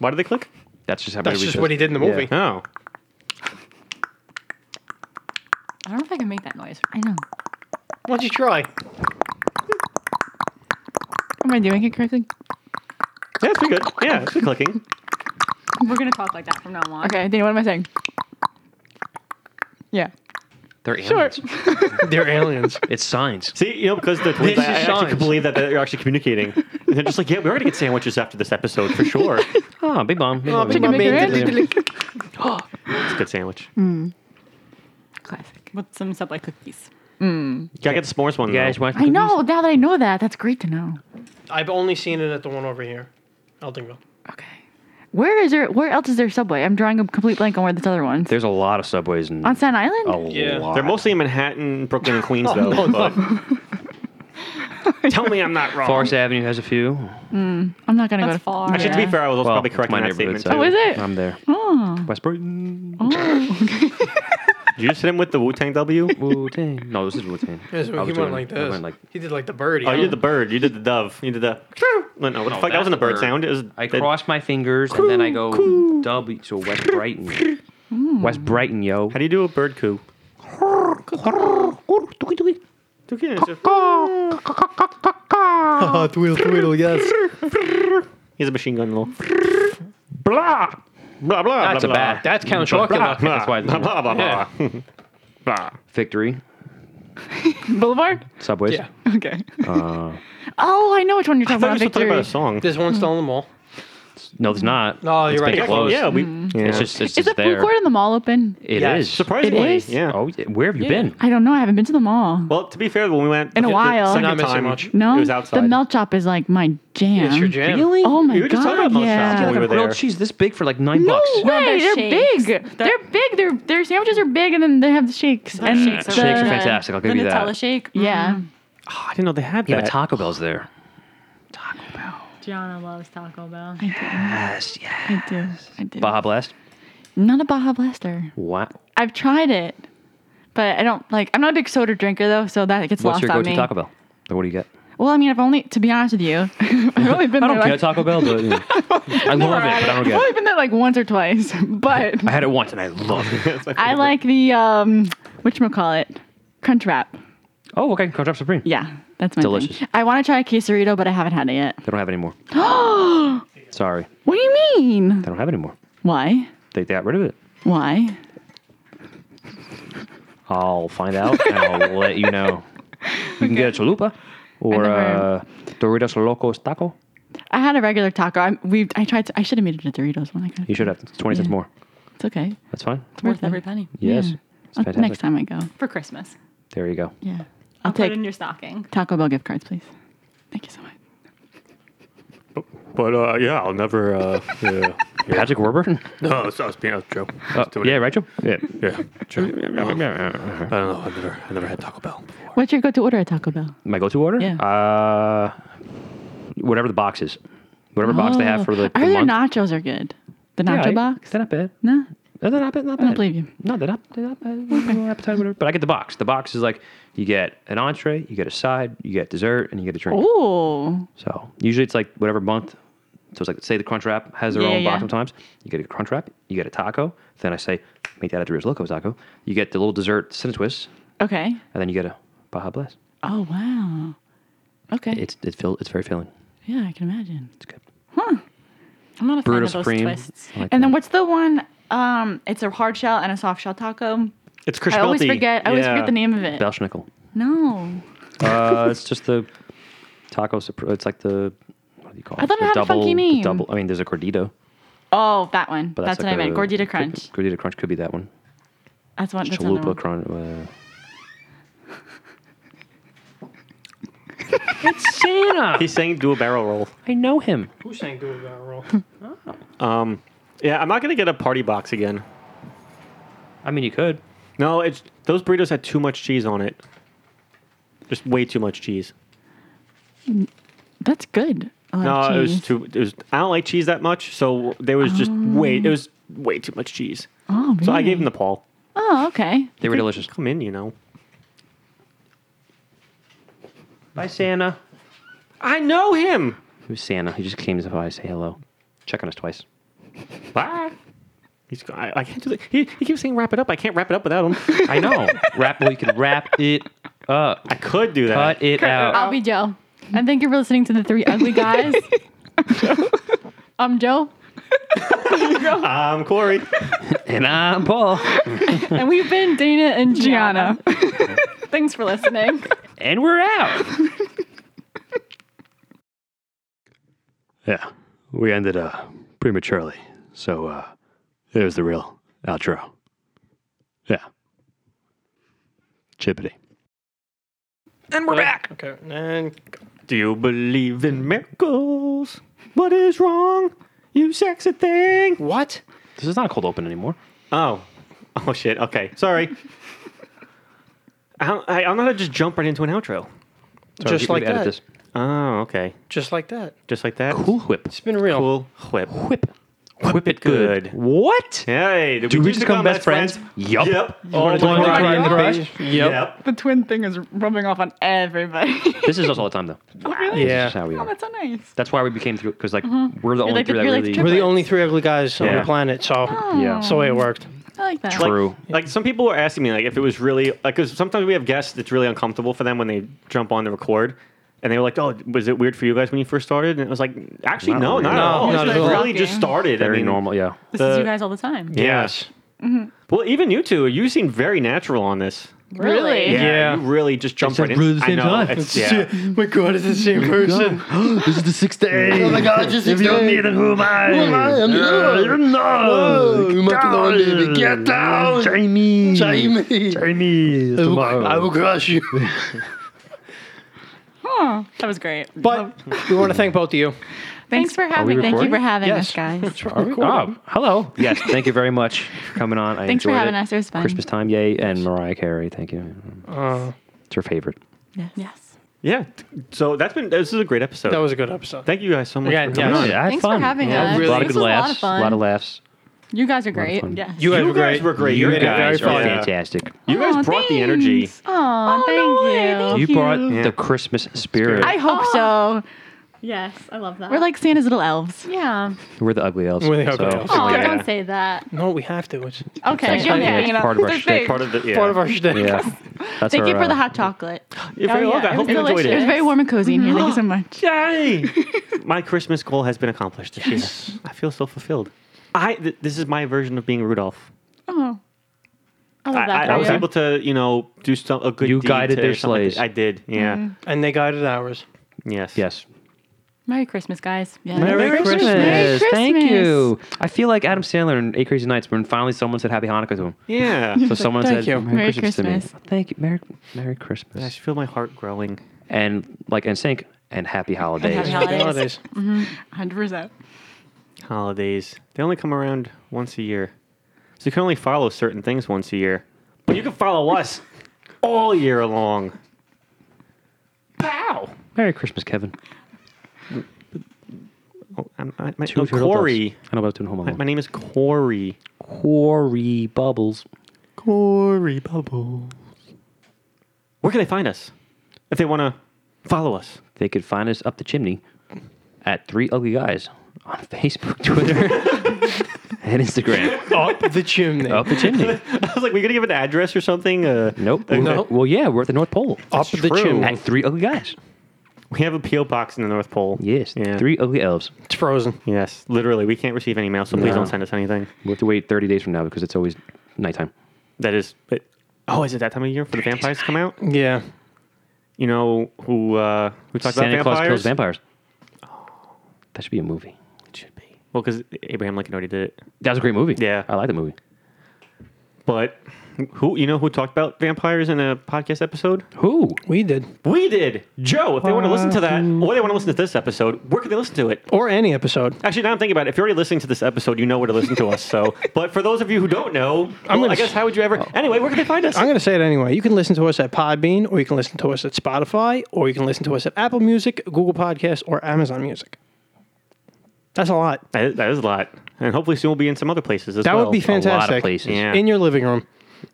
Speaker 1: Why did they click?
Speaker 3: That's just how.
Speaker 2: That's
Speaker 3: everybody
Speaker 2: just
Speaker 3: says.
Speaker 2: what he did in the movie.
Speaker 1: Oh,
Speaker 4: I don't know if I can make that noise.
Speaker 5: I know.
Speaker 2: Why don't you try?
Speaker 5: Am I doing it correctly?
Speaker 1: yeah, it's pretty good. Yeah, it's good clicking.
Speaker 4: We're gonna talk like that from now on.
Speaker 5: Okay, Danny, what am I saying? Yeah.
Speaker 3: They're
Speaker 5: Sure.
Speaker 3: aliens.
Speaker 2: They're aliens.
Speaker 3: It's signs.
Speaker 1: See, you know, because the twins,
Speaker 2: This
Speaker 1: I, I
Speaker 2: is
Speaker 1: actually
Speaker 2: Signs.
Speaker 1: could believe that they're actually communicating. And they're just like, yeah, we're gonna get sandwiches after this episode for sure. it's
Speaker 3: Oh, big bomb. Big bomb.
Speaker 2: Ah, big
Speaker 3: big
Speaker 2: bomb.
Speaker 3: bomb.
Speaker 5: Make it
Speaker 2: Amazing.
Speaker 5: red.
Speaker 1: a good sandwich.
Speaker 5: Classic.
Speaker 4: With some stuff like cookies.
Speaker 1: Gotta get the s'mores one.
Speaker 3: You guys
Speaker 1: though.
Speaker 3: watch.
Speaker 5: I know. Now that I know that, that's great to know.
Speaker 2: I've only seen it at the one over here, Eltonville.
Speaker 5: Okay. Where is there? Where else is there subway? I'm drawing a complete blank on where this other one's.
Speaker 3: There's a lot of subways in.
Speaker 5: on Staten Island.
Speaker 3: a
Speaker 1: Oh.
Speaker 2: Yeah.
Speaker 3: lot.
Speaker 1: They're mostly in Manhattan, Brooklyn, and Queens, though. but- Tell me I'm not wrong.
Speaker 3: Forest Avenue has a few.
Speaker 5: I'm not gonna go
Speaker 4: That's
Speaker 5: to fall.
Speaker 4: far.
Speaker 1: Actually, to
Speaker 5: Yeah.
Speaker 1: be fair, I was also
Speaker 3: Well,
Speaker 1: probably
Speaker 3: it's
Speaker 1: correct
Speaker 3: my
Speaker 1: in that
Speaker 3: neighborhood.
Speaker 1: statement.
Speaker 3: so
Speaker 5: Oh, is it?
Speaker 3: I'm there.
Speaker 5: Oh.
Speaker 3: West Brighton.
Speaker 1: Did you just hit him with the Wu Tang W?
Speaker 3: Wu-Tang. No, this is Wu-Tang.
Speaker 2: Yeah, so
Speaker 3: I was
Speaker 2: he
Speaker 3: doing-
Speaker 2: went like
Speaker 3: I
Speaker 2: this.
Speaker 3: went like-
Speaker 2: he did like the birdie.
Speaker 1: Oh, you did the bird. You did the dove. You did the. No, no, what the fuck?
Speaker 3: No,
Speaker 1: That
Speaker 3: that's
Speaker 1: wasn't a
Speaker 3: the
Speaker 1: bird
Speaker 3: bird.
Speaker 1: sound. It was.
Speaker 3: I
Speaker 1: that-
Speaker 3: cross my fingers and then I go W to West Brighton.
Speaker 5: Mm.
Speaker 3: West Brighton, yo.
Speaker 1: How do you do a bird coo?
Speaker 2: oh, twiddle, twiddle, yes.
Speaker 1: He's a machine gun. Little. Blah blah blah.
Speaker 3: That's a
Speaker 1: blah,
Speaker 3: bat.
Speaker 2: That's Count Chocula.
Speaker 1: Blah,
Speaker 3: That's why
Speaker 1: blah
Speaker 3: it's-
Speaker 1: blah blah.
Speaker 2: Yeah.
Speaker 1: blah. blah.
Speaker 3: Victory.
Speaker 5: Boulevard.
Speaker 3: Subways.
Speaker 2: Yeah.
Speaker 5: Okay. oh, I know which one you're
Speaker 1: I
Speaker 5: talking
Speaker 1: thought we were still
Speaker 5: about.
Speaker 1: talking
Speaker 5: Victory.
Speaker 1: about a song.
Speaker 2: There's one still in the mall.
Speaker 3: No, there's not.
Speaker 2: No,
Speaker 3: It's
Speaker 2: you're right.
Speaker 3: been
Speaker 2: Yeah,
Speaker 3: closed.
Speaker 1: Yeah, we. Yeah.
Speaker 3: It's just, it's
Speaker 5: Is
Speaker 3: just
Speaker 5: the
Speaker 3: there.
Speaker 5: food court in the mall open?
Speaker 3: It
Speaker 2: Yes.
Speaker 3: is.
Speaker 1: surprisingly.
Speaker 5: It is?
Speaker 1: Yeah.
Speaker 3: Oh, yeah. where have you been?
Speaker 5: I don't know. I haven't been to the mall.
Speaker 1: Well, to be fair, when we went
Speaker 5: In a
Speaker 1: the- the
Speaker 5: while.
Speaker 1: second
Speaker 2: Not missing
Speaker 1: time,
Speaker 2: much.
Speaker 5: no.
Speaker 1: it was outside.
Speaker 5: The melt shop is like my jam.
Speaker 2: It's your jam.
Speaker 5: Oh my
Speaker 1: We were
Speaker 5: god.
Speaker 1: just talking about melt shop
Speaker 5: yeah.
Speaker 1: when we were
Speaker 3: Grilled
Speaker 1: there.
Speaker 3: cheese this big for like nine
Speaker 5: No
Speaker 3: bucks.
Speaker 5: way!
Speaker 4: No,
Speaker 5: they're
Speaker 4: they're shakes.
Speaker 5: big. They're,
Speaker 4: They're-
Speaker 5: big. Their their sandwiches are big, and then they have the shakes.
Speaker 4: Their
Speaker 5: and
Speaker 4: shakes
Speaker 5: the,
Speaker 4: are Mm-hmm.
Speaker 3: Shakes are
Speaker 4: really good.
Speaker 3: fantastic, I'll give
Speaker 4: the
Speaker 3: you that.
Speaker 4: Nutella shake.
Speaker 5: Yeah.
Speaker 1: Oh, I didn't know they had
Speaker 3: Yeah,
Speaker 1: that.
Speaker 3: but Taco Bell's there.
Speaker 4: Mm. Gianna loves Taco Bell.
Speaker 3: Yes, yeah.
Speaker 5: I do. I do.
Speaker 3: Baja Blast.
Speaker 5: Not a Baja Blaster.
Speaker 3: Wow.
Speaker 5: I've tried it, but I don't like. I'm not a big soda drinker though, so that gets
Speaker 3: What's
Speaker 5: lost
Speaker 3: your
Speaker 5: on
Speaker 3: go-to
Speaker 5: me.
Speaker 3: Taco Bell? Or What do you get?
Speaker 5: Well, I mean, I've only, to be honest with you, I've only been
Speaker 3: I
Speaker 5: there.
Speaker 3: don't get
Speaker 5: Like,
Speaker 3: Taco Bell, but you know. I love it, but I don't
Speaker 5: I've
Speaker 3: get
Speaker 5: only
Speaker 3: it.
Speaker 5: been there like once or twice, but
Speaker 3: I had it once and I loved it.
Speaker 5: I like the um, which call it, crunch wrap.
Speaker 3: Oh, okay. Crunchwrap Supreme.
Speaker 5: Yeah, that's my
Speaker 3: Delicious.
Speaker 5: Thing. I want to try a quesarito, but I haven't had it yet.
Speaker 3: They don't have any more. Sorry.
Speaker 5: What do you mean?
Speaker 3: They don't have any more.
Speaker 5: Why?
Speaker 3: They got rid of it.
Speaker 5: Why?
Speaker 3: I'll find out and I'll let you know. You can get a chalupa or
Speaker 5: never-
Speaker 3: uh, Doritos Locos Taco.
Speaker 5: I had a regular taco. I we I tried. To, I should have made it a Doritos one. I could.
Speaker 3: You should have. It's 20 cents
Speaker 5: Yeah.
Speaker 3: more.
Speaker 5: It's okay.
Speaker 3: That's fine.
Speaker 5: It's
Speaker 4: Worth
Speaker 5: worth
Speaker 4: every
Speaker 5: it.
Speaker 4: penny.
Speaker 3: Yes.
Speaker 5: Yeah.
Speaker 3: It's
Speaker 5: I'll-
Speaker 3: fantastic.
Speaker 5: Next time I go.
Speaker 4: For Christmas.
Speaker 3: There you go.
Speaker 5: Yeah. I'll,
Speaker 4: I'll,
Speaker 5: take
Speaker 4: put it in your stocking.
Speaker 5: Taco Bell gift cards, please. Thank you so much.
Speaker 1: But uh, yeah, I'll never. Uh, yeah.
Speaker 3: Patrick Warburton?
Speaker 1: No, it's, I was being a joke.
Speaker 3: Uh, yeah, right, Joe? Yeah.
Speaker 1: Yeah, sure. I don't know. I never, I never had Taco Bell.
Speaker 5: What's your go-to order at Taco Bell?
Speaker 3: My go to order?
Speaker 5: Yeah.
Speaker 3: Uh, whatever the box is. Whatever box they have for the, the
Speaker 5: I heard
Speaker 3: month.
Speaker 5: their nachos are good. The nacho
Speaker 3: Yeah, I-
Speaker 5: box.
Speaker 3: They're not bad.
Speaker 5: No.
Speaker 3: No, they're not bad. Not bad.
Speaker 5: I don't believe you.
Speaker 3: No, they're not. They're not bad. Little appetizer, whatever. But I get the box. The box is like you get an entree, you get a side, you get dessert, and you get a drink.
Speaker 5: Oh,
Speaker 3: So usually it's like whatever month. So it's like say the crunch wrap has their
Speaker 5: Yeah,
Speaker 3: own
Speaker 5: yeah.
Speaker 3: box sometimes. You get a crunch wrap, you get a taco. Then I say make that a Doritos Locos taco. You get the little dessert cinnamon twist,
Speaker 5: okay.
Speaker 3: and then you get a Baja Blast.
Speaker 5: Oh wow. Okay.
Speaker 3: It's it fill, it's very filling.
Speaker 5: yeah, I can imagine.
Speaker 3: It's good.
Speaker 4: I'm not a fan
Speaker 3: Burrito
Speaker 4: of those
Speaker 3: supreme.
Speaker 4: twists.
Speaker 3: I like
Speaker 5: And then
Speaker 3: that.
Speaker 5: what's the one? Um, it's a hard shell and a soft shell taco.
Speaker 1: It's Chris
Speaker 5: I always
Speaker 1: Schulte.
Speaker 5: forget. I always
Speaker 1: Yeah.
Speaker 5: forget the name of it.
Speaker 3: Belschnickel.
Speaker 5: No,
Speaker 3: Uh, it's just the taco. supr- It's like the what do you call it?
Speaker 5: I thought
Speaker 3: the
Speaker 5: it had a funky
Speaker 3: the
Speaker 5: name.
Speaker 3: double. I mean, there's a gordito.
Speaker 5: oh, that one.
Speaker 3: But that's,
Speaker 5: that's what
Speaker 3: like
Speaker 5: I meant.
Speaker 3: a-
Speaker 5: Gordita
Speaker 3: could-
Speaker 5: crunch.
Speaker 3: Gordita crunch could be that one.
Speaker 5: That's one. That's another
Speaker 3: Chalupa
Speaker 5: one.
Speaker 3: crunch. Uh, it's
Speaker 1: He's
Speaker 3: Santa.
Speaker 1: saying do a barrel roll.
Speaker 3: I know him.
Speaker 2: Who's saying do a barrel roll?
Speaker 1: Yeah, I'm not gonna get a party box again.
Speaker 3: I mean, you could.
Speaker 1: No, it's those burritos had too much cheese on it. Just way too much cheese.
Speaker 5: That's good. I love
Speaker 1: no, it was
Speaker 5: cheese.
Speaker 1: too. It was. I don't like cheese that much, so there was just way. It was way too much cheese.
Speaker 5: Oh,
Speaker 1: So I gave
Speaker 5: really?
Speaker 1: him the Paul.
Speaker 5: Oh, okay.
Speaker 3: They were delicious.
Speaker 1: Come in, you know.
Speaker 3: Bye, Santa.
Speaker 1: I know him.
Speaker 3: Who's Santa? He just came to by say hello. Check on us twice.
Speaker 1: Bye. He's. I, I can't do that. He, he keeps saying wrap it up. I can't wrap it up without him.
Speaker 3: I know. wrap. Well, you can wrap it up.
Speaker 1: I could do that.
Speaker 3: Cut it out.
Speaker 4: I'll be Joe.
Speaker 5: And thank you for listening to the three ugly guys. I'm Joe,
Speaker 1: I'm Um, Corey.
Speaker 3: And I'm Paul.
Speaker 5: and we've been Dana and Gianna. Thanks for listening.
Speaker 3: And we're out.
Speaker 6: Yeah, we ended uh, prematurely, so uh, there's the real outro. Yeah. Chippity.
Speaker 2: We're back. Okay. And
Speaker 1: Do you believe in miracles? What is wrong? You sexy thing.
Speaker 2: what?
Speaker 3: This is not a cold open anymore.
Speaker 1: Oh. Oh shit. Okay. Sorry. I, don't- I, I'm gonna just jump right into an outro.
Speaker 3: Sorry,
Speaker 2: Just
Speaker 3: we- we
Speaker 2: like
Speaker 3: edit
Speaker 2: that.
Speaker 3: This.
Speaker 1: Oh, okay.
Speaker 2: Just like that.
Speaker 1: Just like that.
Speaker 3: Cool whip.
Speaker 2: It's been real.
Speaker 1: Cool whip.
Speaker 3: Whip. Whip, it
Speaker 1: good.
Speaker 3: good. What?
Speaker 1: Hey, did
Speaker 3: Do we just become best friends? Yup.
Speaker 1: Yep.
Speaker 3: Oh,
Speaker 1: Wanna
Speaker 3: my
Speaker 1: join
Speaker 3: God.
Speaker 1: the
Speaker 3: Crush?
Speaker 1: party?
Speaker 2: Yep.
Speaker 1: Yep.
Speaker 5: The twin thing is rubbing off on everybody.
Speaker 3: This is us all the time, though.
Speaker 5: really?
Speaker 3: This
Speaker 2: Yeah.
Speaker 3: is how we
Speaker 5: Oh,
Speaker 3: are.
Speaker 5: that's so nice.
Speaker 3: That's why we became through because like we're the only
Speaker 5: like the-
Speaker 3: three that
Speaker 5: you're like
Speaker 3: really.
Speaker 5: the
Speaker 2: We're the only three ugly guys on
Speaker 1: Yeah.
Speaker 2: the planet, so
Speaker 3: Yeah.
Speaker 2: that's the way it worked.
Speaker 5: I like that.
Speaker 1: Like,
Speaker 3: True.
Speaker 1: Like some people were asking me, like if it was really like because sometimes we have guests that's really uncomfortable for them when they jump on to record, and they were like, "Oh, was it weird for you guys when you first started?" And it was like, actually,
Speaker 3: Not
Speaker 1: no,
Speaker 3: really.
Speaker 1: not at
Speaker 2: No,
Speaker 1: all.
Speaker 2: not
Speaker 1: It's
Speaker 2: at
Speaker 1: just
Speaker 2: all.
Speaker 1: really just started.
Speaker 3: very
Speaker 1: I mean,
Speaker 3: normal. Yeah.
Speaker 4: This
Speaker 1: The-
Speaker 4: is you guys all the time.
Speaker 2: Yes.
Speaker 1: Well, even you two, you seem very natural on this.
Speaker 5: Really?
Speaker 2: Yeah.
Speaker 1: you really just jump right in.
Speaker 6: really the same
Speaker 1: I know.
Speaker 6: time.
Speaker 1: It's, yeah.
Speaker 2: my god, it's the same person.
Speaker 6: Oh this is the sixth day.
Speaker 2: Oh my God, just
Speaker 6: if you don't
Speaker 2: explain.
Speaker 6: need it, who am I?
Speaker 2: Who am I? I'm
Speaker 6: Uh,
Speaker 2: you.
Speaker 6: you know.
Speaker 2: Whoa, you must
Speaker 6: Down.
Speaker 2: know, baby. Get down.
Speaker 6: Jamie.
Speaker 2: Jamie.
Speaker 6: Jamie. it's tomorrow.
Speaker 2: crush you.
Speaker 5: Huh. That was great.
Speaker 2: But we want to thank both of you.
Speaker 5: Thanks for having me. Thank you for
Speaker 3: recording?
Speaker 5: having
Speaker 2: Yes.
Speaker 5: us, guys.
Speaker 2: Uh,
Speaker 3: Oh, hello. Yes. Thank you very much for coming on. I
Speaker 5: Thanks for
Speaker 3: enjoyed
Speaker 5: having
Speaker 3: it.
Speaker 5: us. It was fun.
Speaker 3: Christmas time, yay! And Mariah Carey, thank you. It's her favorite.
Speaker 5: Yes. yes.
Speaker 1: yeah. So that's been this is a great episode.
Speaker 2: That was a good episode.
Speaker 1: Thank you guys so much.
Speaker 2: Yeah,
Speaker 1: for
Speaker 2: yeah.
Speaker 1: coming on.
Speaker 3: I had
Speaker 4: Thanks for
Speaker 3: fun.
Speaker 4: having
Speaker 3: Yeah,
Speaker 4: us.
Speaker 3: A lot of good
Speaker 4: This was a lot of
Speaker 3: laughs.
Speaker 4: fun.
Speaker 3: of laughs.
Speaker 5: You guys are great.
Speaker 3: fun.
Speaker 5: Yes.
Speaker 2: You guys
Speaker 1: You
Speaker 2: were great.
Speaker 1: guys were great.
Speaker 3: You
Speaker 1: You
Speaker 3: guys
Speaker 1: guys
Speaker 3: are
Speaker 1: were-
Speaker 3: fantastic.
Speaker 1: You guys
Speaker 5: Aw,
Speaker 1: brought the energy.
Speaker 5: thanks. Aw, thank you.
Speaker 3: You brought
Speaker 1: Yeah.
Speaker 3: the Christmas spirit.
Speaker 5: I hope so.
Speaker 4: Yes, I love that.
Speaker 5: We're like Santa's little elves.
Speaker 4: yeah.
Speaker 3: We're the ugly elves.
Speaker 2: We're the ugly
Speaker 3: so-
Speaker 2: elves.
Speaker 4: Oh,
Speaker 1: Yeah.
Speaker 4: don't say that.
Speaker 2: No, we have to. It's
Speaker 5: Okay.
Speaker 3: Yeah, it's part of our shtick.
Speaker 1: Part of the yeah.
Speaker 2: part of our shtick.
Speaker 3: Yeah. That's
Speaker 5: Thank
Speaker 3: our,
Speaker 5: you for
Speaker 3: uh,
Speaker 5: the hot chocolate.
Speaker 1: You're very
Speaker 4: Oh, yeah,
Speaker 1: welcome. I
Speaker 4: it
Speaker 1: hope
Speaker 4: was
Speaker 1: you enjoyed
Speaker 5: It was
Speaker 4: delicious.
Speaker 1: it.
Speaker 5: very warm and cozy in here. Thank you so much.
Speaker 1: Yay! my Christmas goal has been accomplished. Yes. I feel so fulfilled. I th- this is my version of being Rudolph.
Speaker 5: Oh.
Speaker 4: I
Speaker 1: I,
Speaker 4: love
Speaker 1: I,
Speaker 4: that.
Speaker 1: I
Speaker 4: for
Speaker 1: was
Speaker 4: you.
Speaker 1: able to, you know, do some a good.
Speaker 3: You
Speaker 1: deed
Speaker 3: guided
Speaker 1: to
Speaker 3: their
Speaker 1: something.
Speaker 3: sleighs.
Speaker 1: I did. Yeah.
Speaker 2: And they guided ours.
Speaker 1: Yes.
Speaker 3: Yes.
Speaker 4: Merry Christmas, guys.
Speaker 5: Yeah.
Speaker 3: Christmas.
Speaker 5: Merry
Speaker 3: Thank
Speaker 5: Christmas.
Speaker 3: you. I feel like Adam Sandler in Eight Crazy Nights when finally someone said Happy Hanukkah to him.
Speaker 1: Yeah.
Speaker 3: So someone
Speaker 2: "Thank
Speaker 3: said
Speaker 2: you.
Speaker 3: Merry,
Speaker 5: Merry
Speaker 3: Christmas, to
Speaker 5: Christmas.
Speaker 3: me. Thank you. Merry, Merry
Speaker 1: I
Speaker 3: Christmas.
Speaker 1: just feel my heart growing.
Speaker 3: And like in sync and Happy Holidays.
Speaker 5: Happy
Speaker 2: Happy
Speaker 5: Holidays.
Speaker 2: holidays.
Speaker 5: 100%.
Speaker 1: Holidays. They only come around once a year, so you can only follow certain things once a year. But you can follow us all year long. Wow.
Speaker 3: Merry Christmas, Kevin.
Speaker 1: Oh, I'm, I, my,
Speaker 3: Two
Speaker 1: oh,
Speaker 3: turtle doves.
Speaker 1: Corey.
Speaker 3: I know what I was doing Home Alone.
Speaker 1: My name is Corey.
Speaker 3: Corey Bubbles.
Speaker 1: Corey Bubble. Where can they find us if they want to follow us?
Speaker 3: They could find us up the chimney at Three Ugly Guys on Facebook, Twitter, and Instagram.
Speaker 2: Up the chimney.
Speaker 3: Up the chimney.
Speaker 1: I was like, we gonna give an address or something? Uh,
Speaker 3: Nope.
Speaker 2: No.
Speaker 3: Well, yeah, we're at the North Pole.
Speaker 2: Up the
Speaker 1: true.
Speaker 2: chimney.
Speaker 3: At Three Ugly Guys.
Speaker 1: We have a PO box in the North Pole.
Speaker 3: Yes.
Speaker 1: Yeah.
Speaker 3: Three Ugly Elves.
Speaker 2: It's frozen.
Speaker 1: Yes. Literally, we can't receive any mail, so please
Speaker 3: No.
Speaker 1: don't send us anything.
Speaker 3: We'll have to wait 30 days from now because it's always nighttime.
Speaker 1: That is. But, oh, is it that time of year for the vampires to come out?
Speaker 2: Yeah.
Speaker 1: You know who uh, who talked
Speaker 3: Santa
Speaker 1: about
Speaker 3: Claus
Speaker 1: vampires?
Speaker 3: kills vampires. That should be a movie. It should be.
Speaker 1: Well, because Abraham Lincoln already did it.
Speaker 3: That was a great movie.
Speaker 1: Yeah.
Speaker 3: I like the movie.
Speaker 1: But who you know who talked about vampires in a podcast episode?
Speaker 3: Who?
Speaker 2: We did.
Speaker 1: We did. Joe, if they want to listen to that, or they want to listen to this episode, where can they listen to it?
Speaker 2: Or any episode.
Speaker 1: Actually, now I'm thinking about it. If you're already listening to this episode, you know where to listen to us. So, but for those of you who don't know, I'm
Speaker 2: gonna
Speaker 1: I guess
Speaker 2: s- Oh.
Speaker 1: how would you ever? Anyway, where can they find us?
Speaker 2: I'm going to say it anyway. You can listen to us at Podbean, or you can listen to us at Spotify, or you can listen to us at Apple Music, Google Podcasts, or Amazon Music. That's a lot.
Speaker 1: That is, that is a lot, and hopefully soon we'll be in some other places as
Speaker 2: That
Speaker 1: well.
Speaker 2: would be
Speaker 3: A lot of
Speaker 2: fantastic.
Speaker 3: places.
Speaker 1: Yeah.
Speaker 2: In your living room.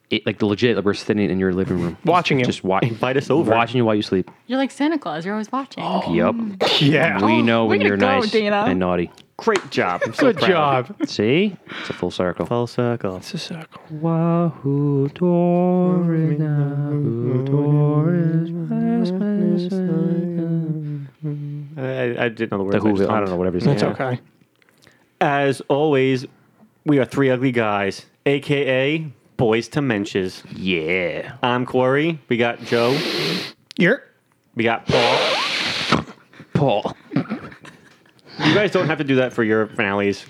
Speaker 3: It- like the legit, like we're sitting in your living room.
Speaker 2: Watching you.
Speaker 3: Just watching.
Speaker 1: Invite us over.
Speaker 3: Watching you while you sleep.
Speaker 4: You're like Santa Claus. You're always watching.
Speaker 3: Yup.
Speaker 2: Yeah.
Speaker 3: We know
Speaker 4: way
Speaker 3: when
Speaker 4: to
Speaker 3: you're
Speaker 4: go,
Speaker 3: nice
Speaker 4: Dana.
Speaker 3: and naughty.
Speaker 1: Great job. I'm so
Speaker 2: Good
Speaker 1: proud.
Speaker 2: job.
Speaker 3: See? It's a full circle.
Speaker 1: Full circle.
Speaker 2: It's a circle.
Speaker 3: Wahoo Doris, Wahoo Doris, West, West, West.
Speaker 1: I, I didn't know the words.
Speaker 3: The
Speaker 1: I just
Speaker 3: Whoville, I don't
Speaker 1: humped.
Speaker 3: know, whatever his name
Speaker 2: That's
Speaker 3: is.
Speaker 1: Yeah.
Speaker 2: okay.
Speaker 1: As always, we are three ugly guys, aka boys to menches.
Speaker 3: Yeah.
Speaker 1: I'm Corey. We got Joe.
Speaker 2: You're.
Speaker 1: We got Paul.
Speaker 3: Paul.
Speaker 1: You guys don't have to do that for your finales.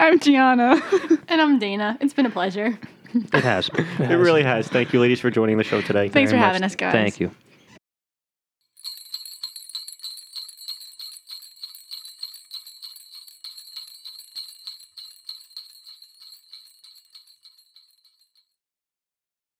Speaker 5: I'm Gianna.
Speaker 4: And I'm Dana. It's been a pleasure.
Speaker 3: It has.
Speaker 1: It really has. Thank you, ladies, for joining the show today.
Speaker 5: Thanks for
Speaker 3: much.
Speaker 5: having us, guys.
Speaker 3: Thank you.